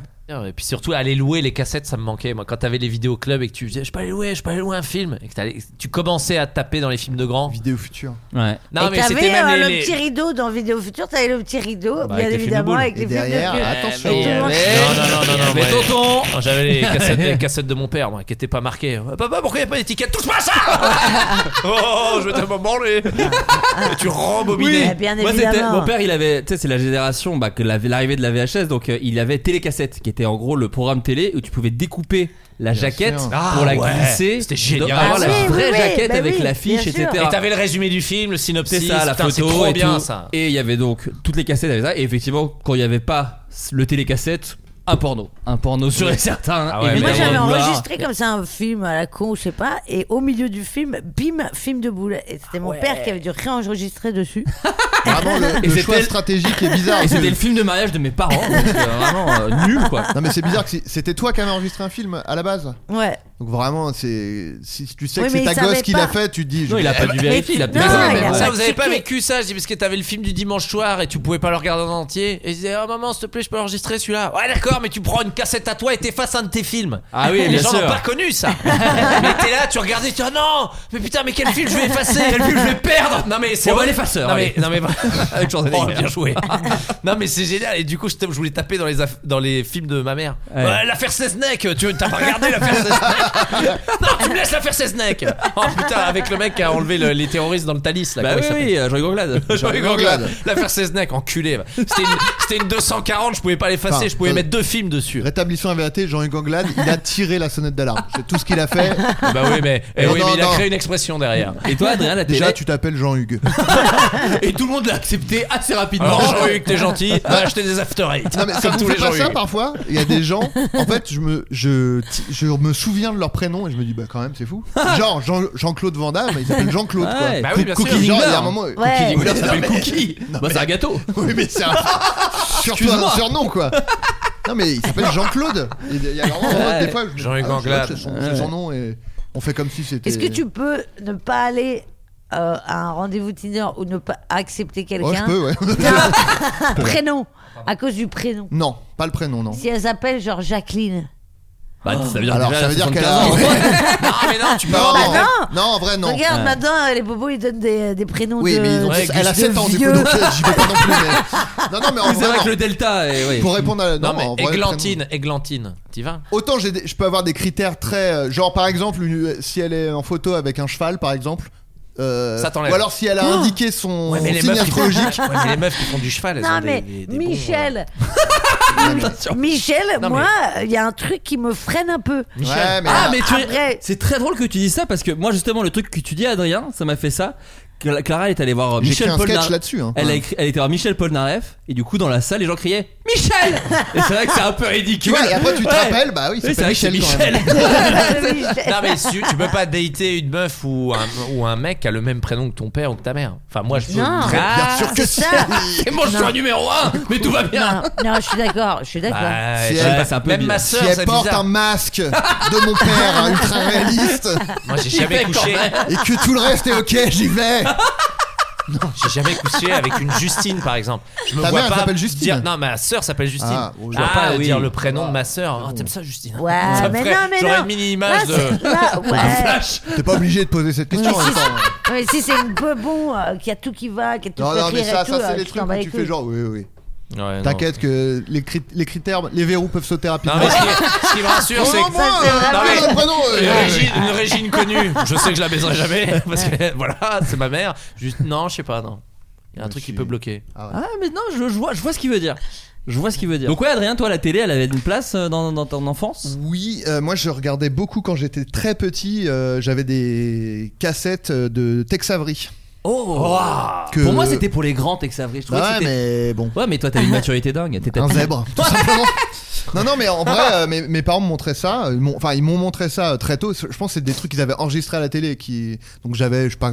[SPEAKER 10] Et puis surtout, aller louer les cassettes, ça me manquait. Moi, quand t'avais les vidéos club et que tu disais, je peux aller louer, je peux aller louer un film, et que t'allais- tu commençais à taper dans les films de grands.
[SPEAKER 8] Vidéo future.
[SPEAKER 7] Ouais.
[SPEAKER 10] Non,
[SPEAKER 9] et
[SPEAKER 10] mais c'était
[SPEAKER 9] t'avais
[SPEAKER 10] même
[SPEAKER 9] euh,
[SPEAKER 10] les-
[SPEAKER 9] le
[SPEAKER 10] les-
[SPEAKER 9] petit rideau dans Vidéo Future, t'avais le petit rideau, bien
[SPEAKER 7] Bah, avec les films de
[SPEAKER 9] évidemment,
[SPEAKER 7] boules.
[SPEAKER 9] avec
[SPEAKER 8] Et
[SPEAKER 9] les films de
[SPEAKER 8] derrière, ah,
[SPEAKER 9] boules.
[SPEAKER 8] attention.
[SPEAKER 9] mais-
[SPEAKER 8] Tout le monde-
[SPEAKER 10] Non, non, non, non, non,
[SPEAKER 7] Mais
[SPEAKER 10] ouais.
[SPEAKER 7] tonton
[SPEAKER 10] Non, J'avais <laughs> les cassettes, les cassettes de mon père, moi, qui étaient pas marquées. Euh, Papa, pourquoi y a pas d'étiquette Touche pas à ça <laughs> Oh, je vais tellement <laughs> branler Et Tu rembobinais.
[SPEAKER 9] Bah, bien
[SPEAKER 7] Moi, c'était-
[SPEAKER 9] évidemment.
[SPEAKER 7] mon père, il avait, tu sais, c'est la génération, bah, que la- l'arrivée de la VHS, donc euh, il avait télécassette, qui était en gros le programme télé où tu pouvais découper la jaquette
[SPEAKER 8] sûr.
[SPEAKER 10] Ah,
[SPEAKER 7] pour la
[SPEAKER 10] ouais.
[SPEAKER 7] glisser.
[SPEAKER 10] C'était génial.
[SPEAKER 7] Donc, avoir
[SPEAKER 10] Ah
[SPEAKER 7] la
[SPEAKER 10] oui,
[SPEAKER 9] oui,
[SPEAKER 7] vraie
[SPEAKER 9] oui,
[SPEAKER 7] jaquette
[SPEAKER 9] bah
[SPEAKER 7] avec
[SPEAKER 9] oui,
[SPEAKER 7] l'affiche,
[SPEAKER 9] bien sûr.
[SPEAKER 7] etc.
[SPEAKER 10] Et t'avais le résumé du film, le
[SPEAKER 7] C'est
[SPEAKER 10] synopsis.
[SPEAKER 7] ça, la
[SPEAKER 10] Putain, c'est
[SPEAKER 7] photo
[SPEAKER 10] trop
[SPEAKER 7] et
[SPEAKER 10] bien
[SPEAKER 7] tout.
[SPEAKER 10] ça.
[SPEAKER 7] Et il y avait donc toutes les cassettes avec ça. Et effectivement, quand il n'y avait pas le télécassette, un porno. Un porno sûr et certain.
[SPEAKER 10] Ah ouais,
[SPEAKER 9] Mais moi
[SPEAKER 10] Mais
[SPEAKER 9] j'avais
[SPEAKER 10] on va-
[SPEAKER 9] enregistré comme ça un film à la con, je sais pas, et au milieu du film, bim, film de boule. Et c'était mon père qui avait dû réenregistrer dessus.
[SPEAKER 8] Vraiment, le,
[SPEAKER 7] Et
[SPEAKER 8] le
[SPEAKER 7] c'était
[SPEAKER 8] choix
[SPEAKER 7] le-
[SPEAKER 8] stratégique est bizarre.
[SPEAKER 7] Et
[SPEAKER 8] parce que-
[SPEAKER 7] c'était le film de mariage de mes parents. donc, euh, vraiment euh, nul, quoi.
[SPEAKER 8] Non mais c'est bizarre que c'est- c'était toi qui avais enregistré un film à la base.
[SPEAKER 9] Ouais.
[SPEAKER 8] Donc vraiment c'est si tu sais
[SPEAKER 9] Oui,
[SPEAKER 8] que
[SPEAKER 9] mais
[SPEAKER 8] c'est ta
[SPEAKER 9] il savait
[SPEAKER 8] gosse qui
[SPEAKER 9] pas.
[SPEAKER 8] l'a fait, tu te dis je-
[SPEAKER 7] Non, il a pas dû vérifier. Il a
[SPEAKER 9] Non,
[SPEAKER 7] peut-être-
[SPEAKER 9] il
[SPEAKER 10] Mais
[SPEAKER 9] a-
[SPEAKER 10] ça,
[SPEAKER 9] pas
[SPEAKER 10] vous avez pas
[SPEAKER 9] checké.
[SPEAKER 10] vécu ça, je dis parce que t'avais le film du dimanche soir et tu pouvais pas le regarder en entier. Et je disais, oh maman, s'il te plaît, je peux enregistrer celui-là. Ouais, d'accord, mais tu prends une cassette à toi et t'effaces un de tes films.
[SPEAKER 7] Ah oui,
[SPEAKER 10] les
[SPEAKER 7] bien
[SPEAKER 10] gens
[SPEAKER 7] sûr.
[SPEAKER 10] n'ont pas connu ça.
[SPEAKER 7] <laughs>
[SPEAKER 10] mais t'es là, tu regardais, tu dis, oh non, mais putain, mais quel film je vais effacer Quel film je vais perdre Non, mais c'est.
[SPEAKER 7] On va
[SPEAKER 10] vrai.
[SPEAKER 7] l'effaceur,
[SPEAKER 10] Non, mais.
[SPEAKER 7] allez.
[SPEAKER 10] Non, mais...
[SPEAKER 7] <laughs> Avec Schwarzenegger.
[SPEAKER 10] Oh, bien joué. <laughs> non, mais c'est génial. Et du coup, je, t'aime, je voulais taper dans les, aff- dans les films de ma mère.
[SPEAKER 7] Ouais.
[SPEAKER 10] Ouais, l'affaire Sesnec, tu veux- t'as pas regardé l'affaire Sesnec Non, tu me laisses l'affaire Sesnec Oh putain, avec le mec qui a enlevé le- les terroristes dans le Thalys, là.
[SPEAKER 7] Bah
[SPEAKER 8] Ah
[SPEAKER 10] comment il
[SPEAKER 7] oui,
[SPEAKER 10] s'appelle
[SPEAKER 7] oui, euh, Jean-Yves Gourglade.
[SPEAKER 8] Gourglade.
[SPEAKER 10] Jean-Luc Gourglade. L'affaire Seznec, enculé. va. C'était une, c'était une 240, je pouvais pas l'effacer,
[SPEAKER 8] Enfin,
[SPEAKER 10] je pouvais
[SPEAKER 8] euh,
[SPEAKER 10] mettre deux films dessus.
[SPEAKER 8] Rétablissons la vérité, Jean-Hugues Anglade, il a tiré la sonnette d'alarme. C'est tout ce qu'il
[SPEAKER 9] <laughs>
[SPEAKER 8] a fait.
[SPEAKER 10] Bah oui, mais, eh
[SPEAKER 8] Non,
[SPEAKER 10] oui,
[SPEAKER 8] non,
[SPEAKER 10] mais il a
[SPEAKER 8] non.
[SPEAKER 10] créé une expression derrière.
[SPEAKER 7] Et toi, Adrien, la télé.
[SPEAKER 8] Déjà, tu t'appelles Jean-Hugues.
[SPEAKER 7] Et tout le monde l'a accepté assez rapidement.
[SPEAKER 10] Alors,
[SPEAKER 8] <laughs>
[SPEAKER 10] Jean-Luc, t'es gentil, va acheter des after eight.
[SPEAKER 8] Non mais ça
[SPEAKER 10] comme
[SPEAKER 8] vous
[SPEAKER 10] tous
[SPEAKER 8] fait
[SPEAKER 10] les
[SPEAKER 8] pas ça
[SPEAKER 10] Jean-Hugues.
[SPEAKER 8] parfois Il y a des gens, en fait, je me, je, je me souviens de leur prénom et je me dis bah quand même
[SPEAKER 9] <laughs>
[SPEAKER 8] c'est fou. Genre Jean, Jean-Claude Van Damme, il s'appelle Jean-Claude quoi.
[SPEAKER 7] Ouais.
[SPEAKER 10] Bah oui, bien
[SPEAKER 8] Cookie, genre,
[SPEAKER 10] sûr.
[SPEAKER 8] il y
[SPEAKER 7] Dinger.
[SPEAKER 8] a un moment.
[SPEAKER 9] Ouais.
[SPEAKER 8] Cookie Dinger,
[SPEAKER 7] Ça s'appelle Cookie. Bah, c'est un gâteau.
[SPEAKER 8] Oui, mais c'est un. Surtout un
[SPEAKER 7] Excuse-moi.
[SPEAKER 8] surnom, quoi. Non, mais il s'appelle Jean-Claude. Il y a vraiment vraiment
[SPEAKER 7] Ouais.
[SPEAKER 8] des fois. je me dis,
[SPEAKER 10] Jean-Hugues
[SPEAKER 8] ah, c'est vrai
[SPEAKER 10] Anglade.
[SPEAKER 8] que C'est son, c'est son nom et on fait comme si c'était.
[SPEAKER 9] Est-ce que tu peux ne pas aller euh, à un rendez-vous Tinder ou ne pas accepter
[SPEAKER 8] Oh, je
[SPEAKER 9] quelqu'un
[SPEAKER 8] peux, ouais.
[SPEAKER 9] Prénom, à cause du prénom.
[SPEAKER 8] <laughs> non, pas le prénom, non.
[SPEAKER 9] Si elle s'appelle genre Jacqueline,
[SPEAKER 7] Bah, ça veut dire
[SPEAKER 8] Alors,
[SPEAKER 7] déjà
[SPEAKER 8] ça veut dire
[SPEAKER 7] 75
[SPEAKER 8] qu'elle
[SPEAKER 7] ans.
[SPEAKER 8] a-
[SPEAKER 7] non,
[SPEAKER 10] Ah,
[SPEAKER 7] mais non, tu peux
[SPEAKER 8] Non,
[SPEAKER 7] avoir-
[SPEAKER 9] Bah non.
[SPEAKER 8] Non, en vrai, non.
[SPEAKER 9] Regarde,
[SPEAKER 7] Ouais.
[SPEAKER 9] maintenant, euh, les bobos, ils donnent des, des prénoms
[SPEAKER 8] Oui,
[SPEAKER 9] de.
[SPEAKER 8] mais ils ont-
[SPEAKER 7] Ouais,
[SPEAKER 8] elle a
[SPEAKER 9] de
[SPEAKER 8] 7 ans, du coup,
[SPEAKER 9] vieux.
[SPEAKER 8] donc euh, j'y vais pas non plus. mais- Non, non, mais en
[SPEAKER 7] Oui, c'est
[SPEAKER 8] vrai,
[SPEAKER 7] vrai que
[SPEAKER 8] non.
[SPEAKER 7] le delta est. ouais.
[SPEAKER 8] Pour répondre à la.
[SPEAKER 10] Non,
[SPEAKER 8] en
[SPEAKER 10] mais
[SPEAKER 8] vrai,
[SPEAKER 10] Églantine, Églantine, t'y vas
[SPEAKER 8] prénom. Autant j'ai des- je peux avoir des critères très. euh, Genre, par exemple, une- euh, si elle est en photo avec un cheval, par exemple. euh,
[SPEAKER 10] Ça t'enlève.
[SPEAKER 8] Ou alors si elle a indiqué son
[SPEAKER 10] mais les
[SPEAKER 8] signe
[SPEAKER 10] meufs qui font-
[SPEAKER 8] astrologique.
[SPEAKER 10] Ouais, mais les meufs qui font du cheval, elles
[SPEAKER 9] Non,
[SPEAKER 10] ont des-
[SPEAKER 9] mais
[SPEAKER 10] des- des bons, euh, <laughs>
[SPEAKER 9] Michel. Michel,
[SPEAKER 10] Non, mais-
[SPEAKER 9] moi, il y a un truc qui me freine un peu.
[SPEAKER 10] euh, Michel.
[SPEAKER 8] Ouais, mais.
[SPEAKER 7] Ah, mais
[SPEAKER 9] <laughs>
[SPEAKER 7] tu
[SPEAKER 9] Après-
[SPEAKER 7] C'est très drôle que tu dises ça parce que moi, justement, le truc que tu dis, Adrien, ça m'a fait ça. Cla- Clara, elle est allée voir euh,
[SPEAKER 8] J'ai écrit
[SPEAKER 7] Michel
[SPEAKER 8] un sketch
[SPEAKER 7] Polnareff.
[SPEAKER 8] là-dessus. hein.
[SPEAKER 7] Elle, a écrit- elle était voir Michel Polnareff et du coup dans la salle les gens criaient Michel Et c'est vrai que c'est un peu
[SPEAKER 8] Tu
[SPEAKER 7] ridicule.
[SPEAKER 8] vois, et après tu te
[SPEAKER 7] Ouais.
[SPEAKER 8] rappelles, bah oui,
[SPEAKER 7] Oui, c'est
[SPEAKER 8] pas
[SPEAKER 7] vrai que c'est
[SPEAKER 8] Michel. quand même. <laughs>
[SPEAKER 7] Michel.
[SPEAKER 9] Michel.
[SPEAKER 10] <laughs> Non mais tu, tu peux pas dater une meuf ou un, ou un mec qui a le même prénom que ton père ou que ta mère. Enfin moi je peux.
[SPEAKER 9] Non.
[SPEAKER 10] Ah,
[SPEAKER 8] Bien sûr que
[SPEAKER 9] c'est
[SPEAKER 8] si.
[SPEAKER 9] ça.
[SPEAKER 7] Et moi je suis un numéro 1 Mais tout va bien
[SPEAKER 9] Non, non, je suis d'accord, je suis d'accord.
[SPEAKER 10] bah,
[SPEAKER 8] Si
[SPEAKER 10] je
[SPEAKER 8] elle-
[SPEAKER 10] sais pas,
[SPEAKER 7] c'est un peu
[SPEAKER 10] même
[SPEAKER 7] bizarre.
[SPEAKER 10] ma
[SPEAKER 8] Si
[SPEAKER 10] soeur,
[SPEAKER 8] elle porte un masque de mon père, hein, ultra réaliste,
[SPEAKER 10] Moi
[SPEAKER 8] <laughs>
[SPEAKER 10] j'ai jamais
[SPEAKER 7] fait quand
[SPEAKER 10] couché,
[SPEAKER 7] même.
[SPEAKER 8] et que tout le reste est ok, j'y vais.
[SPEAKER 10] j'ai jamais couché avec une Justine par exemple. Je me
[SPEAKER 8] Ta
[SPEAKER 10] vois
[SPEAKER 8] mère, elle
[SPEAKER 10] pas
[SPEAKER 8] s'appelle Justine.
[SPEAKER 10] dire- non ma soeur s'appelle Justine.
[SPEAKER 8] Ah,
[SPEAKER 10] je
[SPEAKER 8] oui.
[SPEAKER 10] vois
[SPEAKER 7] Ah,
[SPEAKER 10] pas
[SPEAKER 7] oui.
[SPEAKER 10] dire le prénom de ma soeur. Oh, t'aimes ça Justine
[SPEAKER 9] Ouais,
[SPEAKER 10] Ça
[SPEAKER 9] mais
[SPEAKER 10] ferait-
[SPEAKER 9] non, mais
[SPEAKER 10] J'aurais
[SPEAKER 9] non.
[SPEAKER 10] une mini
[SPEAKER 9] Là,
[SPEAKER 10] image <laughs> de.
[SPEAKER 9] c'est- là, ouais.
[SPEAKER 8] T'es pas obligé de poser cette question. en même temps.
[SPEAKER 9] Mais si c'est une peu bon, euh, qui a tout qui va, qui a tout
[SPEAKER 8] Non,
[SPEAKER 9] fait
[SPEAKER 8] non, mais
[SPEAKER 9] rire
[SPEAKER 8] ça,
[SPEAKER 9] et tout,
[SPEAKER 8] ça
[SPEAKER 9] euh,
[SPEAKER 8] c'est les
[SPEAKER 9] tu
[SPEAKER 8] trucs
[SPEAKER 9] t'en bats
[SPEAKER 8] où
[SPEAKER 9] les
[SPEAKER 8] tu
[SPEAKER 9] couilles.
[SPEAKER 8] fais genre, oui, oui.
[SPEAKER 10] Ouais, Ah non.
[SPEAKER 8] T'inquiètes que les, crit- les critères, les verrous peuvent sauter
[SPEAKER 10] Non
[SPEAKER 8] rapidement.
[SPEAKER 10] mais ce qui, ce qui me rassure c'est
[SPEAKER 9] Ça, c'est
[SPEAKER 10] que. Non,
[SPEAKER 9] vraiment-
[SPEAKER 10] mais-
[SPEAKER 8] Ah, prénom, euh,
[SPEAKER 10] Une
[SPEAKER 8] ouais, ouais.
[SPEAKER 10] Régine, une Régine connue, je sais que je la baiserai jamais <laughs> parce que voilà, c'est ma mère. Juste non, je sais pas, non. Il y a un
[SPEAKER 8] Je
[SPEAKER 10] truc
[SPEAKER 8] suis-
[SPEAKER 10] qui peut bloquer.
[SPEAKER 7] Ah mais non, je, je vois, je vois ce qu'il veut dire. Je vois ce qu'il veut dire. Donc ouais Adrien, toi la télé, elle avait une place euh, dans, dans ton enfance
[SPEAKER 8] Oui, euh, moi je regardais beaucoup quand j'étais très petit. euh, J'avais des cassettes euh, de Tex Avery.
[SPEAKER 7] Oh
[SPEAKER 8] Que-
[SPEAKER 7] Pour moi c'était pour les grands Tex Avery. Je trouvais que
[SPEAKER 8] Ouais,
[SPEAKER 7] c'était-
[SPEAKER 8] mais bon.
[SPEAKER 7] Ouais mais toi t'avais une maturité dingue. T'étais-
[SPEAKER 8] Un zèbre, tout simplement. Non, non, mais en vrai, euh, mes, mes parents me montraient ça. Ils m'ont- Enfin, ils m'ont montré ça euh, très tôt. Je pense que c'est des trucs qu'ils avaient enregistrés à la télé. Qui... Donc j'avais, je sais pas.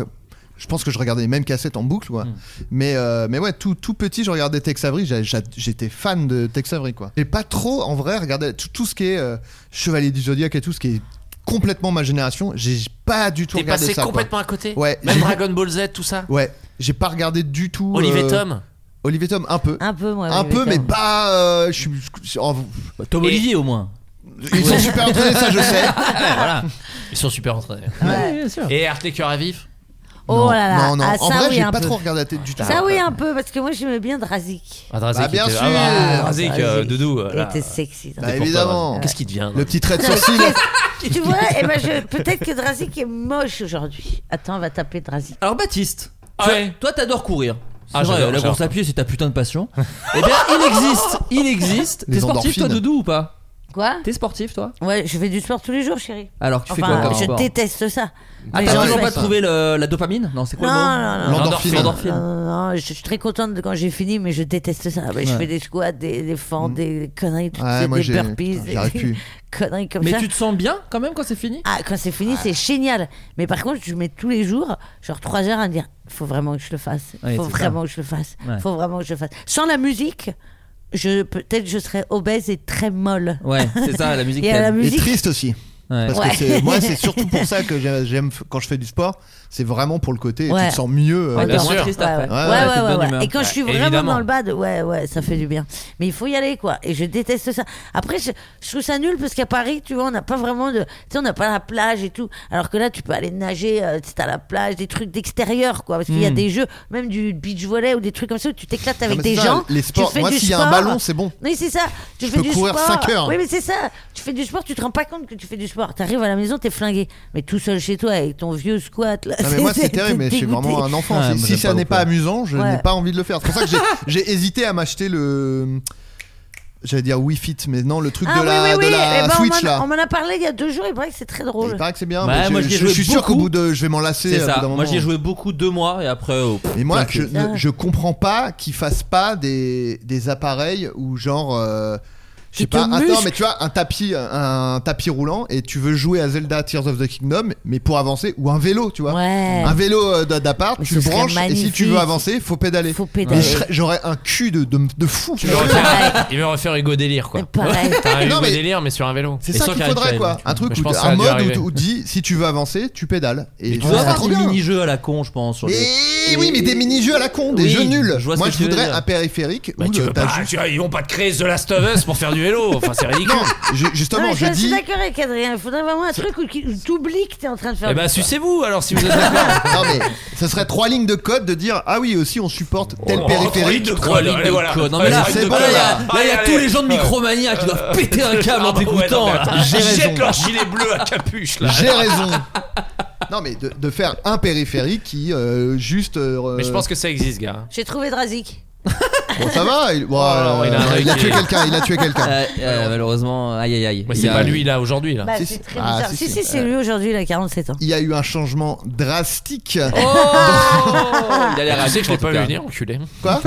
[SPEAKER 8] Je pense que je regardais les mêmes cassettes en boucle, quoi. Mais, euh, mais ouais, tout, tout petit, je regardais Tex Avery. J'a- j'a- J'étais fan de Tex Avery, quoi. Et pas trop, en vrai, regardé tout, tout ce qui est euh, Chevalier du Zodiac et tout ce qui est complètement ma génération. J'ai pas du tout
[SPEAKER 10] T'es
[SPEAKER 8] regardé
[SPEAKER 10] passé
[SPEAKER 8] ça. quoi.
[SPEAKER 10] complètement à côté
[SPEAKER 8] Ouais.
[SPEAKER 10] Même Dragon Ball Z, tout ça
[SPEAKER 8] Ouais, j'ai pas regardé du tout.
[SPEAKER 10] Olivier
[SPEAKER 8] euh,
[SPEAKER 10] Tom
[SPEAKER 8] Olivier Tom, un peu.
[SPEAKER 9] Un peu, moi.
[SPEAKER 8] Un
[SPEAKER 9] oui,
[SPEAKER 8] peu, mais
[SPEAKER 9] évidemment.
[SPEAKER 8] pas. euh, je suis. je suis- en-
[SPEAKER 7] Bah, Tom Olivier au moins.
[SPEAKER 8] Ils sont super entraînés, ça je sais.
[SPEAKER 10] Ouais, voilà. Ils sont super entraînés.
[SPEAKER 7] Ouais, bien sûr.
[SPEAKER 10] Et Arte Cœur à Vif
[SPEAKER 9] <laughs> Oh là là.
[SPEAKER 8] bah, Non, non,
[SPEAKER 9] ah,
[SPEAKER 8] en
[SPEAKER 9] ça,
[SPEAKER 8] vrai,
[SPEAKER 9] oui,
[SPEAKER 8] j'ai
[SPEAKER 9] un
[SPEAKER 8] pas
[SPEAKER 9] peu.
[SPEAKER 8] trop regardé la tête du tout.
[SPEAKER 9] Ça, oui, un peu, parce que moi, j'aimais bien Drazik.
[SPEAKER 10] Ah, Drazik,
[SPEAKER 8] Bah, bien
[SPEAKER 10] il était-
[SPEAKER 8] sûr.
[SPEAKER 10] Ah, bah,
[SPEAKER 9] Drazik,
[SPEAKER 10] Drazik, euh, Doudou. euh,
[SPEAKER 9] Il
[SPEAKER 10] là.
[SPEAKER 9] était sexy. Drazik.
[SPEAKER 8] Bah, évidemment.
[SPEAKER 10] Qu'est-ce qu'il devient
[SPEAKER 8] Le petit trait de sourcil.
[SPEAKER 9] tu vois, eh ben, je- peut-être que Drazik est moche aujourd'hui. Attends, on va taper Drazik.
[SPEAKER 7] Alors Baptiste,
[SPEAKER 10] Ah
[SPEAKER 7] toi-
[SPEAKER 10] ouais.
[SPEAKER 7] toi t'adores courir. C'est
[SPEAKER 10] Ah,
[SPEAKER 7] vrai,
[SPEAKER 10] j'adore,
[SPEAKER 7] la
[SPEAKER 10] j'adore.
[SPEAKER 7] course à pied c'est ta putain de <laughs> passion. Eh bien il existe, il existe.
[SPEAKER 8] Les
[SPEAKER 7] T'es sportif toi
[SPEAKER 8] endorphines.
[SPEAKER 7] Doudou ou pas
[SPEAKER 9] Quoi
[SPEAKER 7] T'es sportif toi
[SPEAKER 9] Ouais, je fais du sport tous les jours, chérie.
[SPEAKER 7] Alors tu fais
[SPEAKER 9] Enfin,
[SPEAKER 7] quoi comme
[SPEAKER 9] je
[SPEAKER 7] sport
[SPEAKER 9] déteste ça.
[SPEAKER 7] Ah
[SPEAKER 9] Mais
[SPEAKER 7] t'as
[SPEAKER 9] j'en
[SPEAKER 7] toujours
[SPEAKER 9] fais.
[SPEAKER 7] pas
[SPEAKER 8] ça.
[SPEAKER 7] trouvé le- la dopamine Non c'est quoi
[SPEAKER 9] Non,
[SPEAKER 7] le
[SPEAKER 9] non, Euh,
[SPEAKER 7] mot
[SPEAKER 9] non.
[SPEAKER 8] L'endorphine.
[SPEAKER 9] Non, non, non, je suis très contente de quand j'ai fini, mais je déteste ça. Ouais, Je
[SPEAKER 7] Ouais. Mm.
[SPEAKER 9] fais des squats, des, des fentes, des conneries, tu
[SPEAKER 8] Ouais,
[SPEAKER 9] sais,
[SPEAKER 8] moi,
[SPEAKER 9] des
[SPEAKER 8] j'ai-
[SPEAKER 9] burpees,
[SPEAKER 8] putain, j'y arrive
[SPEAKER 9] des
[SPEAKER 8] plus.
[SPEAKER 9] <laughs> conneries comme
[SPEAKER 7] Mais
[SPEAKER 9] ça.
[SPEAKER 7] tu te sens bien quand même quand c'est fini
[SPEAKER 9] Ah, quand c'est fini, c'est génial. Mais par contre, je mets tous les jours, genre 3 heures à me dire faut vraiment que je le fasse.
[SPEAKER 7] Ouais,
[SPEAKER 9] faut
[SPEAKER 7] c'est
[SPEAKER 9] vraiment que je le fasse.
[SPEAKER 7] Ouais.
[SPEAKER 9] Faut vraiment que je le fasse. Sans la musique, je peut-être je serais obèse et très molle.
[SPEAKER 7] Ouais, c'est ça la musique.
[SPEAKER 9] Et à
[SPEAKER 7] t'aimes.
[SPEAKER 9] la
[SPEAKER 8] Et
[SPEAKER 9] musique,
[SPEAKER 8] triste aussi.
[SPEAKER 7] Ouais.
[SPEAKER 8] Parce
[SPEAKER 9] Ouais.
[SPEAKER 8] que c'est- moi,
[SPEAKER 9] <laughs>
[SPEAKER 8] c'est surtout pour ça que j'ai- j'aime f- quand je fais du sport. C'est vraiment pour le côté.
[SPEAKER 9] Ouais.
[SPEAKER 8] Tu te sens mieux. euh,
[SPEAKER 7] Ouais,
[SPEAKER 9] bien
[SPEAKER 7] t'es moins
[SPEAKER 10] sûr.
[SPEAKER 7] triste
[SPEAKER 9] Ouais, ouais,
[SPEAKER 7] après.
[SPEAKER 8] Ouais,
[SPEAKER 9] ouais,
[SPEAKER 7] t'es
[SPEAKER 9] ouais,
[SPEAKER 7] de bonne
[SPEAKER 9] ouais.
[SPEAKER 7] humeur.
[SPEAKER 9] Et quand je suis
[SPEAKER 10] Ouais,
[SPEAKER 9] vraiment
[SPEAKER 10] évidemment.
[SPEAKER 9] dans le bad, ouais, ouais, ça fait du bien. Mais il faut y aller, quoi. Et je déteste ça. Après, je, je trouve ça nul parce qu'à Paris, tu vois, on n'a pas vraiment de. Tu sais, on n'a pas la plage et tout. Alors que là, tu peux aller nager, euh, tu sais, t'as la plage, des trucs d'extérieur, quoi. Parce qu'il y a des jeux, même du beach volley ou des trucs comme ça où tu t'éclates
[SPEAKER 8] Hmm. non,
[SPEAKER 9] avec
[SPEAKER 8] mais
[SPEAKER 9] des
[SPEAKER 8] c'est ça,
[SPEAKER 9] gens.
[SPEAKER 8] Les sports.
[SPEAKER 9] Tu fais
[SPEAKER 8] Moi,
[SPEAKER 9] du
[SPEAKER 8] s'il y a
[SPEAKER 9] sport.
[SPEAKER 8] un ballon,
[SPEAKER 9] <laughs>
[SPEAKER 8] c'est bon.
[SPEAKER 9] Oui, c'est ça. Tu
[SPEAKER 8] Je
[SPEAKER 9] fais
[SPEAKER 8] peux
[SPEAKER 9] du
[SPEAKER 8] courir
[SPEAKER 9] sport.
[SPEAKER 8] cinq heures.
[SPEAKER 9] Oui, mais c'est ça. Tu fais du sport, tu te rends pas compte que tu fais du sport. T'arrives à la maison, t'es flingué. Mais tout seul chez toi avec ton vieux squat là.
[SPEAKER 8] Non,
[SPEAKER 9] <laughs>
[SPEAKER 8] mais moi, c'est terrible. Mais je suis
[SPEAKER 9] dégoûté.
[SPEAKER 8] vraiment un enfant.
[SPEAKER 7] Ouais,
[SPEAKER 8] Si-
[SPEAKER 7] moi,
[SPEAKER 8] si
[SPEAKER 7] j'aime
[SPEAKER 8] ça
[SPEAKER 7] pas
[SPEAKER 8] n'est
[SPEAKER 7] non
[SPEAKER 8] pas
[SPEAKER 7] plus.
[SPEAKER 8] amusant, je
[SPEAKER 9] Ouais.
[SPEAKER 8] n'ai pas envie de le faire. C'est pour ça
[SPEAKER 9] <laughs>
[SPEAKER 8] que j'ai- j'ai hésité à m'acheter le. J'allais dire Wii Fit, mais non, le truc
[SPEAKER 9] Ah
[SPEAKER 8] de
[SPEAKER 9] oui,
[SPEAKER 8] la,
[SPEAKER 9] oui, oui.
[SPEAKER 8] de la
[SPEAKER 9] Eh ben, on
[SPEAKER 8] Switch
[SPEAKER 9] m'en-
[SPEAKER 8] là.
[SPEAKER 9] On m'en a parlé il y a deux jours, il paraît que c'est très
[SPEAKER 8] Il
[SPEAKER 9] drôle.
[SPEAKER 8] paraît que c'est bien,
[SPEAKER 7] Ouais,
[SPEAKER 8] mais je-
[SPEAKER 7] Bah, moi, j'y ai
[SPEAKER 8] je,
[SPEAKER 7] joué
[SPEAKER 8] suis sûr qu'au
[SPEAKER 7] beaucoup.
[SPEAKER 8] bout de, je vais m'en lasser.
[SPEAKER 7] C'est
[SPEAKER 8] euh, au bout
[SPEAKER 7] ça.
[SPEAKER 8] d'un
[SPEAKER 7] Moi j'y ai
[SPEAKER 8] moment.
[SPEAKER 7] joué beaucoup deux mois et après. oh, pff,
[SPEAKER 8] Et moi,
[SPEAKER 7] plein
[SPEAKER 8] je,
[SPEAKER 7] de-
[SPEAKER 9] Ah.
[SPEAKER 8] ne- je comprends pas qu'ils fassent pas des, des appareils ou genre. euh, je sais
[SPEAKER 9] Qui te
[SPEAKER 8] pas, attends,
[SPEAKER 9] musclent.
[SPEAKER 8] mais tu vois, un tapis, un tapis roulant et tu veux jouer à Zelda Tears of the Kingdom, mais pour avancer, ou un vélo, tu vois.
[SPEAKER 9] Ouais. Ah,
[SPEAKER 8] Un vélo euh, d'a- d'appart,
[SPEAKER 9] Mais
[SPEAKER 8] tu
[SPEAKER 9] ce
[SPEAKER 8] le
[SPEAKER 9] serait
[SPEAKER 8] branches et si tu
[SPEAKER 9] magnifique.
[SPEAKER 8] veux avancer, faut pédaler.
[SPEAKER 9] Faut
[SPEAKER 8] Mais
[SPEAKER 9] pédaler.
[SPEAKER 8] je serais- J'aurais un cul de, de, de fou. tu
[SPEAKER 10] Il veut
[SPEAKER 8] vois.
[SPEAKER 10] refaire- il veut refaire Hugo Délire quoi.
[SPEAKER 9] Mais pareil.
[SPEAKER 10] T'as un
[SPEAKER 8] Non,
[SPEAKER 10] Hugo
[SPEAKER 8] mais-
[SPEAKER 10] Délire mais sur un vélo.
[SPEAKER 8] C'est
[SPEAKER 10] Et
[SPEAKER 8] ça
[SPEAKER 10] sans
[SPEAKER 8] qu'il
[SPEAKER 10] carré de
[SPEAKER 8] faudrait
[SPEAKER 10] chaîne.
[SPEAKER 8] quoi. Un truc,
[SPEAKER 10] Mais je
[SPEAKER 8] où,
[SPEAKER 10] pense que ça
[SPEAKER 8] un
[SPEAKER 10] a dû
[SPEAKER 8] mode
[SPEAKER 10] arriver.
[SPEAKER 8] où, tu- où dit si tu veux avancer, tu pédales. Et
[SPEAKER 7] Mais tu
[SPEAKER 8] ça,
[SPEAKER 7] dois
[SPEAKER 8] c'est
[SPEAKER 7] avoir
[SPEAKER 8] trop
[SPEAKER 7] des
[SPEAKER 8] bien.
[SPEAKER 7] mini-jeux à la con, je pense. sur
[SPEAKER 8] Mais
[SPEAKER 7] des-
[SPEAKER 8] oui, mais des mini-jeux à la con, des
[SPEAKER 7] Oui,
[SPEAKER 8] jeux nuls.
[SPEAKER 7] je vois ce
[SPEAKER 8] Moi,
[SPEAKER 7] que
[SPEAKER 8] je
[SPEAKER 7] tu veux
[SPEAKER 8] voudrais
[SPEAKER 7] dire.
[SPEAKER 8] un périphérique
[SPEAKER 10] Bah,
[SPEAKER 8] où
[SPEAKER 10] tu
[SPEAKER 8] euh,
[SPEAKER 10] veux
[SPEAKER 8] t'as
[SPEAKER 10] pas,
[SPEAKER 8] juste-
[SPEAKER 10] tu vois, ils vont pas te créer The Last of Us pour faire du du vélo. Enfin, c'est
[SPEAKER 9] Non,
[SPEAKER 8] <laughs>
[SPEAKER 10] ridicule.
[SPEAKER 9] mais Je suis d'accord avec Adrien. Il faudrait vraiment un truc où qui- où t'oublies que t'es en train de faire.
[SPEAKER 10] Eh ben,
[SPEAKER 9] du sport.
[SPEAKER 10] sucez-vous alors <laughs> si vous êtes d'accord.
[SPEAKER 8] non, mais ça serait trois lignes de code de dire Ah oui, aussi on supporte tel
[SPEAKER 10] Oh, trois lignes
[SPEAKER 8] périphérique.
[SPEAKER 10] de Trois code, lignes allez, de voilà. code. Non, mais là,
[SPEAKER 8] c'est
[SPEAKER 10] de
[SPEAKER 8] bon.
[SPEAKER 10] code, hein.
[SPEAKER 8] là.
[SPEAKER 10] là. Là, il y a Allez, tous allez. les gens de Micromania qui doivent péter un câble en
[SPEAKER 8] Ah bah ouais,
[SPEAKER 10] t'écoutant,
[SPEAKER 8] non,
[SPEAKER 10] Euh,
[SPEAKER 8] mais
[SPEAKER 10] là.
[SPEAKER 8] attends, J'ai
[SPEAKER 10] Ils jettent
[SPEAKER 8] raison.
[SPEAKER 10] leur gilet bleu à capuche, là.
[SPEAKER 8] J'ai raison. Non, mais de, de faire un périphérique qui euh, juste. euh,
[SPEAKER 10] Mais je pense que ça existe, gars.
[SPEAKER 9] J'ai trouvé Drazik.
[SPEAKER 8] Bon, ça va. Il, bon,
[SPEAKER 10] Oh, alors,
[SPEAKER 8] euh,
[SPEAKER 10] il a un
[SPEAKER 8] il a
[SPEAKER 10] truc
[SPEAKER 8] tué
[SPEAKER 10] qui est-
[SPEAKER 8] quelqu'un. Il a tué quelqu'un.
[SPEAKER 7] Euh, euh, malheureusement, aïe aïe aïe.
[SPEAKER 10] Mais
[SPEAKER 7] Il
[SPEAKER 10] c'est
[SPEAKER 7] a-
[SPEAKER 10] pas lui, là, aujourd'hui, là. <laughs>
[SPEAKER 9] Bah,
[SPEAKER 8] Si,
[SPEAKER 9] c'est
[SPEAKER 8] si.
[SPEAKER 9] très
[SPEAKER 8] Ah,
[SPEAKER 9] bizarre.
[SPEAKER 8] si,
[SPEAKER 9] Si,
[SPEAKER 8] si.
[SPEAKER 9] si, c'est lui aujourd'hui, il a 47 ans.
[SPEAKER 8] Il y a eu un changement drastique.
[SPEAKER 10] Oh. Il a
[SPEAKER 8] Ah. Bah,
[SPEAKER 10] l'air Tu sais que Ah. je l'ai
[SPEAKER 7] en tout
[SPEAKER 10] pas vu
[SPEAKER 7] cas.
[SPEAKER 10] venir,
[SPEAKER 8] <laughs>
[SPEAKER 10] enculé.
[SPEAKER 8] Quoi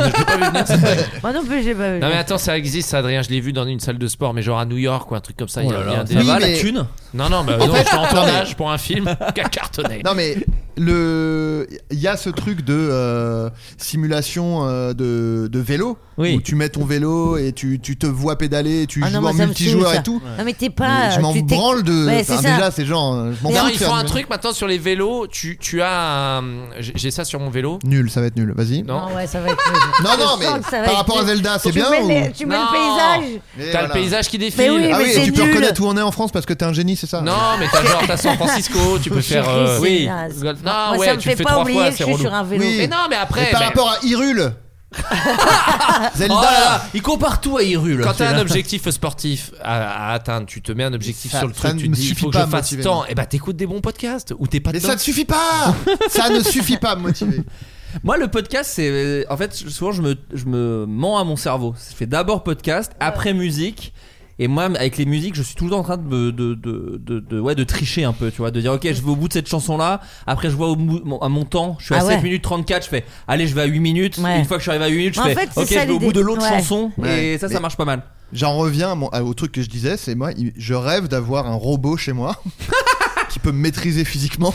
[SPEAKER 9] <laughs> Moi non plus, j'ai pas vu.
[SPEAKER 10] Non, mais attends, ça existe, ça, Adrien. Je l'ai vu dans une salle de sport, mais genre à New York ou un truc comme ça.
[SPEAKER 7] Oh
[SPEAKER 10] il y
[SPEAKER 7] là
[SPEAKER 10] avait
[SPEAKER 7] là.
[SPEAKER 10] un
[SPEAKER 7] Ça
[SPEAKER 10] des-
[SPEAKER 7] va,
[SPEAKER 8] Oui,
[SPEAKER 7] la
[SPEAKER 8] mais-
[SPEAKER 7] thune
[SPEAKER 10] Non, non, bah,
[SPEAKER 8] En
[SPEAKER 10] non,
[SPEAKER 8] fait-
[SPEAKER 10] je suis en
[SPEAKER 8] Non,
[SPEAKER 10] tournage pour
[SPEAKER 8] <laughs>
[SPEAKER 10] un film qui a cartonné.
[SPEAKER 8] Non mais le il y a ce truc de euh, simulation euh, de, de vélo
[SPEAKER 7] Oui.
[SPEAKER 8] où tu mets ton vélo et tu, tu te vois pédaler, et tu
[SPEAKER 9] Ah
[SPEAKER 8] joues
[SPEAKER 9] non, moi,
[SPEAKER 8] en
[SPEAKER 9] ça me
[SPEAKER 8] multijoueur
[SPEAKER 9] saoule,
[SPEAKER 8] et tout.
[SPEAKER 9] Non, mais t'es
[SPEAKER 8] Mais
[SPEAKER 9] pas.
[SPEAKER 8] je m'en
[SPEAKER 9] tu t'es-
[SPEAKER 8] branle de
[SPEAKER 9] Ouais, c'est
[SPEAKER 8] enfin,
[SPEAKER 9] ça.
[SPEAKER 8] déjà ces gens, euh, je m'en
[SPEAKER 10] Non,
[SPEAKER 8] fous. de
[SPEAKER 10] ils
[SPEAKER 8] faire
[SPEAKER 10] font un
[SPEAKER 8] du-
[SPEAKER 10] truc maintenant sur les vélos. Tu, tu as. un- J'ai j'ai ça sur mon vélo.
[SPEAKER 8] nul, ça va être nul. Vas-y.
[SPEAKER 10] Non.
[SPEAKER 9] Non, Ah ouais, ça
[SPEAKER 8] <laughs>
[SPEAKER 9] va être. nul.
[SPEAKER 8] Ah Non, non,
[SPEAKER 9] Je
[SPEAKER 8] mais
[SPEAKER 9] sens que ça va
[SPEAKER 8] par
[SPEAKER 9] être
[SPEAKER 8] rapport à
[SPEAKER 9] nul.
[SPEAKER 8] Zelda, c'est
[SPEAKER 9] Tu
[SPEAKER 8] bien
[SPEAKER 9] mets
[SPEAKER 8] ou-
[SPEAKER 9] les- Tu mets
[SPEAKER 10] Non.
[SPEAKER 9] le paysage.
[SPEAKER 8] Mais
[SPEAKER 10] T'as
[SPEAKER 8] voilà.
[SPEAKER 10] le paysage qui défile.
[SPEAKER 9] Mais oui,
[SPEAKER 8] Ah
[SPEAKER 9] mais
[SPEAKER 8] oui,
[SPEAKER 9] c'est
[SPEAKER 8] et tu peux
[SPEAKER 9] nul.
[SPEAKER 8] reconnaître où on est en France parce que t'es un génie, c'est ça
[SPEAKER 10] Non, mais t'as genre, t'as San Francisco, tu peux faire.
[SPEAKER 9] Chérie,
[SPEAKER 10] euh,
[SPEAKER 9] c'est
[SPEAKER 10] oui.
[SPEAKER 9] naze.
[SPEAKER 10] Golf- Non,
[SPEAKER 9] Moi,
[SPEAKER 10] ouais,
[SPEAKER 9] ça me
[SPEAKER 10] tu
[SPEAKER 9] fait
[SPEAKER 10] fais
[SPEAKER 9] pas
[SPEAKER 10] trois
[SPEAKER 9] oublier
[SPEAKER 10] fois,
[SPEAKER 9] que
[SPEAKER 10] c'est
[SPEAKER 9] je suis
[SPEAKER 10] relou.
[SPEAKER 9] sur un vélo.
[SPEAKER 8] Oui.
[SPEAKER 10] Mais non, mais après.
[SPEAKER 8] Mais par
[SPEAKER 10] mais-
[SPEAKER 8] rapport à
[SPEAKER 10] <laughs>
[SPEAKER 8] Hyrule. Zelda.
[SPEAKER 7] Oh là là, il compare tout à Hyrule.
[SPEAKER 10] Quand t'as un
[SPEAKER 7] celui-là.
[SPEAKER 10] objectif sportif à, à atteindre, tu te mets un objectif
[SPEAKER 8] Ça-
[SPEAKER 10] sur le
[SPEAKER 8] ça
[SPEAKER 10] truc,
[SPEAKER 8] ne
[SPEAKER 10] tu
[SPEAKER 8] me
[SPEAKER 10] te dis il
[SPEAKER 8] suffit
[SPEAKER 10] faut que
[SPEAKER 8] pas
[SPEAKER 10] je
[SPEAKER 8] à
[SPEAKER 10] fasse
[SPEAKER 8] motiver,
[SPEAKER 10] tant,
[SPEAKER 8] moi.
[SPEAKER 10] et bah t'écoutes des bons podcasts ou t'es pas
[SPEAKER 8] Mais
[SPEAKER 10] dedans.
[SPEAKER 8] ça ne suffit pas Ça ne suffit pas à me motiver.
[SPEAKER 7] Moi, le podcast, c'est. En fait, je- souvent, je me, je me mens à mon cerveau. Je fais d'abord podcast, après musique. Et moi, avec les musiques, je suis tout le temps en train de, me- de, de, de, de- ouais, de tricher un peu, tu vois. De dire, ok, je vais au bout de cette chanson-là. Après, je vois au mou- mon- à mon temps. Je suis à
[SPEAKER 9] Ah ouais.
[SPEAKER 7] 7 minutes 34. Je fais, allez, je vais à 8 minutes.
[SPEAKER 9] Ouais.
[SPEAKER 7] Une fois que je suis arrivé à 8 minutes, je
[SPEAKER 9] En
[SPEAKER 7] fais,
[SPEAKER 9] fait, c'est
[SPEAKER 7] ok,
[SPEAKER 9] ça
[SPEAKER 7] je vais au
[SPEAKER 9] l'idée.
[SPEAKER 7] bout de l'autre
[SPEAKER 9] Ouais.
[SPEAKER 7] chanson.
[SPEAKER 8] Ouais.
[SPEAKER 7] Et ça, ça
[SPEAKER 8] Mais-
[SPEAKER 7] marche pas mal.
[SPEAKER 8] J'en reviens à mon- à- au truc que je disais, c'est moi, il- je rêve d'avoir un robot
[SPEAKER 7] <laughs>
[SPEAKER 8] chez moi qui peut me maîtriser physiquement.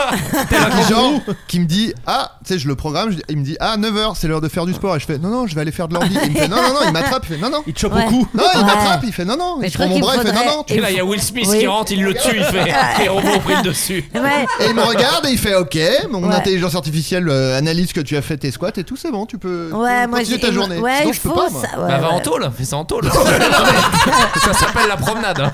[SPEAKER 8] Et qui, genre, qui me dit Ah, tu sais, je le programme, je- il me dit Ah, 9h, c'est l'heure de faire du sport. Et je fais Non, non, je vais aller faire de l'ordi. Et Il me fait Non, non, non, il m'attrape. Il fait Non, non.
[SPEAKER 7] Il te chope
[SPEAKER 9] Ouais.
[SPEAKER 7] au cou.
[SPEAKER 8] Non, il
[SPEAKER 9] Ouais.
[SPEAKER 8] m'attrape. Il fait Non, non.
[SPEAKER 9] Mais
[SPEAKER 8] Il
[SPEAKER 9] je
[SPEAKER 8] prend
[SPEAKER 9] crois
[SPEAKER 8] mon
[SPEAKER 9] qu'il
[SPEAKER 8] bras. Il fait Non,
[SPEAKER 9] faudrait-
[SPEAKER 8] non. tu-
[SPEAKER 10] Et là, il y a Will Smith
[SPEAKER 9] Oui.
[SPEAKER 10] qui rentre, il le tue, il fait. Les robots ont pris le dessus.
[SPEAKER 9] Ouais.
[SPEAKER 8] Et il me regarde et il fait Ok, mon
[SPEAKER 9] Ouais.
[SPEAKER 8] intelligence artificielle euh, analyse que tu as fait tes squats et tout, c'est bon, tu peux tu
[SPEAKER 9] Ouais,
[SPEAKER 8] peux
[SPEAKER 9] moi
[SPEAKER 8] continuer
[SPEAKER 9] j'ai.
[SPEAKER 8] ta journée.
[SPEAKER 9] Ouais,
[SPEAKER 8] Sinon,
[SPEAKER 9] il
[SPEAKER 8] je peux
[SPEAKER 9] faut
[SPEAKER 8] pas. moi.
[SPEAKER 9] ça.
[SPEAKER 10] bah,
[SPEAKER 9] ouais,
[SPEAKER 10] va en
[SPEAKER 9] ouais.
[SPEAKER 10] tôle, fais ça en tôle. <laughs> Non, mais ça s'appelle la promenade. hein.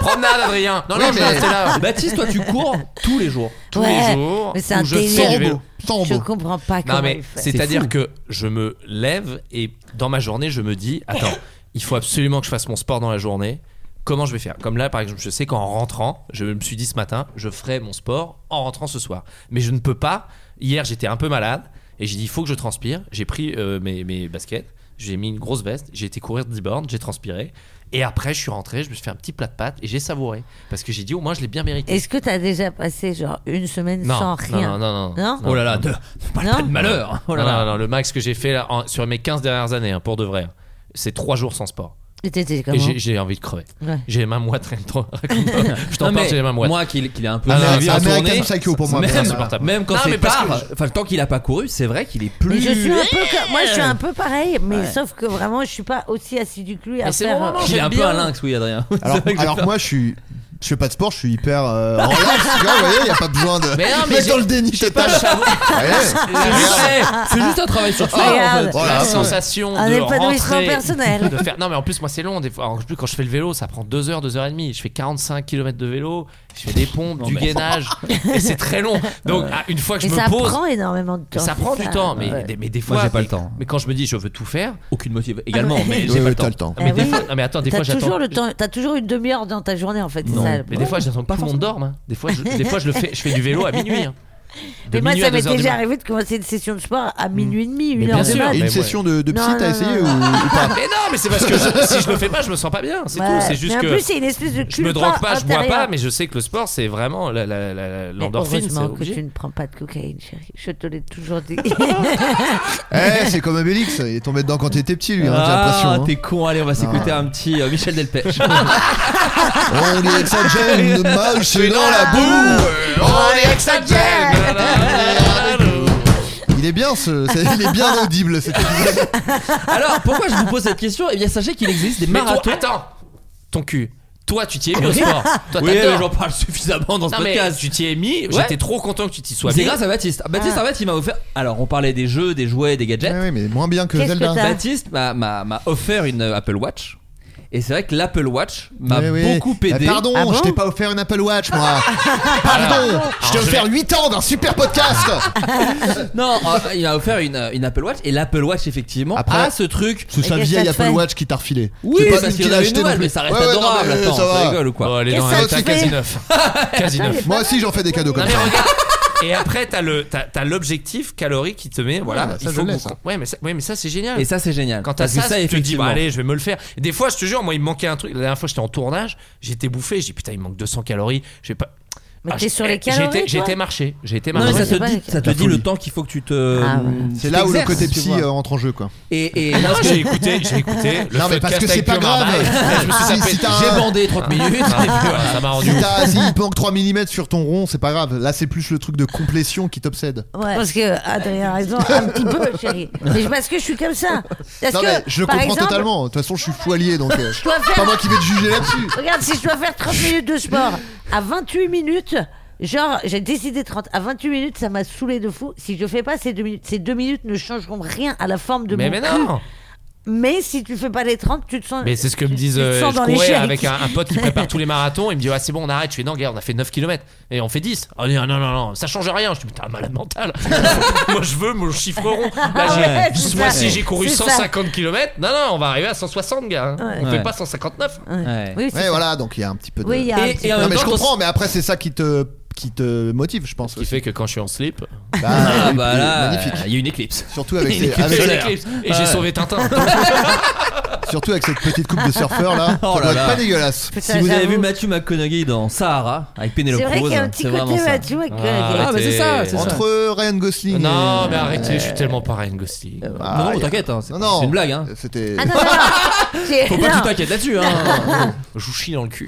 [SPEAKER 10] Promenade, Adrien. Non,
[SPEAKER 8] Oui,
[SPEAKER 10] non, je vais
[SPEAKER 8] mais-
[SPEAKER 10] rester là.
[SPEAKER 7] Baptiste, toi, tu cours tous les jours.
[SPEAKER 10] Tous
[SPEAKER 9] Ouais.
[SPEAKER 10] les jours.
[SPEAKER 9] Mais c'est un
[SPEAKER 10] où je
[SPEAKER 9] délire.
[SPEAKER 10] fais
[SPEAKER 8] Sans
[SPEAKER 10] du
[SPEAKER 9] Je vais-
[SPEAKER 8] robot.
[SPEAKER 10] vélo.
[SPEAKER 8] Sans
[SPEAKER 9] Je
[SPEAKER 8] robot.
[SPEAKER 9] comprends <laughs> pas comment
[SPEAKER 10] Non, mais
[SPEAKER 9] il fait.
[SPEAKER 10] c'est-à-dire que je me lève et dans ma journée, je me dis
[SPEAKER 9] <laughs>
[SPEAKER 10] attends, il faut absolument que je fasse mon sport dans la journée. Comment je vais faire Comme là, par exemple, je sais qu'en rentrant, je me suis dit ce matin, je ferai mon sport en rentrant ce soir. Mais je ne peux pas. Hier, j'étais un peu malade et j'ai dit il faut que je transpire. J'ai pris euh, mes, mes baskets, j'ai mis une grosse veste, j'ai été courir 10 bornes, j'ai transpiré. Et après, je suis rentré, je me suis fait un petit plat de pâtes et j'ai savouré. Parce que j'ai dit au moins, je l'ai bien mérité.
[SPEAKER 9] Est-ce que t'as déjà passé genre une semaine
[SPEAKER 10] Non,
[SPEAKER 9] sans
[SPEAKER 10] non,
[SPEAKER 9] rien
[SPEAKER 10] non, non, non.
[SPEAKER 9] Non
[SPEAKER 7] Oh là là, de, pas de
[SPEAKER 9] Non.
[SPEAKER 7] malheur. Oh là
[SPEAKER 10] non,
[SPEAKER 7] là.
[SPEAKER 10] non, non, le max que j'ai fait là, en- sur mes 15 dernières années, hein, pour de vrai, hein, c'est 3 jours sans sport.
[SPEAKER 9] Et t'étais
[SPEAKER 10] Et
[SPEAKER 9] comment
[SPEAKER 10] j'ai- j'ai envie de crever.
[SPEAKER 9] Ouais.
[SPEAKER 10] J'ai les mains <laughs> moites, rien de trop. Je t'en
[SPEAKER 7] Non,
[SPEAKER 10] parle,
[SPEAKER 7] mais
[SPEAKER 10] j'ai les mains moites.
[SPEAKER 7] Moi qui, qui l'ai un peu
[SPEAKER 8] Ah,
[SPEAKER 7] vu
[SPEAKER 8] non,
[SPEAKER 7] en
[SPEAKER 8] c'est American
[SPEAKER 7] tournée,
[SPEAKER 8] Psycho pour moi,
[SPEAKER 7] Même,
[SPEAKER 8] mais
[SPEAKER 10] insupportable.
[SPEAKER 7] même quand
[SPEAKER 10] Non,
[SPEAKER 7] c'est
[SPEAKER 10] mais parce
[SPEAKER 7] tard,
[SPEAKER 10] que-
[SPEAKER 7] enfin le temps qu'il a pas couru, c'est vrai qu'il est plus.
[SPEAKER 9] Mais je suis un peu comme- moi je suis un peu pareil, mais sauf que vraiment je suis pas aussi assidu que lui à
[SPEAKER 10] Mais c'est
[SPEAKER 9] faire.
[SPEAKER 10] bon, non,
[SPEAKER 9] euh,
[SPEAKER 7] Il est
[SPEAKER 10] J'aime
[SPEAKER 7] un peu
[SPEAKER 10] bien.
[SPEAKER 7] un lynx, oui, Adrien. <laughs> C'est
[SPEAKER 8] Alors,
[SPEAKER 7] vrai que j'ai
[SPEAKER 8] alors que
[SPEAKER 7] peur.
[SPEAKER 8] moi, je suis. Je fais pas de sport, je suis hyper euh, relax, tu vois, vous voyez, y a pas besoin de.
[SPEAKER 10] Mais non, mais
[SPEAKER 8] Mec
[SPEAKER 10] j'ai-
[SPEAKER 8] dans le déni,
[SPEAKER 10] j'ai
[SPEAKER 8] t'es
[SPEAKER 10] pas
[SPEAKER 8] tâche.
[SPEAKER 10] savouré.
[SPEAKER 8] Ouais.
[SPEAKER 7] C'est juste, eh, c'est juste un travail sur soi.
[SPEAKER 9] Regarde.
[SPEAKER 7] en fait.
[SPEAKER 8] Voilà.
[SPEAKER 10] la
[SPEAKER 8] ouais.
[SPEAKER 10] sensation
[SPEAKER 9] Un
[SPEAKER 10] de
[SPEAKER 9] épanouissement
[SPEAKER 10] rentrer,
[SPEAKER 9] personnel.
[SPEAKER 10] de faire. <laughs> Non, mais en plus, moi, c'est long. Des fois, en plus, quand je fais le vélo, ça prend 2 heures, 2 heures et demie. Je fais 45 km de vélo, je fais des pompes,
[SPEAKER 7] Non,
[SPEAKER 10] du
[SPEAKER 7] mais-
[SPEAKER 10] gainage,
[SPEAKER 7] <laughs>
[SPEAKER 10] et c'est très long. Donc, ah, une fois que
[SPEAKER 9] Et
[SPEAKER 10] je
[SPEAKER 9] ça
[SPEAKER 10] me pose,
[SPEAKER 9] prend énormément de temps.
[SPEAKER 10] ça prend du temps. Mais,
[SPEAKER 9] Ouais.
[SPEAKER 10] des- mais des fois,
[SPEAKER 7] Moi, <laughs> j'ai pas
[SPEAKER 10] mais-
[SPEAKER 7] le temps.
[SPEAKER 10] Mais quand je me dis, je veux tout faire,
[SPEAKER 7] Aucune motive également, mais
[SPEAKER 8] Ouais,
[SPEAKER 7] j'ai pas
[SPEAKER 8] ouais,
[SPEAKER 7] le
[SPEAKER 8] t'as
[SPEAKER 7] temps.
[SPEAKER 8] le temps.
[SPEAKER 10] Non, mais,
[SPEAKER 9] Eh
[SPEAKER 10] des
[SPEAKER 9] oui.
[SPEAKER 10] fois, non, mais attends, des
[SPEAKER 9] T'as
[SPEAKER 10] fois
[SPEAKER 9] toujours
[SPEAKER 10] j'attends.
[SPEAKER 9] le temps, t'as toujours une demi-heure dans ta journée en fait, c'est
[SPEAKER 7] Non,
[SPEAKER 9] ça. le
[SPEAKER 10] Mais
[SPEAKER 9] problème.
[SPEAKER 10] des fois j'attends que tout le monde dorme. hein. Des fois, je, des fois je le fais, je fais du vélo à minuit.
[SPEAKER 9] <laughs>
[SPEAKER 10] hein. De
[SPEAKER 9] Mais moi
[SPEAKER 10] minuit
[SPEAKER 9] ça
[SPEAKER 10] à
[SPEAKER 9] m'est
[SPEAKER 10] 2 heures du
[SPEAKER 9] déjà
[SPEAKER 10] mat.
[SPEAKER 9] arrivé de commencer une session de sport à minuit et demi, une
[SPEAKER 10] Mais
[SPEAKER 9] heure
[SPEAKER 10] bien
[SPEAKER 9] de
[SPEAKER 10] sûr.
[SPEAKER 9] mat.
[SPEAKER 8] Et une
[SPEAKER 10] Mais
[SPEAKER 8] session de, de psy,
[SPEAKER 9] Ah, Non, non,
[SPEAKER 8] t'as essayé
[SPEAKER 9] non,
[SPEAKER 8] ou, ou
[SPEAKER 9] <laughs>
[SPEAKER 8] pas
[SPEAKER 10] Mais non, mais c'est parce que je- si je le fais pas, je me sens pas bien. C'est
[SPEAKER 9] Ouais.
[SPEAKER 10] tout. C'est juste
[SPEAKER 9] mais en
[SPEAKER 10] que
[SPEAKER 9] plus c'est une espèce de
[SPEAKER 10] je me
[SPEAKER 9] culpa
[SPEAKER 10] drogue pas, je bois
[SPEAKER 9] intérieure.
[SPEAKER 10] pas, mais je sais que le sport c'est vraiment la- la- la-
[SPEAKER 9] Mais
[SPEAKER 10] la- l'endorphine. c'est
[SPEAKER 9] heureusement que
[SPEAKER 10] obligé.
[SPEAKER 9] tu ne prends pas de cocaïne, chérie. Je te l'ai toujours
[SPEAKER 10] <laughs>
[SPEAKER 9] dit.
[SPEAKER 8] Eh, c'est comme Obélix, il est tombé dedans quand il était petit, lui, hein, j'ai l'impression.
[SPEAKER 7] Ah,
[SPEAKER 8] hein. Ah.
[SPEAKER 7] t'es con, allez, on va s'écouter un petit euh, Michel Delpech. <laughs>
[SPEAKER 8] On Oh, est avec sa gemme, le mal, c'est dans la boue.
[SPEAKER 10] euh, On est avec sa gueule.
[SPEAKER 8] Il est bien, ce, c'est- il est bien audible
[SPEAKER 7] <laughs>
[SPEAKER 8] cet épisode.
[SPEAKER 7] Alors, pourquoi je vous pose cette question Eh bien, sachez qu'il existe des
[SPEAKER 10] Mais toi,
[SPEAKER 7] marathons.
[SPEAKER 10] attends, ton cul. Toi, tu t'y es mis au sport. Toi,
[SPEAKER 7] Oui, mais
[SPEAKER 10] t'adores.
[SPEAKER 7] j'en parle suffisamment dans ce
[SPEAKER 10] Non, mais
[SPEAKER 7] podcast.
[SPEAKER 10] tu t'y es mis. J'étais trop Ah. content que tu t'y sois
[SPEAKER 7] C'est
[SPEAKER 10] mis.
[SPEAKER 7] grâce à Baptiste. Baptiste, en fait, il m'a offert. Alors, on parlait des jeux, des jouets, des gadgets.
[SPEAKER 8] Ouais, ouais, mais moins bien que
[SPEAKER 9] Qu'est-ce que
[SPEAKER 8] Zelda.
[SPEAKER 9] t'as
[SPEAKER 7] Baptiste m'a- m'a m'a offert une euh, Apple Watch. Et c'est vrai que l'Apple Watch m'a
[SPEAKER 8] Eh oui.
[SPEAKER 7] beaucoup
[SPEAKER 8] Eh,
[SPEAKER 7] aidé.
[SPEAKER 8] pardon,
[SPEAKER 9] Ah
[SPEAKER 8] je t'ai pas offert une Apple
[SPEAKER 7] <laughs>
[SPEAKER 8] Watch, moi. pardon,
[SPEAKER 7] Alors,
[SPEAKER 8] je t'ai
[SPEAKER 7] je vais-
[SPEAKER 8] offert 8 ans d'un super podcast.
[SPEAKER 7] non, euh, il m'a offert une, euh, une Apple Watch et l'Apple Watch effectivement
[SPEAKER 8] Après,
[SPEAKER 7] a ce truc.
[SPEAKER 8] Sous sa vieille Apple Watch qui t'a refilé.
[SPEAKER 7] Oui,
[SPEAKER 8] C'est pas
[SPEAKER 7] parce
[SPEAKER 8] une
[SPEAKER 7] qu'il en
[SPEAKER 8] qu'il a
[SPEAKER 7] avait une
[SPEAKER 8] acheté
[SPEAKER 7] nouvelle, mais ça reste
[SPEAKER 8] ouais, ouais,
[SPEAKER 7] adorable.
[SPEAKER 8] non, mais euh,
[SPEAKER 7] Attends,
[SPEAKER 8] ça
[SPEAKER 7] ça
[SPEAKER 8] va.
[SPEAKER 7] rigole ou quoi
[SPEAKER 10] Oh, elle est dans
[SPEAKER 9] Qu'est-ce
[SPEAKER 10] un
[SPEAKER 9] que tu
[SPEAKER 10] état
[SPEAKER 9] fais <laughs>
[SPEAKER 10] quasi neuf. Quasi neuf.
[SPEAKER 8] Moi aussi, j'en fais des cadeaux comme ça.
[SPEAKER 10] Et après, t'as le- t'as t'as l'objectif calorie qui te met. Voilà,
[SPEAKER 8] bah, ça,
[SPEAKER 10] il
[SPEAKER 8] je
[SPEAKER 10] faut
[SPEAKER 8] l'ai,
[SPEAKER 10] que
[SPEAKER 8] ça.
[SPEAKER 10] vous- Ouais, mais ça, ouais, mais ça c'est génial.
[SPEAKER 7] Et ça c'est génial.
[SPEAKER 10] Quand t'as
[SPEAKER 7] Parce
[SPEAKER 10] ça,
[SPEAKER 7] que ça
[SPEAKER 10] tu te dis, bah,
[SPEAKER 7] effectivement.
[SPEAKER 10] allez, je vais me le faire. Des fois, je te jure, moi, il me manquait un truc. La dernière fois, j'étais en tournage, j'étais bouffé, j'ai dit, putain, il me manque 200 calories. Je vais pas.
[SPEAKER 9] Mais
[SPEAKER 10] Ah,
[SPEAKER 9] t'es
[SPEAKER 10] j'ai-
[SPEAKER 9] sur les
[SPEAKER 10] eh,
[SPEAKER 9] calories,
[SPEAKER 10] J'étais
[SPEAKER 9] toi
[SPEAKER 10] j'étais marché. J'ai été
[SPEAKER 7] Non,
[SPEAKER 10] marché.
[SPEAKER 7] mais ça
[SPEAKER 9] c'est
[SPEAKER 7] te
[SPEAKER 9] pas
[SPEAKER 7] dit,
[SPEAKER 9] les-
[SPEAKER 7] ça te
[SPEAKER 8] La
[SPEAKER 7] dit le
[SPEAKER 8] folie.
[SPEAKER 7] temps qu'il faut que tu te.
[SPEAKER 9] Ah, voilà.
[SPEAKER 8] C'est là où le
[SPEAKER 7] t'exerces,
[SPEAKER 8] côté
[SPEAKER 7] tu
[SPEAKER 8] psy
[SPEAKER 7] vois.
[SPEAKER 8] euh, entre en jeu, quoi.
[SPEAKER 7] Et, et
[SPEAKER 10] Non,
[SPEAKER 7] non, parce que-
[SPEAKER 10] j'ai écouté, j'ai écouté. Le
[SPEAKER 8] Non, mais parce
[SPEAKER 10] podcast
[SPEAKER 8] que c'est
[SPEAKER 10] avec
[SPEAKER 8] pas
[SPEAKER 10] Pio
[SPEAKER 8] grave.
[SPEAKER 10] Marmaille. Je me suis
[SPEAKER 8] Si,
[SPEAKER 10] tapé-
[SPEAKER 8] si t'as
[SPEAKER 7] j'ai
[SPEAKER 8] un-
[SPEAKER 7] bandé 30 minutes. et puis voilà.
[SPEAKER 10] Voilà, ça m'a rendu.
[SPEAKER 8] Si t'as- S'il manque 3 mm sur ton rond, c'est pas grave. Là, c'est plus le truc de complétion qui t'obsède.
[SPEAKER 9] Ouais. Parce que Adrien a raison un petit peu, chérie. Mais parce que je suis comme ça. Parce
[SPEAKER 8] Non,
[SPEAKER 9] que,
[SPEAKER 8] mais je le
[SPEAKER 9] par
[SPEAKER 8] comprends
[SPEAKER 9] exemple,
[SPEAKER 8] totalement. De toute façon, je suis foilier, donc euh,
[SPEAKER 9] Je dois
[SPEAKER 8] pas moi
[SPEAKER 9] faire.
[SPEAKER 8] qui vais te juger là-dessus.
[SPEAKER 9] Regarde, si je dois faire 30 minutes de sport à 28 minutes, genre, j'ai décidé 30. À 28 minutes, ça m'a saoulé de fou. Si je fais pas ces 2 minutes, ces 2 minutes ne changeront rien à la forme de
[SPEAKER 10] Mais,
[SPEAKER 9] mon
[SPEAKER 10] mais
[SPEAKER 9] cul.
[SPEAKER 10] non!
[SPEAKER 9] Mais si tu fais pas les 30, tu te sens.
[SPEAKER 10] Mais c'est ce que me
[SPEAKER 9] tu-
[SPEAKER 10] disent
[SPEAKER 9] tu te
[SPEAKER 10] euh,
[SPEAKER 9] sens
[SPEAKER 10] je
[SPEAKER 9] dans les
[SPEAKER 10] courais
[SPEAKER 9] chiens.
[SPEAKER 10] avec un, un
[SPEAKER 9] <laughs>
[SPEAKER 10] pote qui prépare tous les marathons, il me dit "Ah c'est bon, on arrête." Je fais "Non, gars, on a fait 9 km et on fait 10." Ah, non non non non, ça change rien. Je dis "Putain, malade mental." <laughs> moi je veux mon chiffre rond. Là, j'ai-
[SPEAKER 9] Ah Ouais, c'est
[SPEAKER 10] moi
[SPEAKER 9] ça.
[SPEAKER 10] si j'ai couru
[SPEAKER 9] C'est ça.
[SPEAKER 10] 150 km, non non, on va arriver à 160 gars. hein. On
[SPEAKER 7] Ouais.
[SPEAKER 10] fait pas 159.
[SPEAKER 7] Ouais.
[SPEAKER 9] Oui, c'est
[SPEAKER 8] Ouais,
[SPEAKER 9] ça.
[SPEAKER 8] voilà, donc il y a un petit peu de.
[SPEAKER 9] Oui, il y a un
[SPEAKER 7] Et-
[SPEAKER 9] petit
[SPEAKER 7] et
[SPEAKER 9] peu.
[SPEAKER 7] en
[SPEAKER 8] Non,
[SPEAKER 7] même
[SPEAKER 8] mais
[SPEAKER 7] temps,
[SPEAKER 8] je comprends, mais après, c'est ça qui te, qui te motive, je pense.
[SPEAKER 10] Ce qui fait que quand je suis en slip, <laughs>
[SPEAKER 8] Bah,
[SPEAKER 7] Ah
[SPEAKER 8] oui,
[SPEAKER 7] bah
[SPEAKER 8] oui,
[SPEAKER 7] là,
[SPEAKER 8] magnifique.
[SPEAKER 7] euh, il y a une éclipse.
[SPEAKER 8] Surtout
[SPEAKER 7] <laughs>
[SPEAKER 8] avec,
[SPEAKER 7] Il est
[SPEAKER 8] ces- avec-
[SPEAKER 10] c'est
[SPEAKER 7] clair.
[SPEAKER 10] l'éclipse. et
[SPEAKER 7] Ah
[SPEAKER 10] j'ai
[SPEAKER 7] ouais.
[SPEAKER 10] sauvé Tintin.
[SPEAKER 8] surtout avec cette petite coupe de surfeur là,
[SPEAKER 7] Oh là
[SPEAKER 8] ça doit être
[SPEAKER 7] là.
[SPEAKER 8] pas dégueulasse.
[SPEAKER 9] Putain,
[SPEAKER 7] Si vous avez
[SPEAKER 9] j'avoue.
[SPEAKER 7] vu Matthew McConaughey dans Sahara avec Penelope
[SPEAKER 9] C'est vrai qu'il y a un
[SPEAKER 7] Cruz,
[SPEAKER 9] petit
[SPEAKER 7] c'est vraiment
[SPEAKER 9] côté,
[SPEAKER 7] ça.
[SPEAKER 9] bah, tu vois, que-
[SPEAKER 10] Ah, mais c'est ça, c'est ça.
[SPEAKER 8] Entre Ryan Gosling.
[SPEAKER 10] non,
[SPEAKER 8] et-
[SPEAKER 10] mais arrêtez, je suis tellement pas Ryan Gosling.
[SPEAKER 8] Ah,
[SPEAKER 7] non,
[SPEAKER 8] y a-
[SPEAKER 7] t'inquiète, hein, c'est
[SPEAKER 8] Non,
[SPEAKER 7] pas-
[SPEAKER 8] non.
[SPEAKER 7] c'est une blague, hein.
[SPEAKER 8] C'était.
[SPEAKER 9] Ah non, non, non. J'ai-
[SPEAKER 7] Faut pas que
[SPEAKER 9] non.
[SPEAKER 7] tu t'inquiètes là-dessus. Hein.
[SPEAKER 10] Je vous chie dans le cul.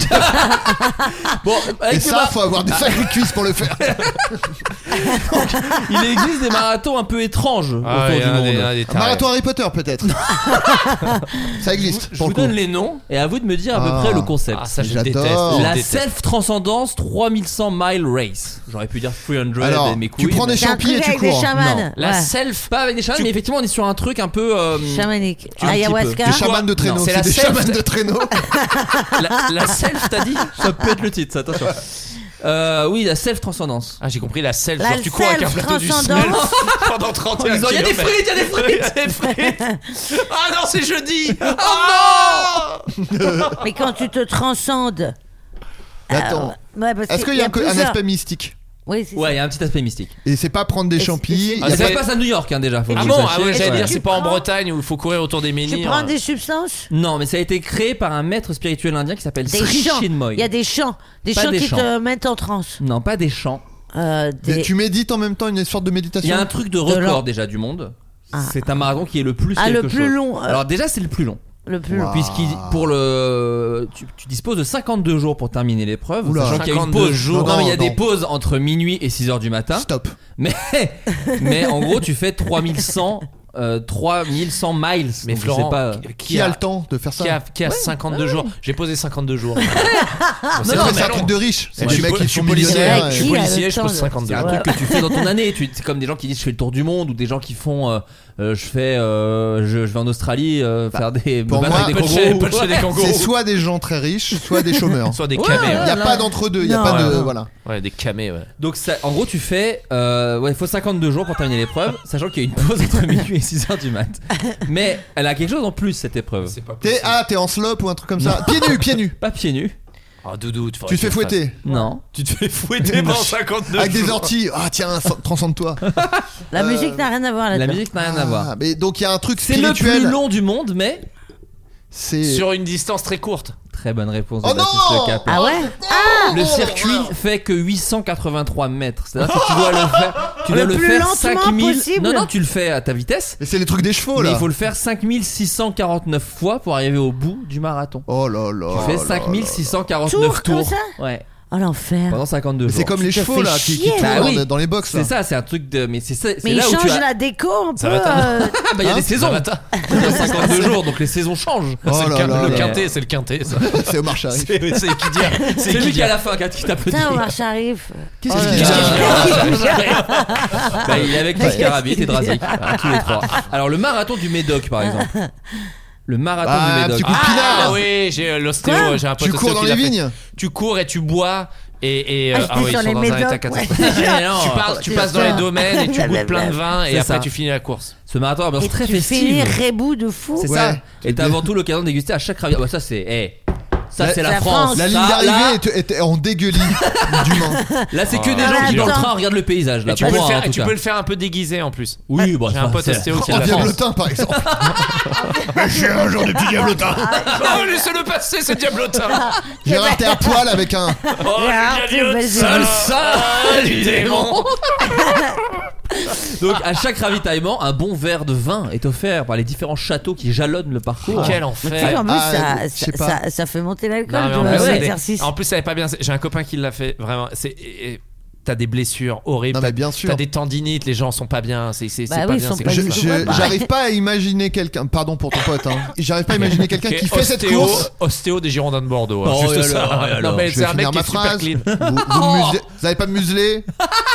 [SPEAKER 7] Bon, avec
[SPEAKER 8] Et
[SPEAKER 7] le
[SPEAKER 8] ça,
[SPEAKER 7] mar-
[SPEAKER 8] faut avoir
[SPEAKER 9] Ah.
[SPEAKER 8] des sacrées cuisses pour le
[SPEAKER 9] <laughs>
[SPEAKER 8] faire.
[SPEAKER 7] il existe des marathons un peu étranges
[SPEAKER 10] Ah,
[SPEAKER 7] autour
[SPEAKER 10] ouais,
[SPEAKER 7] du
[SPEAKER 10] un
[SPEAKER 7] monde.
[SPEAKER 10] des- un des tarés.
[SPEAKER 8] Marathon Harry Potter, peut-être. <laughs> ça existe.
[SPEAKER 7] Je
[SPEAKER 8] pour
[SPEAKER 7] vous
[SPEAKER 8] le coup.
[SPEAKER 7] donne les noms et à vous de me dire à peu
[SPEAKER 8] Ah.
[SPEAKER 7] près le concept.
[SPEAKER 10] Ah, ça je
[SPEAKER 8] J'adore.
[SPEAKER 10] déteste.
[SPEAKER 8] je
[SPEAKER 7] la
[SPEAKER 10] déteste.
[SPEAKER 7] self-transcendance 3100 mile race. J'aurais pu dire 300
[SPEAKER 8] Alors,
[SPEAKER 7] et mes
[SPEAKER 8] tu
[SPEAKER 7] couilles.
[SPEAKER 8] prends des
[SPEAKER 7] mais-
[SPEAKER 9] C'est un
[SPEAKER 8] Champi et
[SPEAKER 9] truc
[SPEAKER 8] tu
[SPEAKER 9] avec des
[SPEAKER 8] cours.
[SPEAKER 9] chamans.
[SPEAKER 7] Non.
[SPEAKER 10] La
[SPEAKER 9] Ouais.
[SPEAKER 10] self,
[SPEAKER 7] Pas avec des chamans,
[SPEAKER 10] Tu-
[SPEAKER 7] mais effectivement, on est sur un truc un peu. euh,
[SPEAKER 9] Chamanique.
[SPEAKER 7] un petit peu.
[SPEAKER 9] Ayahuasca.
[SPEAKER 8] Des chamans de traîneau.
[SPEAKER 7] Non, c'est
[SPEAKER 8] C'est
[SPEAKER 7] la
[SPEAKER 8] des
[SPEAKER 7] self.
[SPEAKER 8] chamans de
[SPEAKER 9] <laughs>
[SPEAKER 8] traîneau.
[SPEAKER 7] la, la self, t'as
[SPEAKER 10] <laughs>
[SPEAKER 7] dit Ça peut être le titre, ça, attention. Euh, oui, la self-transcendance.
[SPEAKER 10] Ah, j'ai compris la selle.
[SPEAKER 9] La
[SPEAKER 10] Genre, tu cours avec un
[SPEAKER 9] selle
[SPEAKER 10] plateau du
[SPEAKER 9] transcendante.
[SPEAKER 10] sel pendant 31
[SPEAKER 7] En disant, il y a des
[SPEAKER 10] kilomètres.
[SPEAKER 7] frites, il y a des frites
[SPEAKER 10] Il y a des
[SPEAKER 9] <laughs>
[SPEAKER 10] frites. Ah non, c'est jeudi. Oh non
[SPEAKER 9] Mais quand tu te transcendes.
[SPEAKER 8] Attends.
[SPEAKER 9] Ouais, parce
[SPEAKER 8] Est-ce qu'il y a un, co- un
[SPEAKER 9] plusieurs-
[SPEAKER 8] aspect mystique
[SPEAKER 9] Oui, c'est
[SPEAKER 7] Ouais, il y a un petit aspect mystique.
[SPEAKER 8] Et c'est pas prendre des
[SPEAKER 9] Et-
[SPEAKER 8] champis.
[SPEAKER 9] et-
[SPEAKER 8] y a
[SPEAKER 7] Ah, ça
[SPEAKER 8] pas-
[SPEAKER 7] se passe à New York, hein, déjà. faut que
[SPEAKER 10] Ah
[SPEAKER 7] vous
[SPEAKER 10] bon
[SPEAKER 7] le
[SPEAKER 10] Ah
[SPEAKER 7] sachiez.
[SPEAKER 10] ouais, j'allais
[SPEAKER 9] Ouais.
[SPEAKER 10] dire, c'est pas en
[SPEAKER 9] Tu prends-
[SPEAKER 10] Bretagne où il faut courir autour des
[SPEAKER 9] ça. Tu
[SPEAKER 10] menhirs.
[SPEAKER 9] prends des substances
[SPEAKER 7] Non, mais ça a été créé par un maître spirituel indien qui s'appelle
[SPEAKER 9] Des
[SPEAKER 7] Sri
[SPEAKER 9] chants.
[SPEAKER 7] Chinmoy.
[SPEAKER 9] Il y a des chants. Des
[SPEAKER 7] Pas
[SPEAKER 9] chants
[SPEAKER 7] des
[SPEAKER 9] qui
[SPEAKER 7] chants.
[SPEAKER 9] te mettent en transe.
[SPEAKER 7] Non, pas des chants.
[SPEAKER 9] Euh,
[SPEAKER 8] Mais
[SPEAKER 9] des...
[SPEAKER 8] Tu médites en même temps une sorte de
[SPEAKER 7] Il y
[SPEAKER 8] méditation.
[SPEAKER 7] a un truc de
[SPEAKER 9] De
[SPEAKER 7] record
[SPEAKER 9] l'or-
[SPEAKER 7] déjà du monde.
[SPEAKER 9] Ah.
[SPEAKER 7] C'est un marathon qui est le plus
[SPEAKER 9] Ah, le
[SPEAKER 7] quelque
[SPEAKER 9] plus
[SPEAKER 7] chose.
[SPEAKER 9] long, euh.
[SPEAKER 7] Alors déjà c'est le plus long.
[SPEAKER 9] Le plus long.
[SPEAKER 7] Puisqu'il pour le tu, tu disposes de 52 jours pour terminer l'épreuve,
[SPEAKER 8] Oula.
[SPEAKER 7] sachant qu'il y a une
[SPEAKER 10] 52
[SPEAKER 7] pause.
[SPEAKER 8] jours.
[SPEAKER 7] Non, mais il y a
[SPEAKER 8] Non,
[SPEAKER 7] des
[SPEAKER 8] non.
[SPEAKER 7] pauses entre minuit et 6 heures du matin.
[SPEAKER 8] Stop.
[SPEAKER 7] Mais <laughs> mais en gros tu fais 3100 euh, 3100 miles.
[SPEAKER 10] Mais
[SPEAKER 7] Donc, je sais
[SPEAKER 10] Florent,
[SPEAKER 7] pas.
[SPEAKER 10] qui-
[SPEAKER 8] Qui a le temps de faire ça
[SPEAKER 10] Qui a, qui a 52 jours J'ai posé 52 jours. Bon,
[SPEAKER 8] C'est
[SPEAKER 10] c'est
[SPEAKER 8] vrai,
[SPEAKER 10] pas
[SPEAKER 8] c'est un
[SPEAKER 10] long.
[SPEAKER 8] truc de riche. C'est
[SPEAKER 10] Ouais,
[SPEAKER 8] des
[SPEAKER 10] je suis
[SPEAKER 8] mecs
[SPEAKER 10] po-
[SPEAKER 8] qui
[SPEAKER 10] je suis
[SPEAKER 8] sont
[SPEAKER 10] policier, hein,
[SPEAKER 8] millionnaires.
[SPEAKER 9] ouais.
[SPEAKER 8] et-
[SPEAKER 10] Je suis
[SPEAKER 9] Qui a le
[SPEAKER 10] policier, je
[SPEAKER 9] temps
[SPEAKER 10] pose
[SPEAKER 9] de-
[SPEAKER 10] 52
[SPEAKER 7] C'est un
[SPEAKER 10] jours.
[SPEAKER 7] truc que tu fais dans ton année. Tu- C'est comme des gens qui disent je fais le tour du monde ou des gens qui font euh, euh, je fais euh, je, je vais en Australie euh, faire des me
[SPEAKER 8] Bah, pour
[SPEAKER 7] battre
[SPEAKER 8] moi,
[SPEAKER 7] avec des
[SPEAKER 10] puncher-
[SPEAKER 7] kangourous.
[SPEAKER 10] puncher des kangourous.
[SPEAKER 8] C'est soit des gens très riches, soit des chômeurs.
[SPEAKER 10] <laughs> Soit des
[SPEAKER 7] Ouais,
[SPEAKER 10] camés.
[SPEAKER 8] Il
[SPEAKER 10] ouais.
[SPEAKER 8] n'y a
[SPEAKER 9] là.
[SPEAKER 8] pas d'entre-deux, il n'y a
[SPEAKER 9] Non,
[SPEAKER 8] pas de.
[SPEAKER 9] ouais, non.
[SPEAKER 8] Voilà.
[SPEAKER 10] Ouais, des camés, ouais.
[SPEAKER 7] Donc ça, en gros tu fais euh, ouais, il faut 52 jours pour terminer l'épreuve, sachant qu'il y a une pause entre minuit et 6h du mat. Mais elle a quelque chose en plus cette épreuve.
[SPEAKER 10] C'est pas
[SPEAKER 8] T'es ah, t'es en slope ou un truc comme ça. Pieds nus, pieds
[SPEAKER 7] <laughs>
[SPEAKER 8] nus.
[SPEAKER 7] Pas pieds nus.
[SPEAKER 10] Ah, doudou,
[SPEAKER 8] Tu te fais fouetter
[SPEAKER 7] Non.
[SPEAKER 10] Tu te fais fouetter pendant 52
[SPEAKER 8] avec des
[SPEAKER 10] jours.
[SPEAKER 8] orties. Ah tiens, so- transcende-toi.
[SPEAKER 9] La musique n'a rien à voir
[SPEAKER 7] La
[SPEAKER 9] là-dedans.
[SPEAKER 7] musique n'a <laughs> rien à voir.
[SPEAKER 8] Ah, mais donc il y a un truc
[SPEAKER 7] C'est le plus
[SPEAKER 8] spirituel.
[SPEAKER 7] long du monde mais
[SPEAKER 8] C'est
[SPEAKER 10] Sur une distance très courte.
[SPEAKER 7] très bonne réponse de
[SPEAKER 8] Oh
[SPEAKER 7] Baptiste
[SPEAKER 8] non
[SPEAKER 7] Le Cap.
[SPEAKER 9] Ah ouais
[SPEAKER 7] Le
[SPEAKER 8] Oh
[SPEAKER 7] circuit fait que 883 mètres. C'est-à-dire que tu dois le faire, tu dois
[SPEAKER 9] Le
[SPEAKER 7] le
[SPEAKER 9] plus
[SPEAKER 7] faire
[SPEAKER 9] lentement
[SPEAKER 7] 5000.
[SPEAKER 9] possible.
[SPEAKER 7] Non non, tu le fais à ta vitesse.
[SPEAKER 8] Mais c'est les trucs des chevaux
[SPEAKER 7] Mais
[SPEAKER 8] Oh là.
[SPEAKER 7] il faut le faire 5649 fois pour arriver au bout du marathon.
[SPEAKER 8] Oh là
[SPEAKER 7] Tu
[SPEAKER 8] là.
[SPEAKER 7] fais
[SPEAKER 8] là là.
[SPEAKER 7] 5649
[SPEAKER 9] Tours comme
[SPEAKER 7] tours.
[SPEAKER 9] ça
[SPEAKER 7] ouais,
[SPEAKER 9] Oh l'enfer.
[SPEAKER 7] pendant 52
[SPEAKER 8] Mais
[SPEAKER 7] jours.
[SPEAKER 8] C'est comme les
[SPEAKER 9] te
[SPEAKER 8] chevaux
[SPEAKER 9] fais
[SPEAKER 8] là qui, qui
[SPEAKER 9] chier.
[SPEAKER 8] tournent
[SPEAKER 7] Bah oui.
[SPEAKER 8] dans- dans les box. là.
[SPEAKER 7] C'est ça, c'est un truc de. Mais c'est ça, c'est
[SPEAKER 9] Mais ils
[SPEAKER 7] là où tu
[SPEAKER 9] changent
[SPEAKER 7] as.
[SPEAKER 9] la déco un peu.
[SPEAKER 7] <laughs>
[SPEAKER 10] va,
[SPEAKER 9] euh,
[SPEAKER 7] Ah bah il y a
[SPEAKER 8] Hein
[SPEAKER 7] des saisons. Il y a
[SPEAKER 10] <laughs>
[SPEAKER 7] 52 jours, donc les saisons changent.
[SPEAKER 8] Oh
[SPEAKER 10] C'est le
[SPEAKER 8] là
[SPEAKER 10] quin-
[SPEAKER 8] là.
[SPEAKER 10] le quintet, c'est le quintet, ça.
[SPEAKER 8] <laughs> C'est Omar Sharif.
[SPEAKER 10] C'est qui dit
[SPEAKER 7] C'est lui qui à la fin qui a- qui t'a applaudi.
[SPEAKER 9] Putain, Omar Sharif.
[SPEAKER 7] Qu'est-ce
[SPEAKER 8] Oh
[SPEAKER 7] qu'il
[SPEAKER 8] là
[SPEAKER 7] dit
[SPEAKER 8] là.
[SPEAKER 7] Bah, Il est avec Pascarabit et Drazik, tous les trois. Alors le marathon du Médoc par exemple. le marathon
[SPEAKER 8] Ah,
[SPEAKER 7] du
[SPEAKER 8] un
[SPEAKER 7] Médoc.
[SPEAKER 8] petit coup de
[SPEAKER 10] Ah
[SPEAKER 8] pinard.
[SPEAKER 10] oui, j'ai euh, l'ostéo,
[SPEAKER 8] Quoi
[SPEAKER 10] j'ai un pote
[SPEAKER 8] Tu cours
[SPEAKER 10] ostéo
[SPEAKER 8] dans
[SPEAKER 10] qui
[SPEAKER 8] les
[SPEAKER 10] l'a fait.
[SPEAKER 8] vignes
[SPEAKER 10] Tu cours et tu bois. Et, et, euh,
[SPEAKER 8] Ah, j'étais
[SPEAKER 10] ah ouais,
[SPEAKER 8] sur
[SPEAKER 10] ils sont
[SPEAKER 8] les
[SPEAKER 10] dans un
[SPEAKER 8] Médocs,
[SPEAKER 10] état
[SPEAKER 8] ouais. <laughs>
[SPEAKER 10] catastrophique.
[SPEAKER 8] Mais non,
[SPEAKER 10] tu, pars- tu
[SPEAKER 8] c'est
[SPEAKER 10] passes dans
[SPEAKER 8] ça.
[SPEAKER 10] les domaines et tu
[SPEAKER 8] La
[SPEAKER 10] goûtes plein
[SPEAKER 8] merde.
[SPEAKER 10] de vin et
[SPEAKER 7] C'est
[SPEAKER 10] après
[SPEAKER 7] ça.
[SPEAKER 10] tu finis la course.
[SPEAKER 7] Ce marathon ambiance
[SPEAKER 9] Et
[SPEAKER 7] très
[SPEAKER 9] tu
[SPEAKER 7] festive.
[SPEAKER 9] finis rebou de fou.
[SPEAKER 7] C'est ça. Et t'as avant tout l'occasion de déguster à chaque ravioli. Ah bah, ça c'est. eh, Ça
[SPEAKER 8] La-
[SPEAKER 7] c'est la, France.
[SPEAKER 8] La ligne
[SPEAKER 7] Ça, là,
[SPEAKER 8] d'arrivée est, est en dégueulis.
[SPEAKER 7] Là, c'est que des
[SPEAKER 10] Ah,
[SPEAKER 7] gens qui dans le
[SPEAKER 10] attends.
[SPEAKER 7] train regardent le paysage. Là,
[SPEAKER 10] Et tu,
[SPEAKER 7] pour
[SPEAKER 10] peux, le
[SPEAKER 7] moi,
[SPEAKER 10] faire,
[SPEAKER 7] en
[SPEAKER 10] et
[SPEAKER 7] tout
[SPEAKER 10] tu
[SPEAKER 7] cas.
[SPEAKER 10] peux le faire un peu déguisé en plus.
[SPEAKER 7] Oui, bah,
[SPEAKER 10] J'ai un
[SPEAKER 7] ça,
[SPEAKER 10] pote
[SPEAKER 7] c'est-
[SPEAKER 10] ostéo qui
[SPEAKER 8] En
[SPEAKER 10] l'a fait.
[SPEAKER 8] diablotin, par <laughs> exemple. J'ai un genre de petit diablotin.
[SPEAKER 10] Oh, laissez-le passer,
[SPEAKER 8] <laughs>
[SPEAKER 10] ce diablotin
[SPEAKER 8] Gérard, t'es à poil avec un.
[SPEAKER 10] Oh,
[SPEAKER 9] Ah,
[SPEAKER 10] le
[SPEAKER 9] tu
[SPEAKER 10] diablotin
[SPEAKER 9] vas-
[SPEAKER 7] Salsa du démon Donc à chaque ravitaillement, un bon verre de vin est offert par les différents châteaux qui jalonnent le parcours.
[SPEAKER 10] Quel
[SPEAKER 9] Mais tu sais,
[SPEAKER 10] enfer
[SPEAKER 9] en plus,
[SPEAKER 8] Ah,
[SPEAKER 9] ça,
[SPEAKER 8] je sais
[SPEAKER 9] ça,
[SPEAKER 8] pas.
[SPEAKER 9] ça- ça fait monter l'alcool,
[SPEAKER 10] Non, mais
[SPEAKER 9] tu
[SPEAKER 10] en,
[SPEAKER 9] vois,
[SPEAKER 10] plus,
[SPEAKER 9] cet
[SPEAKER 10] elle est-
[SPEAKER 9] exercice.
[SPEAKER 10] en plus, ça avait pas bien. J'ai un copain qui l'a fait, vraiment. C'est. et- et- T'as des blessures horribles.
[SPEAKER 8] Non, mais bien sûr.
[SPEAKER 10] T'as des tendinites, les gens sont pas bien. C'est c'est- c'est
[SPEAKER 9] Bah
[SPEAKER 10] pas
[SPEAKER 9] oui, ils
[SPEAKER 10] bien.
[SPEAKER 9] sont
[SPEAKER 10] c'est
[SPEAKER 9] pas
[SPEAKER 8] Je-
[SPEAKER 10] comme ça.
[SPEAKER 9] sont
[SPEAKER 8] je-
[SPEAKER 9] pas
[SPEAKER 8] J'arrive pas à imaginer quelqu'un. Pardon pour ton pote. hein. J'arrive pas à imaginer quelqu'un
[SPEAKER 10] Ok,
[SPEAKER 8] qui fait cette
[SPEAKER 10] ostéo-
[SPEAKER 8] course.
[SPEAKER 10] Ostéo des Girondins de Bordeaux. hein,
[SPEAKER 7] Oh, et
[SPEAKER 10] juste ça.
[SPEAKER 7] alors, et
[SPEAKER 10] non,
[SPEAKER 7] alors,
[SPEAKER 10] mais
[SPEAKER 8] Je
[SPEAKER 10] c'est
[SPEAKER 8] vais
[SPEAKER 10] un mec
[SPEAKER 8] finir
[SPEAKER 10] qui
[SPEAKER 8] ma
[SPEAKER 10] est super
[SPEAKER 8] phrase.
[SPEAKER 10] clean.
[SPEAKER 8] Vous, vous me muselez- vous avez pas me museler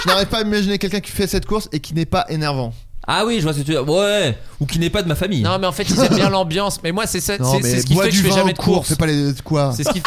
[SPEAKER 8] Je n'arrive pas à imaginer quelqu'un qui fait cette course et qui n'est pas énervant.
[SPEAKER 7] Ah oui, je vois ce que tu veux dire. Ouais, ou qui n'est pas de ma famille.
[SPEAKER 10] <laughs> Non, mais en fait, ils aiment bien l'ambiance. Mais moi, c'est ça-
[SPEAKER 8] Non,
[SPEAKER 10] c'est-
[SPEAKER 8] mais
[SPEAKER 10] c'est ce qui
[SPEAKER 8] bois
[SPEAKER 10] fait que
[SPEAKER 8] du
[SPEAKER 10] je fais
[SPEAKER 8] vin
[SPEAKER 10] jamais
[SPEAKER 8] en
[SPEAKER 10] de
[SPEAKER 8] cours,
[SPEAKER 10] course.
[SPEAKER 8] Fais pas les. Quoi
[SPEAKER 10] C'est ce qui. <laughs>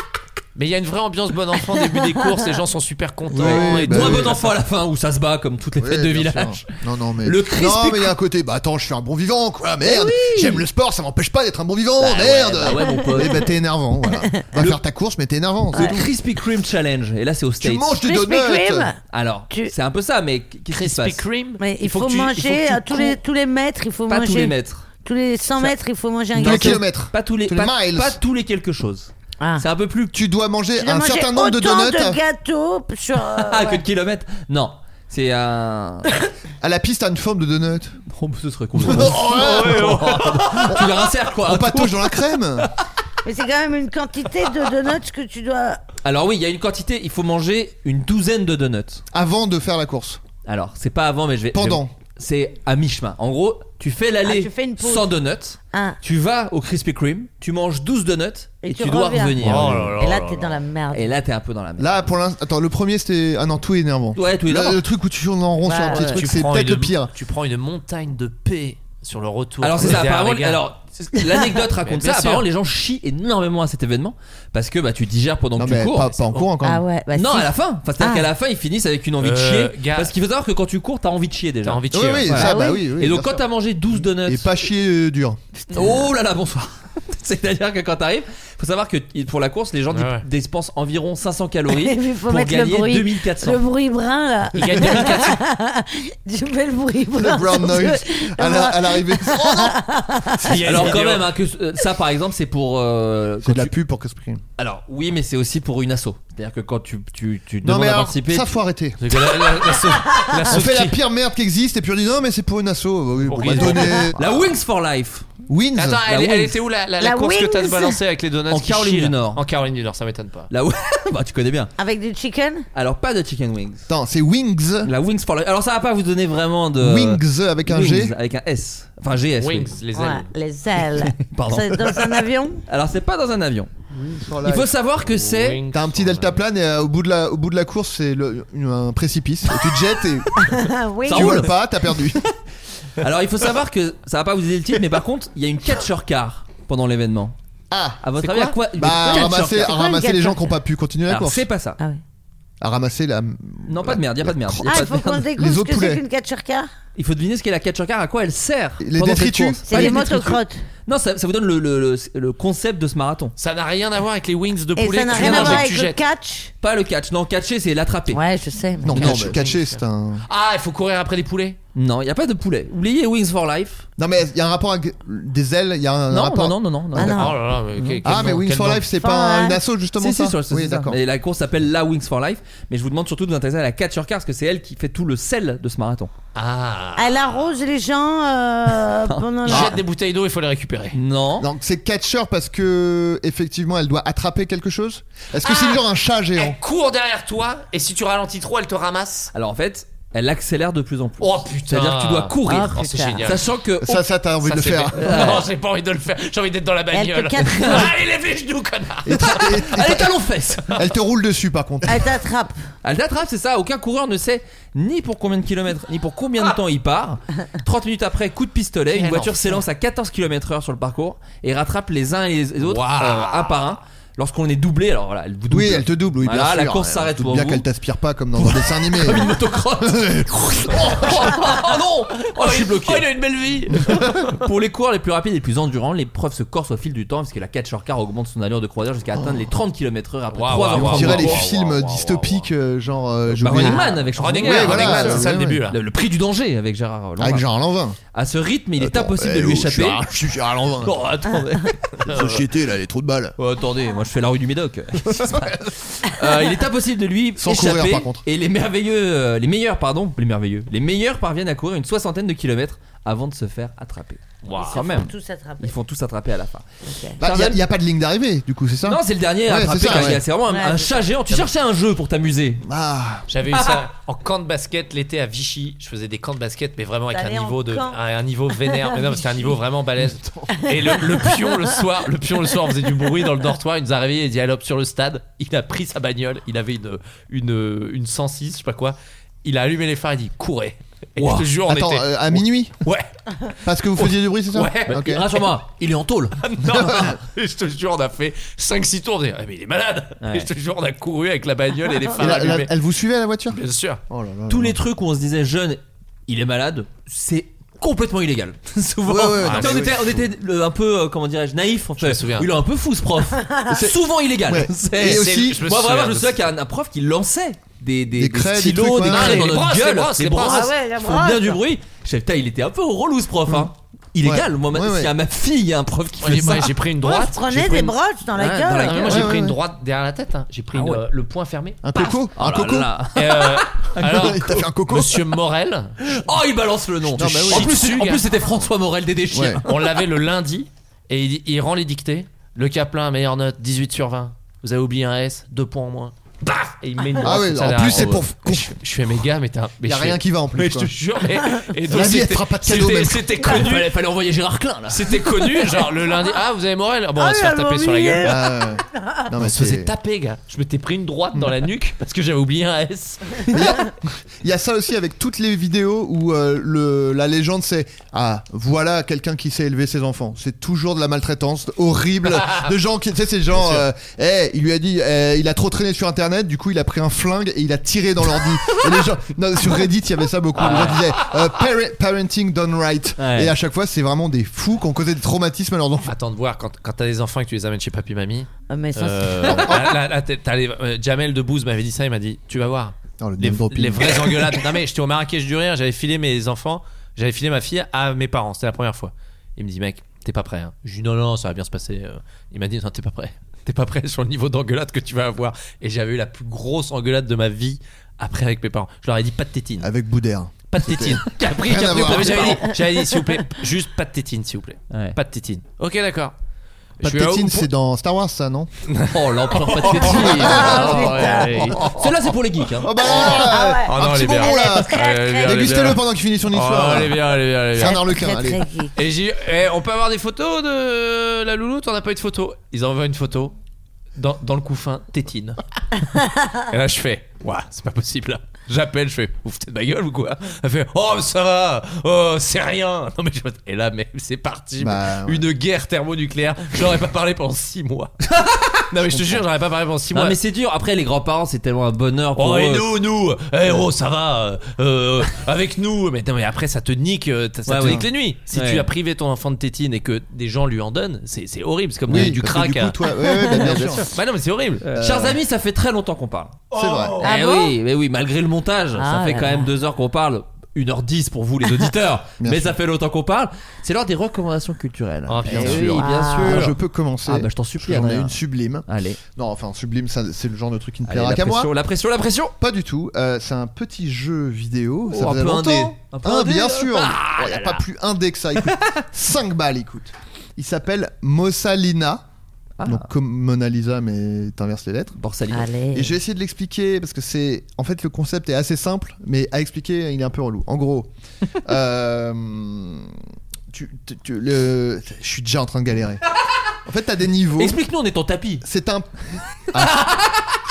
[SPEAKER 10] Mais il y a une vraie ambiance bon enfant au début des courses, les gens sont super contents.
[SPEAKER 8] Ouais,
[SPEAKER 10] et
[SPEAKER 8] bah
[SPEAKER 10] tout.
[SPEAKER 7] Moins
[SPEAKER 8] oui.
[SPEAKER 7] bon enfant à la fin où ça se bat comme toutes les
[SPEAKER 8] Ouais,
[SPEAKER 7] fêtes de
[SPEAKER 8] bien
[SPEAKER 7] village.
[SPEAKER 8] sûr. Non, non, mais.
[SPEAKER 7] Le crispy-
[SPEAKER 8] Non, mais il y a un côté, bah attends, je suis un bon vivant, quoi,
[SPEAKER 10] Eh
[SPEAKER 8] merde. J'aime le sport, ça m'empêche pas d'être un bon vivant, merde.
[SPEAKER 7] bah ouais, mon pote.
[SPEAKER 8] Eh ben, t'es énervant, voilà. Va faire ta course, mais t'es énervant. c'est
[SPEAKER 7] Le
[SPEAKER 8] tout.
[SPEAKER 7] Krispy Kreme Challenge. Et là, c'est au States.
[SPEAKER 8] Tu manges des
[SPEAKER 9] Krispy
[SPEAKER 8] donuts.
[SPEAKER 9] Kreme.
[SPEAKER 7] Alors,
[SPEAKER 9] Tu-
[SPEAKER 7] c'est un peu ça, mais qu'est-ce
[SPEAKER 8] Bah,
[SPEAKER 7] qui se
[SPEAKER 10] Krispy
[SPEAKER 7] passe
[SPEAKER 10] Kreme.
[SPEAKER 9] Mais il, faut,
[SPEAKER 10] que tu- il
[SPEAKER 9] manger
[SPEAKER 10] que tu
[SPEAKER 9] à tous les,
[SPEAKER 10] cours.
[SPEAKER 9] tous les mètres, il faut
[SPEAKER 7] Pas
[SPEAKER 9] manger.
[SPEAKER 7] tous les mètres.
[SPEAKER 9] Tous les 100 mètres, il faut manger un
[SPEAKER 8] Tous les
[SPEAKER 9] gâteau.
[SPEAKER 8] kilomètres.
[SPEAKER 7] Pas tous les,
[SPEAKER 8] Tous les
[SPEAKER 7] pas,
[SPEAKER 8] miles.
[SPEAKER 7] pas tous les quelque chose.
[SPEAKER 9] Ah.
[SPEAKER 7] C'est un peu plus
[SPEAKER 8] Tu dois manger
[SPEAKER 9] Tu dois
[SPEAKER 8] un
[SPEAKER 9] manger
[SPEAKER 8] certain nombre de
[SPEAKER 9] autant
[SPEAKER 8] donuts
[SPEAKER 9] de gâteaux sur. euh,
[SPEAKER 7] <laughs> Ah, que
[SPEAKER 9] ouais.
[SPEAKER 7] de kilomètres Non, c'est
[SPEAKER 8] <laughs>
[SPEAKER 7] un.
[SPEAKER 8] à la piste à une forme
[SPEAKER 7] <laughs>
[SPEAKER 8] de donuts.
[SPEAKER 7] Oh, ce serait <laughs> cool. tu leur insères quoi
[SPEAKER 8] <laughs> On
[SPEAKER 7] un tour.
[SPEAKER 8] patauge dans la crème.
[SPEAKER 9] Mais c'est quand même une quantité de donuts que tu dois.
[SPEAKER 7] Alors, oui, il y a une quantité, il faut manger une douzaine de donuts.
[SPEAKER 8] Avant de faire la course.
[SPEAKER 7] Alors, c'est pas avant, mais je vais.
[SPEAKER 8] Pendant.
[SPEAKER 7] je- C'est à mi-chemin. En gros, tu fais
[SPEAKER 9] Ah,
[SPEAKER 7] l'aller
[SPEAKER 9] tu fais une pause.
[SPEAKER 7] sans donuts,
[SPEAKER 9] Ah.
[SPEAKER 7] tu vas au Krispy Kreme, tu manges 12 donuts et,
[SPEAKER 9] Et
[SPEAKER 7] tu,
[SPEAKER 9] tu
[SPEAKER 7] dois
[SPEAKER 9] reviens.
[SPEAKER 7] revenir.
[SPEAKER 10] Oh là là
[SPEAKER 9] Et là,
[SPEAKER 10] là
[SPEAKER 9] t'es
[SPEAKER 10] là.
[SPEAKER 9] dans la merde.
[SPEAKER 7] Et là, t'es un peu dans la merde.
[SPEAKER 8] Là, pour l'instant. Attends, le premier c'était. Ah non, tout est énervant.
[SPEAKER 7] Ouais, tout est
[SPEAKER 8] Le,
[SPEAKER 7] énervant.
[SPEAKER 8] le truc où tu tournes en rond sur un
[SPEAKER 9] Ouais,
[SPEAKER 8] petit
[SPEAKER 9] ouais.
[SPEAKER 8] truc,
[SPEAKER 10] Tu
[SPEAKER 8] c'est
[SPEAKER 10] prends
[SPEAKER 8] peut-être
[SPEAKER 10] une-
[SPEAKER 8] le pire.
[SPEAKER 10] Tu prends une montagne de paix sur le retour.
[SPEAKER 7] Alors c'est ça,
[SPEAKER 10] Derrière
[SPEAKER 7] apparemment,
[SPEAKER 10] les gars.
[SPEAKER 7] alors l'anecdote
[SPEAKER 10] Mais
[SPEAKER 7] raconte
[SPEAKER 10] bien
[SPEAKER 7] ça,
[SPEAKER 10] sûr.
[SPEAKER 7] apparemment les gens chient énormément à cet événement parce que bah tu digères pendant
[SPEAKER 8] Non,
[SPEAKER 7] que tu
[SPEAKER 8] mais
[SPEAKER 7] cours.
[SPEAKER 8] pas, pas en courant quand même.
[SPEAKER 9] Ah ouais, bah
[SPEAKER 7] non,
[SPEAKER 9] si.
[SPEAKER 7] à la fin. Enfin, c'est-à-dire
[SPEAKER 9] Ah.
[SPEAKER 7] qu'à la fin, ils finissent avec une envie de
[SPEAKER 10] Euh,
[SPEAKER 7] chier.
[SPEAKER 10] gars-
[SPEAKER 7] Parce qu'il faut savoir que quand tu cours, t'as envie de chier déjà.
[SPEAKER 10] <laughs> T'as envie de
[SPEAKER 8] Oui,
[SPEAKER 10] chier.
[SPEAKER 8] oui,
[SPEAKER 7] Voilà.
[SPEAKER 9] Ah
[SPEAKER 8] ça, bah oui. oui,
[SPEAKER 7] Et donc,
[SPEAKER 8] bien
[SPEAKER 7] quand
[SPEAKER 8] sûr.
[SPEAKER 7] t'as mangé 12 donuts.
[SPEAKER 8] Et pas chier
[SPEAKER 9] <laughs>
[SPEAKER 8] euh, dur.
[SPEAKER 7] Oh là là, bonsoir. <laughs> C'est-à-dire que quand t'arrives, faut savoir que pour la course, les gens
[SPEAKER 10] Ouais, ouais.
[SPEAKER 7] dépensent environ 500
[SPEAKER 9] <laughs>
[SPEAKER 7] calories
[SPEAKER 9] Et puis, faut
[SPEAKER 7] pour
[SPEAKER 9] mettre le
[SPEAKER 7] gagner
[SPEAKER 9] bruit.
[SPEAKER 7] 2400.
[SPEAKER 9] Le bruit brun là.
[SPEAKER 10] Il gagne 2400.
[SPEAKER 9] <laughs> Tu mets le bruit brun.
[SPEAKER 8] Le brown
[SPEAKER 9] sur
[SPEAKER 8] noise
[SPEAKER 9] le-
[SPEAKER 8] à la- à l'arrivée.
[SPEAKER 9] <laughs>
[SPEAKER 8] Oh,
[SPEAKER 7] <laughs>
[SPEAKER 10] Il y a une
[SPEAKER 7] Alors quand
[SPEAKER 10] vidéo.
[SPEAKER 7] même, hein, que, euh, ça par exemple, c'est pour. euh,
[SPEAKER 8] C'est de
[SPEAKER 7] quand
[SPEAKER 8] la
[SPEAKER 7] tu-
[SPEAKER 8] pub pour Krispy Kreme.
[SPEAKER 7] Alors oui, mais c'est aussi pour une asso. C'est-à-dire que quand tu tu tu
[SPEAKER 8] Non
[SPEAKER 7] demandes
[SPEAKER 8] mais
[SPEAKER 7] à
[SPEAKER 8] alors,
[SPEAKER 7] participer,
[SPEAKER 8] ça faut arrêter.
[SPEAKER 10] Parce que La, la- la sau- la
[SPEAKER 8] On
[SPEAKER 10] sauce
[SPEAKER 8] fait la
[SPEAKER 10] qui-
[SPEAKER 8] pire merde qui existe et puis on dit non mais c'est pour une asso. Bah oui, bon,
[SPEAKER 10] Ok,
[SPEAKER 8] bah,
[SPEAKER 10] ils ont-
[SPEAKER 8] donnez-
[SPEAKER 7] La Wings for Life.
[SPEAKER 8] Wins.
[SPEAKER 10] Attends,
[SPEAKER 7] La
[SPEAKER 10] elle, elle
[SPEAKER 7] wings.
[SPEAKER 10] était où la, la-
[SPEAKER 9] La
[SPEAKER 10] la course que t'as
[SPEAKER 9] wings.
[SPEAKER 10] balancée avec les donuts
[SPEAKER 7] En
[SPEAKER 10] qui
[SPEAKER 7] Caroline
[SPEAKER 10] chient, là
[SPEAKER 7] du Nord.
[SPEAKER 10] En Caroline du Nord, ça m'étonne pas.
[SPEAKER 7] La <laughs> bah tu connais bien.
[SPEAKER 9] Avec du chicken
[SPEAKER 7] Alors pas de chicken wings.
[SPEAKER 8] Attends, c'est Wings.
[SPEAKER 7] La Wings for Life. Alors ça va pas vous donner vraiment de
[SPEAKER 8] Wings avec un
[SPEAKER 7] euh, Wings,
[SPEAKER 8] G.
[SPEAKER 7] avec un S. Enfin GS. oui.
[SPEAKER 10] Wings, les
[SPEAKER 9] Ouais,
[SPEAKER 10] ailes.
[SPEAKER 9] les ailes.
[SPEAKER 7] Pardon.
[SPEAKER 9] C'est dans un avion
[SPEAKER 7] Alors c'est pas dans un avion. Il faut savoir que c'est
[SPEAKER 10] Wings.
[SPEAKER 8] T'as un petit deltaplane et euh, au bout de la au bout de la course c'est le- une- un précipice. Et tu te
[SPEAKER 7] <laughs>
[SPEAKER 8] jettes et
[SPEAKER 9] Ah oui.
[SPEAKER 7] Ça
[SPEAKER 8] tu
[SPEAKER 7] roule.
[SPEAKER 8] voles pas,
[SPEAKER 7] <laughs>
[SPEAKER 8] t'as perdu.
[SPEAKER 7] Alors il faut savoir que ça va pas vous aider le titre mais par contre, il y a une catcher car pendant l'événement.
[SPEAKER 8] Ah.
[SPEAKER 7] À votre
[SPEAKER 10] C'est
[SPEAKER 7] avis, à
[SPEAKER 10] quoi
[SPEAKER 7] quoi une
[SPEAKER 8] Bah
[SPEAKER 7] catcher
[SPEAKER 8] ramasser,
[SPEAKER 7] car
[SPEAKER 9] quoi une
[SPEAKER 8] ramasser les
[SPEAKER 9] catch-up
[SPEAKER 8] gens qui n'ont pas pu continuer la
[SPEAKER 7] Alors,
[SPEAKER 8] course.
[SPEAKER 7] c'est pas ça.
[SPEAKER 9] Ah, oui.
[SPEAKER 8] À ramasser la.
[SPEAKER 7] Non, pas de merde, y a pas de merde. Y a
[SPEAKER 9] Ah,
[SPEAKER 7] pas
[SPEAKER 9] il
[SPEAKER 7] de
[SPEAKER 9] faut qu'on
[SPEAKER 7] merde.
[SPEAKER 9] découvre
[SPEAKER 8] Les
[SPEAKER 9] ce
[SPEAKER 8] autres
[SPEAKER 9] que c'est
[SPEAKER 8] poulets.
[SPEAKER 9] qu'une catcher car.
[SPEAKER 7] Il faut deviner ce qu'est la catcher car, à quoi elle sert.
[SPEAKER 8] Les
[SPEAKER 7] pendant cette
[SPEAKER 8] détritus.
[SPEAKER 7] course.
[SPEAKER 9] C'est
[SPEAKER 7] Pas
[SPEAKER 9] des
[SPEAKER 7] les détritus.
[SPEAKER 9] motocrottes.
[SPEAKER 7] Non, ça, ça vous donne le, le- le- le concept de ce marathon.
[SPEAKER 10] Ça n'a rien à voir avec les wings de
[SPEAKER 9] Et
[SPEAKER 10] poulet
[SPEAKER 9] ça n'a
[SPEAKER 10] que tu
[SPEAKER 9] rien à
[SPEAKER 10] manges
[SPEAKER 9] voir
[SPEAKER 10] et que
[SPEAKER 9] avec
[SPEAKER 10] tu
[SPEAKER 9] le
[SPEAKER 10] jettes.
[SPEAKER 9] catch.
[SPEAKER 7] Pas le catch. Non, catcher, c'est l'attraper.
[SPEAKER 9] Ouais, je sais. mais-
[SPEAKER 8] Non,
[SPEAKER 7] Non,
[SPEAKER 8] catch-
[SPEAKER 7] mais-
[SPEAKER 8] catcher c'est un.
[SPEAKER 10] Ah, il faut courir après les poulets.
[SPEAKER 7] Non, y a pas de poulet. Oubliez Wings for Life.
[SPEAKER 8] Non mais il y a un rapport avec des ailes, il y a un
[SPEAKER 7] Non,
[SPEAKER 8] rapport.
[SPEAKER 7] non, non, non, non.
[SPEAKER 9] Ah,
[SPEAKER 7] non.
[SPEAKER 9] non.
[SPEAKER 10] Oh là là, mais quel-
[SPEAKER 8] Ah
[SPEAKER 10] quel
[SPEAKER 8] mais
[SPEAKER 10] nom,
[SPEAKER 8] Wings
[SPEAKER 10] quel
[SPEAKER 8] for
[SPEAKER 10] nom.
[SPEAKER 8] Life c'est
[SPEAKER 9] Enfin,
[SPEAKER 8] pas
[SPEAKER 9] ouais.
[SPEAKER 8] une asso justement
[SPEAKER 7] Si,
[SPEAKER 8] ça.
[SPEAKER 7] si, sur- c'est
[SPEAKER 8] oui
[SPEAKER 7] ça.
[SPEAKER 8] d'accord.
[SPEAKER 7] Et la course s'appelle la Wings for Life. Mais je vous demande surtout de vous intéresser à la catcher car parce que c'est elle qui fait tout le sel de ce marathon.
[SPEAKER 10] Ah.
[SPEAKER 9] Elle arrose les gens euh, pendant
[SPEAKER 10] Ils
[SPEAKER 9] la-
[SPEAKER 10] jettent des bouteilles d'eau, il faut les récupérer.
[SPEAKER 7] Non.
[SPEAKER 8] Donc c'est catcher parce que effectivement elle doit attraper quelque chose. Est-ce que c'est
[SPEAKER 10] Ah
[SPEAKER 8] genre un chat géant
[SPEAKER 10] Elle court derrière toi et si tu ralentis trop, elle te ramasse.
[SPEAKER 7] Alors en fait, elle accélère de plus en plus.
[SPEAKER 10] Oh putain
[SPEAKER 7] C'est-à-dire que tu dois courir.
[SPEAKER 10] Oh, c'est génial.
[SPEAKER 7] Sachant que. <laughs>
[SPEAKER 8] Ça, ça, t'as envie de le
[SPEAKER 10] c'est
[SPEAKER 8] faire.
[SPEAKER 10] bien. Non, j'ai pas envie de le faire. J'ai envie d'être dans la bagnole. <laughs> Allez, lève les genoux, connard
[SPEAKER 7] Allez,
[SPEAKER 8] <laughs>
[SPEAKER 7] talons fesses
[SPEAKER 8] Elle te roule dessus par contre.
[SPEAKER 9] Elle t'attrape.
[SPEAKER 7] Elle t'attrape, c'est ça. Aucun coureur ne sait ni pour combien de kilomètres, ni pour combien
[SPEAKER 10] Ah.
[SPEAKER 7] de temps il part. 30 minutes après, coup de pistolet, une
[SPEAKER 10] Quel
[SPEAKER 7] voiture
[SPEAKER 10] enfer.
[SPEAKER 7] s'élance à 14 km/h sur le parcours et rattrape les uns et les autres,
[SPEAKER 10] Waouh.
[SPEAKER 7] euh, un par un. Lorsqu'on est doublé, alors voilà, elle vous double.
[SPEAKER 8] Oui, elle te double, oui, bien
[SPEAKER 7] Voilà,
[SPEAKER 8] sûr.
[SPEAKER 7] la course s'arrête
[SPEAKER 8] Elle doute
[SPEAKER 7] pour
[SPEAKER 8] Bien
[SPEAKER 7] vous.
[SPEAKER 8] qu'elle t'aspire pas comme dans un dessin
[SPEAKER 7] <laughs>
[SPEAKER 8] animé.
[SPEAKER 7] Comme <laughs> une
[SPEAKER 8] <laughs>
[SPEAKER 7] motocross. Oh non Oh, je suis bloqué.
[SPEAKER 10] il a une belle vie
[SPEAKER 8] Ah,
[SPEAKER 7] Pour les coureurs les plus rapides et les plus endurants, l'épreuve se corse au fil du temps parce que la 4 car augmente son allure de croisière jusqu'à atteindre les 30 km/h après
[SPEAKER 10] Waouh,
[SPEAKER 7] 3
[SPEAKER 10] waouh,
[SPEAKER 8] On
[SPEAKER 10] waouh,
[SPEAKER 8] dirait
[SPEAKER 10] waouh,
[SPEAKER 8] les
[SPEAKER 7] oh,
[SPEAKER 10] waouh,
[SPEAKER 8] films
[SPEAKER 10] waouh, waouh,
[SPEAKER 8] dystopiques, euh, genre. euh, j'ai
[SPEAKER 7] Bah,
[SPEAKER 8] oublié.
[SPEAKER 7] Running Man avec Schwarzenegger,
[SPEAKER 10] Schwarzenegger,
[SPEAKER 8] voilà,
[SPEAKER 10] Schwarzenegger, c'est ça le
[SPEAKER 8] oui, oui.
[SPEAKER 10] début là.
[SPEAKER 7] le, le prix du danger avec Gérard Lanvin.
[SPEAKER 8] Avec Jean Lanvin.
[SPEAKER 7] À ce rythme, il est impossible de
[SPEAKER 8] Eh,
[SPEAKER 7] lui
[SPEAKER 8] oh, je suis
[SPEAKER 7] échapper.
[SPEAKER 8] Gérard- Je suis Gérard Lanvin.
[SPEAKER 7] <laughs> Oh, <laughs> attendez.
[SPEAKER 8] La Société, là, les trous
[SPEAKER 7] <laughs>
[SPEAKER 8] de balles. Bah,
[SPEAKER 7] Oh, attendez, moi je fais la rue du <laughs> Médoc. Qu'est-ce qui se passe Euh, il est impossible de lui
[SPEAKER 8] Sans
[SPEAKER 7] échapper.
[SPEAKER 8] courir, par contre.
[SPEAKER 7] Et les merveilleux, euh, les meilleurs, pardon, les merveilleux, les meilleurs parviennent à courir une soixantaine de kilomètres avant de se faire attraper.
[SPEAKER 10] Waouh.
[SPEAKER 7] Quand même,
[SPEAKER 9] Tout s'attrape.
[SPEAKER 7] ils font tous attraper à la fin.
[SPEAKER 8] Bah,
[SPEAKER 7] Charles-
[SPEAKER 8] y a- y a pas de ligne d'arrivée, du coup, c'est ça
[SPEAKER 7] Non, c'est le dernier à
[SPEAKER 8] Ouais,
[SPEAKER 7] attraper.
[SPEAKER 8] c'est ça,
[SPEAKER 7] quand il y a-
[SPEAKER 8] ouais.
[SPEAKER 7] C'est vraiment un,
[SPEAKER 9] Ouais,
[SPEAKER 7] un
[SPEAKER 9] c'est
[SPEAKER 7] chat géant. Tu cherchais un jeu pour t'amuser.
[SPEAKER 8] Ah,
[SPEAKER 10] <laughs> J'avais eu ça en camp de basket l'été à Vichy. Je faisais des camps de basket, mais vraiment avec un
[SPEAKER 9] T'allais en
[SPEAKER 10] niveau de,
[SPEAKER 9] camp.
[SPEAKER 10] un, un niveau vénère. Mais non, mais c'était un niveau vraiment <laughs> balèze. Et le, le pion le soir, le pion le soir on faisait du bruit dans le dortoir. Il nous a réveillés, il dit allop sur le stade. Il a pris sa bagnole, il avait une une une 106, je sais pas quoi. Il a allumé les phares, il dit courez. Et
[SPEAKER 7] Wow.
[SPEAKER 10] je te jure, on
[SPEAKER 8] attends,
[SPEAKER 10] était
[SPEAKER 8] euh, à minuit
[SPEAKER 10] ouais.
[SPEAKER 8] Parce que vous faisiez du bruit, c'est ça
[SPEAKER 10] Ouais.
[SPEAKER 8] Ok.
[SPEAKER 7] Rassure-moi, il est en tôle.
[SPEAKER 10] Ah, Non, et <laughs> je te jure, on a fait 5-6 tours. On dit, Ah, mais il est malade.
[SPEAKER 7] Ouais.
[SPEAKER 10] Et je te jure, on a couru avec Ah. la bagnole et les
[SPEAKER 8] Et
[SPEAKER 10] phares
[SPEAKER 8] la- la-
[SPEAKER 10] allumés.
[SPEAKER 8] elle vous suivait à la voiture
[SPEAKER 10] Bien sûr.
[SPEAKER 8] Oh là là là.
[SPEAKER 7] Tous les trucs où on se disait jeune, il est malade, c'est complètement illégal. <laughs> Souvent,
[SPEAKER 8] Ouais, ouais, non,
[SPEAKER 7] Tu sais, on,
[SPEAKER 8] mais
[SPEAKER 7] était, on était, euh, un peu, euh, comment dirais-je, naïf. On fait,
[SPEAKER 10] me souviens.
[SPEAKER 7] oui, il est un peu fou ce
[SPEAKER 8] <laughs>
[SPEAKER 7] prof. c'est souvent illégal.
[SPEAKER 8] Ouais.
[SPEAKER 7] <laughs> C'est-
[SPEAKER 8] Et
[SPEAKER 7] c'est-
[SPEAKER 8] aussi-
[SPEAKER 10] je me
[SPEAKER 7] moi vraiment,
[SPEAKER 10] souviens
[SPEAKER 7] je me
[SPEAKER 10] de
[SPEAKER 7] souviens
[SPEAKER 10] ça.
[SPEAKER 7] qu'il y a un, un prof qui lançait des, des,
[SPEAKER 8] Des craies, des
[SPEAKER 7] stylos,
[SPEAKER 8] trucs, ouais.
[SPEAKER 7] craies
[SPEAKER 8] Ah,
[SPEAKER 7] dans
[SPEAKER 10] les
[SPEAKER 7] notre
[SPEAKER 10] brosses,
[SPEAKER 7] gueule,
[SPEAKER 10] les brosses,
[SPEAKER 7] des
[SPEAKER 10] les
[SPEAKER 7] brosses.
[SPEAKER 10] brosses.
[SPEAKER 9] Ah ouais, la
[SPEAKER 7] Ils
[SPEAKER 9] brosse.
[SPEAKER 7] font bien du bruit. Je sais, putain, il était un peu relou ce prof. Hein. Illégal. Moi, maintenant,
[SPEAKER 8] Ouais, ouais.
[SPEAKER 7] s'il y a ma fille, il y a un prof qui
[SPEAKER 10] Moi,
[SPEAKER 7] fait
[SPEAKER 10] j'ai-
[SPEAKER 7] ça.
[SPEAKER 10] moi, j'ai pris une
[SPEAKER 9] Moi,
[SPEAKER 10] droite.
[SPEAKER 9] je
[SPEAKER 10] j'ai
[SPEAKER 9] prenais
[SPEAKER 10] pris
[SPEAKER 9] des
[SPEAKER 10] une-
[SPEAKER 9] broches dans la
[SPEAKER 7] Ouais, dans la
[SPEAKER 10] Ah,
[SPEAKER 9] gueule.
[SPEAKER 10] mais moi j'ai
[SPEAKER 8] Ouais,
[SPEAKER 10] pris
[SPEAKER 8] ouais.
[SPEAKER 10] une droite derrière la tête. hein. J'ai pris
[SPEAKER 7] Ah
[SPEAKER 10] une,
[SPEAKER 7] ouais.
[SPEAKER 10] euh, le poing fermé.
[SPEAKER 8] Un coco
[SPEAKER 7] Oh
[SPEAKER 8] Un
[SPEAKER 7] là
[SPEAKER 8] coco <laughs>
[SPEAKER 7] là.
[SPEAKER 10] <laughs> Et, euh, alors,
[SPEAKER 8] Il t'a fait un coco
[SPEAKER 10] Monsieur Morel,
[SPEAKER 7] Oh, il balance le nom.
[SPEAKER 8] Non, bah oui.
[SPEAKER 7] En plus,
[SPEAKER 10] Chie
[SPEAKER 7] en plus,
[SPEAKER 10] dessus,
[SPEAKER 7] c'était François Morel des déchets.
[SPEAKER 8] Ouais.
[SPEAKER 10] on l'avait le lundi et il, il rend les dictées. Le Caplin, meilleure note, 18 sur 20. Vous avez oublié un S, deux points en moins. Bah Baf Et il met une
[SPEAKER 8] Ah
[SPEAKER 10] droite comme
[SPEAKER 8] oui,
[SPEAKER 10] ça
[SPEAKER 8] en
[SPEAKER 10] derrière.
[SPEAKER 8] plus c'est pour.
[SPEAKER 10] Je, je fais mes gars, mais t'as. mais
[SPEAKER 8] Y a
[SPEAKER 10] je
[SPEAKER 8] rien
[SPEAKER 10] fais-
[SPEAKER 8] qui va en plus,
[SPEAKER 10] Mais
[SPEAKER 8] quoi.
[SPEAKER 10] je te jure, mais. <laughs> et donc,
[SPEAKER 8] La vie, elle
[SPEAKER 10] c'était-
[SPEAKER 8] fera pas de cadeau,
[SPEAKER 10] c'était-
[SPEAKER 8] même.
[SPEAKER 10] C'était connu.
[SPEAKER 7] Ah, Fallait, fallait envoyer Gérard Klein là. <laughs>
[SPEAKER 10] C'était connu, genre le lundi. Ah, vous avez Morel Ah, Bon, on va
[SPEAKER 9] Ah,
[SPEAKER 10] se faire
[SPEAKER 9] elle
[SPEAKER 10] taper
[SPEAKER 9] m'a
[SPEAKER 10] sur la
[SPEAKER 9] oublié.
[SPEAKER 10] gueule.
[SPEAKER 8] Ah, ouais. Non, mais
[SPEAKER 10] Je me faisais
[SPEAKER 8] c'est.
[SPEAKER 10] taper, gars. Je m'étais pris une droite dans la nuque parce que j'avais oublié un S.
[SPEAKER 8] Il y a ça aussi avec toutes les vidéos où euh, le, la légende c'est Ah, voilà quelqu'un qui sait élever ses enfants. C'est toujours de la maltraitance horrible de gens qui. Tu sais, ces gens. euh, Eh, il lui a dit, euh, il a trop traîné sur internet, du coup il a pris un flingue et il a tiré dans l'ordi. Et les gens. Non, sur Reddit il y avait ça beaucoup. Les gens disaient euh, Parent- Parenting done right.
[SPEAKER 7] Ouais.
[SPEAKER 8] Et à chaque fois c'est vraiment des fous qui ont causé des traumatismes à leurs enfants.
[SPEAKER 10] Attends de voir quand, quand t'as des enfants et que tu les amènes chez papy mamie.
[SPEAKER 9] Ah, Mais ça, <laughs> c'est-
[SPEAKER 10] Euh, <laughs> là, là, là, t'es- t'as les- euh, Jamel Debbouze m'avait dit ça. Il m'a dit Tu vas voir,
[SPEAKER 8] Non, le
[SPEAKER 10] les,
[SPEAKER 8] name dropping.
[SPEAKER 10] les vraies engueulades. Non, mais j'étais au Marrakech du Rire, j'avais filé mes enfants, j'avais filé ma fille à mes parents. C'était la première fois. Il me dit Mec, t'es pas prêt. hein. Je lui dis Non, non, ça va bien se passer. euh. Il m'a dit Non, t'es pas prêt. <laughs> T'es pas prêt sur le niveau d'engueulade que tu vas avoir. Et j'avais eu la plus grosse engueulade de ma vie après avec mes parents. Je leur ai dit Pas de tétine.
[SPEAKER 8] Avec Boudère.
[SPEAKER 10] Pas de
[SPEAKER 8] <laughs>
[SPEAKER 10] tétine. Capri,
[SPEAKER 8] Rien à
[SPEAKER 10] Capri,
[SPEAKER 8] voir.
[SPEAKER 10] Capri, j'avais dit, j'avais dit, s'il vous plaît, juste pas de tétine, s'il vous plaît.
[SPEAKER 7] Ouais.
[SPEAKER 10] Pas de tétine. Ok,
[SPEAKER 8] Pas
[SPEAKER 10] d'accord. Je
[SPEAKER 8] de
[SPEAKER 10] suis là,
[SPEAKER 8] tétine,
[SPEAKER 10] oh,
[SPEAKER 8] c'est dans Star Wars ça, non
[SPEAKER 7] Oh, l'empereur pas de
[SPEAKER 10] Ah,
[SPEAKER 7] tétine.
[SPEAKER 8] <laughs>
[SPEAKER 10] putain.
[SPEAKER 7] Celle-là, c'est pour les geeks. hein.
[SPEAKER 8] Oh bah
[SPEAKER 9] Ah
[SPEAKER 8] là
[SPEAKER 10] Oh
[SPEAKER 8] Un
[SPEAKER 10] non,
[SPEAKER 8] petit
[SPEAKER 10] elle est bien.
[SPEAKER 8] bonbon, là.
[SPEAKER 10] Elle est bien, elle est
[SPEAKER 8] Dégustez-le
[SPEAKER 10] bien.
[SPEAKER 8] pendant qu'il finit son
[SPEAKER 10] Oh,
[SPEAKER 8] histoire.
[SPEAKER 10] elle est bien, elle est bien, elle est
[SPEAKER 8] C'est un
[SPEAKER 10] bien.
[SPEAKER 8] arlequin,
[SPEAKER 9] très,
[SPEAKER 8] allez.
[SPEAKER 9] très geek.
[SPEAKER 10] Et j'ai eh, on peut avoir des photos de la louloute On n'a pas eu de photo. Ils envoient une photo dans, dans le couffin,
[SPEAKER 8] <laughs>
[SPEAKER 10] tétine. Et là, je fais, ouah, c'est pas possible là. J'appelle, je fais, vous foutez de ma gueule ou quoi Elle fait, oh, mais ça va, oh, c'est rien. Non, mais je... Et là, mais c'est parti.
[SPEAKER 8] Bah, ouais.
[SPEAKER 10] Une guerre thermonucléaire. J'aurais pas parlé pendant 6 mois. non, mais je te jure, j'aurais pas parlé pendant 6
[SPEAKER 7] Non,
[SPEAKER 10] mois.
[SPEAKER 7] mais c'est dur. Après, les grands-parents, c'est tellement un bonheur pour
[SPEAKER 10] Oh, et
[SPEAKER 7] eux.
[SPEAKER 10] nous, nous, eh, oh, ça va, euh, euh, avec nous. Mais non, mais après, ça te nique, euh, ça
[SPEAKER 7] Ouais,
[SPEAKER 10] te
[SPEAKER 7] ouais.
[SPEAKER 10] nique les nuits. Si
[SPEAKER 7] Ouais.
[SPEAKER 10] tu as privé ton enfant de tétine et que des gens lui en donnent, c'est c'est horrible. C'est comme donner du
[SPEAKER 8] parce que
[SPEAKER 10] crack.
[SPEAKER 8] Du
[SPEAKER 10] à-
[SPEAKER 7] hein.
[SPEAKER 8] coup, toi, ouais, ouais, bah, bien sûr. C'est
[SPEAKER 10] Bah non, mais c'est horrible.
[SPEAKER 7] Chers amis, ça fait très longtemps qu'on parle.
[SPEAKER 8] vrai.
[SPEAKER 9] Ah
[SPEAKER 7] Euh. eh
[SPEAKER 9] bon
[SPEAKER 7] oui, mais oui, malgré le montage, ça
[SPEAKER 9] Ah
[SPEAKER 7] fait
[SPEAKER 9] là
[SPEAKER 7] quand
[SPEAKER 9] là.
[SPEAKER 7] même deux heures qu'on parle. 1h10 pour
[SPEAKER 10] <laughs>
[SPEAKER 7] vous les auditeurs,
[SPEAKER 8] Bien
[SPEAKER 7] mais
[SPEAKER 8] sûr.
[SPEAKER 7] ça fait longtemps qu'on parle. C'est l'heure des recommandations culturelles.
[SPEAKER 10] Ah, bien
[SPEAKER 7] Eh
[SPEAKER 10] sûr.
[SPEAKER 7] oui, bien
[SPEAKER 9] Ah.
[SPEAKER 7] sûr.
[SPEAKER 8] Alors, je peux commencer.
[SPEAKER 7] Ah, bah, je t'en supplie,
[SPEAKER 8] J'en ai
[SPEAKER 7] Adrien.
[SPEAKER 8] une sublime.
[SPEAKER 7] Allez,
[SPEAKER 8] Non, enfin, sublime, ça, c'est le genre de truc qui ne
[SPEAKER 7] allez
[SPEAKER 8] plaira
[SPEAKER 7] la,
[SPEAKER 8] qu'à moi.
[SPEAKER 7] pression, la pression, la pression.
[SPEAKER 8] Pas du tout. Euh, c'est un petit jeu vidéo.
[SPEAKER 7] Oh,
[SPEAKER 8] ça
[SPEAKER 7] un
[SPEAKER 8] faisait
[SPEAKER 7] peu
[SPEAKER 8] longtemps. Ah,
[SPEAKER 7] indé. Un peu indé,
[SPEAKER 8] bien
[SPEAKER 7] là.
[SPEAKER 8] sûr. Il n'y a
[SPEAKER 7] <laughs>
[SPEAKER 8] pas plus indé que ça. Écoute, 5 balles, écoute. Il s'appelle Mossalina.
[SPEAKER 7] Ah.
[SPEAKER 8] Donc comme Mona Lisa, mais t'inverses les lettres.
[SPEAKER 7] Borsalino.
[SPEAKER 9] Allez.
[SPEAKER 8] Et je vais essayer de l'expliquer parce que c'est. En fait, le concept est assez simple, mais à expliquer, il est un peu relou. En gros, euh, tu, tu- tu- le... je suis déjà en train de galérer. En fait, t'as des niveaux.
[SPEAKER 7] Explique-nous, on est en tapis.
[SPEAKER 8] C'est un. Ah.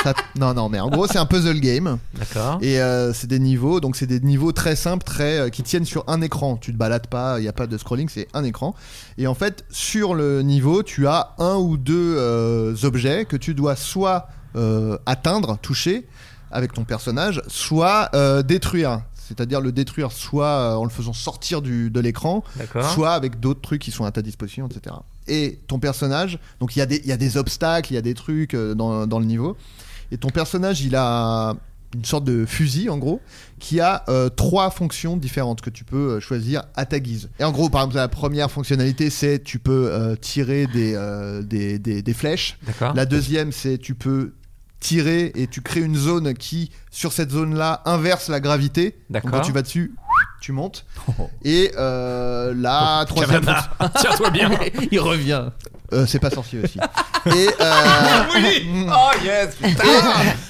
[SPEAKER 8] Ça- Non, non, mais en gros, c'est un puzzle game.
[SPEAKER 7] <laughs>
[SPEAKER 10] D'accord.
[SPEAKER 8] Et euh, c'est des niveaux, donc c'est des niveaux très simples, très euh, qui tiennent sur un écran. Tu te balades pas, il n'y a pas de scrolling, c'est un écran. Et en fait, sur le niveau, tu as un ou deux euh, objets que tu dois soit euh, atteindre, toucher avec ton personnage, soit euh, détruire. C'est-à-dire le détruire soit euh, en le faisant sortir du, de l'écran,
[SPEAKER 10] D'accord.
[SPEAKER 8] soit avec d'autres trucs qui sont à ta disposition, etc. Et ton personnage, donc il y, a des- il y a des obstacles, il y a des trucs euh, dans, dans le niveau. Et ton personnage, il a une sorte de fusil, en gros, qui a euh, trois fonctions différentes que tu peux euh, choisir à ta guise. Et en gros, par exemple, la première fonctionnalité, c'est tu peux euh, tirer des, euh, des, des- des flèches.
[SPEAKER 10] D'accord.
[SPEAKER 8] La deuxième, c'est tu peux tirer et tu crées une zone qui, sur cette zone-là, inverse la gravité. Donc,
[SPEAKER 10] D'accord. Oh.
[SPEAKER 8] Quand tu vas dessus, tu montes.
[SPEAKER 10] <laughs>
[SPEAKER 8] Et euh, la troisième fonction-
[SPEAKER 10] Tiens-toi <laughs> bien.
[SPEAKER 7] Il revient.
[SPEAKER 8] euh, c'est pas sorcier
[SPEAKER 10] <laughs>
[SPEAKER 8] aussi. et, euh,
[SPEAKER 10] oui. Oh yes. Putain.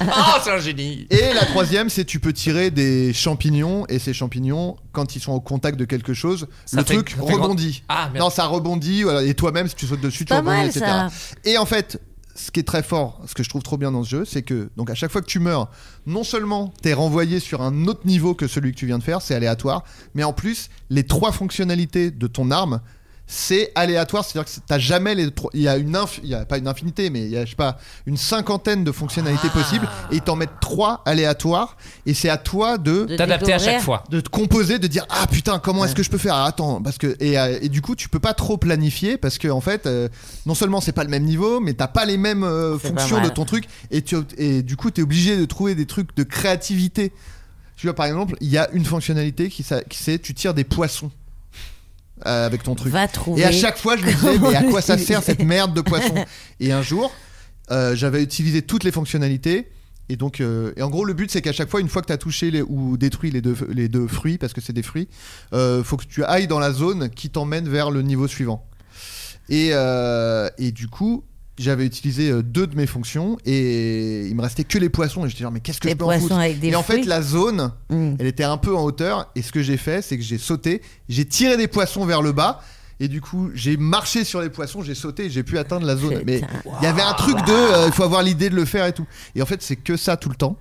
[SPEAKER 10] Oh, c'est un génie.
[SPEAKER 8] et la troisième, c'est tu peux tirer des champignons et ces champignons, quand ils sont au contact de quelque chose,
[SPEAKER 10] Ça
[SPEAKER 8] le
[SPEAKER 10] fait-
[SPEAKER 8] truc
[SPEAKER 10] ça fait
[SPEAKER 8] rebondit.
[SPEAKER 10] grand- Ah, merde.
[SPEAKER 8] non, ça rebondit. voilà, et toi-même, si tu sautes dessus, tu
[SPEAKER 9] Pas
[SPEAKER 8] rebondis,
[SPEAKER 9] mal,
[SPEAKER 8] etc.
[SPEAKER 9] ça.
[SPEAKER 8] Et en fait, ce qui est très fort, ce que je trouve trop bien dans ce jeu, c'est que donc à chaque fois que tu meurs, non seulement t'es renvoyé sur un autre niveau que celui que tu viens de faire, c'est aléatoire, mais en plus les trois fonctionnalités de ton arme, c'est aléatoire, c'est-à-dire que c'est- t'as jamais les trois. Il y a une inf- il y a pas une infinité, mais il y a je sais pas une cinquantaine de fonctionnalités possibles et ils t'en mettent trois aléatoires et c'est à toi de
[SPEAKER 10] T'adapter à chaque
[SPEAKER 9] découvrir.
[SPEAKER 10] fois.
[SPEAKER 8] de te composer, de dire ah putain comment est-ce que je peux faire Ah, attends parce que et, euh, et du coup tu peux pas trop planifier parce que en fait euh, non seulement c'est pas le même niveau mais t'as pas les mêmes euh,
[SPEAKER 9] C'est pas
[SPEAKER 8] fonctions de
[SPEAKER 9] mal.
[SPEAKER 8] ton truc et tu et du coup t'es obligé de trouver des trucs de créativité. Tu vois par exemple il y a une fonctionnalité qui, s'a- qui c'est tu tires des poissons euh, avec ton truc.
[SPEAKER 9] Va trouver.
[SPEAKER 8] Et à chaque fois, je me disais, mais à
[SPEAKER 9] <laughs>
[SPEAKER 8] quoi ça sert cette merde de poisson Et un jour, euh, j'avais utilisé toutes les fonctionnalités. Et donc, euh, et en gros, le but, c'est qu'à chaque fois, une fois que tu as touché les- ou détruit les deux, les deux fruits, parce que c'est des fruits, euh, faut que tu ailles dans la zone qui t'emmène vers le niveau suivant. Et, euh, et du coup, j'avais utilisé euh, deux de mes fonctions et il me restait que les poissons. Et j'étais genre, mais qu'est-ce que
[SPEAKER 9] Des
[SPEAKER 8] je peux en
[SPEAKER 9] poissons
[SPEAKER 8] foutre
[SPEAKER 9] avec des
[SPEAKER 8] Et en fait,
[SPEAKER 9] fruits.
[SPEAKER 8] la zone,
[SPEAKER 9] Mm.
[SPEAKER 8] elle était un peu en hauteur et ce que j'ai fait, c'est que j'ai sauté, j'ai tiré des poissons vers le bas et du coup j'ai marché sur les poissons, j'ai sauté et j'ai pu atteindre la zone.
[SPEAKER 9] Putain.
[SPEAKER 8] Mais il y avait un truc de, euh, il faut avoir l'idée de le faire et tout. Et en fait c'est que ça tout le temps.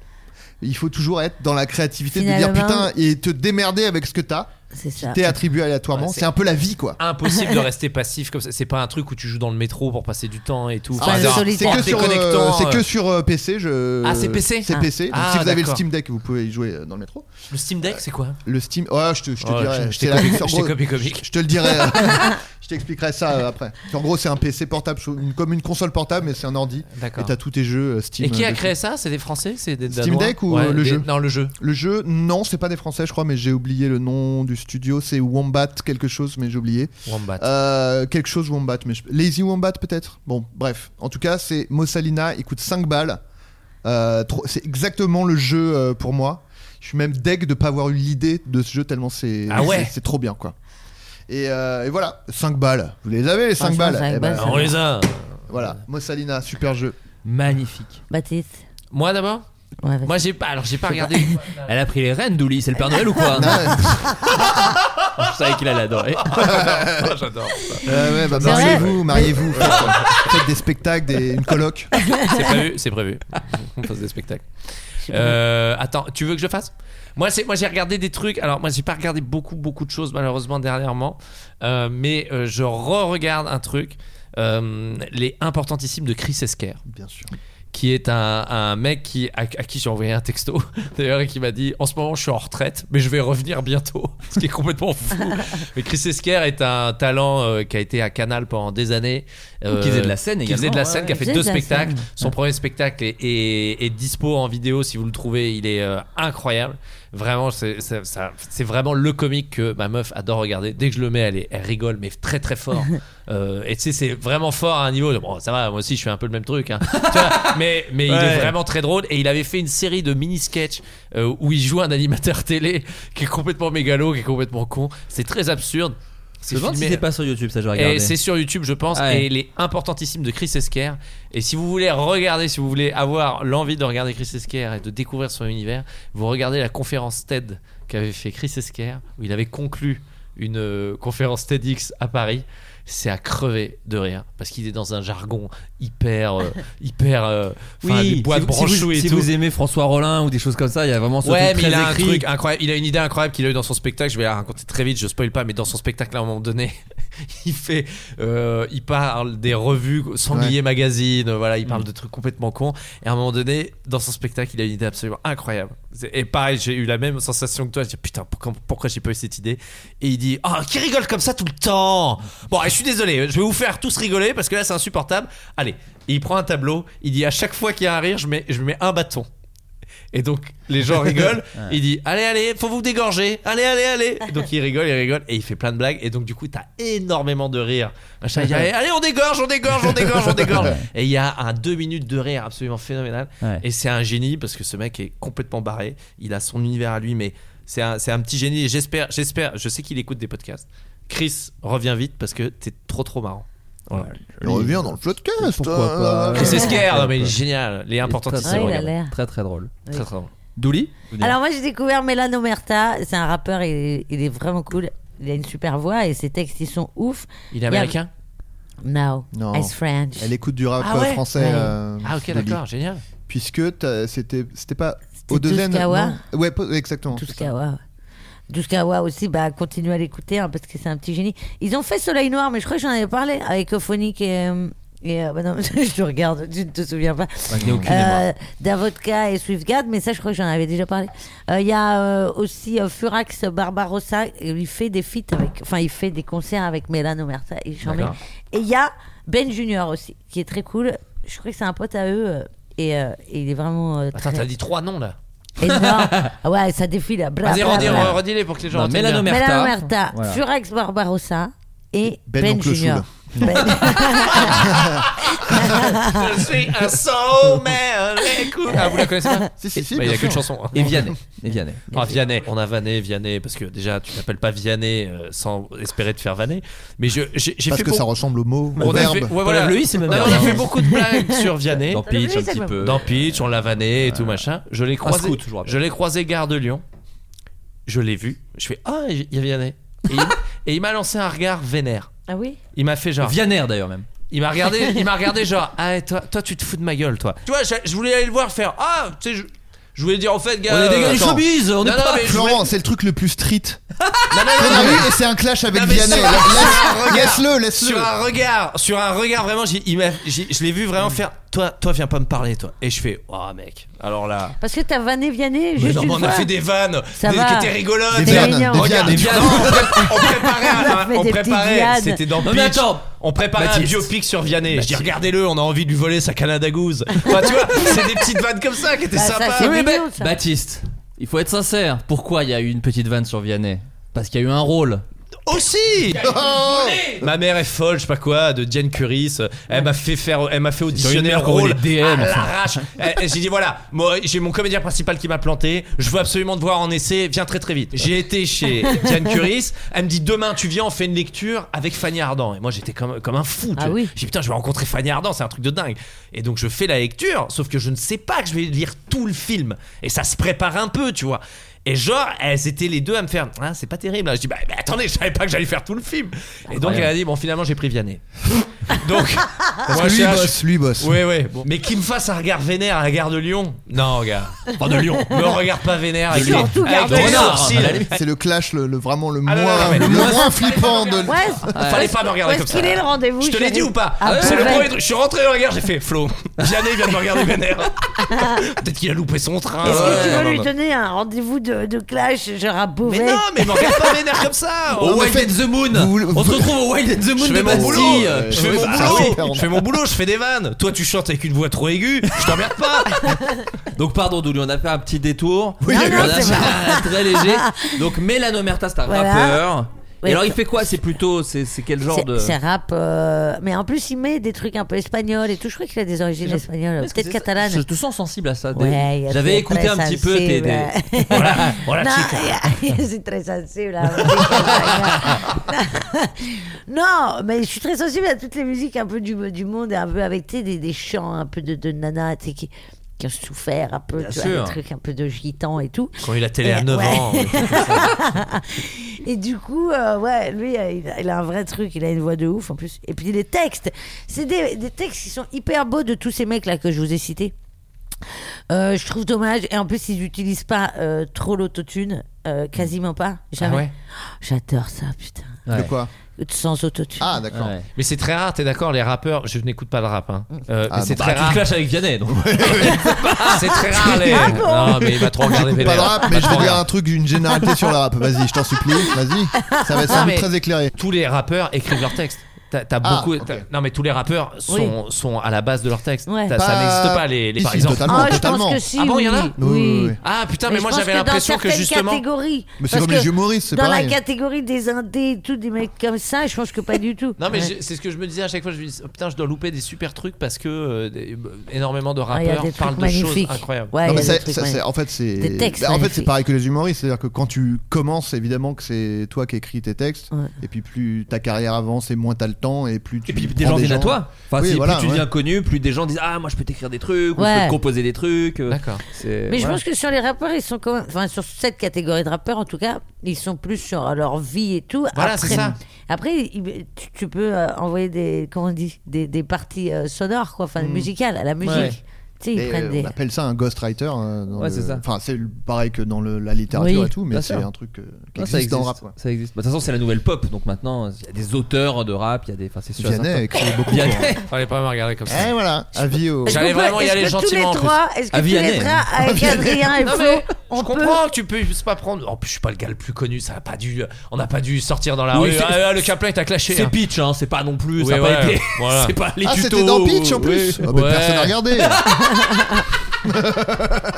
[SPEAKER 8] Il faut toujours être dans la créativité de dire
[SPEAKER 9] Finalement-
[SPEAKER 8] putain et te démerder avec ce que t'as,
[SPEAKER 9] C'est ça.
[SPEAKER 8] t'es attribué aléatoirement.
[SPEAKER 10] Ouais, c'est-
[SPEAKER 8] c'est un peu la vie quoi.
[SPEAKER 10] Impossible de rester passif comme ça. C'est pas un truc où tu joues dans le métro pour passer du temps et tout.
[SPEAKER 9] Ah, le
[SPEAKER 10] genre,
[SPEAKER 9] solitaire.
[SPEAKER 8] C'est
[SPEAKER 10] en
[SPEAKER 8] que, sur, euh,
[SPEAKER 10] déconnectant,
[SPEAKER 8] c'est que
[SPEAKER 10] euh,
[SPEAKER 8] sur euh, PC. Je...
[SPEAKER 10] Ah, c'est PC?
[SPEAKER 8] C'est
[SPEAKER 9] Ah.
[SPEAKER 8] PC. Donc,
[SPEAKER 10] Ah,
[SPEAKER 8] si vous avez le
[SPEAKER 10] d'accord.
[SPEAKER 8] Steam Deck, vous pouvez y jouer euh, dans le métro.
[SPEAKER 10] le Steam Deck, c'est quoi
[SPEAKER 8] Le Steam. Oh, je te, je te
[SPEAKER 10] Oh,
[SPEAKER 8] dirai.
[SPEAKER 10] je- je
[SPEAKER 8] c'est
[SPEAKER 10] t'ai
[SPEAKER 8] la-
[SPEAKER 10] copié-
[SPEAKER 8] c'est en
[SPEAKER 10] je t'ai
[SPEAKER 8] gros-
[SPEAKER 10] copié comique.
[SPEAKER 8] Je te le dirai. euh, <laughs> je t'expliquerai ça euh, après. En gros, c'est un PC portable, sous- une- comme une console portable, mais c'est un ordi. Et
[SPEAKER 10] D'accord.
[SPEAKER 8] t'as tous tes jeux euh, Steam.
[SPEAKER 10] Et qui
[SPEAKER 8] euh,
[SPEAKER 10] a
[SPEAKER 8] dessus.
[SPEAKER 10] créé ça C'est des Français C'est des
[SPEAKER 8] Steam
[SPEAKER 10] Danois
[SPEAKER 8] Deck ou,
[SPEAKER 10] Ouais,
[SPEAKER 8] euh, le
[SPEAKER 10] des-
[SPEAKER 8] jeu
[SPEAKER 10] Non, le jeu.
[SPEAKER 8] Le jeu, non, c'est pas des Français, je crois, mais j'ai oublié le nom du studio. C'est Wombat quelque chose, mais j'ai oublié.
[SPEAKER 7] Ah,
[SPEAKER 10] Wombat.
[SPEAKER 8] Euh, quelque chose Wombat, mais je- Lazy Wombat peut-être. Bon, bref. En tout cas, c'est Mossalina. Il coûte 5 balles. Euh, trop- c'est exactement le jeu euh, pour moi. Je suis même deg de pas avoir eu l'idée de ce jeu tellement c'est
[SPEAKER 10] Ah ouais.
[SPEAKER 8] c'est- c'est trop bien quoi. Et, euh, et voilà, 5 balles. Vous les avez les 5
[SPEAKER 9] Franchement,
[SPEAKER 8] balles.
[SPEAKER 9] cinq
[SPEAKER 8] Eh ben,
[SPEAKER 9] balles,
[SPEAKER 7] oh,
[SPEAKER 10] on les a.
[SPEAKER 8] voilà, Mossalina, super jeu.
[SPEAKER 7] Magnifique.
[SPEAKER 9] Baptiste.
[SPEAKER 10] Moi d'abord
[SPEAKER 9] Ouais, vas-y.
[SPEAKER 10] Moi j'ai pas. Alors j'ai pas
[SPEAKER 7] <laughs>
[SPEAKER 10] regardé.
[SPEAKER 7] Elle a pris les rênes, Douli. C'est le Père Noël ou
[SPEAKER 10] <laughs>
[SPEAKER 7] quoi
[SPEAKER 8] Ah ouais.
[SPEAKER 7] Je savais qu'il allait adorer.
[SPEAKER 10] J'adore.
[SPEAKER 8] Euh, ouais, bah,
[SPEAKER 9] C'est vrai.
[SPEAKER 8] mariez-vous, mariez-vous. Faites, faites des spectacles, des, une coloc.
[SPEAKER 10] C'est prévu. C'est prévu. On fasse des spectacles. Euh, attends, tu veux que je fasse Moi, c'est moi j'ai regardé des trucs. Alors moi j'ai pas regardé beaucoup beaucoup de choses malheureusement dernièrement, Euh, mais euh, je re-regarde un truc, euh, les importantissimes de Chris Esquer.
[SPEAKER 8] Bien sûr.
[SPEAKER 10] qui est un, un mec qui, à, à qui j'ai envoyé un texto <laughs> d'ailleurs et qui m'a dit en ce moment je suis en retraite mais je vais revenir bientôt <laughs> ce qui est complètement fou mais Chris Esquer est un talent euh, qui a été à Canal pendant des années euh,
[SPEAKER 7] Qui faisait de la scène
[SPEAKER 10] qui faisait de la
[SPEAKER 7] également,
[SPEAKER 10] scène
[SPEAKER 7] ouais,
[SPEAKER 10] qui a fait
[SPEAKER 9] ouais.
[SPEAKER 10] deux
[SPEAKER 9] Faisait de la
[SPEAKER 10] spectacles
[SPEAKER 9] scène.
[SPEAKER 10] son premier spectacle est, est- est dispo en vidéo si vous le trouvez il est euh, incroyable vraiment c'est ça- ça- c'est vraiment le comique que ma meuf adore regarder dès que je le mets elle, est- elle rigole mais très très
[SPEAKER 9] <laughs>
[SPEAKER 10] fort Euh, et tu sais c'est vraiment fort à un niveau de, bon ça va moi aussi je fais un peu le même
[SPEAKER 9] <laughs>
[SPEAKER 10] truc hein. Tu vois, mais mais il est
[SPEAKER 7] Ouais.
[SPEAKER 10] vraiment très drôle et il avait fait une série de euh, mini sketchs où il joue un animateur télé qui est complètement mégalo qui est complètement con c'est très absurde
[SPEAKER 7] Je me demande si
[SPEAKER 10] filmé.
[SPEAKER 7] c'est pas sur YouTube, ça, je
[SPEAKER 10] Et
[SPEAKER 7] regarde.
[SPEAKER 10] c'est sur YouTube, je pense,
[SPEAKER 7] Ouais.
[SPEAKER 10] et il est importantissime de Chris Esquer. Et si vous voulez regarder, si vous voulez avoir l'envie de regarder Chris Esquer et de découvrir son univers, vous regardez la conférence TED qu'avait fait Chris Esquer, où il avait conclu une euh, conférence TEDx à Paris. C'est à crever de rire parce qu'il est dans un jargon hyper, euh, <laughs> hyper, euh, enfin, des boîtes
[SPEAKER 7] si, vous- si vous,
[SPEAKER 10] branchouées et
[SPEAKER 7] si
[SPEAKER 10] tout.
[SPEAKER 7] vous aimez François Rollin ou des choses comme ça, il y a vraiment ce
[SPEAKER 10] Ouais,
[SPEAKER 7] truc très
[SPEAKER 10] mais il a un
[SPEAKER 7] écrit.
[SPEAKER 10] truc incroyable. Il a une idée incroyable qu'il a eu dans son spectacle. Je vais la raconter très vite. Je spoil pas, mais dans son spectacle, à un moment donné, <laughs> il fait, euh, il parle des revues Sanglier
[SPEAKER 7] Ouais.
[SPEAKER 10] Magazine. euh, Voilà, il parle de trucs complètement cons. Et à un moment donné, dans son spectacle, il a une idée absolument incroyable. C'est- Et pareil, j'ai eu la même sensation que toi. Je dis putain, pourquoi, pourquoi j'ai pas eu cette idée Et il dit, ah, qui rigole comme ça tout le temps Bon, et je suis désolé. Je vais vous faire tous rigoler parce que là, c'est insupportable. Allez. Et il prend un tableau. Il dit à chaque fois qu'il y a un rire, je mets, je mets un bâton. Et donc les gens rigolent.
[SPEAKER 7] Ouais.
[SPEAKER 10] Il dit allez allez, faut vous dégorger. Allez allez allez. Et donc il rigole, il rigole et il fait plein de blagues. Et donc du coup t'as énormément de rire. Machin, il dit, allez, allez, on dégorge, on dégorge, on dégorge, on dégorge. Et il y a un deux minutes de rire absolument phénoménal.
[SPEAKER 7] Ouais.
[SPEAKER 10] Et c'est un génie parce que ce mec est complètement barré. Il a son univers à lui, mais c'est un, c'est un petit génie. Et J'espère, j'espère, je sais qu'il écoute des podcasts. Chris, reviens vite parce que t'es trop trop marrant. Voilà.
[SPEAKER 8] Il revient dans le podcast, hein. pourquoi pas
[SPEAKER 10] Chris Esquer, non, mais il est génial. Il est importantissime.
[SPEAKER 9] Ouais, il
[SPEAKER 7] Ah
[SPEAKER 9] a
[SPEAKER 10] regarde.
[SPEAKER 9] l'air.
[SPEAKER 7] Très très drôle.
[SPEAKER 10] Très très drôle.
[SPEAKER 7] Douli
[SPEAKER 9] Alors moi j'ai découvert Melano Merta, c'est un rappeur, il, il est vraiment cool, il a une super voix et ses textes ils sont ouf.
[SPEAKER 10] Il est américain
[SPEAKER 9] No,
[SPEAKER 8] Non.
[SPEAKER 9] it's French.
[SPEAKER 8] Elle écoute du rap
[SPEAKER 10] Ah ouais
[SPEAKER 8] français.
[SPEAKER 9] Ouais.
[SPEAKER 8] euh,
[SPEAKER 10] Ah ok
[SPEAKER 8] Dolly.
[SPEAKER 10] d'accord, génial.
[SPEAKER 8] Puisque t'as- c'était c'était pas
[SPEAKER 9] C'était
[SPEAKER 8] au deuxième.
[SPEAKER 9] Tuskawa
[SPEAKER 8] Ouais, po- exactement. c'est ça.
[SPEAKER 9] Duskawa. ouais. Duskawa aussi, bah continue à l'écouter hein, parce que c'est un petit génie. Ils ont fait Soleil Noir, mais je crois que j'en avais parlé avec Ophonique et... euh, et, euh, bah non, <laughs> je te regarde, tu ne te souviens pas.
[SPEAKER 10] Bah,
[SPEAKER 7] je n'ai aucune
[SPEAKER 9] Euh, Davodka et Swiftgad, mais ça je crois que j'en avais déjà parlé. Euh, Il y a euh, aussi euh, Furax Barbarossa, et il fait des feats avec, enfin il fait des concerts avec Melano Merta et Chambé.
[SPEAKER 10] D'accord.
[SPEAKER 9] Et il y a Ben Junior aussi, qui est très cool. Je crois que c'est un pote à eux euh, et, euh, et il est vraiment euh,
[SPEAKER 10] Attends,
[SPEAKER 9] très
[SPEAKER 10] Bah, t'as dit trois noms là.
[SPEAKER 9] énorme. Ah ouais, ça défile. Bla, bla,
[SPEAKER 10] Vas-y,
[SPEAKER 9] bla,
[SPEAKER 10] redis-
[SPEAKER 9] bla.
[SPEAKER 10] redis-les pour que les gens
[SPEAKER 7] Non,
[SPEAKER 10] entendent bien.
[SPEAKER 7] Mélanomerta.
[SPEAKER 9] Melano Merta,
[SPEAKER 7] Voilà.
[SPEAKER 9] Furax Barbarossa et
[SPEAKER 8] Ben
[SPEAKER 9] Ben,
[SPEAKER 8] Oncle
[SPEAKER 9] Junior. Ben-
[SPEAKER 10] Je suis un soulman, les coups. Ah, vous la connaissez pas
[SPEAKER 8] Si, si, si,
[SPEAKER 10] Bah, Il y a
[SPEAKER 8] bien
[SPEAKER 10] qu'une
[SPEAKER 8] sûr.
[SPEAKER 10] chanson. hein.
[SPEAKER 7] Et Vianney. Et Vianney.
[SPEAKER 10] Ah, Vianney. On a vanné, Vianney, parce que déjà, tu t'appelles pas Vianney euh, sans espérer te faire vanner. Mais je- j'ai j'ai
[SPEAKER 8] Parce
[SPEAKER 10] fait
[SPEAKER 8] que
[SPEAKER 10] beau-
[SPEAKER 8] ça ressemble au mot, au
[SPEAKER 10] On a fait,
[SPEAKER 8] verbe.
[SPEAKER 10] ouais, voilà.
[SPEAKER 7] Enlève-le, c'est même
[SPEAKER 10] Non,
[SPEAKER 7] pas
[SPEAKER 10] on a
[SPEAKER 7] grave.
[SPEAKER 10] fait beaucoup de blagues <laughs> sur Vianney.
[SPEAKER 7] Dans Pitch un petit peu.
[SPEAKER 10] Dans Pitch, on l'a vanné et tout machin. Je l'ai croisé.
[SPEAKER 7] scout, je vous rappelle.
[SPEAKER 10] l'ai croisé gare de Lyon. Je l'ai vu. Je fais ah il y a Vianney. Et il, et il m'a lancé un regard vénère.
[SPEAKER 9] <laughs> ah oui
[SPEAKER 10] Il m'a fait genre.
[SPEAKER 7] Vianney d'ailleurs même.
[SPEAKER 10] Il m'a regardé. il m'a regardé genre ah toi toi tu te fous de ma gueule toi. Tu vois je, je voulais aller le voir faire ah tu sais je, je voulais dire en fait gars.
[SPEAKER 7] On est des gars du
[SPEAKER 10] Euh, attends.
[SPEAKER 7] showbiz, on
[SPEAKER 10] Non,
[SPEAKER 7] est
[SPEAKER 10] non,
[SPEAKER 7] pas.
[SPEAKER 10] mais je voulais-
[SPEAKER 8] Florent, c'est le truc le plus street.
[SPEAKER 10] Non, non, non,
[SPEAKER 8] T'as
[SPEAKER 10] non, <laughs> mais-
[SPEAKER 8] vu Et c'est un clash avec
[SPEAKER 10] Non, mais
[SPEAKER 8] Vianney.
[SPEAKER 10] sur-
[SPEAKER 8] Laisse-
[SPEAKER 10] sur un
[SPEAKER 8] Laisse-le,
[SPEAKER 10] sur
[SPEAKER 8] laisse-le.
[SPEAKER 10] un regard, sur un regard vraiment, j'ai- il m'a- j'ai- je l'ai vu vraiment faire. Toi, toi, viens pas me parler, toi. Et je fais, oh mec, alors là.
[SPEAKER 9] Parce que t'as vanné Vianney juste
[SPEAKER 10] non,
[SPEAKER 9] une
[SPEAKER 10] mais on
[SPEAKER 9] fois.
[SPEAKER 10] a fait des vannes
[SPEAKER 9] Ça
[SPEAKER 10] des-
[SPEAKER 9] va.
[SPEAKER 10] qui étaient rigolotes.
[SPEAKER 8] Des
[SPEAKER 9] T'es
[SPEAKER 8] vannes,
[SPEAKER 9] mignon.
[SPEAKER 8] des
[SPEAKER 10] Regarde,
[SPEAKER 8] vannes.
[SPEAKER 10] des vannes. on, pré-
[SPEAKER 9] <laughs>
[SPEAKER 10] on préparait,
[SPEAKER 9] On a
[SPEAKER 10] un-
[SPEAKER 9] fait
[SPEAKER 10] on
[SPEAKER 9] des petites
[SPEAKER 10] préparait,
[SPEAKER 9] vannes.
[SPEAKER 10] c'était dans
[SPEAKER 7] Non,
[SPEAKER 10] Pitch.
[SPEAKER 7] mais attends.
[SPEAKER 10] On préparait
[SPEAKER 7] Baptiste.
[SPEAKER 10] un biopic sur Vianney. Je dis,
[SPEAKER 7] Baptiste.
[SPEAKER 10] regardez-le, on a envie de lui voler sa Canada <laughs> Goose. Enfin, tu vois, c'est des petites vannes comme ça qui étaient
[SPEAKER 9] Bah, ça,
[SPEAKER 10] sympas.
[SPEAKER 9] c'est
[SPEAKER 7] Ah Oui, mais
[SPEAKER 9] mignon,
[SPEAKER 7] Ba-
[SPEAKER 9] ça.
[SPEAKER 7] Baptiste, il faut être sincère. Pourquoi il y a eu une petite vanne sur Vianney Parce qu'il y a eu un rôle.
[SPEAKER 10] Aussi
[SPEAKER 8] Oh
[SPEAKER 10] Ma mère est folle, je sais pas quoi, de Diane Curis. Elle m'a fait faire, elle m'a fait auditionner
[SPEAKER 7] mère
[SPEAKER 10] un
[SPEAKER 7] qu'on
[SPEAKER 10] rôle
[SPEAKER 7] les DM,
[SPEAKER 10] à
[SPEAKER 7] enfin.
[SPEAKER 10] l'arrache. Elle- J'ai dit voilà, moi j'ai mon comédien principal qui m'a planté. Je veux absolument te voir en essai. Viens très très vite. J'ai été chez Diane Curis. Elle me dit demain tu viens, on fait une lecture avec Fanny Ardant. Et moi j'étais comme comme un fou. tu
[SPEAKER 9] Ah
[SPEAKER 10] vois.
[SPEAKER 9] oui.
[SPEAKER 10] J'ai dit putain je vais rencontrer Fanny Ardant, c'est un truc de dingue. Et donc je fais la lecture, sauf que je ne sais pas que je vais lire tout le film. Et ça se prépare un peu, tu vois. Et genre, elles étaient les deux à me faire Ah, c'est pas terrible. là. Je dis Bah, mais attendez, je savais pas que j'allais faire tout le film. Et donc, elle a dit Bon, finalement, j'ai pris Vianney. donc, moi,
[SPEAKER 8] Lui
[SPEAKER 10] je
[SPEAKER 8] bosse, lui bosse.
[SPEAKER 10] Oui, oui. bon. Mais qu'il me fasse un regard vénère à la gare de Lyon Non, gars. Pas de Lyon. <laughs> Me regarde pas vénère avec,
[SPEAKER 9] Lyon.
[SPEAKER 10] les-
[SPEAKER 9] Surtout gare
[SPEAKER 10] avec
[SPEAKER 9] de
[SPEAKER 10] les
[SPEAKER 7] Lyon.
[SPEAKER 10] sourcils.
[SPEAKER 7] À la limite.
[SPEAKER 8] C'est le clash le, le- vraiment le
[SPEAKER 10] Ah,
[SPEAKER 8] moins,
[SPEAKER 10] non, non, non, mais
[SPEAKER 8] le
[SPEAKER 10] moi,
[SPEAKER 8] moins flippant de.
[SPEAKER 9] Ouais,
[SPEAKER 10] Fallait pas me
[SPEAKER 9] où
[SPEAKER 10] regarder
[SPEAKER 9] est-ce
[SPEAKER 10] comme ça.
[SPEAKER 9] qu'il est le rendez-vous
[SPEAKER 10] Je te l'ai
[SPEAKER 9] chérie
[SPEAKER 10] dit ou pas
[SPEAKER 9] Ah,
[SPEAKER 10] C'est le
[SPEAKER 9] ouais.
[SPEAKER 10] premier truc. Je suis rentré dans la gare, j'ai fait Flo. Vianney vient de me regarder
[SPEAKER 9] <laughs>
[SPEAKER 10] vénère. Peut-être qu'il a loupé son train.
[SPEAKER 9] Est-ce que tu
[SPEAKER 10] Ouais,
[SPEAKER 9] veux
[SPEAKER 10] non,
[SPEAKER 9] lui
[SPEAKER 10] non.
[SPEAKER 9] donner un rendez-vous de, de clash, genre à Beauvais
[SPEAKER 10] Mais non, mais me regarde pas vénère comme ça.
[SPEAKER 7] Au
[SPEAKER 10] Oh,
[SPEAKER 7] Wild
[SPEAKER 8] faites-
[SPEAKER 7] and the Moon
[SPEAKER 8] vous voulez-
[SPEAKER 7] On se
[SPEAKER 8] vous-
[SPEAKER 7] retrouve au Wild and the Moon
[SPEAKER 10] Je
[SPEAKER 7] de
[SPEAKER 10] fais mon boulot,
[SPEAKER 7] Bastille
[SPEAKER 10] euh, je fais
[SPEAKER 8] Ouais,
[SPEAKER 10] mon
[SPEAKER 8] ça
[SPEAKER 10] boulot,
[SPEAKER 8] récupère.
[SPEAKER 10] je fais mon boulot, je fais des vannes. Toi, tu chantes avec une voix trop aiguë, je t'emmerde
[SPEAKER 9] <laughs>
[SPEAKER 10] pas.
[SPEAKER 7] Donc pardon Doulou, on a fait un petit détour.
[SPEAKER 9] Non, non,
[SPEAKER 7] On a
[SPEAKER 9] c'est Ah.
[SPEAKER 7] fait un très léger. Donc Mélanomerta, c'est un
[SPEAKER 9] Voilà.
[SPEAKER 7] rappeur. Et alors il fait quoi C'est plutôt c'est c'est quel genre
[SPEAKER 9] C'est-
[SPEAKER 7] de
[SPEAKER 9] C'est rap, euh, mais en plus il met des trucs un peu espagnols et tout. Je crois qu'il a des origines espagnoles,
[SPEAKER 7] Est-ce que
[SPEAKER 9] peut-être
[SPEAKER 7] c'est-
[SPEAKER 9] catalanes.
[SPEAKER 7] Je te sens sensible à ça. Dave.
[SPEAKER 9] Ouais, il y a
[SPEAKER 7] J'avais
[SPEAKER 9] très,
[SPEAKER 7] écouté
[SPEAKER 9] très
[SPEAKER 7] un petit peu tes.
[SPEAKER 9] sensible.
[SPEAKER 7] tes-
[SPEAKER 9] <laughs>
[SPEAKER 7] voilà, voilà,
[SPEAKER 9] non,
[SPEAKER 7] chica.
[SPEAKER 9] je suis très sensible. à la <laughs> musique. non, mais je suis très sensible à toutes les musiques un peu du, du monde, et un peu avec tu sais, des, des chants un peu de, de nana tu sais, qui, qui ont souffert un peu,
[SPEAKER 10] Bien
[SPEAKER 9] tu
[SPEAKER 10] sûr.
[SPEAKER 9] vois, des trucs un peu de gitans et tout.
[SPEAKER 10] Quand il a télé à
[SPEAKER 9] Et-
[SPEAKER 10] 9
[SPEAKER 9] <laughs>
[SPEAKER 10] ans.
[SPEAKER 9] ouais. Et du coup, euh, ouais, lui, euh, il a, il a un vrai truc, il a une voix de ouf en plus. Et puis les textes, c'est des, des textes qui sont hyper beaux de tous ces mecs là que je vous ai cités. Euh, je trouve dommage. Et en plus, ils n'utilisent pas euh, trop l'autotune, euh, quasiment pas. Jamais. Oh,
[SPEAKER 10] Ah ouais
[SPEAKER 9] J'adore ça, putain.
[SPEAKER 10] Ouais.
[SPEAKER 8] De quoi
[SPEAKER 9] Sans autotune.
[SPEAKER 8] Ah, d'accord.
[SPEAKER 7] Ouais.
[SPEAKER 10] Mais c'est très rare, t'es d'accord, les rappeurs, je n'écoute pas de rap. Hein. Euh,
[SPEAKER 8] Ah
[SPEAKER 10] mais c'est
[SPEAKER 8] bon.
[SPEAKER 10] très
[SPEAKER 7] Bah, tu
[SPEAKER 10] rare.
[SPEAKER 7] clashes avec Vianney donc.
[SPEAKER 10] <laughs> C'est très rare les.
[SPEAKER 9] Ah bon
[SPEAKER 10] non, mais il va trop regarder
[SPEAKER 8] J'écoute pas
[SPEAKER 10] Vénère.
[SPEAKER 8] le rap,
[SPEAKER 10] Il
[SPEAKER 8] mais
[SPEAKER 10] va
[SPEAKER 8] je
[SPEAKER 10] trop
[SPEAKER 8] vais dire
[SPEAKER 10] regarder.
[SPEAKER 8] un truc, une généralité sur le rap. Vas-y, je t'en supplie, vas-y. Ça va être sans
[SPEAKER 10] Non,
[SPEAKER 8] doute
[SPEAKER 10] mais-
[SPEAKER 8] très éclairé.
[SPEAKER 10] Tous les rappeurs écrivent leurs textes. T'as t'as
[SPEAKER 8] Ah,
[SPEAKER 10] beaucoup.
[SPEAKER 8] ok.
[SPEAKER 10] t'as- Non, mais tous les rappeurs sont, sont à la base de leurs textes.
[SPEAKER 9] Ouais.
[SPEAKER 10] T'as-
[SPEAKER 8] Pas-
[SPEAKER 10] Ça n'existe pas, les, les-
[SPEAKER 8] Si,
[SPEAKER 10] par
[SPEAKER 8] si,
[SPEAKER 10] exemple.
[SPEAKER 8] totalement,
[SPEAKER 9] Ah, je
[SPEAKER 8] totalement.
[SPEAKER 9] pense que si.
[SPEAKER 10] Ah bon, il y en a
[SPEAKER 9] oui.
[SPEAKER 8] Oui, oui, oui.
[SPEAKER 10] Ah putain, mais,
[SPEAKER 9] je
[SPEAKER 10] moi
[SPEAKER 9] pense
[SPEAKER 10] j'avais
[SPEAKER 9] que dans
[SPEAKER 10] l'impression que
[SPEAKER 9] certaines
[SPEAKER 10] justement.
[SPEAKER 9] catégories,
[SPEAKER 8] Mais c'est
[SPEAKER 9] parce
[SPEAKER 8] comme les
[SPEAKER 9] que
[SPEAKER 8] vieux Maurice, c'est
[SPEAKER 9] Dans la
[SPEAKER 8] pareil.
[SPEAKER 9] catégorie des indés, tous des mecs comme ça, je pense que pas du tout.
[SPEAKER 10] Non mais
[SPEAKER 9] Ouais.
[SPEAKER 10] j'ai- c'est ce que je me disais à chaque fois. Je me disais, oh, putain, je dois louper des super trucs parce que euh, des- énormément de
[SPEAKER 9] Ah, il y a
[SPEAKER 10] rappeurs
[SPEAKER 9] des trucs
[SPEAKER 10] parlent de
[SPEAKER 9] magnifiques.
[SPEAKER 10] choses incroyables.
[SPEAKER 9] Ouais, il
[SPEAKER 8] Non,
[SPEAKER 9] y
[SPEAKER 8] mais
[SPEAKER 9] a
[SPEAKER 8] c'est-
[SPEAKER 9] des trucs
[SPEAKER 8] ça, c'est-
[SPEAKER 9] magnifiques.
[SPEAKER 8] en fait, c'est
[SPEAKER 9] Des textes
[SPEAKER 8] bah, en fait, c'est
[SPEAKER 9] magnifiques.
[SPEAKER 8] pareil que les humoristes, c'est-à-dire que quand tu commences, évidemment que c'est toi qui écris tes textes,
[SPEAKER 9] Ouais.
[SPEAKER 8] et puis plus ta carrière avance et moins t'as le temps et plus tu
[SPEAKER 7] Et puis des
[SPEAKER 8] prends
[SPEAKER 7] gens viennent à toi. Enfin,
[SPEAKER 8] Oui,
[SPEAKER 7] si-
[SPEAKER 8] voilà,
[SPEAKER 7] plus tu
[SPEAKER 8] ouais.
[SPEAKER 7] deviens connu, plus des gens disent ah moi je peux t'écrire des trucs, ou je
[SPEAKER 9] Ouais.
[SPEAKER 7] peux te composer des trucs. euh,
[SPEAKER 10] D'accord.
[SPEAKER 7] c'est-
[SPEAKER 9] Mais je
[SPEAKER 7] voilà.
[SPEAKER 9] pense que sur les rappeurs, ils sont quand même. Enfin, sur cette catégorie de rappeurs, en tout cas, ils sont plus sur euh, leur vie et tout.
[SPEAKER 10] Voilà,
[SPEAKER 9] Après-
[SPEAKER 10] c'est ça.
[SPEAKER 9] Après, il- tu, tu peux euh, envoyer des. Comment on dit Des, des parties euh, sonores, quoi.
[SPEAKER 10] Hmm.
[SPEAKER 9] Enfin, musicales, à la musique.
[SPEAKER 7] Ouais.
[SPEAKER 9] Tu sais, ils
[SPEAKER 8] Et,
[SPEAKER 9] prennent
[SPEAKER 8] euh,
[SPEAKER 9] des.
[SPEAKER 8] On appelle ça un ghostwriter. euh, dans
[SPEAKER 7] Ouais,
[SPEAKER 8] le-
[SPEAKER 7] c'est ça.
[SPEAKER 8] Enfin, c'est le- pareil que dans le- la littérature
[SPEAKER 9] Oui,
[SPEAKER 8] et tout, mais
[SPEAKER 7] bien
[SPEAKER 8] c'est
[SPEAKER 7] sûr.
[SPEAKER 8] un truc euh, qui
[SPEAKER 7] Non,
[SPEAKER 8] existe,
[SPEAKER 7] ça existe,
[SPEAKER 8] dans le rap. ouais.
[SPEAKER 7] ça existe. Bah, De toute façon, c'est la nouvelle pop, donc maintenant il y a des auteurs de rap, il y a des. Enfin, c'est sûr.
[SPEAKER 8] Vianney écrit beaucoup.
[SPEAKER 7] Vianney.
[SPEAKER 8] quoi.
[SPEAKER 10] Fallait pas me regarder comme ça.
[SPEAKER 9] Eh
[SPEAKER 8] Et voilà, avis au.
[SPEAKER 10] J'allais
[SPEAKER 9] Donc, ouais,
[SPEAKER 10] vraiment y
[SPEAKER 9] est-ce
[SPEAKER 10] aller
[SPEAKER 9] que
[SPEAKER 10] gentiment, en
[SPEAKER 9] Tous les
[SPEAKER 10] plus.
[SPEAKER 9] trois, est-ce que
[SPEAKER 7] À
[SPEAKER 9] tous
[SPEAKER 7] Vianney.
[SPEAKER 9] les trois,
[SPEAKER 10] <laughs>
[SPEAKER 9] avec Adrien et
[SPEAKER 10] Non,
[SPEAKER 9] Flo,
[SPEAKER 10] mais
[SPEAKER 9] on
[SPEAKER 10] je
[SPEAKER 9] peut.
[SPEAKER 10] comprends, tu peux juste pas prendre. En plus, je suis pas le gars le plus connu, ça a pas dû. On n'a pas dû sortir dans la
[SPEAKER 7] Oui,
[SPEAKER 10] rue.
[SPEAKER 7] c'est-
[SPEAKER 10] Ah, ah, le Kaplan t'a clashé.
[SPEAKER 7] C'est
[SPEAKER 10] hein.
[SPEAKER 7] pitch, hein, c'est pas non plus.
[SPEAKER 10] Oui,
[SPEAKER 7] ça a pas
[SPEAKER 10] ouais,
[SPEAKER 7] été.
[SPEAKER 10] <laughs> voilà.
[SPEAKER 7] C'est pas les
[SPEAKER 8] Ah,
[SPEAKER 7] tutos.
[SPEAKER 8] c'était dans Pitch en plus
[SPEAKER 7] oui.
[SPEAKER 8] Ah, mais
[SPEAKER 10] Ouais.
[SPEAKER 8] Personne
[SPEAKER 9] <laughs>
[SPEAKER 8] n'a regardé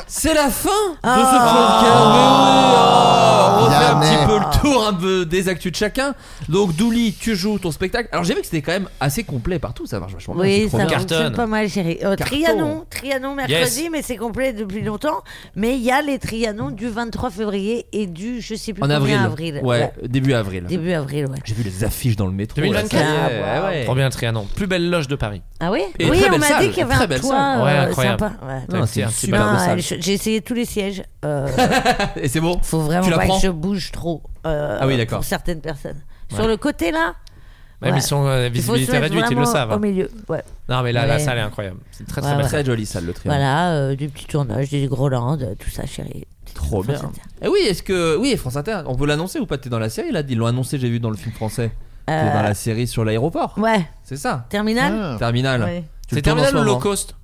[SPEAKER 7] C'est la fin de ce
[SPEAKER 9] Ah.
[SPEAKER 7] podcast. Mais oui, oh, on fait un
[SPEAKER 8] Vianney.
[SPEAKER 7] petit peu le tour un peu des actus de chacun. Donc, Douli, tu joues ton spectacle. Alors, j'ai vu que c'était quand même assez complet partout. Ça marche vachement bien, c'est
[SPEAKER 9] Oui,
[SPEAKER 7] trop
[SPEAKER 9] ça
[SPEAKER 7] bien.
[SPEAKER 9] fonctionne
[SPEAKER 10] Cartonne.
[SPEAKER 9] pas mal, chérie. Euh,
[SPEAKER 7] Carton.
[SPEAKER 9] Trianon, Trianon mercredi,
[SPEAKER 10] Yes.
[SPEAKER 9] mais c'est complet depuis longtemps. Mais il y a les Trianons du 23 février et du, je sais plus
[SPEAKER 7] En
[SPEAKER 9] combien,
[SPEAKER 7] avril.
[SPEAKER 9] avril.
[SPEAKER 7] Ouais, début avril.
[SPEAKER 9] Début avril, ouais.
[SPEAKER 7] J'ai vu les affiches dans le métro.
[SPEAKER 10] 2024.
[SPEAKER 7] là, ça y est,
[SPEAKER 9] Ah, wow.
[SPEAKER 7] ouais.
[SPEAKER 10] Trop bien le Trianon. Plus belle loge de Paris.
[SPEAKER 9] Ah oui
[SPEAKER 7] Et
[SPEAKER 9] Oui,
[SPEAKER 7] très
[SPEAKER 9] on
[SPEAKER 7] belle
[SPEAKER 9] m'a
[SPEAKER 7] salle,
[SPEAKER 9] dit qu'il y avait
[SPEAKER 7] très
[SPEAKER 9] un
[SPEAKER 7] belle
[SPEAKER 9] toit
[SPEAKER 7] salle.
[SPEAKER 10] Ouais,
[SPEAKER 9] euh,
[SPEAKER 10] incroyable.
[SPEAKER 9] sympa. Ouais.
[SPEAKER 7] Non, Ah, c'est une
[SPEAKER 10] C'est
[SPEAKER 7] super
[SPEAKER 9] Non,
[SPEAKER 7] belle
[SPEAKER 9] je-
[SPEAKER 7] salle.
[SPEAKER 9] J'ai essayé tous les sièges. Euh,
[SPEAKER 7] <laughs> Et c'est bon
[SPEAKER 9] faut vraiment
[SPEAKER 7] Tu la
[SPEAKER 9] pas
[SPEAKER 7] prends
[SPEAKER 9] que je bouge trop euh,
[SPEAKER 7] Ah oui, d'accord. Bah,
[SPEAKER 9] pour certaines personnes. Sur le côté là,
[SPEAKER 10] Même
[SPEAKER 9] Ouais.
[SPEAKER 10] ils sont euh,
[SPEAKER 9] il faut se
[SPEAKER 10] visibilité
[SPEAKER 9] mettre
[SPEAKER 10] réduite, ils le
[SPEAKER 9] vraiment
[SPEAKER 7] hein.
[SPEAKER 10] savent. hein.
[SPEAKER 9] au milieu. Ouais.
[SPEAKER 10] Non, mais là, la
[SPEAKER 9] Ouais.
[SPEAKER 10] salle est incroyable. C'est une très très
[SPEAKER 9] Ouais,
[SPEAKER 10] belle
[SPEAKER 9] ouais.
[SPEAKER 10] salle.
[SPEAKER 7] Très jolie salle, le triangle.
[SPEAKER 9] Voilà, euh, du petit tournage, des Groland, euh, tout ça, chérie.
[SPEAKER 7] Trop
[SPEAKER 9] Enfin,
[SPEAKER 7] bien.
[SPEAKER 9] c'est-
[SPEAKER 7] Et oui, est-ce que. Oui, France Inter, on peut l'annoncer ou pas T'es dans la série là Ils l'ont annoncé, j'ai vu dans le film français. T'es
[SPEAKER 9] Euh,
[SPEAKER 7] dans la série sur l'aéroport.
[SPEAKER 9] Ouais,
[SPEAKER 7] C'est ça
[SPEAKER 9] terminal
[SPEAKER 8] Ah.
[SPEAKER 7] Terminal.
[SPEAKER 9] Ouais.
[SPEAKER 7] Tu
[SPEAKER 10] C'est
[SPEAKER 7] le tournes en
[SPEAKER 10] Terminal
[SPEAKER 7] ce
[SPEAKER 10] ou
[SPEAKER 7] moment
[SPEAKER 10] Low Cost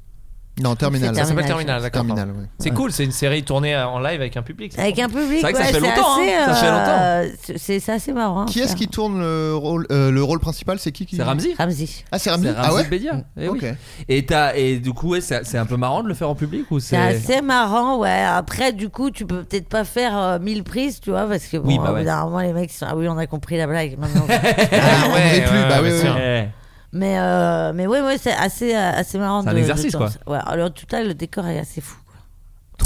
[SPEAKER 8] Non, Terminal.
[SPEAKER 9] C'est
[SPEAKER 10] Ça s'appelle
[SPEAKER 9] Terminal,
[SPEAKER 7] Ah,
[SPEAKER 10] Terminal, d'accord.
[SPEAKER 8] Terminal, ouais.
[SPEAKER 10] C'est cool, c'est une série tournée euh, en live avec un public. c'est
[SPEAKER 9] Avec
[SPEAKER 10] sympa.
[SPEAKER 9] un public,
[SPEAKER 7] C'est vrai que ça
[SPEAKER 9] ouais, c'est
[SPEAKER 7] fait longtemps,
[SPEAKER 9] assez,
[SPEAKER 7] hein. Ça fait longtemps.
[SPEAKER 9] euh, c'est- C'est c'est assez marrant. à
[SPEAKER 8] Qui est-ce
[SPEAKER 9] faire.
[SPEAKER 8] qui tourne le rôle, euh, le rôle principal C'est qui qui
[SPEAKER 7] C'est Ramsey
[SPEAKER 9] Ramsey.
[SPEAKER 8] Ah, c'est Ramzi
[SPEAKER 7] C'est
[SPEAKER 8] Ah ouais
[SPEAKER 7] Ramsey Bedia. Eh oui.
[SPEAKER 8] Ok.
[SPEAKER 7] Et, t'as- et du coup, ouais, c'est c'est un peu marrant de le faire en public ou
[SPEAKER 9] C'est
[SPEAKER 7] c'est. <laughs>
[SPEAKER 9] assez marrant, ouais. Après, du coup, tu peux peut-être pas faire euh, 1000 prises, tu vois, parce que bon,
[SPEAKER 7] Oui,
[SPEAKER 9] au
[SPEAKER 7] bah
[SPEAKER 9] bout
[SPEAKER 7] ouais.
[SPEAKER 9] d'un moment, les mecs ils sont. Ah oui, on a compris la blague maintenant. <laughs>
[SPEAKER 8] Ah,
[SPEAKER 10] ouais,
[SPEAKER 8] ouais, plus,
[SPEAKER 10] ouais,
[SPEAKER 8] bah
[SPEAKER 10] ouais,
[SPEAKER 8] oui,
[SPEAKER 10] bien
[SPEAKER 8] oui.
[SPEAKER 10] sûr.
[SPEAKER 7] Eh.
[SPEAKER 9] Ah, mais, euh, mais ouais, ouais, c'est assez, euh, assez marrant.
[SPEAKER 7] C'est un
[SPEAKER 9] de- de
[SPEAKER 7] exercice,
[SPEAKER 9] temps.
[SPEAKER 7] quoi.
[SPEAKER 9] Ouais, alors, en tout cas, le décor est assez fou. quoi.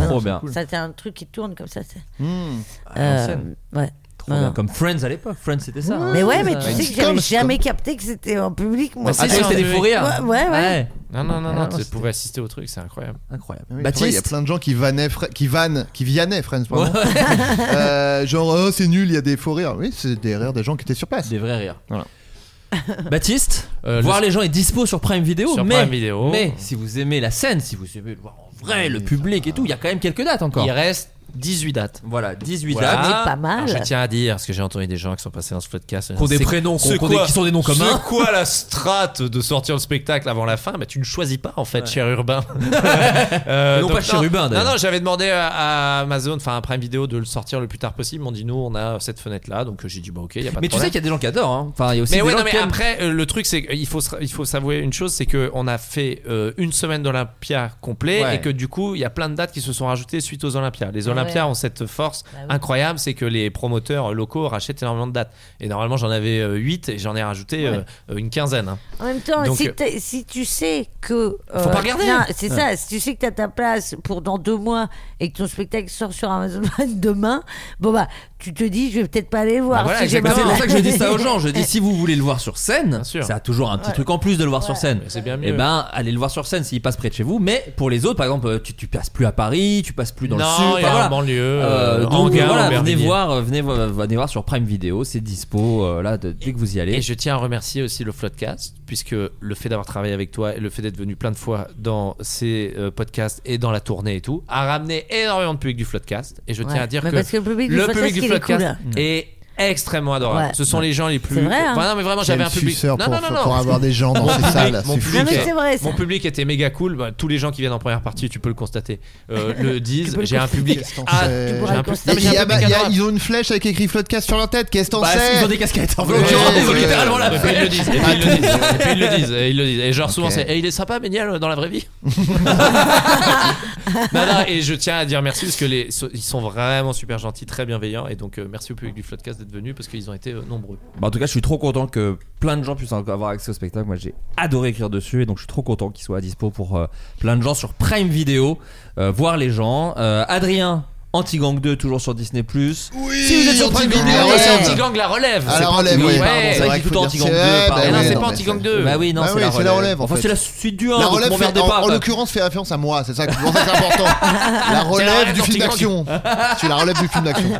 [SPEAKER 7] Trop
[SPEAKER 9] non,
[SPEAKER 7] bien. Ah,
[SPEAKER 9] Ça, c'est un truc qui tourne comme ça. c'est-
[SPEAKER 8] Hmm.
[SPEAKER 9] euh,
[SPEAKER 7] l'ancienne.
[SPEAKER 9] ouais.
[SPEAKER 7] Trop
[SPEAKER 9] Non,
[SPEAKER 7] bien.
[SPEAKER 9] non.
[SPEAKER 7] Comme Friends à l'époque. Friends, c'était ça. hein.
[SPEAKER 9] Mais ouais, mais
[SPEAKER 7] Ouais.
[SPEAKER 9] tu sais que
[SPEAKER 8] sitcom,
[SPEAKER 9] j'avais
[SPEAKER 8] sitcom.
[SPEAKER 9] jamais capté que c'était en public, moi.
[SPEAKER 10] Bah,
[SPEAKER 7] Ah,
[SPEAKER 10] c'est
[SPEAKER 7] donc
[SPEAKER 10] ça,
[SPEAKER 7] c'était des
[SPEAKER 10] oui.
[SPEAKER 7] fous rires.
[SPEAKER 9] Ouais, ouais, ouais.
[SPEAKER 10] Non, non, non,
[SPEAKER 7] Ah,
[SPEAKER 10] non,
[SPEAKER 7] non,
[SPEAKER 10] tu
[SPEAKER 7] c'était-
[SPEAKER 10] pouvais assister au truc, c'est incroyable.
[SPEAKER 7] Incroyable.
[SPEAKER 8] Ah oui, c'est vrai, Il y a
[SPEAKER 7] Baptiste.
[SPEAKER 8] plein de gens qui vannaient, Fre- qui vannent, qui viannaient Friends, pardon. <laughs>
[SPEAKER 7] <laughs>
[SPEAKER 8] Euh, genre, oh, c'est nul, il y a des faux rires. Oui, c'est des rires des gens qui étaient sur place.
[SPEAKER 7] Des vrais rires.
[SPEAKER 8] Voilà.
[SPEAKER 7] <laughs> Baptiste,
[SPEAKER 10] Euh,
[SPEAKER 7] voir
[SPEAKER 10] le-
[SPEAKER 7] les gens est dispo sur Prime Video.
[SPEAKER 10] Sur
[SPEAKER 7] mais,
[SPEAKER 10] Prime Video.
[SPEAKER 7] mais si vous aimez la scène, si vous aimez le voir en vrai, le public et tout, il y a quand même quelques dates encore.
[SPEAKER 10] Il reste 18 dates.
[SPEAKER 7] Voilà, 18
[SPEAKER 10] Voilà.
[SPEAKER 7] dates.
[SPEAKER 9] pas mal.
[SPEAKER 10] Alors, Je tiens à dire, parce que j'ai entendu des gens qui sont passés dans ce podcast.
[SPEAKER 7] Qui ont des
[SPEAKER 10] C'est-
[SPEAKER 7] prénoms, qui ont-
[SPEAKER 10] c'est
[SPEAKER 7] qui ont des- qui sont des noms communs.
[SPEAKER 10] C'est quoi la strate de sortir le spectacle avant la fin Bah, Tu ne choisis pas, en fait, cher Urbain. <laughs> Euh,
[SPEAKER 7] Non,
[SPEAKER 10] donc,
[SPEAKER 7] pas Chérubin,
[SPEAKER 10] Non,
[SPEAKER 7] d'ailleurs.
[SPEAKER 10] non, j'avais demandé à, à Amazon, enfin à Prime Video, de le sortir le plus tard possible. Ils m'ont dit, nous, on a cette fenêtre-là. Donc, euh, j'ai dit, bah, ok, il a pas de
[SPEAKER 7] Mais tu sais
[SPEAKER 10] problème.
[SPEAKER 7] qu'il y a des gens qui adorent. hein. Enfin, il y a aussi
[SPEAKER 10] Mais
[SPEAKER 7] des
[SPEAKER 10] ouais,
[SPEAKER 7] gens
[SPEAKER 10] non, mais
[SPEAKER 7] qui aiment.
[SPEAKER 10] après, euh, le truc, c'est qu'il faut, se- il faut s'avouer une chose, c'est qu'on a fait euh, une semaine d'Olympia complet
[SPEAKER 7] Ouais.
[SPEAKER 10] et que du coup, il y a plein de dates qui se sont rajoutées suite aux Olympias. Les
[SPEAKER 7] Ouais.
[SPEAKER 10] Olympia
[SPEAKER 9] ouais.
[SPEAKER 10] ont cette force
[SPEAKER 9] Bah oui.
[SPEAKER 10] incroyable, c'est que les promoteurs locaux rachètent énormément de dates. Et normalement, j'en avais 8 et j'en ai rajouté euh, une quinzaine. hein.
[SPEAKER 9] En même temps,
[SPEAKER 10] Donc,
[SPEAKER 9] si,
[SPEAKER 10] euh,
[SPEAKER 9] t'es- si tu sais que.
[SPEAKER 10] Faut pas regarder.
[SPEAKER 9] tiens, C'est
[SPEAKER 10] Ouais.
[SPEAKER 9] ça, si tu sais que t'as ta place pour dans deux mois et que ton spectacle sort sur Amazon <laughs> Prime demain, bon bah, tu te dis, je vais peut-être pas aller le voir.
[SPEAKER 7] Bah voilà,
[SPEAKER 9] si j'ai
[SPEAKER 7] exactement.
[SPEAKER 9] pas-
[SPEAKER 7] c'est pour ça que je dis ça aux gens. Je dis si vous voulez le voir sur scène, ça a toujours un petit
[SPEAKER 9] Ouais.
[SPEAKER 7] truc en plus de le voir sur scène.
[SPEAKER 10] C'est bien
[SPEAKER 7] Et
[SPEAKER 10] mieux.
[SPEAKER 7] ben allez le voir sur scène s'il passe près de chez vous. Mais pour les autres, par exemple, euh, tu, tu passes plus à Paris, tu passes plus dans
[SPEAKER 10] Non,
[SPEAKER 7] le sud.
[SPEAKER 10] il y a
[SPEAKER 7] enfin, voilà.
[SPEAKER 10] en banlieue,
[SPEAKER 7] Euh,
[SPEAKER 10] euh,
[SPEAKER 7] donc
[SPEAKER 10] Enghien,
[SPEAKER 7] voilà, venez
[SPEAKER 10] Aubervilliers.
[SPEAKER 7] voir, euh, venez, voir- venez voir sur Prime Video, c'est dispo euh, là de- dès que vous y allez.
[SPEAKER 10] Et je tiens à remercier aussi le Floodcast, puisque le fait d'avoir travaillé avec toi et le fait d'être venu plein de fois dans ces euh, podcasts et dans la tournée et tout, a ramené énormément de public du Floodcast. Et je
[SPEAKER 9] Ouais.
[SPEAKER 10] tiens à dire
[SPEAKER 9] Mais
[SPEAKER 10] que
[SPEAKER 9] parce que le public du Floodcast,
[SPEAKER 10] public du
[SPEAKER 9] il est
[SPEAKER 10] Floodcast
[SPEAKER 9] cool, hein.
[SPEAKER 10] est extrêmement adorable.
[SPEAKER 9] Ouais.
[SPEAKER 10] Ce sont les gens les plus.
[SPEAKER 9] C'est vrai, hein.
[SPEAKER 10] Enfin, non, mais vraiment, j'avais un
[SPEAKER 8] Quel
[SPEAKER 10] public.
[SPEAKER 8] suceur
[SPEAKER 10] Non,
[SPEAKER 8] pour-
[SPEAKER 10] non, non, non.
[SPEAKER 8] pour avoir des gens dans
[SPEAKER 10] Mon
[SPEAKER 8] ces
[SPEAKER 10] public-
[SPEAKER 8] salles,
[SPEAKER 10] Mon
[SPEAKER 8] c'est fou.
[SPEAKER 10] public,
[SPEAKER 9] Non, mais c'est vrai, ça.
[SPEAKER 10] mon public était méga cool. Bah, tous les gens qui viennent en première partie, tu peux le constater,
[SPEAKER 9] <laughs>
[SPEAKER 10] euh, le disent. J'ai un public.
[SPEAKER 8] Qu'est-ce qu'on sait
[SPEAKER 10] Ah, j'ai un public-
[SPEAKER 8] Il
[SPEAKER 10] non, mais j'ai un
[SPEAKER 8] y a- bah,
[SPEAKER 10] public
[SPEAKER 8] il y a-
[SPEAKER 10] adorable.
[SPEAKER 8] Ils ont une flèche avec écrit Floodcast sur leur tête, qu'est-ce qu'on
[SPEAKER 7] Bah,
[SPEAKER 8] sait
[SPEAKER 7] ils ont des casquettes en
[SPEAKER 8] Ouais,
[SPEAKER 7] l'occurrence, ils ont
[SPEAKER 8] ouais.
[SPEAKER 7] littéralement la
[SPEAKER 10] Et puis ils le disent, et puis ils
[SPEAKER 9] <laughs>
[SPEAKER 10] le disent, et puis ils le disent, et ils le disent. Et genre souvent
[SPEAKER 8] Ok.
[SPEAKER 10] c'est, et il est sympa Méniel euh, dans la
[SPEAKER 9] <laughs>
[SPEAKER 10] vraie vie. non, non, et je tiens à dire merci parce que les, so- ils sont vraiment super gentils, très bienveillants, et donc euh, merci au public du Floodcast d'être venu parce qu'ils ont été euh, nombreux.
[SPEAKER 7] Bah, en tout cas, je suis trop content que plein de gens puissent encore avoir accès au spectacle. Moi, j'ai adoré écrire dessus et donc je suis trop content qu'il soit à dispo pour euh, plein de gens sur Prime Video. euh, voir les gens. Euh, Adrien, Anti-Gang 2, toujours sur Disney. si vous êtes sur Prime
[SPEAKER 8] Anti-Gang,
[SPEAKER 7] Video,
[SPEAKER 8] Ah ouais.
[SPEAKER 7] Ah, c'est
[SPEAKER 10] Petit gang la relève.
[SPEAKER 8] Ah,
[SPEAKER 7] c'est
[SPEAKER 8] la
[SPEAKER 7] pas
[SPEAKER 8] relève,
[SPEAKER 7] Anti-Gang,
[SPEAKER 8] oui,
[SPEAKER 7] ouais,
[SPEAKER 8] pardon, c'est
[SPEAKER 7] ça
[SPEAKER 8] vrai
[SPEAKER 7] dit
[SPEAKER 8] qu'il
[SPEAKER 7] tout
[SPEAKER 8] faut
[SPEAKER 7] Anti-Gang
[SPEAKER 8] dire-
[SPEAKER 7] 2,
[SPEAKER 8] Ouais,
[SPEAKER 7] pardon.
[SPEAKER 8] bah
[SPEAKER 10] Mais non,
[SPEAKER 8] ouais,
[SPEAKER 10] c'est
[SPEAKER 8] non,
[SPEAKER 10] pas
[SPEAKER 8] mais
[SPEAKER 10] anti-gang
[SPEAKER 8] c'est-
[SPEAKER 10] 2.
[SPEAKER 7] Bah oui, non,
[SPEAKER 8] Bah
[SPEAKER 7] c'est
[SPEAKER 8] oui,
[SPEAKER 7] la
[SPEAKER 8] c'est la
[SPEAKER 7] relève.
[SPEAKER 8] relève, en
[SPEAKER 7] Enfin,
[SPEAKER 8] fait.
[SPEAKER 7] c'est la suite du 1.
[SPEAKER 8] La
[SPEAKER 7] donc
[SPEAKER 8] relève,
[SPEAKER 7] m'emmerdez
[SPEAKER 8] fait- en,
[SPEAKER 7] pas.
[SPEAKER 8] en l'occurrence, fait référence à moi, c'est ça, que- pour ça que c'est important. La relève
[SPEAKER 10] relève
[SPEAKER 8] du film
[SPEAKER 10] d'Anti-Gang.
[SPEAKER 8] d'action. Tu la relève du film d'action.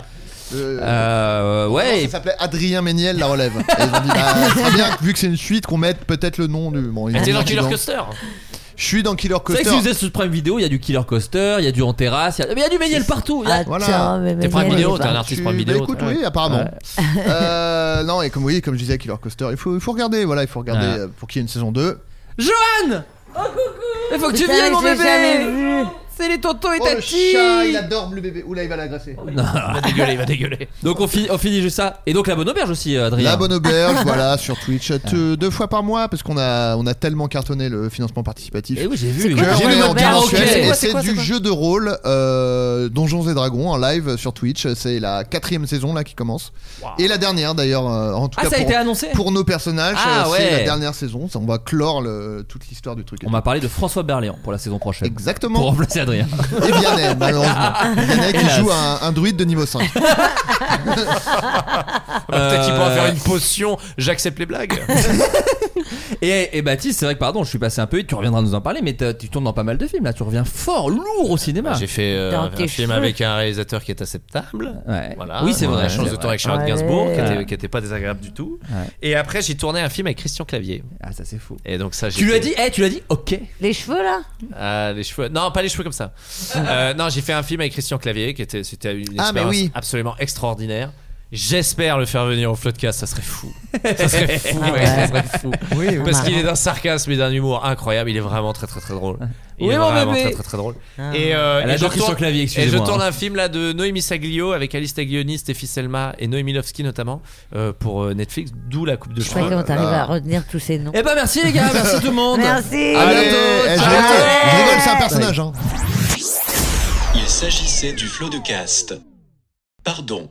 [SPEAKER 8] Euh,
[SPEAKER 7] Euh,
[SPEAKER 8] non,
[SPEAKER 7] ouais,
[SPEAKER 8] Ça s'appelait Adrien Méniel, la relève. Et ils ont dit, bah, ça serait bien, que, vu que c'est une suite, qu'on mette peut-être le nom du. Bon, ils
[SPEAKER 10] Mais
[SPEAKER 8] ont
[SPEAKER 10] t'es
[SPEAKER 8] mis
[SPEAKER 10] dans Killer
[SPEAKER 8] Anti-Gang.
[SPEAKER 10] Coaster.
[SPEAKER 8] Je suis dans Killer
[SPEAKER 7] C'est vrai
[SPEAKER 8] Coaster.
[SPEAKER 7] que si vous êtes sur Prime Vidéo, il y a du Killer Coaster, il y a du En Terrasse, il y a- mais il y a du Méniel partout. il y a-
[SPEAKER 9] Ah,
[SPEAKER 8] Voilà.
[SPEAKER 9] tiens, mais
[SPEAKER 10] T'es
[SPEAKER 9] mais-
[SPEAKER 10] pas
[SPEAKER 9] mais-
[SPEAKER 10] vidéo,
[SPEAKER 9] mais-
[SPEAKER 10] t'es un artiste
[SPEAKER 8] Tu-
[SPEAKER 10] pour une
[SPEAKER 8] bah,
[SPEAKER 10] vidéo.
[SPEAKER 8] écoute, oui, apparemment. Euh, non, et comme oui, comme je disais, Killer Coaster, il faut, il faut regarder, voilà, il faut regarder
[SPEAKER 7] Ouais.
[SPEAKER 8] euh, pour qu'il y ait une saison 2.
[SPEAKER 7] Johan Il faut que tu
[SPEAKER 9] Putain,
[SPEAKER 7] viennes, mon
[SPEAKER 9] je l'ai jamais
[SPEAKER 7] bébé
[SPEAKER 9] vu.
[SPEAKER 7] C'est les tontons et
[SPEAKER 8] Oh, le
[SPEAKER 7] tati
[SPEAKER 8] chat, il adore le bébé. Oula, il va l'agresser.
[SPEAKER 10] Il va dégueuler, il va dégueuler.
[SPEAKER 7] Donc on finit, on finit juste ça. Et donc la bonne auberge aussi, euh, Adrien.
[SPEAKER 8] La bonne
[SPEAKER 7] <laughs>
[SPEAKER 8] auberge, voilà, sur Twitch,
[SPEAKER 7] Ah.
[SPEAKER 8] te- deux fois par mois, parce qu'on a, on a tellement cartonné le financement participatif.
[SPEAKER 7] Et Eh oui, j'ai
[SPEAKER 9] C'est
[SPEAKER 7] vu.
[SPEAKER 9] quoi
[SPEAKER 7] j'ai
[SPEAKER 9] la
[SPEAKER 7] vu
[SPEAKER 9] bonne
[SPEAKER 7] le
[SPEAKER 9] auberge
[SPEAKER 7] karaoké.
[SPEAKER 8] mensuel,
[SPEAKER 9] C'est
[SPEAKER 8] et
[SPEAKER 9] quoi,
[SPEAKER 8] c'est du jeu de rôle euh, Donjons et Dragons en live sur Twitch. C'est la quatrième saison là qui commence et la dernière d'ailleurs. euh, en tout
[SPEAKER 7] Ah,
[SPEAKER 8] cas
[SPEAKER 7] ça a
[SPEAKER 8] pour,
[SPEAKER 7] été annoncé
[SPEAKER 8] pour nos personnages,
[SPEAKER 7] Ah,
[SPEAKER 8] euh, c'est
[SPEAKER 7] ouais.
[SPEAKER 8] la dernière saison. Ça, On va clore le- toute l'histoire du truc.
[SPEAKER 7] On m'a parlé de François Berléand pour la saison prochaine. Pour
[SPEAKER 8] Exactement.
[SPEAKER 7] remplacer <laughs> Adrien.
[SPEAKER 8] Et Vianney, malheureusement. Vianney qui
[SPEAKER 7] Hélas.
[SPEAKER 8] joue un, un druide de niveau 5.
[SPEAKER 10] Bah, Peut-être qu'il pourra
[SPEAKER 7] Euh,
[SPEAKER 10] faire une potion. J'accepte les blagues.
[SPEAKER 7] Et, et Baptiste, c'est vrai que pardon, je suis passé un peu vite, tu reviendras nous en parler, mais t'as- tu tournes dans pas mal de films là, tu reviens fort, lourd au cinéma.
[SPEAKER 10] J'ai fait euh,
[SPEAKER 9] Dans
[SPEAKER 10] un
[SPEAKER 9] tes
[SPEAKER 10] film
[SPEAKER 9] cheveux.
[SPEAKER 10] avec un réalisateur qui est acceptable.
[SPEAKER 7] Ouais.
[SPEAKER 10] Voilà,
[SPEAKER 7] oui, c'est
[SPEAKER 10] on a
[SPEAKER 7] vrai.
[SPEAKER 10] La chance
[SPEAKER 7] c'est
[SPEAKER 10] de tourner
[SPEAKER 7] vrai.
[SPEAKER 10] avec Charlotte
[SPEAKER 9] Ouais.
[SPEAKER 10] Gainsbourg, qui
[SPEAKER 9] Ouais.
[SPEAKER 10] était, qui était pas désagréable du tout.
[SPEAKER 7] Ouais.
[SPEAKER 10] Et après, j'ai tourné un film avec Christian Clavier.
[SPEAKER 7] Ah, ça c'est fou.
[SPEAKER 10] Et donc ça, j'ai
[SPEAKER 7] Tu lui as
[SPEAKER 10] fait-
[SPEAKER 7] dit, eh, tu lui as dit, ok.
[SPEAKER 9] Les cheveux là
[SPEAKER 10] Ah, les cheveux. Non, pas les cheveux comme ça. Euh, non, j'ai fait un film avec Christian Clavier, qui était, c'était une
[SPEAKER 8] Ah,
[SPEAKER 10] expérience
[SPEAKER 8] mais oui.
[SPEAKER 10] absolument extraordinaire. J'espère le faire venir au Floodcast, ça serait fou. Ça serait fou,
[SPEAKER 9] Ah ouais.
[SPEAKER 10] ça serait fou.
[SPEAKER 9] oui.
[SPEAKER 10] Parce qu'il est d'un sarcasme et d'un humour incroyable, il est vraiment très très très drôle. Il
[SPEAKER 7] Oui,
[SPEAKER 10] est
[SPEAKER 7] mon
[SPEAKER 10] vraiment
[SPEAKER 7] bébé. Ah.
[SPEAKER 10] très très très drôle. Et, euh,
[SPEAKER 7] Elle
[SPEAKER 10] et je
[SPEAKER 7] adore Christian
[SPEAKER 10] tourne-
[SPEAKER 7] Clavier,
[SPEAKER 10] Et je
[SPEAKER 7] excusez-moi. hein.
[SPEAKER 10] tourne un film là de Noémie Saglio avec Alice Taglioni, Stéphie Selma et Noémie Lovski notamment euh, pour euh, Netflix, d'où la coupe de
[SPEAKER 9] Je sais pas
[SPEAKER 10] cheveux.
[SPEAKER 9] comment t'arrives
[SPEAKER 8] là.
[SPEAKER 9] à retenir tous ces noms.
[SPEAKER 7] Eh ben merci les gars, merci tout le monde.
[SPEAKER 9] Merci.
[SPEAKER 7] À
[SPEAKER 8] Allez,
[SPEAKER 7] bientôt.
[SPEAKER 8] eh, je
[SPEAKER 7] Ciao.
[SPEAKER 8] rigole, je rigole, c'est un personnage. Hein.
[SPEAKER 2] Il s'agissait du flot de caste. Pardon.